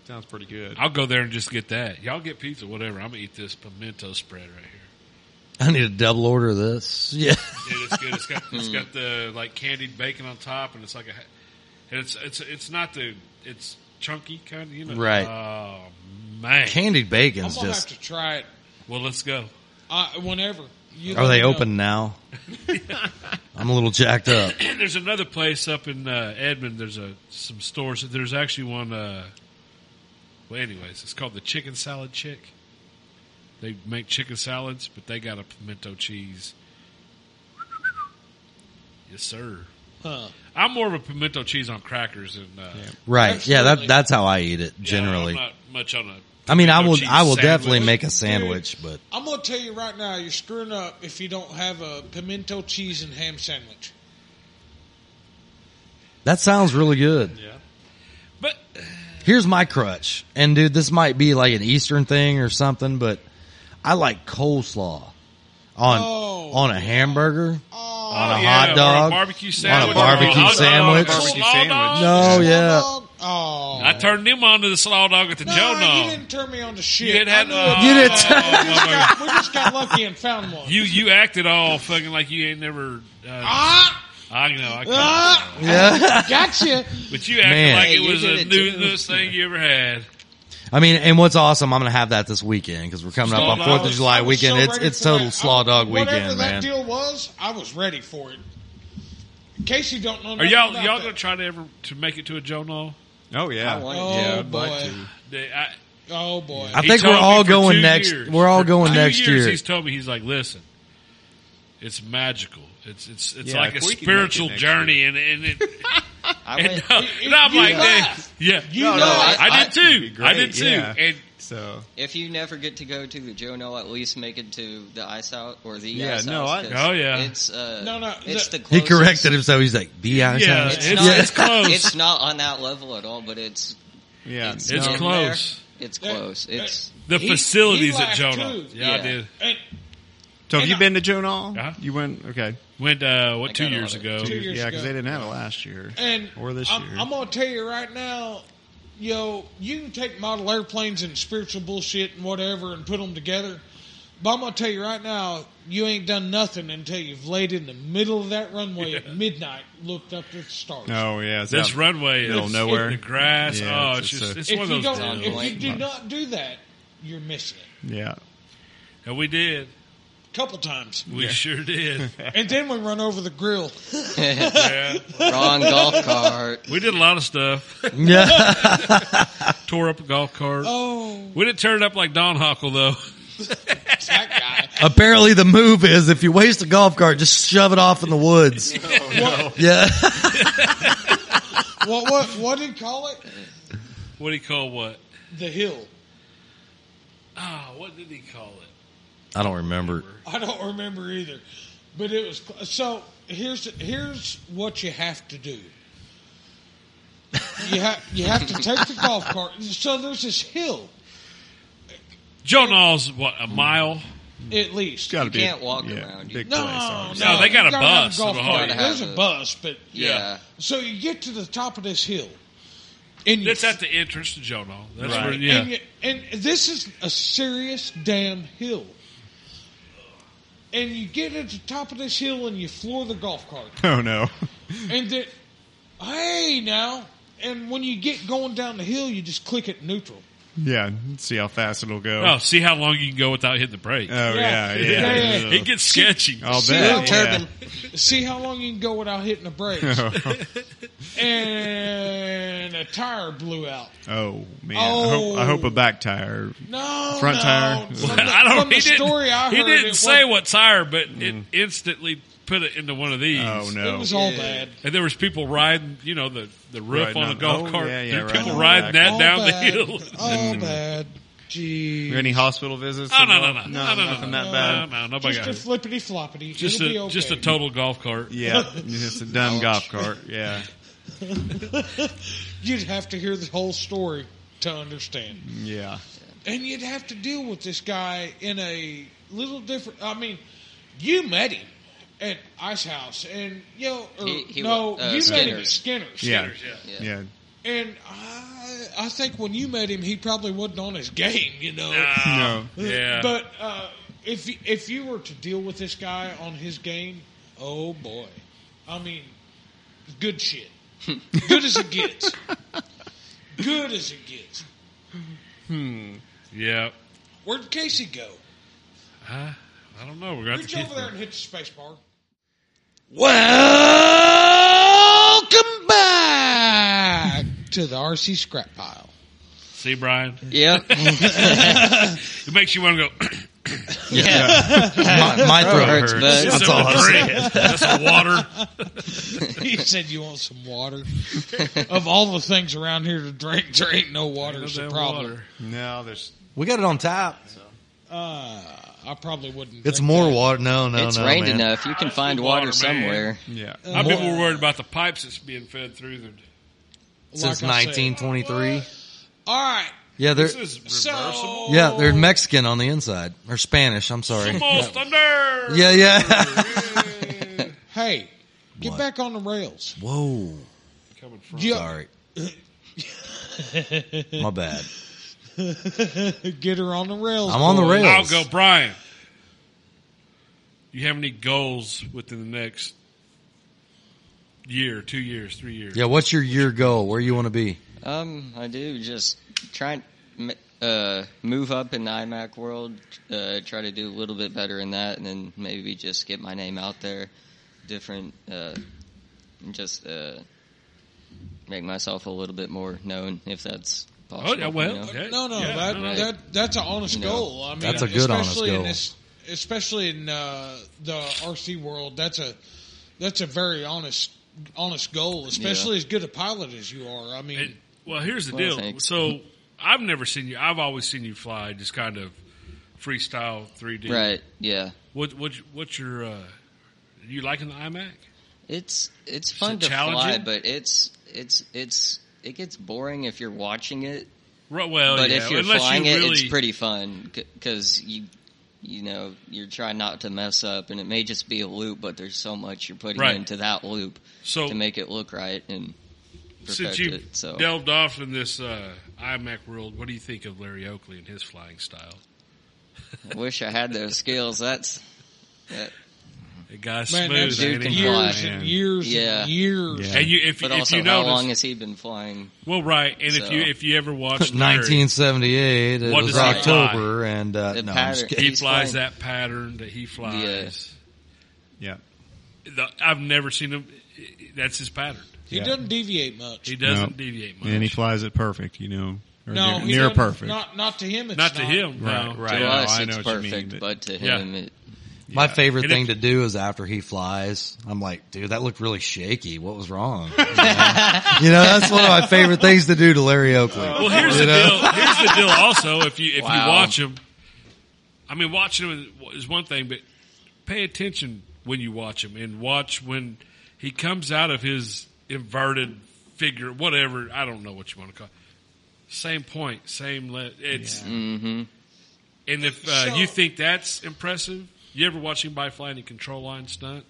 Speaker 5: Sounds pretty good.
Speaker 4: I'll go there and just get that. Y'all get pizza, whatever. I'm gonna eat this pimento spread right here.
Speaker 1: I need a double order of this. [laughs] Yeah.
Speaker 4: Dude, it's good. It's got it's got the like candied bacon on top, and it's like a, ha- and it's it's it's not the it's chunky kind of you know.
Speaker 1: Right.
Speaker 4: Oh man.
Speaker 1: Candied
Speaker 3: I'm
Speaker 1: bacon's
Speaker 3: gonna
Speaker 1: just.
Speaker 3: have to try it
Speaker 4: well, let's go. [clears throat]
Speaker 3: uh, whenever. You
Speaker 1: Are
Speaker 3: let
Speaker 1: they
Speaker 3: me know.
Speaker 1: open
Speaker 3: [laughs]
Speaker 1: now? I'm a little jacked up.
Speaker 4: there's another place up in uh, Edmond. There's a some stores. There's actually one. Uh, well, anyways, it's called the Chicken Salad Chick. They make chicken salads, but they got a pimento cheese. Yes, sir.
Speaker 3: Huh.
Speaker 4: I'm more of a pimento cheese on crackers than uh,
Speaker 1: Right. Yeah,
Speaker 3: Absolutely.
Speaker 1: that that's how I eat it generally.
Speaker 4: I'm not much on a.
Speaker 1: I mean, I
Speaker 4: pimento
Speaker 1: will
Speaker 4: cheese
Speaker 1: I will
Speaker 4: sandwich.
Speaker 1: definitely make a sandwich, but
Speaker 3: I'm gonna tell you right now, you're screwing up if you don't have a pimento cheese and ham sandwich.
Speaker 1: that sounds really good.
Speaker 4: But oh,
Speaker 1: Here's my crutch. And dude, this might be like an eastern thing or something, but I like coleslaw on
Speaker 3: Oh.
Speaker 1: on a hamburger, on a
Speaker 4: yeah, or
Speaker 1: hot
Speaker 4: a
Speaker 1: dog,
Speaker 4: barbecue
Speaker 1: on a
Speaker 4: sandwich, or a
Speaker 1: barbecue
Speaker 4: hot dog,
Speaker 1: sandwich.
Speaker 5: barbecue
Speaker 4: Slaw
Speaker 5: sandwich.
Speaker 4: dog?
Speaker 1: No,
Speaker 3: Hot
Speaker 1: yeah.
Speaker 3: dog? Oh,
Speaker 4: I turned them on to the slaw dog at the
Speaker 3: no,
Speaker 4: Joe Dog.
Speaker 3: you didn't turn me on to shit.
Speaker 4: You didn't
Speaker 3: I
Speaker 4: have
Speaker 3: knew
Speaker 4: oh,
Speaker 3: it.
Speaker 1: You didn't-
Speaker 4: oh, oh,
Speaker 3: We
Speaker 4: oh,
Speaker 3: got- we just got lucky and found one.
Speaker 4: You you acted all fucking like you ain't never. Uh,
Speaker 3: ah,
Speaker 4: I know, I can't.
Speaker 3: ah, gotcha.
Speaker 4: but you acted
Speaker 1: Man.
Speaker 4: like
Speaker 2: Hey,
Speaker 4: it
Speaker 2: you
Speaker 4: was
Speaker 2: did
Speaker 4: the
Speaker 2: it
Speaker 4: new,
Speaker 2: too.
Speaker 4: newest thing you ever had.
Speaker 1: [laughs] I mean, and what's awesome, I'm going to have that this weekend because we're coming
Speaker 4: Slaw
Speaker 1: up on Fourth
Speaker 4: Dog.
Speaker 1: of July
Speaker 3: I was so
Speaker 1: weekend. it's
Speaker 3: ready
Speaker 1: it's
Speaker 3: for
Speaker 1: total
Speaker 3: that.
Speaker 1: slaw
Speaker 3: I-
Speaker 1: dog
Speaker 3: Whatever
Speaker 1: weekend,
Speaker 3: that
Speaker 1: man.
Speaker 3: deal was, I was ready for it. In case you don't know,
Speaker 4: Are y'all
Speaker 3: about
Speaker 4: y'all
Speaker 3: that.
Speaker 4: gonna try to ever to make it to a Joe Knoll?
Speaker 5: Oh yeah.
Speaker 2: I want-
Speaker 3: Oh
Speaker 5: Yeah, I'd
Speaker 3: boy!
Speaker 5: like to.
Speaker 4: They- I,
Speaker 3: Oh boy!
Speaker 1: I
Speaker 4: he
Speaker 1: think we're
Speaker 4: told
Speaker 1: all
Speaker 4: me for
Speaker 1: going
Speaker 4: two
Speaker 1: next.
Speaker 4: years.
Speaker 1: We're all
Speaker 4: For
Speaker 1: going
Speaker 4: two
Speaker 1: next
Speaker 4: years,
Speaker 1: year.
Speaker 4: He's told me he's like, listen, it's magical. It's it's it's
Speaker 5: Yeah,
Speaker 4: like a
Speaker 5: if we can make it
Speaker 4: spiritual
Speaker 5: next
Speaker 4: journey, and and, it,
Speaker 2: I
Speaker 4: and, [laughs]
Speaker 2: went,
Speaker 4: uh, and I'm
Speaker 3: you
Speaker 4: like,
Speaker 3: laugh.
Speaker 4: yeah,
Speaker 3: you
Speaker 5: No,
Speaker 3: know,
Speaker 5: no,
Speaker 2: I-
Speaker 4: I, did
Speaker 5: it'd be
Speaker 4: too. I
Speaker 5: great,
Speaker 4: did too.
Speaker 5: yeah.
Speaker 4: And
Speaker 5: So
Speaker 2: if you never get to go to the Joe No, at least make it to the ice out or the
Speaker 5: Yeah,
Speaker 2: ice
Speaker 5: no,
Speaker 2: house,
Speaker 5: I-
Speaker 2: 'cause
Speaker 4: oh, yeah.
Speaker 2: it's uh,
Speaker 3: No, no,
Speaker 2: it's
Speaker 3: the-
Speaker 2: the,
Speaker 1: He
Speaker 2: closest.
Speaker 1: corrected himself. He's like the ice
Speaker 4: Yeah,
Speaker 1: house.
Speaker 2: It's,
Speaker 4: It's-
Speaker 2: not,
Speaker 4: it's close.
Speaker 2: It's not on that level at all, but it's
Speaker 5: yeah,
Speaker 2: it's,
Speaker 4: It's
Speaker 2: in
Speaker 4: close.
Speaker 2: There. It's
Speaker 3: That-
Speaker 2: close.
Speaker 3: that-
Speaker 2: It's
Speaker 4: the
Speaker 3: He- he
Speaker 4: facilities at
Speaker 3: laughed
Speaker 4: Joe
Speaker 3: too.
Speaker 4: Knoll. Yeah, I
Speaker 2: Yeah.
Speaker 4: did.
Speaker 3: and
Speaker 5: So have
Speaker 3: And
Speaker 5: you
Speaker 3: I-
Speaker 5: been to Jonal?
Speaker 4: Uh-huh.
Speaker 5: You went okay.
Speaker 4: Went uh, what
Speaker 2: I
Speaker 4: two
Speaker 2: got a
Speaker 4: years
Speaker 2: lot of-
Speaker 4: ago?
Speaker 3: Two years
Speaker 5: yeah, because
Speaker 3: ago.
Speaker 5: they didn't have it last year
Speaker 3: and
Speaker 5: or this
Speaker 3: I'm,
Speaker 5: year.
Speaker 3: I'm gonna tell you right now, yo, you can take model airplanes and spiritual bullshit and whatever and put them together. But I'm gonna tell you right now, you ain't done nothing until you've laid in the middle of that runway at midnight, looked up at the stars.
Speaker 5: oh yeah, it's
Speaker 4: This
Speaker 5: out-
Speaker 4: runway,
Speaker 5: middle
Speaker 4: is-
Speaker 5: of nowhere.
Speaker 4: the grass.
Speaker 5: Yeah,
Speaker 4: oh,
Speaker 5: it's
Speaker 4: it's
Speaker 5: just
Speaker 4: just
Speaker 5: a-
Speaker 4: it's
Speaker 3: if
Speaker 4: one
Speaker 3: you
Speaker 4: of those.
Speaker 3: don't,
Speaker 4: deals.
Speaker 3: if you do
Speaker 5: Right.
Speaker 3: not do that, you're missing it.
Speaker 5: Yeah,
Speaker 4: And we did.
Speaker 3: A couple times,
Speaker 4: We sure did.
Speaker 3: and then we run over the grill.
Speaker 4: Yeah.
Speaker 2: [laughs] wrong golf cart.
Speaker 4: We did a lot of stuff.
Speaker 1: Yeah.
Speaker 4: Tore up a golf cart.
Speaker 3: Oh,
Speaker 4: We didn't tear it up like Don Huckle though.
Speaker 3: that guy!
Speaker 1: Apparently, the move is if you waste a golf cart, just shove it off in the
Speaker 4: [laughs]
Speaker 1: woods. [laughs] Yeah.
Speaker 3: what what what did he call it?
Speaker 4: What do you call what?
Speaker 3: The hill.
Speaker 4: Ah, what did he call it?
Speaker 1: I don't remember.
Speaker 3: I don't remember either, but it was cl- so. Here's here's what you have to do. You have you have to take the golf cart. So there's this hill
Speaker 4: Joe Knoll's what a mile?
Speaker 3: at least.
Speaker 5: got to
Speaker 2: You
Speaker 5: be.
Speaker 2: can't walk
Speaker 5: yeah,
Speaker 2: around.
Speaker 5: Big
Speaker 2: You-
Speaker 3: No,
Speaker 5: place,
Speaker 3: no,
Speaker 5: obviously. [laughs]
Speaker 4: No, they got a
Speaker 3: you gotta have
Speaker 4: bus
Speaker 3: golf
Speaker 4: of all
Speaker 3: cart.
Speaker 4: you.
Speaker 3: There's
Speaker 2: Yeah.
Speaker 3: a bus, but
Speaker 2: Yeah.
Speaker 3: So you get to the top of this hill, and you
Speaker 4: That's at the entrance to Joe Knoll. That's
Speaker 5: Right.
Speaker 4: where
Speaker 3: And,
Speaker 4: yeah.
Speaker 3: you, and this is a serious damn hill. And you get at the top of this hill and you floor the golf cart.
Speaker 5: Oh no. [laughs]
Speaker 4: Hmm.
Speaker 3: And then, hey, now. And when you get going down the hill, you just click it neutral.
Speaker 5: Yeah, see how fast it'll go.
Speaker 4: Oh, see how long you can go without hitting the brake.
Speaker 5: Oh, yeah, Oh. yeah.
Speaker 3: Yeah, yeah, yeah.
Speaker 4: it gets sketchy.
Speaker 5: I'll
Speaker 3: See
Speaker 5: bet.
Speaker 3: how-
Speaker 5: yeah.
Speaker 3: See how long you can go without hitting the
Speaker 4: [laughs]
Speaker 3: brakes. and a tire blew out.
Speaker 5: [laughs] Oh man, I,
Speaker 3: Oh.
Speaker 5: hope, I hope a back tire.
Speaker 3: No,
Speaker 5: Front
Speaker 3: no.
Speaker 5: tire.
Speaker 3: From the,
Speaker 4: [laughs] I don't.
Speaker 3: from the
Speaker 4: He didn't.
Speaker 3: story I heard,
Speaker 4: he
Speaker 3: it
Speaker 4: didn't say
Speaker 3: was,
Speaker 4: what tire, but it instantly put it into one of these.
Speaker 5: Mm. Oh no,
Speaker 3: It was all
Speaker 2: Yeah.
Speaker 3: bad.
Speaker 4: And there was people riding, you know, the the roof
Speaker 5: Right,
Speaker 4: on
Speaker 5: no,
Speaker 4: the golf
Speaker 5: oh,
Speaker 4: cart.
Speaker 5: yeah, yeah,
Speaker 4: There were
Speaker 5: right
Speaker 4: people
Speaker 5: on the
Speaker 4: riding
Speaker 5: back.
Speaker 4: that
Speaker 3: all
Speaker 4: down
Speaker 3: bad. Oh,
Speaker 4: the hill. [laughs]
Speaker 3: All bad. Gee.
Speaker 5: Any hospital visits?
Speaker 4: Oh, no, no, no,
Speaker 5: involved?
Speaker 4: no, no, no,
Speaker 5: nothing
Speaker 4: no,
Speaker 5: that bad.
Speaker 4: No, no, nobody
Speaker 3: Just
Speaker 4: got
Speaker 3: a
Speaker 4: hurt.
Speaker 3: flippity floppity.
Speaker 4: Just
Speaker 3: It'll be
Speaker 4: a
Speaker 3: okay.
Speaker 4: just a total golf cart.
Speaker 5: Yeah, it's a dumb golf cart. Yeah,
Speaker 3: You'd have to hear the whole story to understand,
Speaker 5: yeah.
Speaker 3: and you'd have to deal with this guy in a little different. I mean, you met him at Ice House, and yo, or,
Speaker 2: He- he
Speaker 3: no,
Speaker 2: wa- uh,
Speaker 3: you met him at
Speaker 2: Skinner's.
Speaker 3: Skinner's.
Speaker 5: Yeah.
Speaker 2: Yeah.
Speaker 5: yeah,
Speaker 3: and I, I think when you met him, he probably wasn't on his game, you know.
Speaker 4: Ah,
Speaker 5: No.
Speaker 4: Yeah.
Speaker 3: But uh, if y- if you were to deal with this guy on his game, oh boy, I mean, good shit, good as it gets, good as it gets.
Speaker 4: yeah.
Speaker 3: Where'd Casey go?
Speaker 4: I, Uh, I don't know. We're going to
Speaker 3: Reach over there and hit the space bar. Welcome back to the RC scrap pile.
Speaker 4: See, Brian?
Speaker 2: Yep. [laughs]
Speaker 4: It makes you want to go, [clears throat]
Speaker 2: yeah.
Speaker 1: My, my throat hurts.
Speaker 2: hurts, but-
Speaker 1: That's
Speaker 4: some
Speaker 1: all I said.
Speaker 4: bread. That's some water.
Speaker 3: He said you want some water. of all the things around here to drink, there ain't no water.
Speaker 4: That's
Speaker 3: It's a
Speaker 4: that
Speaker 3: problem.
Speaker 4: water.
Speaker 5: No, there's
Speaker 1: We got it on tap.
Speaker 3: Uh, I probably wouldn't.
Speaker 1: It's
Speaker 3: drink
Speaker 1: more
Speaker 3: that.
Speaker 1: water. No, no,
Speaker 2: it's
Speaker 1: no.
Speaker 2: rained
Speaker 1: man.
Speaker 2: enough. You can
Speaker 4: That's
Speaker 2: find
Speaker 4: the
Speaker 2: water,
Speaker 4: water, man.
Speaker 2: somewhere.
Speaker 5: yeah.
Speaker 4: I've been more worried about the pipes that's being fed through the.
Speaker 1: Since
Speaker 3: Like I said.
Speaker 1: 1923.
Speaker 3: All right.
Speaker 1: Yeah, they're
Speaker 4: This is
Speaker 3: So-
Speaker 4: reversible.
Speaker 1: yeah they're Mexican on the inside or Spanish. I'm sorry.
Speaker 4: Almost a nerve.
Speaker 1: Yeah, yeah.
Speaker 4: [laughs]
Speaker 3: Hey, get
Speaker 1: What?
Speaker 3: back on the rails.
Speaker 1: Whoa.
Speaker 4: Coming from.
Speaker 3: You-
Speaker 4: [laughs]
Speaker 1: Sorry. My bad.
Speaker 3: [laughs] get her on the rails.
Speaker 1: I'm on the
Speaker 3: boy.
Speaker 1: rails.
Speaker 4: I'll go, Brian. You have any goals within the next year, two years, three years?
Speaker 1: Yeah, what's your year goal? Where you want to be?
Speaker 2: Um, I do just try and m- uh, move up in the iMac world, uh, try to do a little bit better in that, and then maybe just get my name out there, different, uh, and just uh, make myself a little bit more known if that's
Speaker 4: Oh,
Speaker 2: possible.
Speaker 4: yeah,
Speaker 2: you
Speaker 4: well,
Speaker 2: know?
Speaker 4: yeah,
Speaker 3: No, no,
Speaker 4: yeah,
Speaker 3: that, that that's an honest
Speaker 2: No.
Speaker 3: goal. I mean,
Speaker 1: That's a good honest
Speaker 3: especially
Speaker 1: goal.
Speaker 3: In this, especially in uh, the RC world, that's a that's a very honest honest goal. Especially as good a pilot as you are. I mean,
Speaker 4: And, well, here's the
Speaker 2: Well,
Speaker 4: deal.
Speaker 2: thanks.
Speaker 4: So I've never seen you. I've always seen you fly, just kind of freestyle 3D.
Speaker 2: Right, yeah.
Speaker 4: What what what's your? Uh, you liking the iMac?
Speaker 2: It's it's fun
Speaker 4: it
Speaker 2: to fly,
Speaker 4: challenging?
Speaker 2: but it's it's it's it gets boring if you're watching it.
Speaker 4: Right, well,
Speaker 2: but
Speaker 4: Oh, yeah,
Speaker 2: if you're
Speaker 4: unless
Speaker 2: flying
Speaker 4: you
Speaker 2: it,
Speaker 4: really,
Speaker 2: it's pretty fun because you you know you're trying not to mess up, and it may just be a loop, but there's so much you're putting
Speaker 4: Right.
Speaker 2: into that loop
Speaker 4: So
Speaker 2: to make it look right and
Speaker 4: since
Speaker 2: perfect
Speaker 4: you
Speaker 2: it. So
Speaker 4: delved off in this uh, iMac world, what do you think of Larry Oakley and his flying style?
Speaker 2: I wish I had those skills.
Speaker 4: [laughs]
Speaker 2: That's that,
Speaker 4: The guy's
Speaker 3: man,
Speaker 4: smooth,
Speaker 3: that's
Speaker 4: ain't
Speaker 2: dude
Speaker 4: he?
Speaker 2: can fly.
Speaker 3: years and years
Speaker 2: Yeah.
Speaker 3: and years.
Speaker 5: Yeah.
Speaker 4: And you, if,
Speaker 2: but
Speaker 4: if
Speaker 2: also
Speaker 4: you
Speaker 2: how
Speaker 4: notice,
Speaker 2: long has he been flying?
Speaker 4: well, right, and if
Speaker 2: So-
Speaker 4: you if you ever
Speaker 2: [laughs]
Speaker 4: watch Larry,
Speaker 1: 1978. It
Speaker 4: What
Speaker 1: was
Speaker 4: does he
Speaker 1: October, and uh,
Speaker 2: The
Speaker 1: no, I'm just
Speaker 2: pattern-
Speaker 1: kidding.
Speaker 4: he
Speaker 2: He's
Speaker 4: flies
Speaker 2: flying.
Speaker 4: that pattern that he flies.
Speaker 5: Yeah.
Speaker 4: The, I've never seen him. That's his pattern.
Speaker 3: He
Speaker 5: Yeah.
Speaker 3: doesn't deviate much.
Speaker 4: He doesn't
Speaker 5: No.
Speaker 4: deviate much.
Speaker 5: And he flies it perfect, you know. Or
Speaker 3: no,
Speaker 5: near,
Speaker 3: he
Speaker 5: near
Speaker 3: doesn't-
Speaker 5: perfect.
Speaker 3: Not not to him. It's
Speaker 4: not to him,
Speaker 5: Right,
Speaker 4: no.
Speaker 5: right.
Speaker 2: to
Speaker 5: I know,
Speaker 2: us,
Speaker 5: I
Speaker 2: it's
Speaker 5: know what you mean,
Speaker 2: perfect,
Speaker 5: but-
Speaker 2: but to
Speaker 4: Yeah.
Speaker 2: him, it,
Speaker 1: My
Speaker 5: Yeah.
Speaker 1: favorite
Speaker 4: And if-
Speaker 1: thing to do is after he flies, I'm like, dude, that looked really shaky. What was
Speaker 4: [laughs]
Speaker 1: wrong? you know, that's one of my favorite things to do to Larry Oakley.
Speaker 4: Well, here's
Speaker 1: You
Speaker 4: the
Speaker 1: know?
Speaker 4: deal. Here's the deal. Also, if you if you
Speaker 2: Wow.
Speaker 4: watch him, I mean, watching him is one thing, but pay attention when you watch him and watch when he comes out of his inverted figure, whatever. I don't know what you want to call. It. Same point, same. Le- it's
Speaker 2: hmm
Speaker 4: and if uh,
Speaker 3: So-
Speaker 4: you think that's impressive, you ever watch anybody fly any control line stunt?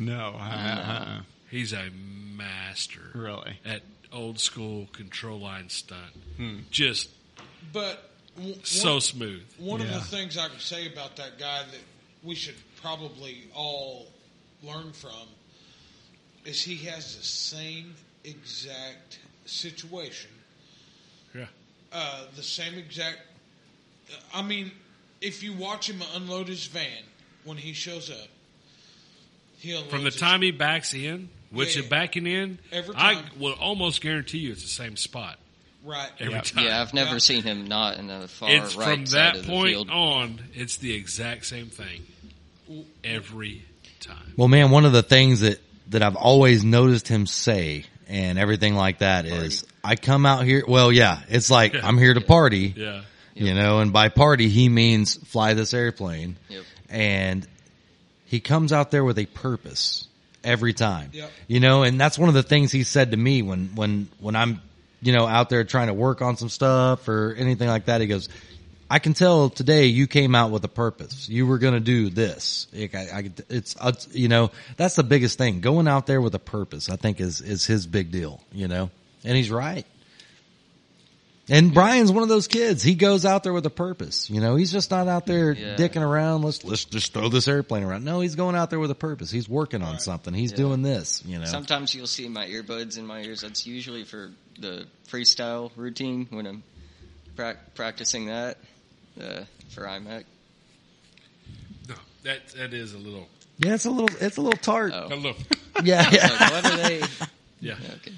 Speaker 5: No.
Speaker 2: Uh-huh.
Speaker 5: uh,
Speaker 4: He's a master
Speaker 5: Really?
Speaker 4: at old school control line stunt.
Speaker 2: Hmm.
Speaker 4: Just
Speaker 3: But w- one-
Speaker 4: so smooth.
Speaker 3: One of
Speaker 5: Yeah.
Speaker 3: the things I can say about that guy that we should probably all learn from is he has the same exact situation,
Speaker 4: Yeah.
Speaker 3: uh, the same exact. uh, I mean, if you watch him unload his van when he shows up, he unloads
Speaker 4: From the
Speaker 3: his-
Speaker 4: time he backs in, which
Speaker 3: Yeah.
Speaker 4: is backing in,
Speaker 3: Every
Speaker 4: I
Speaker 3: time.
Speaker 4: will almost guarantee you it's the same spot
Speaker 3: right?
Speaker 4: every
Speaker 5: Yeah.
Speaker 4: time. [laughs]
Speaker 2: yeah, I've never
Speaker 3: Yeah.
Speaker 2: seen him not in the far
Speaker 4: it's
Speaker 2: right
Speaker 4: from
Speaker 2: side
Speaker 4: that
Speaker 2: of the
Speaker 4: point
Speaker 2: field.
Speaker 4: on, it's the exact same thing every time.
Speaker 1: Well, man, one of the things that that I've always noticed him say and everything like that is, I come out here. Well, yeah, it's like I'm here to party,
Speaker 4: Yeah,
Speaker 1: you know, and by party he means fly this airplane,
Speaker 2: Yep.
Speaker 1: and he comes out there with a purpose every time,
Speaker 3: Yep.
Speaker 1: you know, and that's one of the things he said to me when when when I'm you know out there trying to work on some stuff or anything like that. He goes. I can tell today you came out with a purpose. You were going to do this. Like, I- I- it's, it's, you know, that's the biggest thing. Going out there with a purpose, I think is, is his big deal, you know, and he's right. And Brian's one of those kids. He goes out there with a purpose. You know, he's just not out there
Speaker 2: Yeah.
Speaker 1: dicking around. Let's, let's just throw this airplane around. No, he's going out there with a purpose. He's working on something. He's doing this, you know.
Speaker 2: Sometimes you'll see my earbuds in my ears. That's usually for the freestyle routine when I'm prac practicing that uh, for iMac.
Speaker 4: no, that that is a little,
Speaker 1: yeah, it's a little, it's a little tart.
Speaker 2: Oh,
Speaker 4: a
Speaker 2: [laughs]
Speaker 4: little.
Speaker 3: [laughs]
Speaker 1: Yeah. yeah.
Speaker 2: Like, what are they?
Speaker 4: Yeah,
Speaker 2: Okay.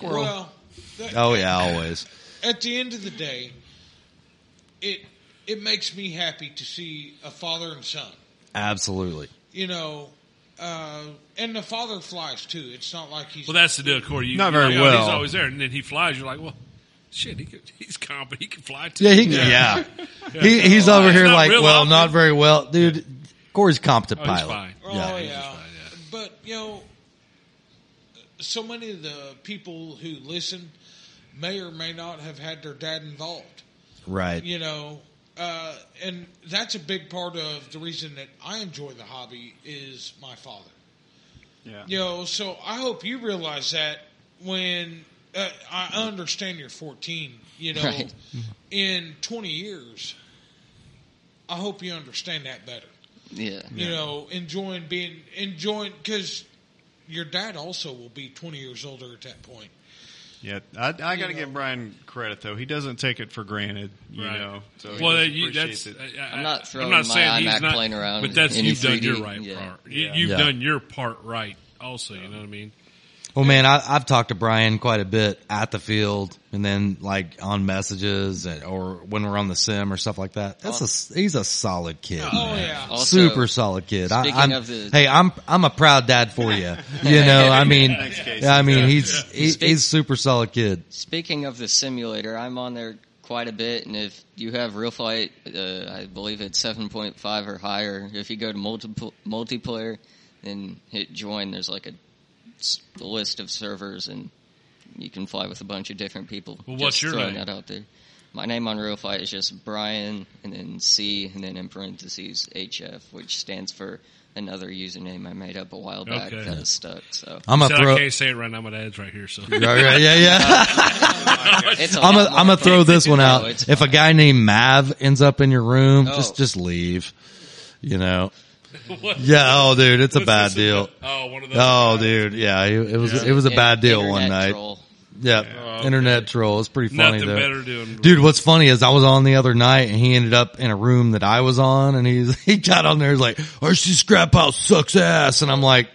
Speaker 3: Well, that-
Speaker 1: Oh yeah, always.
Speaker 3: at the end of the day, it it makes me happy to see a father and son.
Speaker 1: Absolutely.
Speaker 3: you know, uh, and the father flies too. It's not like he's
Speaker 4: well, that's the deal, Corey. You,
Speaker 5: Not
Speaker 4: you're
Speaker 5: very
Speaker 4: like, oh, He's
Speaker 5: well.
Speaker 4: always there, and then he flies. You're like, well, shit, he could, he's competent. He can fly too.
Speaker 1: Yeah, he can. Yeah, He, he's over
Speaker 4: He's
Speaker 1: here
Speaker 4: not
Speaker 1: like,
Speaker 4: real
Speaker 1: well,
Speaker 4: often.
Speaker 1: not very well, dude. Corey's competent
Speaker 4: Oh, he's
Speaker 1: pilot.
Speaker 4: fine.
Speaker 3: Oh
Speaker 1: Yeah.
Speaker 3: yeah.
Speaker 4: fine, yeah.
Speaker 3: but you know, so many of the people who listen may or may not have had their dad involved.
Speaker 1: Right.
Speaker 3: You know, uh, and that's a big part of the reason that I enjoy the hobby is my father.
Speaker 5: Yeah.
Speaker 3: You know, so I hope you realize that when uh, I understand you're 14, you know,
Speaker 2: Right.
Speaker 3: [laughs] in 20 years, I hope you understand that better.
Speaker 2: Yeah.
Speaker 3: You know, enjoying being, enjoying, because your dad also will be 20 years older at that point.
Speaker 5: Yeah, I, I got to give Brian credit though. He doesn't take it for granted, you
Speaker 4: Right.
Speaker 5: know. So he
Speaker 4: well,
Speaker 5: does
Speaker 4: that- you,
Speaker 5: appreciate
Speaker 4: that's
Speaker 5: it.
Speaker 4: I, I,
Speaker 2: I'm not throwing
Speaker 4: I'm not
Speaker 2: my
Speaker 4: saying he's
Speaker 2: iMac
Speaker 4: not,
Speaker 2: plane around
Speaker 4: but that's
Speaker 2: in
Speaker 4: you've done
Speaker 2: 3D,
Speaker 4: your right
Speaker 2: yeah.
Speaker 4: part. You,
Speaker 5: Yeah.
Speaker 4: you've
Speaker 1: Yeah.
Speaker 4: done your part right. Also, you know what I mean.
Speaker 1: Well, man, I, I've talked to Brian quite a bit at the field, and then like on messages, and, or when we're on the sim or stuff like that. That's a s- he's a solid kid.
Speaker 3: Oh
Speaker 1: man.
Speaker 3: yeah.
Speaker 2: Also,
Speaker 1: Super solid kid. I,
Speaker 2: speaking
Speaker 1: I'm,
Speaker 2: of the-
Speaker 1: hey, I'm I'm a proud dad for you. You know, I mean,
Speaker 5: Thanks, Casey.
Speaker 1: I mean, he's he,
Speaker 2: Speak-
Speaker 1: he's super solid kid.
Speaker 2: Speaking of the simulator, I'm on there quite a bit, and if you have real flight, uh, I believe it's 7.5 or higher. If you go to multiple multiplayer and hit join, there's like a s- list of servers, and you can fly with a bunch of different people.
Speaker 4: Well, what's
Speaker 2: Just
Speaker 4: your
Speaker 2: throwing
Speaker 4: name?
Speaker 2: that out there. My name on real flight is just Brian, and then C, and then in parentheses HF, which stands for another username I made up a while back
Speaker 4: Okay.
Speaker 2: that is stuck. So
Speaker 1: I'm a
Speaker 4: Said I
Speaker 1: pro.
Speaker 4: can't say it right now. My dad's right here, so
Speaker 1: [laughs] Right, right, yeah, yeah.
Speaker 2: it's a
Speaker 1: I'm a,
Speaker 2: lot more
Speaker 1: I'm gonna throw
Speaker 2: fun.
Speaker 1: this one
Speaker 2: No,
Speaker 1: out.
Speaker 2: it's
Speaker 1: If a
Speaker 2: fine.
Speaker 1: guy named Mav ends up in your room, just
Speaker 2: Oh.
Speaker 1: just leave. You know. Yeah. Oh, dude, it's a
Speaker 4: [laughs]
Speaker 1: bad deal.
Speaker 4: Oh, one of those.
Speaker 1: Oh, dude. Yeah, it, it was it was a bad deal one
Speaker 2: Internet
Speaker 1: night.
Speaker 2: troll.
Speaker 1: Yeah, internet troll. It's pretty funny
Speaker 4: Nothing
Speaker 1: though.
Speaker 4: better doing.
Speaker 1: Dude, what's funny is I was on the other night and he ended up in a room that I was on and he's, [laughs] he got on there he's like, RC Scrap House sucks ass. And I'm like,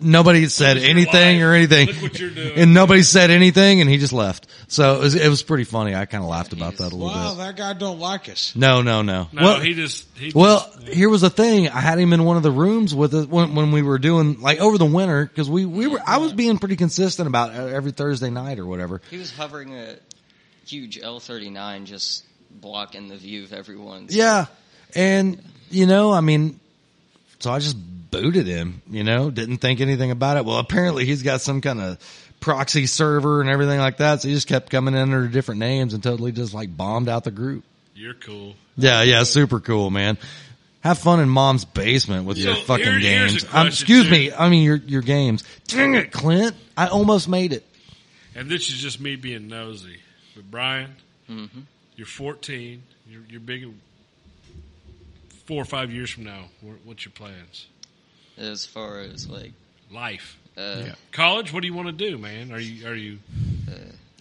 Speaker 1: nobody said
Speaker 4: at your
Speaker 1: anything
Speaker 4: life.
Speaker 1: or anything.
Speaker 4: Look what you're doing.
Speaker 1: And nobody said anything and he just left. So it was, it was pretty funny. I kind of laughed about that a little
Speaker 3: Wow,
Speaker 1: bit.
Speaker 3: that guy don't like
Speaker 1: [laughs]
Speaker 3: us.
Speaker 1: No, no, no.
Speaker 4: No,
Speaker 1: well,
Speaker 4: he just. He
Speaker 1: well,
Speaker 4: just-
Speaker 1: here was the thing. I had him in one of the rooms with us when, when we were doing like over the winter because we, we were, I was being pretty consistent about uh, every Thursday night or whatever.
Speaker 2: He was hovering a huge L thirty nine, just blocking the view of everyone. So
Speaker 1: Yeah. And, you know, I mean, so I just booted him, you know, didn't think anything about it. Well, apparently he's got some kind of proxy server and everything like that. So he just kept coming in under different names and totally just like bombed out the group.
Speaker 4: you're cool.
Speaker 1: Yeah. Yeah. Super cool, man. Have fun in mom's basement with your
Speaker 4: So,
Speaker 1: fucking
Speaker 4: here- here's a
Speaker 1: games. Um,
Speaker 4: question,
Speaker 1: excuse me.
Speaker 4: too.
Speaker 1: I mean, your, your games. Dang it, Clint. I almost made it.
Speaker 4: And this is just me being nosy. But Brian,
Speaker 2: Mm-hmm.
Speaker 4: you're 14. You're, you're big. Four or five years from now, what- what's your plans?
Speaker 2: as far as like,
Speaker 4: Life,
Speaker 2: uh,
Speaker 5: Yeah.
Speaker 4: college. What do you want to do, man? Are you are you? I know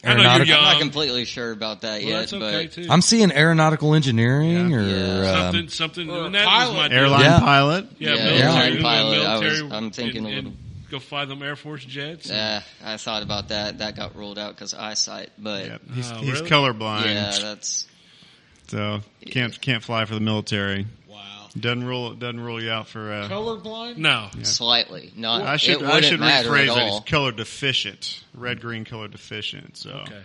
Speaker 4: you're
Speaker 1: Aeronautical.
Speaker 4: young.
Speaker 2: I'm not completely sure about that
Speaker 4: Well,
Speaker 2: yet,
Speaker 4: that's okay
Speaker 2: but
Speaker 4: too.
Speaker 1: I'm seeing aeronautical engineering
Speaker 5: Yeah.
Speaker 1: or,
Speaker 2: Yeah.
Speaker 1: um,
Speaker 4: something something.
Speaker 3: Or
Speaker 4: and that was my
Speaker 3: pilot.
Speaker 4: deal.
Speaker 5: Airline
Speaker 1: Yeah.
Speaker 5: pilot.
Speaker 4: Yeah,
Speaker 2: Yeah,
Speaker 4: military,
Speaker 2: airline
Speaker 4: you know,
Speaker 2: pilot. I
Speaker 4: military
Speaker 2: was- I'm thinking
Speaker 4: and,
Speaker 2: a
Speaker 4: and
Speaker 2: little-
Speaker 4: Go fly them Air Force jets.
Speaker 2: uh, I thought about that. That got ruled out because eyesight, but
Speaker 5: Yep. He's,
Speaker 4: Oh,
Speaker 5: he's
Speaker 4: really?
Speaker 5: colorblind,
Speaker 2: yeah, that's
Speaker 5: so can't can't fly for the military.
Speaker 3: Wow.
Speaker 5: Doesn't rule doesn't rule you out for. Uh,
Speaker 3: Colorblind?
Speaker 4: No,
Speaker 2: slightly not.
Speaker 5: I should
Speaker 2: Uh, it
Speaker 5: I
Speaker 2: wouldn't
Speaker 5: should
Speaker 2: matter
Speaker 5: rephrase
Speaker 2: at
Speaker 5: that.
Speaker 2: all.
Speaker 5: [laughs] He's color deficient, red green color deficient. So
Speaker 4: okay,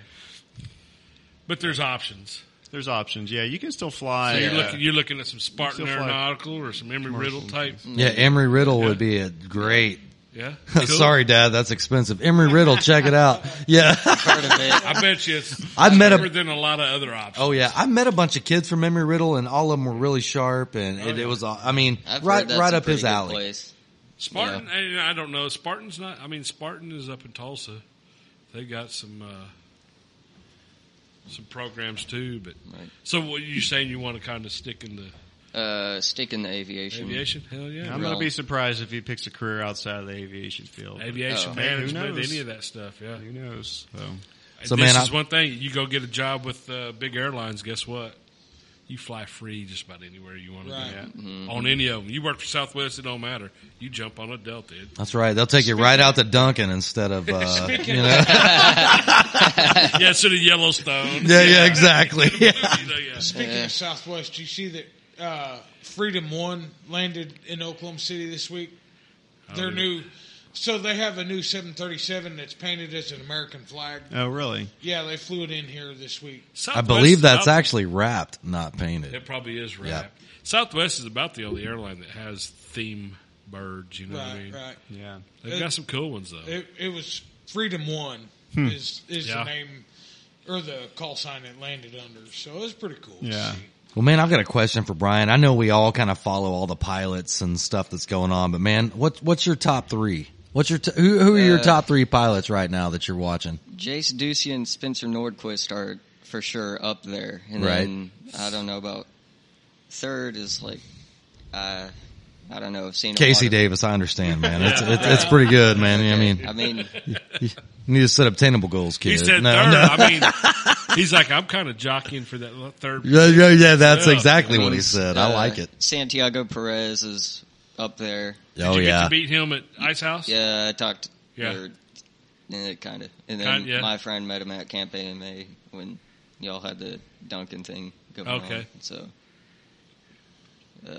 Speaker 4: but there's options.
Speaker 5: there's options. Yeah, you can still fly.
Speaker 4: So you're
Speaker 5: uh,
Speaker 4: looking you're looking at some Spartan
Speaker 5: Still fly.
Speaker 4: Aeronautical or some Emory Riddle type.
Speaker 1: yeah, Emery Riddle would be a great
Speaker 2: [laughs]
Speaker 4: Yeah,
Speaker 1: [laughs] Sorry, Dad, that's expensive. Emery Riddle, check it
Speaker 4: [laughs]
Speaker 1: out. Yeah.
Speaker 2: Part of it.
Speaker 4: I
Speaker 2: [laughs]
Speaker 4: bet you it's
Speaker 1: I met a-
Speaker 4: cheaper than a lot of other options.
Speaker 1: oh yeah, I met a bunch of kids from Emery Riddle, and all of them were really sharp, and
Speaker 4: Oh,
Speaker 1: it, it was. all- I mean,
Speaker 2: I've
Speaker 1: right,
Speaker 2: heard that's
Speaker 1: right
Speaker 2: a
Speaker 1: up his
Speaker 2: pretty good
Speaker 1: alley.
Speaker 2: Place.
Speaker 4: Spartan, I, I don't know. Spartan's not. I mean, Spartan is up in Tulsa. They got some uh, some programs too. But
Speaker 2: Right.
Speaker 4: so what you saying? You want to kind of stick in the
Speaker 2: Uh, stick in the aviation.
Speaker 4: aviation? Hell yeah,
Speaker 5: I'm
Speaker 4: bro.
Speaker 5: gonna be surprised if he picks a career outside of the aviation field.
Speaker 4: aviation
Speaker 2: Oh.
Speaker 5: Hey, who
Speaker 4: management,
Speaker 5: knows?
Speaker 4: any of that stuff. Yeah.
Speaker 5: Who knows? So
Speaker 1: So,
Speaker 4: this
Speaker 1: man,
Speaker 4: is
Speaker 1: I-
Speaker 4: one thing. You go get a job with uh, big airlines. Guess what? You fly free just about anywhere you want
Speaker 3: Right.
Speaker 4: to go
Speaker 1: Mm-hmm.
Speaker 4: on any of them. You work for Southwest, it don't matter. You jump on a Delta. It, [laughs]
Speaker 1: That's right. They'll take you right out to Duncan instead of, uh, you know.
Speaker 4: yeah, to the Yellowstone.
Speaker 1: yeah, yeah, exactly. Yeah.
Speaker 4: [laughs]
Speaker 1: [laughs]
Speaker 4: You know, yeah.
Speaker 3: Speaking
Speaker 2: Yeah.
Speaker 3: of Southwest, you see that uh, Freedom One landed in Oklahoma City this week.
Speaker 4: Oh,
Speaker 3: Their new, so they have a new 737 that's painted as an American flag.
Speaker 5: oh really?
Speaker 3: Yeah, they flew it in here this week.
Speaker 1: I
Speaker 4: Southwest-
Speaker 1: believe that's
Speaker 4: South-
Speaker 1: actually wrapped, not painted.
Speaker 4: It probably is wrapped.
Speaker 1: Yeah.
Speaker 4: Southwest is about the only airline that has theme birds. You know what I
Speaker 3: Right,
Speaker 4: mean?
Speaker 3: right.
Speaker 5: Yeah.
Speaker 4: They've got some cool ones though.
Speaker 3: It, it was Freedom One is is
Speaker 4: Hmm. Yeah.
Speaker 3: the name or the call sign it landed under. So it was pretty cool. to
Speaker 5: Yeah.
Speaker 3: see.
Speaker 1: Well, man, I've got a question for Brian. I know we all kind of follow all the pilots and stuff that's going on, but man, what, what's your top three? What's your, t- who, who are your
Speaker 2: Uh,
Speaker 1: top three pilots right now that you're watching?
Speaker 2: Jace Ducey and Spencer Nordquist are for sure up there. And
Speaker 1: Right.
Speaker 2: then I don't know about third is like uh, I don't know. I've seen a
Speaker 1: Casey
Speaker 2: lot of-
Speaker 1: Davis, I understand, man. It's, it's, it's pretty good, man. I mean,
Speaker 2: I mean,
Speaker 1: You need to set obtainable goals, kid.
Speaker 4: He said
Speaker 1: No,
Speaker 4: third.
Speaker 1: no. [laughs]
Speaker 4: I mean, he's like, I'm kind of jockeying for that l- third.
Speaker 1: Yeah, yeah, yeah, that's
Speaker 4: Yeah.
Speaker 1: exactly [laughs] what he said. I
Speaker 2: Uh,
Speaker 1: like it.
Speaker 2: Santiago Perez is up there.
Speaker 4: Did
Speaker 1: Oh
Speaker 4: you get
Speaker 1: yeah.
Speaker 4: to beat him at Ice House?
Speaker 2: Yeah, I talked.
Speaker 4: Yeah.
Speaker 2: Or, kind of. And then
Speaker 4: Kind- yeah.
Speaker 2: my friend met him at Camp AMA when y'all had the Duncan thing going
Speaker 4: Okay.
Speaker 2: on. So. Uh,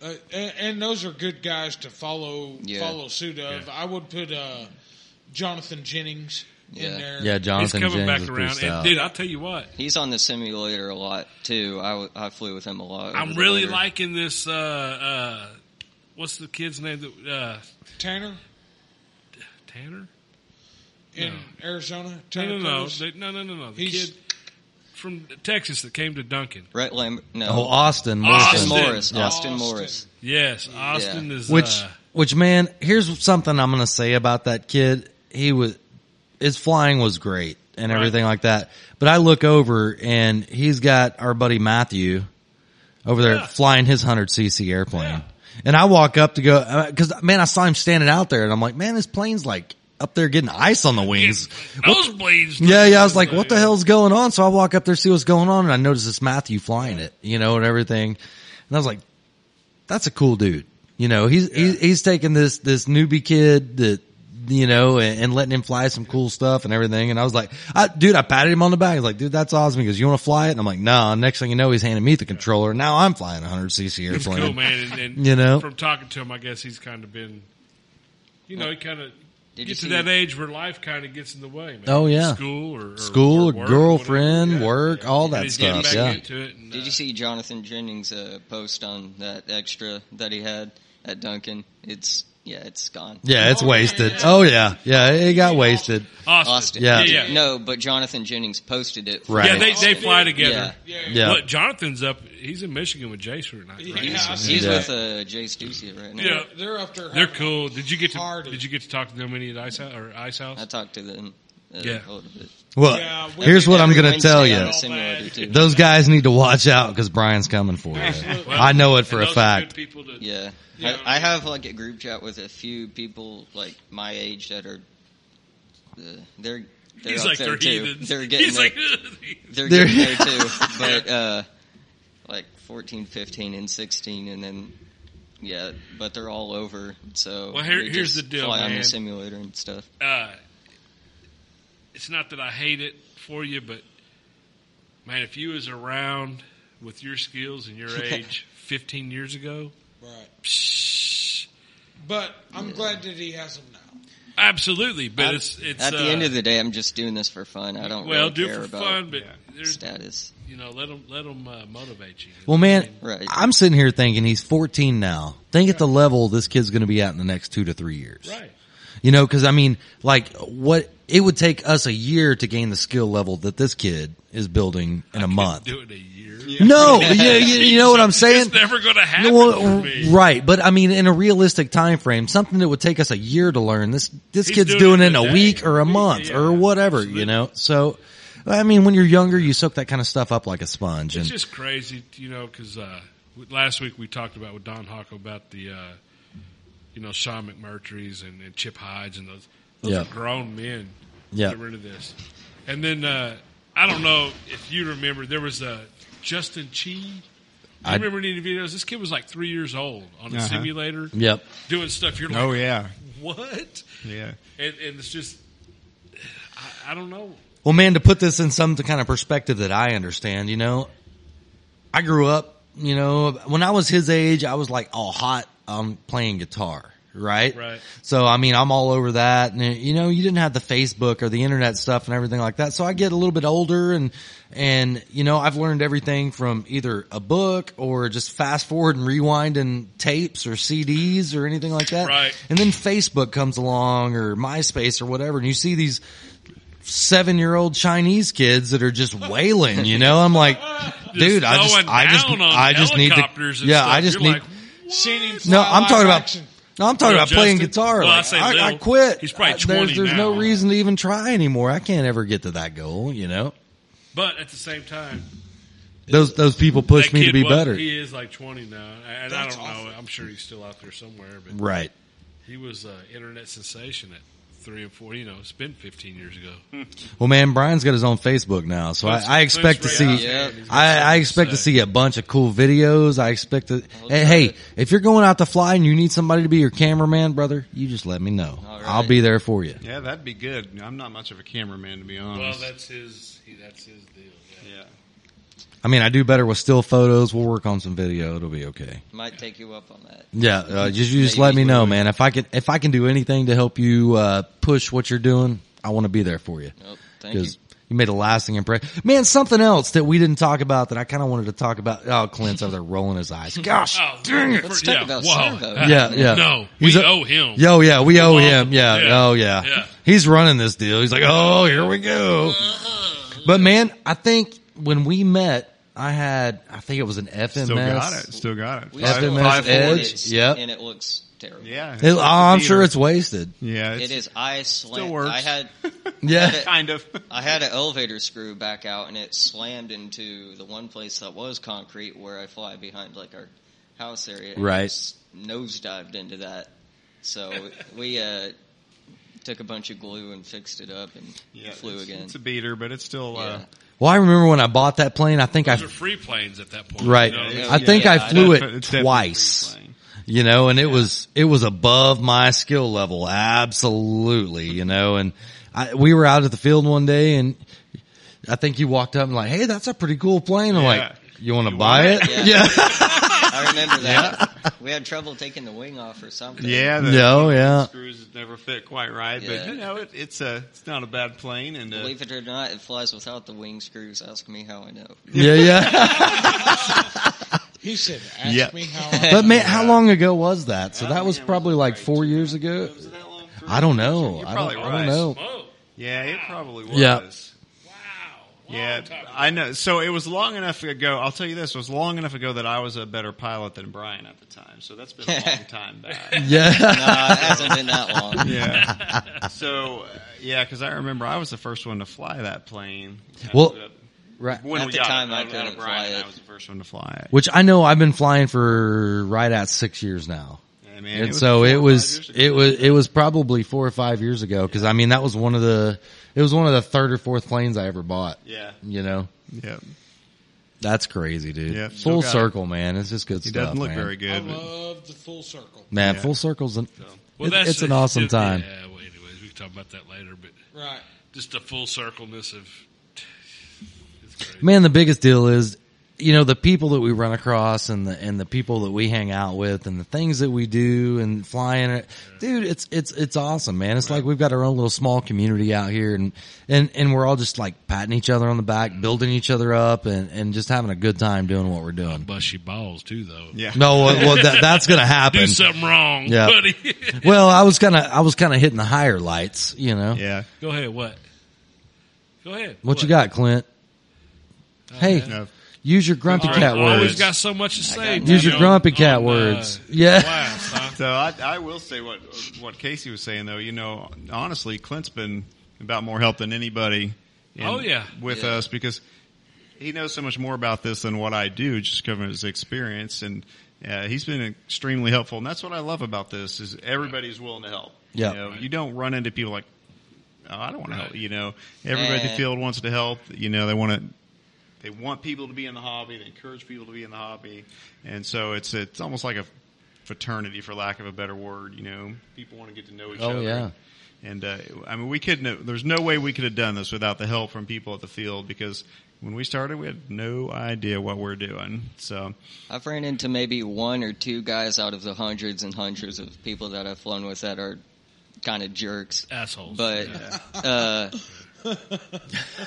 Speaker 3: Uh, and, and those are good guys to follow
Speaker 2: Yeah.
Speaker 3: follow suit of.
Speaker 4: Yeah.
Speaker 3: I would put uh, Jonathan Jennings
Speaker 2: Yeah.
Speaker 3: in there.
Speaker 1: Yeah,
Speaker 4: He's
Speaker 1: Jonathan
Speaker 4: coming
Speaker 1: James
Speaker 4: back
Speaker 1: is pretty
Speaker 4: around. And
Speaker 1: stout.
Speaker 4: dude, I'll tell you what,
Speaker 2: He's on the simulator a lot too. I, w- I flew with him a lot. over
Speaker 4: I'm
Speaker 2: the
Speaker 4: really
Speaker 2: winter.
Speaker 4: liking this. Uh, uh, what's the kid's name? That uh,
Speaker 3: Tanner
Speaker 4: Tanner?
Speaker 3: in
Speaker 4: No.
Speaker 3: Arizona.
Speaker 4: No,
Speaker 3: Tanner
Speaker 4: no, no,
Speaker 3: Curtis?
Speaker 4: They- no, no, no, no. The
Speaker 3: He's-
Speaker 4: kid from Texas that came to Duncan.
Speaker 2: Rhett Lambert. No,
Speaker 1: Oh, Austin,
Speaker 4: Austin.
Speaker 1: Morrison.
Speaker 2: Austin, Morris.
Speaker 1: Yeah.
Speaker 2: Austin, Morris.
Speaker 4: Yes, Austin is.
Speaker 1: Which,
Speaker 4: uh,
Speaker 1: which man, here's something I'm going to say about that kid. He was, his flying was great and
Speaker 4: Right.
Speaker 1: everything like that. But I look over and he's got our buddy Matthew over there
Speaker 4: Yeah.
Speaker 1: flying his 100cc airplane.
Speaker 4: Yeah.
Speaker 1: And I walk up to go, uh, cause man, I saw him standing out there and I'm like, man, this plane's like up there getting ice on the wings.
Speaker 4: Nosebleeds.
Speaker 1: Yeah, yeah. I was like, what the hell's going on? So I walk up there, see what's going on, and I notice this Matthew flying it, you know, and everything. And I was like, that's a cool dude. You know, he's, he's, he's taking this, this newbie kid that, you know, and, and letting him fly some cool stuff and everything. And I was like, I, dude, I patted him on the back. He's like, dude, that's awesome. He goes, you want to fly it? And I'm like, nah. Next thing you know, he's handing me the controller. Now I'm flying a hundred cc
Speaker 4: He's
Speaker 1: airplane.
Speaker 4: cool, man. And, and
Speaker 1: You know?
Speaker 4: from talking to him, I guess he's kind of been, you know, he kind of
Speaker 2: Did you
Speaker 4: gets to
Speaker 2: see-
Speaker 4: that age where life kind of gets in the way. Man.
Speaker 1: Oh, yeah.
Speaker 4: school or, or
Speaker 1: School,
Speaker 4: or work,
Speaker 1: girlfriend,
Speaker 4: whatever.
Speaker 1: work, all
Speaker 4: And
Speaker 1: that
Speaker 4: he's getting
Speaker 1: stuff,
Speaker 4: back
Speaker 1: yeah.
Speaker 4: into it and,
Speaker 2: Did
Speaker 4: uh,
Speaker 2: you see Jonathan Jennings' uh, post on that extra that he had at Duncan? It's yeah, it's gone.
Speaker 1: Yeah, it's wasted. Oh yeah. Yeah. It got wasted.
Speaker 4: Austin?
Speaker 2: Austin.
Speaker 1: Yeah.
Speaker 4: yeah, yeah.
Speaker 2: No, but Jonathan Jennings posted it.
Speaker 1: Right.
Speaker 4: Yeah, they they fly together.
Speaker 2: Yeah.
Speaker 3: Yeah.
Speaker 1: Yeah.
Speaker 4: Look, Jonathan's up. He's in Michigan with Jason right now.
Speaker 3: Yeah, I
Speaker 2: He's,
Speaker 3: see
Speaker 2: he's
Speaker 1: Yeah.
Speaker 2: with uh, Jay Stussy right now.
Speaker 4: Yeah.
Speaker 3: They're up there.
Speaker 4: They're
Speaker 3: having-
Speaker 4: cool. Did you get to
Speaker 3: Hard.
Speaker 4: Did you get to talk to them any at Ice House or Ice House?
Speaker 2: I talked to them. Uh,
Speaker 4: Yeah.
Speaker 2: A
Speaker 4: Oh,
Speaker 2: little bit.
Speaker 1: Well,
Speaker 3: Yeah, we
Speaker 1: here's
Speaker 3: did
Speaker 1: what I'm
Speaker 2: Every
Speaker 1: going to
Speaker 2: Wednesday
Speaker 1: tell
Speaker 2: on
Speaker 1: you.
Speaker 2: the simulator, too.
Speaker 1: Those guys need to watch out because Brian's coming for you.
Speaker 4: Well,
Speaker 1: I know it for
Speaker 4: and
Speaker 1: a
Speaker 4: those are good
Speaker 1: fact.
Speaker 4: people to-
Speaker 2: Yeah.
Speaker 3: Yeah.
Speaker 2: I, I have like a group chat with a few people like my age that are uh, they're they're
Speaker 4: He's
Speaker 2: up
Speaker 4: like
Speaker 2: there
Speaker 4: they're
Speaker 2: too.
Speaker 4: heathens.
Speaker 2: They're getting
Speaker 4: [laughs] He's
Speaker 2: there,
Speaker 4: like,
Speaker 2: they're
Speaker 1: They're-
Speaker 2: getting there too.
Speaker 4: [laughs]
Speaker 2: But uh like 14, 15 and 16 and then yeah, but they're all over. So
Speaker 4: Well, here-
Speaker 2: they
Speaker 4: here's
Speaker 2: just
Speaker 4: the deal,
Speaker 2: fly on
Speaker 4: man.
Speaker 2: the simulator and stuff.
Speaker 4: [laughs] uh, it's not that I hate it for you, but man, if you was around with your skills
Speaker 2: [laughs]
Speaker 4: and your age 15 years ago,
Speaker 3: Right.
Speaker 4: psh,
Speaker 3: But I'm glad that he has them now.
Speaker 4: absolutely. But
Speaker 2: I'm-
Speaker 4: it's it's
Speaker 2: At the
Speaker 4: uh,
Speaker 2: end of the day, I'm just doing this for fun. I don't
Speaker 4: well,
Speaker 2: really
Speaker 4: do it
Speaker 2: care
Speaker 4: for
Speaker 2: about
Speaker 4: fun, but there's
Speaker 2: status.
Speaker 4: you know let them uh, motivate you.
Speaker 1: Well, man,
Speaker 2: Right.
Speaker 1: I'm sitting here thinking he's 14 now. Think at the level this kid's going to be at in the next two to three years.
Speaker 4: right?
Speaker 1: You know, cause I mean, like what it would take us a year to gain the skill level that this kid is building in a
Speaker 4: Couldn't
Speaker 1: month.
Speaker 4: do it in a year. [laughs]
Speaker 1: No, you, you, you know what I'm saying?
Speaker 4: It's never going to happen
Speaker 1: No,
Speaker 4: for me.
Speaker 1: Right, but I mean, in a realistic time frame, something that would take us a year to learn. This this
Speaker 4: He's
Speaker 1: kid's
Speaker 4: doing
Speaker 1: doing,
Speaker 4: it
Speaker 1: it in a
Speaker 4: today.
Speaker 1: week or a month or
Speaker 4: yeah,
Speaker 1: whatever,
Speaker 4: absolutely.
Speaker 1: you know. So, I mean, when you're younger, you soak that kind of stuff up like a sponge. And
Speaker 4: It's just crazy, you know, because uh, w- last week we talked about with Don Hawk about the, uh, you know, Sean McMurtry's and, and Chip Hydes and those those
Speaker 1: Yeah.
Speaker 4: are grown men
Speaker 1: Yeah.
Speaker 4: that were into this. And then uh, I don't know if you remember, there was a Justin Chi. Do
Speaker 1: I-
Speaker 4: you remember any of the videos? This kid was like three years old on a
Speaker 5: Uh-huh.
Speaker 4: simulator
Speaker 1: yep,
Speaker 4: doing stuff. You're like,
Speaker 5: Oh yeah,
Speaker 4: what?
Speaker 5: yeah.
Speaker 4: And, and it's just, I, I don't know.
Speaker 1: Well, man, to put this in some kind of perspective that I understand, you know, I grew up, you know, when I was his age, I was like all hot on playing guitar, right?
Speaker 4: Right.
Speaker 1: So, I mean, I'm all over that. And, you know, you didn't have the Facebook or the internet stuff and everything like that. So I get a little bit older and, and, you know, I've learned everything from either a book or just fast forward and rewinding tapes or CDs or anything like that.
Speaker 4: Right.
Speaker 1: And then Facebook comes along or MySpace or whatever. And you see these seven year old Chinese kids that are just wailing, you know? I'm
Speaker 4: [laughs]
Speaker 1: like, dude, I just,
Speaker 4: Going
Speaker 1: I just,
Speaker 4: down on
Speaker 1: I just need to,
Speaker 4: helicopters and
Speaker 1: yeah,
Speaker 4: stuff.
Speaker 1: I just
Speaker 4: You're
Speaker 1: need,
Speaker 4: like,
Speaker 3: Seen him fly
Speaker 1: no, I'm
Speaker 3: live
Speaker 1: talking about,
Speaker 3: action.
Speaker 1: no, I'm talking
Speaker 4: Little
Speaker 1: about playing
Speaker 4: Justin?
Speaker 1: guitar.
Speaker 4: Well, I
Speaker 1: Like,
Speaker 4: say
Speaker 1: I, I
Speaker 4: little.
Speaker 1: quit.
Speaker 4: He's probably
Speaker 1: I- there's,
Speaker 4: 20
Speaker 1: There's no
Speaker 4: now.
Speaker 1: reason to even try anymore. I can't ever get to that goal, you know?
Speaker 4: but at the same time,
Speaker 1: Those, those people push
Speaker 4: That
Speaker 1: me to
Speaker 4: kid
Speaker 1: be
Speaker 4: was-
Speaker 1: better.
Speaker 4: He is like 20 now, and
Speaker 3: That's
Speaker 4: I don't know.
Speaker 3: awful.
Speaker 4: I'm sure he's still out there somewhere, but
Speaker 1: Right.
Speaker 4: he was an internet sensation at three and four. You know, it's been 15 years ago.
Speaker 1: Well, man, Brian's got his own Facebook now, so I,
Speaker 4: Let's-
Speaker 1: I expect to
Speaker 4: let's
Speaker 1: see.
Speaker 4: rate
Speaker 2: Yeah.
Speaker 4: it. He's got
Speaker 1: I, I
Speaker 4: something
Speaker 1: expect to
Speaker 4: say.
Speaker 1: see a bunch of cool videos. I expect to.
Speaker 2: Well,
Speaker 1: And
Speaker 2: it's
Speaker 1: hey,
Speaker 2: good.
Speaker 1: if you're going out to fly and you need somebody to be your cameraman, brother, you just let me know.
Speaker 2: All right.
Speaker 1: I'll be there for you.
Speaker 5: Yeah, that'd be good. I'm not much of a cameraman to be
Speaker 4: Well,
Speaker 5: honest.
Speaker 4: that's his. He, that's his deal. Yeah.
Speaker 5: yeah.
Speaker 1: I mean, I do better with still photos. We'll work on some video. It'll be okay.
Speaker 2: Might take you up on that.
Speaker 1: Yeah, uh, just you just
Speaker 2: Maybe.
Speaker 1: let me know, man. If I can, if I can do anything to help you uh, push what you're doing, I want to be there for you.
Speaker 2: Nope. Thank you.
Speaker 1: because you made a lasting impression. Man, something else that we didn't talk about that I kind of wanted to talk about. Oh, Clint's over there rolling his eyes. Gosh.
Speaker 4: Oh, dang it!
Speaker 2: Let's talk about
Speaker 4: [laughs]
Speaker 2: Servo.
Speaker 1: Yeah, yeah.
Speaker 4: No,
Speaker 1: He's
Speaker 4: we
Speaker 1: a-
Speaker 4: owe him.
Speaker 1: Yo, yeah, we owe
Speaker 4: off
Speaker 1: him.
Speaker 4: him.
Speaker 1: Yeah,
Speaker 4: Yeah.
Speaker 1: oh yeah.
Speaker 4: Yeah.
Speaker 1: He's running this deal. He's like, oh, here we go.
Speaker 4: Uh-huh.
Speaker 1: But man, I think when we met, I had, I think it was an FMS.
Speaker 5: Still got it. Still got it.
Speaker 2: We
Speaker 1: Five-
Speaker 2: still
Speaker 1: five
Speaker 2: have it,
Speaker 1: Edge, yep.
Speaker 2: and it looks terrible.
Speaker 5: Yeah.
Speaker 1: It- oh, I'm
Speaker 5: Beater.
Speaker 1: sure it's wasted.
Speaker 5: Yeah.
Speaker 2: It is. I slammed.
Speaker 5: works.
Speaker 2: I
Speaker 5: [laughs]
Speaker 2: had
Speaker 4: [laughs]
Speaker 1: Yeah.
Speaker 2: [laughs]
Speaker 5: Kind of.
Speaker 2: I had an elevator screw back out, and it slammed into the one place that was concrete where I fly behind like our house area. and
Speaker 1: Right.
Speaker 2: just Nosedived into that, so we uh, took a bunch of glue and fixed it up and flew
Speaker 5: it's,
Speaker 2: again.
Speaker 5: It's a beater, but it's still. Uh,
Speaker 2: yeah.
Speaker 1: Well, I remember when I bought that plane. I think I
Speaker 4: Those are free planes at that point.
Speaker 1: Right.
Speaker 4: You know?
Speaker 2: Yeah.
Speaker 1: I think I
Speaker 2: Yeah,
Speaker 1: flew
Speaker 5: it's
Speaker 1: it
Speaker 5: definitely
Speaker 1: twice.
Speaker 5: free plane.
Speaker 1: You know, and it was it was above my skill level, absolutely. You know, and I, we were out at the field one day, and I think you walked up and like, "Hey, that's a pretty cool plane." I'm
Speaker 5: Yeah.
Speaker 1: like, "You want to buy it?"
Speaker 2: Yeah.
Speaker 1: [laughs] Yeah,
Speaker 2: I remember that. We had trouble taking the wing off or something.
Speaker 5: Yeah. The
Speaker 1: no, yeah.
Speaker 5: Screws never fit quite right,
Speaker 2: Yeah.
Speaker 5: but you know it, it's a it's not a bad plane, and uh,
Speaker 2: Believe it or not, it flies without the wing screws. Ask me how I
Speaker 5: [laughs]
Speaker 2: know.
Speaker 1: yeah, yeah.
Speaker 3: He said, "Ask
Speaker 5: Yeah.
Speaker 3: me
Speaker 1: [laughs]
Speaker 3: how." I
Speaker 1: But man, how long ago was that? So that was probably like four years ago.
Speaker 5: was it that long? Three
Speaker 1: Uh, I don't know.
Speaker 5: You're
Speaker 1: I
Speaker 5: probably
Speaker 1: don't, I don't
Speaker 5: right.
Speaker 1: know.
Speaker 4: Whoa.
Speaker 5: Yeah, it probably was.
Speaker 1: Yeah.
Speaker 4: Wow.
Speaker 5: Yeah,
Speaker 4: Long time.
Speaker 5: I know. So it was long enough ago. I'll tell you this: it was long enough ago that I was a better pilot than Brian at the time. So that's been
Speaker 2: [laughs]
Speaker 5: a long time back.
Speaker 1: Yeah,
Speaker 5: [laughs]
Speaker 1: [laughs]
Speaker 2: Nah, it hasn't been that long.
Speaker 5: Yeah. So uh, yeah, because I remember I was the first one to fly that plane. I
Speaker 1: Well,
Speaker 5: flew it up-
Speaker 1: right.
Speaker 5: when
Speaker 2: At
Speaker 5: we
Speaker 2: the
Speaker 5: got it,
Speaker 2: time, I
Speaker 5: out of
Speaker 2: couldn't
Speaker 5: Brian,
Speaker 2: fly it.
Speaker 5: I was the first one to fly it.
Speaker 1: Which I know I've been flying for right at six years now.
Speaker 5: Yeah, man,
Speaker 1: and
Speaker 5: was
Speaker 1: so
Speaker 5: four or
Speaker 1: it
Speaker 5: five
Speaker 1: was
Speaker 5: years ago.
Speaker 1: it was it was probably four or five years ago because I mean that was one of the it was one of the third or fourth planes I ever bought.
Speaker 5: Yeah.
Speaker 1: You know
Speaker 5: Yeah.
Speaker 1: that's crazy, dude.
Speaker 5: Yeah, still
Speaker 1: full
Speaker 5: got it.
Speaker 1: circle, man. It's just good
Speaker 5: He
Speaker 1: stuff.
Speaker 5: doesn't look
Speaker 1: man.
Speaker 5: very good. but-
Speaker 3: love the full circle.
Speaker 1: Man,
Speaker 5: Yeah.
Speaker 1: full circles. An,
Speaker 4: Well,
Speaker 1: it-
Speaker 4: that's
Speaker 1: it's an awesome
Speaker 4: it-
Speaker 1: time.
Speaker 4: Yeah. Well, anyways, we can talk about that later, but
Speaker 3: Right.
Speaker 4: just the full circleness of. It's crazy.
Speaker 1: Man, the biggest deal is, you know, the people that we run across and the, and the people that we hang out with and the things that we do and flying it. Dude, it's, it's, it's awesome, man. It's like we've got our own little small community out here and, and, and we're all just like patting each other on the back, building each other up and, and just having a good time doing what we're doing.
Speaker 4: Bushy balls too, though.
Speaker 5: yeah.
Speaker 1: No, well, well, that, that's going to happen.
Speaker 4: [laughs] Do something wrong,
Speaker 1: Yeah.
Speaker 4: buddy. [laughs]
Speaker 1: Well, I was kind of, I was kind of hitting the higher lights, you know.
Speaker 5: Yeah.
Speaker 4: Go ahead. What? Go ahead.
Speaker 1: What, you got, Clint? hey,
Speaker 5: No.
Speaker 1: use your grumpy
Speaker 4: Oh, All right,
Speaker 1: cat
Speaker 4: I always
Speaker 1: words.
Speaker 4: got so much to say.
Speaker 1: Use your
Speaker 4: Joe,
Speaker 1: grumpy cat
Speaker 4: on, uh,
Speaker 1: words. Yeah.
Speaker 4: class, huh?
Speaker 5: So I, I will say what what Casey was saying though. You know, honestly, Clint's been about more help than anybody. in-
Speaker 4: Oh, yeah.
Speaker 5: with
Speaker 2: Yeah.
Speaker 5: us because he knows so much more about this than what I do, just covering his experience, and uh, he's been extremely helpful. And that's what I love about this is everybody's willing to help.
Speaker 1: Yeah.
Speaker 5: you, know, you don't run into people like. Oh, I don't want to help. You know, everybody at
Speaker 2: Eh.
Speaker 5: the field wants to help. You know, they want to they want people to be in the hobby. They encourage people to be in the hobby, and so it's it's almost like a fraternity, for lack of a better word. You know, people want to get to know each
Speaker 1: Oh,
Speaker 5: other.
Speaker 1: yeah.
Speaker 5: And uh, I mean, we could. not There's no way we could have done this without the help from people at the field because when we started, we had no idea what we're doing. So
Speaker 2: I've ran into maybe one or two guys out of the hundreds and hundreds of people that I've flown with that are kind of jerks.
Speaker 4: Assholes.
Speaker 2: But
Speaker 4: Yeah.
Speaker 2: uh,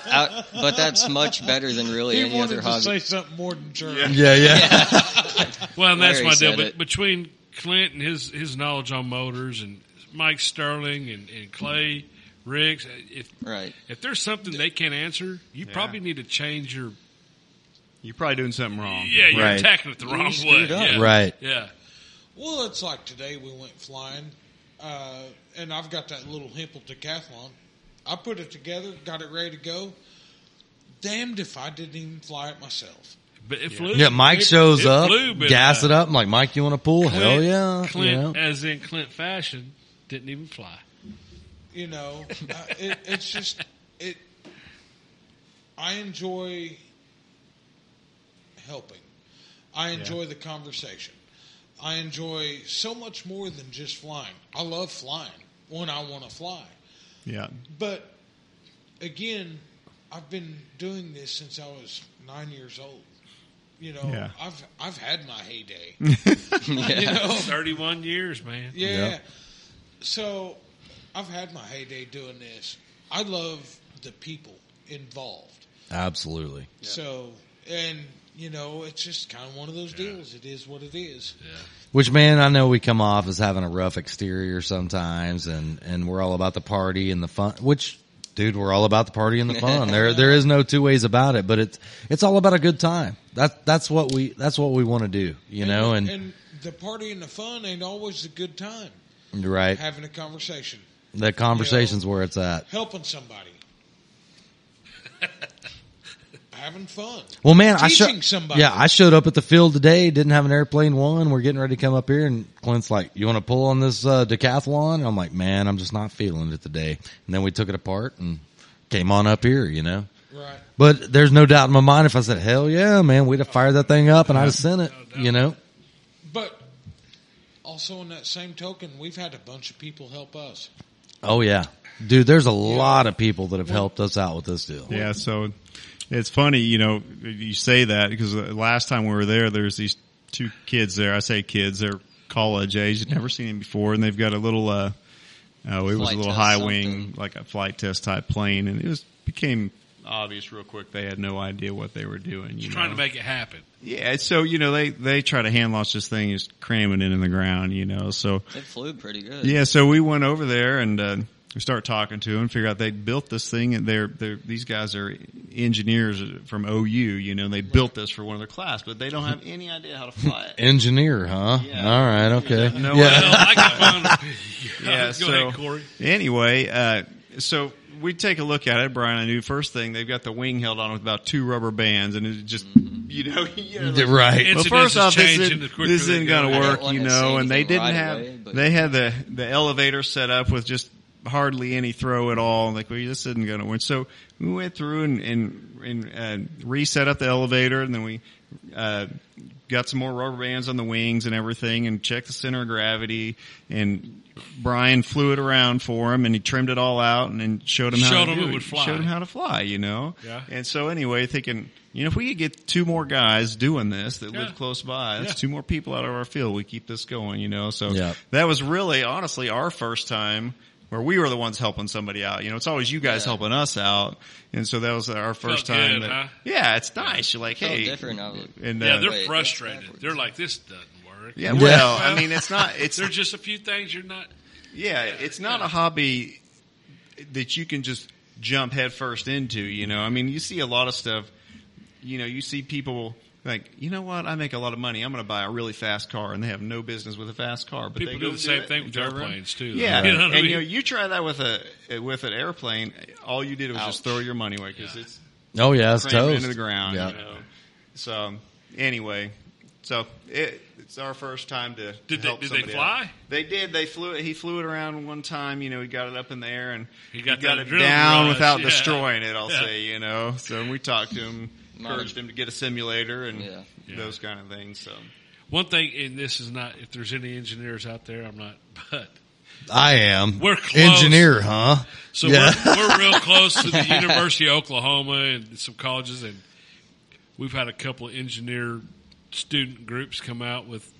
Speaker 2: out, but that's much better than really
Speaker 3: He
Speaker 2: any
Speaker 3: wanted
Speaker 2: other
Speaker 3: to
Speaker 2: hobby.
Speaker 3: say something more than jerk.
Speaker 1: Yeah, yeah.
Speaker 4: Well, and that's
Speaker 2: Larry
Speaker 4: my deal.
Speaker 2: said
Speaker 4: But
Speaker 2: it.
Speaker 4: between Clint and his his knowledge on motors and Mike Sterling and, and Clay Riggs, if
Speaker 2: Right.
Speaker 4: if there's something they can't answer, you
Speaker 5: Yeah.
Speaker 4: probably need to change your
Speaker 5: you're probably doing something wrong.
Speaker 4: yeah. You're
Speaker 1: Right.
Speaker 4: attacking it the wrong way.
Speaker 2: screwed up.
Speaker 4: [laughs] Yeah.
Speaker 1: Right.
Speaker 4: Yeah.
Speaker 3: Well, it's like today we went flying, uh, and I've got that little Hempel decathlon. I put it together, got it ready to go. Damned if I didn't even fly it myself.
Speaker 4: But it flew.
Speaker 1: [laughs] Yeah, Mike
Speaker 4: It-
Speaker 1: shows
Speaker 4: it
Speaker 1: up,
Speaker 4: flew, but,
Speaker 1: gas
Speaker 4: uh,
Speaker 1: it up. I'm like, Mike, you want to pull? Hell
Speaker 4: Clint-
Speaker 1: yeah.
Speaker 4: Clint,
Speaker 1: you know? [laughs]
Speaker 4: as in Clint fashion, didn't even fly.
Speaker 3: you know, uh, it, it's just it. I enjoy helping. I enjoy the conversation. I enjoy so much more than just flying. I love flying when I want to fly,
Speaker 5: Yeah.
Speaker 3: but again, I've been doing this since I was nine years old. You know,
Speaker 5: Yeah.
Speaker 3: I've I've had my heyday.
Speaker 2: yeah.
Speaker 3: You know,
Speaker 4: Thirty-one years, man.
Speaker 3: yeah.
Speaker 1: Yeah.
Speaker 3: So I've had my heyday doing this. I love the people involved.
Speaker 1: Absolutely.
Speaker 3: So, and, you know, it's just kind of one of those deals. It is what it is.
Speaker 1: Which man, I know we come off as having a rough exterior sometimes and, and we're all about the party and the fun, which dude, we're all about the party and the fun. there, there is no two ways about it, but it's, it's all about a good time. That, that's what we, that's what we want to do, you know, and,
Speaker 3: And the party and the fun ain't always a good time.
Speaker 1: right.
Speaker 3: Having a conversation,
Speaker 1: The conversation's where it's at. [laughs]
Speaker 3: helping somebody, having fun.
Speaker 1: Well, man, I
Speaker 3: Teaching
Speaker 1: sho-
Speaker 3: somebody.
Speaker 1: Yeah, I showed up at the field today. Didn't have an airplane one. We're getting ready to come up here, and Clint's like, "You want to pull on this uh, decathlon?" And I'm like, "Man, I'm just not feeling it today." And then we took it apart and came on up here, you know.
Speaker 3: Right.
Speaker 1: But there's no doubt in my mind if I said, "Hell yeah, man, we'd have fired that thing up," and I'd have sent it, you know.
Speaker 3: But also, in that same token, we've had a bunch of people help us.
Speaker 1: Oh yeah, dude. There's a lot of people that have helped us out with this deal.
Speaker 5: Yeah, so it's funny, you know, you say that because the last time we were there, there's these two kids there. I say kids, they're college age. You've never seen them before, and they've got a little, uh, uh, it was a
Speaker 2: Flight
Speaker 5: little
Speaker 2: test
Speaker 5: high
Speaker 2: something.
Speaker 5: wing, like a flight test type plane, and it was became obvious real quick. They had no idea what they were doing. You
Speaker 4: Trying
Speaker 5: know?
Speaker 4: to make it happen.
Speaker 5: yeah. So you know, they they try to hand launch this thing, is cramming it in the ground. You know, so
Speaker 2: It flew pretty good.
Speaker 5: yeah, so we went over there and uh, we start talking to them, figure out they built this thing. And they're, they're these guys are engineers from OU, you know, and they built this for one of their class, but they don't have any idea how to fly it.
Speaker 1: Engineer, huh?
Speaker 5: Yeah.
Speaker 1: All right, okay.
Speaker 5: No
Speaker 1: yeah.
Speaker 4: Well, I got one.
Speaker 5: [laughs] [laughs] Yeah,
Speaker 4: Go
Speaker 5: so
Speaker 4: ahead, Corey.
Speaker 5: anyway, uh, so we take a look at it, Brian. I knew first thing they've got the wing held on with about two rubber bands, and it just you know, [laughs] yeah,
Speaker 1: [laughs]
Speaker 5: like-
Speaker 1: Right.
Speaker 4: It's-
Speaker 5: Well,
Speaker 4: Incidents
Speaker 5: first off,
Speaker 4: is
Speaker 5: this
Speaker 4: changing the
Speaker 5: isn't,
Speaker 4: quicker
Speaker 5: this
Speaker 4: they
Speaker 5: isn't
Speaker 4: go.
Speaker 5: going
Speaker 4: I
Speaker 5: to
Speaker 4: don't
Speaker 5: work,
Speaker 2: wanna
Speaker 5: you
Speaker 2: say
Speaker 5: know. And they
Speaker 2: anything
Speaker 5: didn't
Speaker 2: right
Speaker 5: have
Speaker 2: away, but-
Speaker 5: they had the the elevator set up with just hardly any throw at all. Like, well, this isn't going to work. So we went through and and, and uh, reset up the elevator, and then we uh, got some more rubber bands on the wings and everything, and checked the center of gravity. And Brian flew it around for him, and he trimmed it all out, and then showed him how
Speaker 4: Showed
Speaker 5: to
Speaker 4: him
Speaker 5: do
Speaker 4: it would fly.
Speaker 5: Showed him how to fly, you know.
Speaker 4: Yeah.
Speaker 5: And so anyway, thinking, you know, if we could get two more guys doing this that
Speaker 4: Yeah.
Speaker 5: live close by, that's
Speaker 4: Yeah.
Speaker 5: two more people out of our field. We keep this going, you know. So
Speaker 1: Yeah.
Speaker 5: that was really, honestly, our first time where we were the ones helping somebody out. You know, it's always you guys helping us out, and so that was our first
Speaker 4: Felt
Speaker 5: time.
Speaker 4: good,
Speaker 5: that,
Speaker 4: huh?
Speaker 5: Yeah, it's nice. You're like,
Speaker 2: Felt
Speaker 5: hey,
Speaker 2: different. I was-
Speaker 5: and
Speaker 4: Yeah,
Speaker 5: uh,
Speaker 4: they're
Speaker 2: Wait,
Speaker 4: frustrated.
Speaker 2: backwards.
Speaker 4: They're like, this doesn't work.
Speaker 5: yeah,
Speaker 1: Yeah.
Speaker 5: well, I mean, it's not. It's
Speaker 4: There's just a few things you're not.
Speaker 5: yeah, it's not a hobby that you can just jump headfirst into. You know, I mean, you see a lot of stuff. You know, you see people like, you know what? I make a lot of money. I'm going to buy a really fast car, and they have no business with a fast car. But
Speaker 4: People
Speaker 5: they
Speaker 4: do
Speaker 5: go
Speaker 4: the same
Speaker 5: it,
Speaker 4: thing
Speaker 5: they
Speaker 4: with
Speaker 5: drive around.
Speaker 4: airplanes, too, though.
Speaker 5: Yeah,
Speaker 4: [laughs] You know what I
Speaker 5: and
Speaker 4: mean?
Speaker 5: you know, you try that with a with an airplane. All you did was
Speaker 2: Ouch.
Speaker 5: just throw your money away because it's
Speaker 1: Oh yeah, it's
Speaker 5: crammed
Speaker 1: toast.
Speaker 5: into the ground.
Speaker 1: Yeah.
Speaker 5: You know? So anyway, so it, it's our first time to
Speaker 4: Did they-
Speaker 5: help
Speaker 4: did they
Speaker 5: somebody
Speaker 4: fly?
Speaker 5: out. They did. They flew it. He flew it around one time. You know, he got it up in the air and
Speaker 4: He got that
Speaker 5: it
Speaker 4: adrenaline
Speaker 5: down
Speaker 4: rush,
Speaker 5: without
Speaker 4: yeah.
Speaker 5: destroying it. I'll
Speaker 4: Yeah.
Speaker 5: say. You know. So we talked to him,
Speaker 2: Mine-
Speaker 5: encouraged him to get a simulator and
Speaker 2: Yeah.
Speaker 4: Yeah.
Speaker 5: those kind of things. So
Speaker 4: One thing, and this is not, if there's any engineers out there, I'm not, [laughs] but.
Speaker 1: I am.
Speaker 4: We're close.
Speaker 1: engineer, huh?
Speaker 4: So
Speaker 1: Yeah.
Speaker 4: we're,
Speaker 1: [laughs]
Speaker 4: we're real close to the University of Oklahoma and some colleges, and we've had a couple of engineer student groups come out with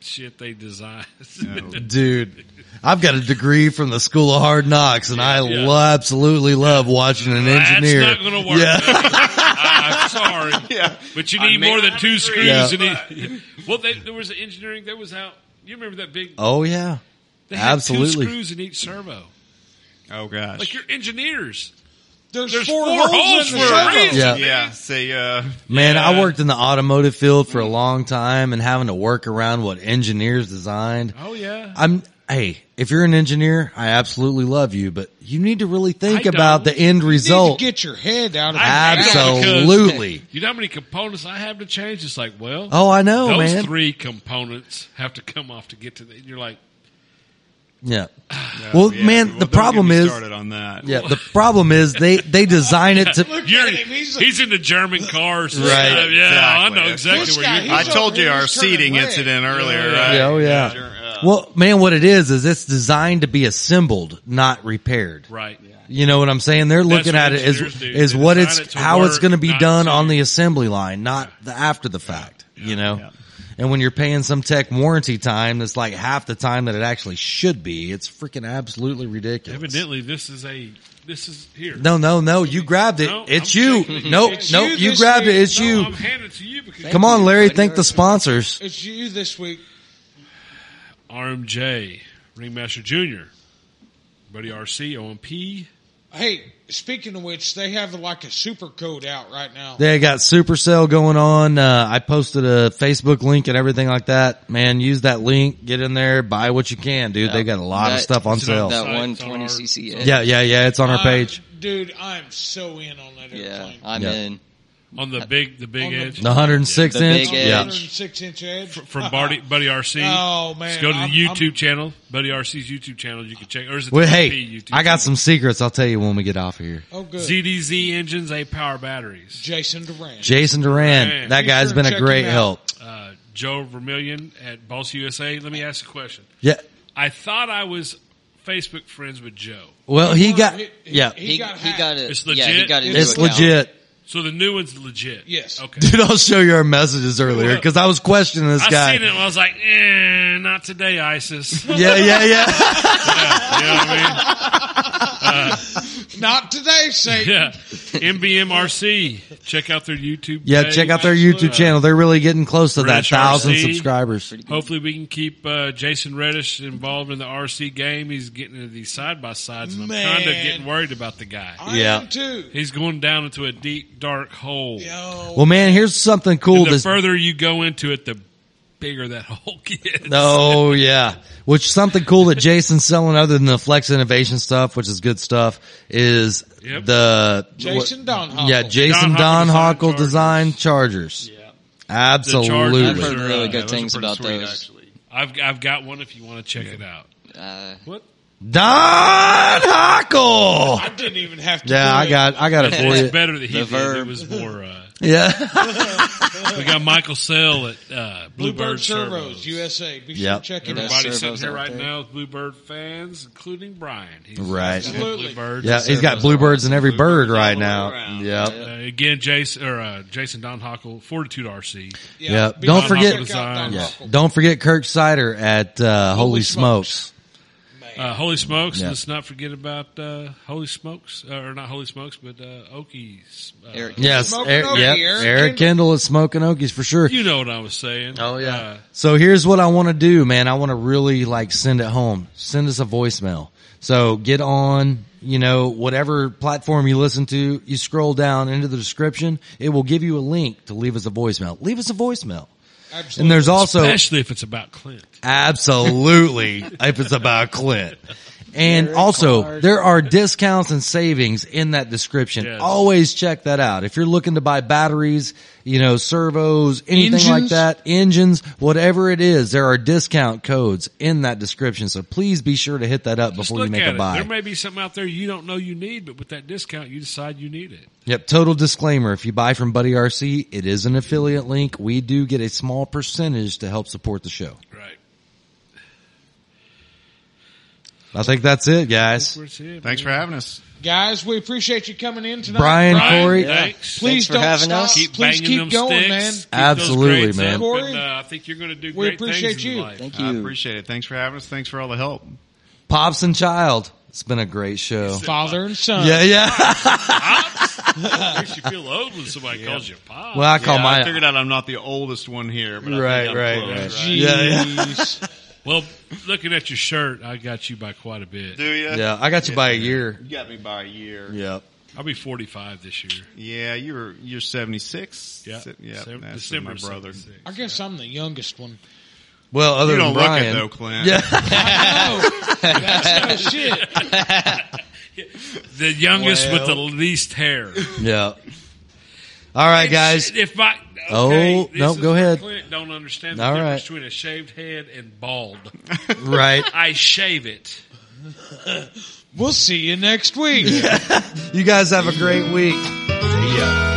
Speaker 4: shit they design. [laughs]
Speaker 1: Dude, I've got a degree from the School of Hard Knocks, and I
Speaker 4: Yeah.
Speaker 1: lo- absolutely love watching an engineer.
Speaker 4: That's not going to work.
Speaker 1: Yeah.
Speaker 4: [laughs]
Speaker 1: [laughs]
Speaker 4: I'm sorry.
Speaker 5: Yeah.
Speaker 4: But you
Speaker 5: I
Speaker 4: need
Speaker 5: may
Speaker 4: more than
Speaker 5: not
Speaker 4: two
Speaker 5: agree,
Speaker 4: screws.
Speaker 1: Yeah.
Speaker 4: in it. [laughs] Well, they, there was an engineering that was out. You remember that big?
Speaker 1: Oh yeah,
Speaker 4: They had
Speaker 1: absolutely.
Speaker 4: two screws in each servo.
Speaker 5: oh gosh.
Speaker 4: Like you're engineers.
Speaker 3: There's,
Speaker 4: There's
Speaker 3: four,
Speaker 4: four holes
Speaker 3: holes in the
Speaker 4: for a
Speaker 3: circle.
Speaker 4: reason.
Speaker 1: Yeah.
Speaker 5: yeah. Say uh.
Speaker 1: man, I
Speaker 4: Yeah.
Speaker 1: worked in the automotive field for a long time, and having to work around what engineers designed.
Speaker 4: Oh yeah.
Speaker 1: I'm hey, if you're an engineer, I absolutely love you, but you need to really think
Speaker 4: I
Speaker 1: about
Speaker 4: don't.
Speaker 1: the end
Speaker 3: You need
Speaker 1: result.
Speaker 3: to get your head out of
Speaker 4: I
Speaker 3: the
Speaker 4: don't
Speaker 3: ground.
Speaker 4: because-
Speaker 1: Absolutely.
Speaker 4: You know how many components I have to change? It's like, well,
Speaker 1: Oh, I know,
Speaker 4: those
Speaker 1: man.
Speaker 4: three components have to come off to get to the. And you're like,
Speaker 1: Yeah. well,
Speaker 5: Yeah,
Speaker 1: man,
Speaker 5: well,
Speaker 1: the
Speaker 5: don't get
Speaker 1: problem
Speaker 5: me
Speaker 1: is,
Speaker 5: started on that.
Speaker 1: yeah, the problem is they they design it to.
Speaker 3: Look
Speaker 4: You're,
Speaker 3: at him. He's,
Speaker 4: he's in the German car system.
Speaker 1: [laughs] Right,
Speaker 4: Yeah, I know exactly
Speaker 5: exactly.
Speaker 3: This
Speaker 4: where
Speaker 3: guy,
Speaker 4: you're
Speaker 3: he's
Speaker 5: I told you
Speaker 3: over here,
Speaker 5: our
Speaker 3: he's turning
Speaker 5: seating
Speaker 3: red.
Speaker 5: incident earlier,
Speaker 4: Yeah.
Speaker 5: right?
Speaker 1: Yeah, oh yeah.
Speaker 5: Sure, uh,
Speaker 1: Well, man, what it is is it's designed to be assembled, not repaired.
Speaker 4: Right.
Speaker 1: You know what I'm saying? They're looking
Speaker 4: what
Speaker 1: at it is
Speaker 4: engineers do.
Speaker 1: is
Speaker 4: They
Speaker 1: what
Speaker 4: design
Speaker 1: it's
Speaker 4: it to
Speaker 1: how it's
Speaker 4: work,
Speaker 1: going to be
Speaker 4: not
Speaker 1: done
Speaker 4: to-
Speaker 1: on the assembly line, not the after the fact. You know.
Speaker 5: yeah.
Speaker 1: And when you're paying some tech warranty time that's like half the time that it actually should be, it's freaking absolutely ridiculous.
Speaker 4: Evidently, this is a this is here.
Speaker 1: No, no, no. You grabbed it.
Speaker 4: No,
Speaker 1: it's
Speaker 4: I'm
Speaker 1: you.
Speaker 4: taking
Speaker 1: Nope,
Speaker 3: It's
Speaker 1: nope.
Speaker 3: you
Speaker 1: You,
Speaker 3: this
Speaker 1: grabbed it.
Speaker 3: week.
Speaker 1: It's
Speaker 4: No,
Speaker 1: you.
Speaker 4: I'm handing it to you because
Speaker 1: Come on, Larry.
Speaker 2: Thank you.
Speaker 1: Thank the sponsors.
Speaker 3: It's you this week.
Speaker 4: RMJ Ringmaster Junior, Buddy RC OMP.
Speaker 3: Hey, speaking of which, they have like a super code out right now.
Speaker 1: They got Supercell going on. Uh, I posted a Facebook link and everything like that. Man, use that link. Get in there. Buy what you can, dude. They got a lot of
Speaker 2: That-
Speaker 1: stuff on
Speaker 4: it's on
Speaker 1: sale.
Speaker 2: That
Speaker 4: Sites
Speaker 2: one
Speaker 4: are-
Speaker 2: twenty cc.
Speaker 1: Yeah, yeah, yeah. It's on
Speaker 2: Uh,
Speaker 1: our
Speaker 3: I'm-
Speaker 1: page.
Speaker 3: dude. I'm so in on that
Speaker 2: yeah.
Speaker 3: airplane.
Speaker 2: I'm
Speaker 1: Yeah.
Speaker 2: in.
Speaker 4: on the big the big
Speaker 3: On the-
Speaker 4: edge
Speaker 1: The 106
Speaker 2: The
Speaker 1: inch.
Speaker 2: big
Speaker 1: Yeah.
Speaker 2: edge.
Speaker 3: 106 inch edge
Speaker 4: F-
Speaker 3: [laughs]
Speaker 4: from Buddy Buddy RC.
Speaker 3: Oh, man,
Speaker 4: Just go to the
Speaker 3: I'm-
Speaker 4: YouTube
Speaker 3: I'm-
Speaker 4: channel, Buddy RC's YouTube channel. You can check. Or is it the
Speaker 1: Well,
Speaker 4: OMP
Speaker 1: hey,
Speaker 4: YouTube
Speaker 1: I got
Speaker 4: channel?
Speaker 1: some secrets. I'll tell you when we get off here.
Speaker 3: Oh, good.
Speaker 4: ZDZ engines, A power batteries.
Speaker 3: Jason Durant.
Speaker 1: Jason
Speaker 4: Man.
Speaker 1: Duran. That
Speaker 3: Be
Speaker 1: guy's
Speaker 3: sure
Speaker 1: been
Speaker 3: and
Speaker 1: a
Speaker 3: check
Speaker 1: great
Speaker 3: him out.
Speaker 1: help.
Speaker 4: Uh, Joe Vermillion at Boss USA. Let me ask a question.
Speaker 1: Yeah.
Speaker 4: I thought I was Facebook friends with Joe.
Speaker 1: Well, he got.
Speaker 3: He- he-
Speaker 1: Yeah.
Speaker 3: he-
Speaker 2: He, he
Speaker 3: got
Speaker 2: got
Speaker 3: hacked.
Speaker 2: it.
Speaker 4: It's
Speaker 2: Yeah, he
Speaker 4: legit?
Speaker 2: got it. into
Speaker 1: It's
Speaker 2: account.
Speaker 1: legit.
Speaker 4: So the new one's legit.
Speaker 3: Yes.
Speaker 1: [laughs]
Speaker 4: Okay.
Speaker 1: Dude, I'll show you our messages earlier because I was questioning this
Speaker 4: I
Speaker 1: guy.
Speaker 4: seen it and I was like, eh, not today, ISIS. [laughs] yeah,
Speaker 1: Yeah, yeah, yeah.
Speaker 4: you know what I
Speaker 3: Not today, Satan. [laughs]
Speaker 4: mean? Yeah. MBMRC. Check out their YouTube
Speaker 1: Yeah,
Speaker 4: page.
Speaker 1: check out their YouTube channel. They're really getting close to that
Speaker 4: British
Speaker 1: thousand
Speaker 4: RC.
Speaker 1: subscribers.
Speaker 4: Hopefully, we can keep uh, Jason Reddish involved in the RC game. He's getting into these side by sides, and I'm
Speaker 3: Man.
Speaker 4: kind of getting worried about the guy.
Speaker 3: I
Speaker 1: Yeah.
Speaker 3: am too.
Speaker 4: He's going down into a deep, dark hole.
Speaker 3: Yo,
Speaker 1: Well, man, here's something cool.
Speaker 4: And the
Speaker 1: This,
Speaker 4: further you go into it, the bigger that [laughs] hole gets.
Speaker 1: oh yeah, which something cool that Jason's selling other than the Flex Innovation stuff, which is good stuff, is
Speaker 4: Yep.
Speaker 1: the
Speaker 3: Jason Donhoeffer.
Speaker 1: what- yeah, Jason Don
Speaker 4: Don Hockle
Speaker 1: Hockle design Chargers.
Speaker 4: Yeah.
Speaker 2: I've
Speaker 1: Absolutely.
Speaker 4: Chargers.
Speaker 2: heard really
Speaker 5: yeah,
Speaker 2: good
Speaker 5: those are
Speaker 2: things
Speaker 5: pretty
Speaker 2: about
Speaker 5: sweet,
Speaker 2: those.
Speaker 5: actually.
Speaker 4: I've I've got one if you want to check it out.
Speaker 2: Uh,
Speaker 4: What?
Speaker 1: Don Hockle.
Speaker 3: I didn't even have to.
Speaker 1: Yeah,
Speaker 3: do
Speaker 1: I
Speaker 3: it.
Speaker 1: got I got it for
Speaker 4: It's
Speaker 1: you.
Speaker 4: better that he
Speaker 2: The
Speaker 4: did. It
Speaker 2: verb.
Speaker 4: was more.
Speaker 2: [laughs]
Speaker 4: Uh,
Speaker 1: Yeah,
Speaker 4: we got Michael Sell at uh, Bluebird,
Speaker 3: Bluebird Servos
Speaker 4: Servos.
Speaker 3: USA. Be
Speaker 1: Yep.
Speaker 3: sure to check it out.
Speaker 4: Everybody
Speaker 2: Servos
Speaker 4: sitting here
Speaker 2: out
Speaker 4: right
Speaker 2: there.
Speaker 4: now is Bluebird fans, including Brian. He's
Speaker 1: Right.
Speaker 3: Absolutely.
Speaker 4: Bluebird.
Speaker 1: yeah. He's got
Speaker 2: Servos
Speaker 1: bluebirds in every bird
Speaker 5: Bluebirds
Speaker 1: right
Speaker 5: all
Speaker 1: now.
Speaker 5: around.
Speaker 1: Yep.
Speaker 4: Uh, again, Jason or uh, Jason Don Hockle, Fortitude RC.
Speaker 3: Yeah,
Speaker 1: Yep.
Speaker 3: be
Speaker 1: Don't
Speaker 3: sure to
Speaker 1: forget-
Speaker 3: check out
Speaker 1: Yeah.
Speaker 3: Donhoeffer.
Speaker 1: Don't forget Kirk Cider at uh, Holy, Smokes.
Speaker 4: Uh, Holy Smokes.
Speaker 1: Yeah.
Speaker 4: Let's not forget about uh, Holy Smokes, uh, or not Holy Smokes, but uh, Okies. Uh,
Speaker 2: Eric,
Speaker 1: Yes,
Speaker 3: Smoking
Speaker 1: Eric,
Speaker 3: Oakie,
Speaker 1: yep,
Speaker 3: Eric
Speaker 1: Eric Kendall is smoking Okies for sure.
Speaker 4: You know what I was saying.
Speaker 1: Oh,
Speaker 4: Uh,
Speaker 1: so here's what I want to do, man. I want to really like send it home. Send us a voicemail. So get on, you know, whatever platform you listen to, you scroll down into the description. It will give you a link to leave us a voicemail. Leave us a voicemail.
Speaker 3: Absolutely.
Speaker 1: And there's also
Speaker 4: especially if it's about Clint.
Speaker 1: Absolutely. if it's about Clint. And also, there are discounts and savings in that description.
Speaker 4: Yes.
Speaker 1: Always check that out. If you're looking to buy batteries, you know, servos, anything like
Speaker 3: Engines?
Speaker 1: that, engines, whatever it is, there are discount codes in that description. So please be sure to hit that up
Speaker 4: Just
Speaker 1: before you
Speaker 4: look
Speaker 1: make
Speaker 4: at
Speaker 1: a
Speaker 4: it.
Speaker 1: buy.
Speaker 4: There may be something out there you don't know you need, but with that discount, you decide you need it.
Speaker 1: Yep. Total disclaimer. If you buy from Buddy RC, it is an affiliate link. We do get a small percentage to help support the show.
Speaker 4: Right.
Speaker 1: I think that's it, guys.
Speaker 4: Where's it?
Speaker 5: Thanks for having us.
Speaker 3: Guys, we appreciate you coming in tonight.
Speaker 1: Brian,
Speaker 4: Brian,
Speaker 1: Corey.
Speaker 4: Thanks.
Speaker 3: Please
Speaker 2: Thanks for
Speaker 3: don't
Speaker 2: having
Speaker 3: stop.
Speaker 2: us.
Speaker 4: Keep
Speaker 3: Please
Speaker 4: banging
Speaker 3: keep
Speaker 4: them
Speaker 3: going,
Speaker 4: sticks.
Speaker 3: man.
Speaker 4: Keep those
Speaker 1: Absolutely,
Speaker 4: grades
Speaker 1: man.
Speaker 4: up,
Speaker 3: Corey,
Speaker 4: and, uh, I think you're going to do
Speaker 3: we
Speaker 4: great
Speaker 3: appreciate
Speaker 4: things in
Speaker 3: you.
Speaker 4: [laughs] life.
Speaker 2: Thank
Speaker 5: I
Speaker 2: you.
Speaker 5: appreciate it. Thanks for having us. Thanks for all the help.
Speaker 1: Pops and Child. It's been a great show.
Speaker 3: Father and son.
Speaker 1: Yeah,
Speaker 5: [laughs]
Speaker 1: yeah.
Speaker 4: makes you feel old when somebody calls you pop.
Speaker 1: Well, I call
Speaker 5: Yeah, I
Speaker 1: my
Speaker 5: figured out I'm not the oldest one here, but I think
Speaker 1: Right,
Speaker 5: I'm
Speaker 1: right,
Speaker 5: close,
Speaker 1: right. Yeah, yeah.
Speaker 3: Jeez.
Speaker 4: Well, looking at your shirt, I got you by quite a bit.
Speaker 5: Do you?
Speaker 1: yeah. I got you by a year.
Speaker 5: You got me by a year.
Speaker 1: Yep.
Speaker 4: I'll be 45 this year.
Speaker 5: Yeah, you're you're 76.
Speaker 4: Yeah.
Speaker 5: yeah.
Speaker 4: Sev-
Speaker 5: That's
Speaker 4: December
Speaker 5: my brother.
Speaker 4: 76.
Speaker 3: I guess I'm the youngest one.
Speaker 1: Well, other
Speaker 5: You don't
Speaker 1: than
Speaker 5: look
Speaker 1: Brian,
Speaker 5: it though, Clint.
Speaker 1: yeah, [laughs]
Speaker 3: That's no shit.
Speaker 4: The youngest with the least hair.
Speaker 1: yeah. All right, guys.
Speaker 4: If I,
Speaker 1: Oh,
Speaker 4: okay, this
Speaker 1: no,
Speaker 4: is
Speaker 1: go
Speaker 4: for
Speaker 1: ahead.
Speaker 4: Clint. that don't understand the
Speaker 1: All
Speaker 4: difference
Speaker 1: right.
Speaker 4: between a shaved head and bald.
Speaker 5: [laughs]
Speaker 1: Right.
Speaker 4: I shave it.
Speaker 3: We'll see you next week.
Speaker 1: You guys have a great week.
Speaker 2: Yeah.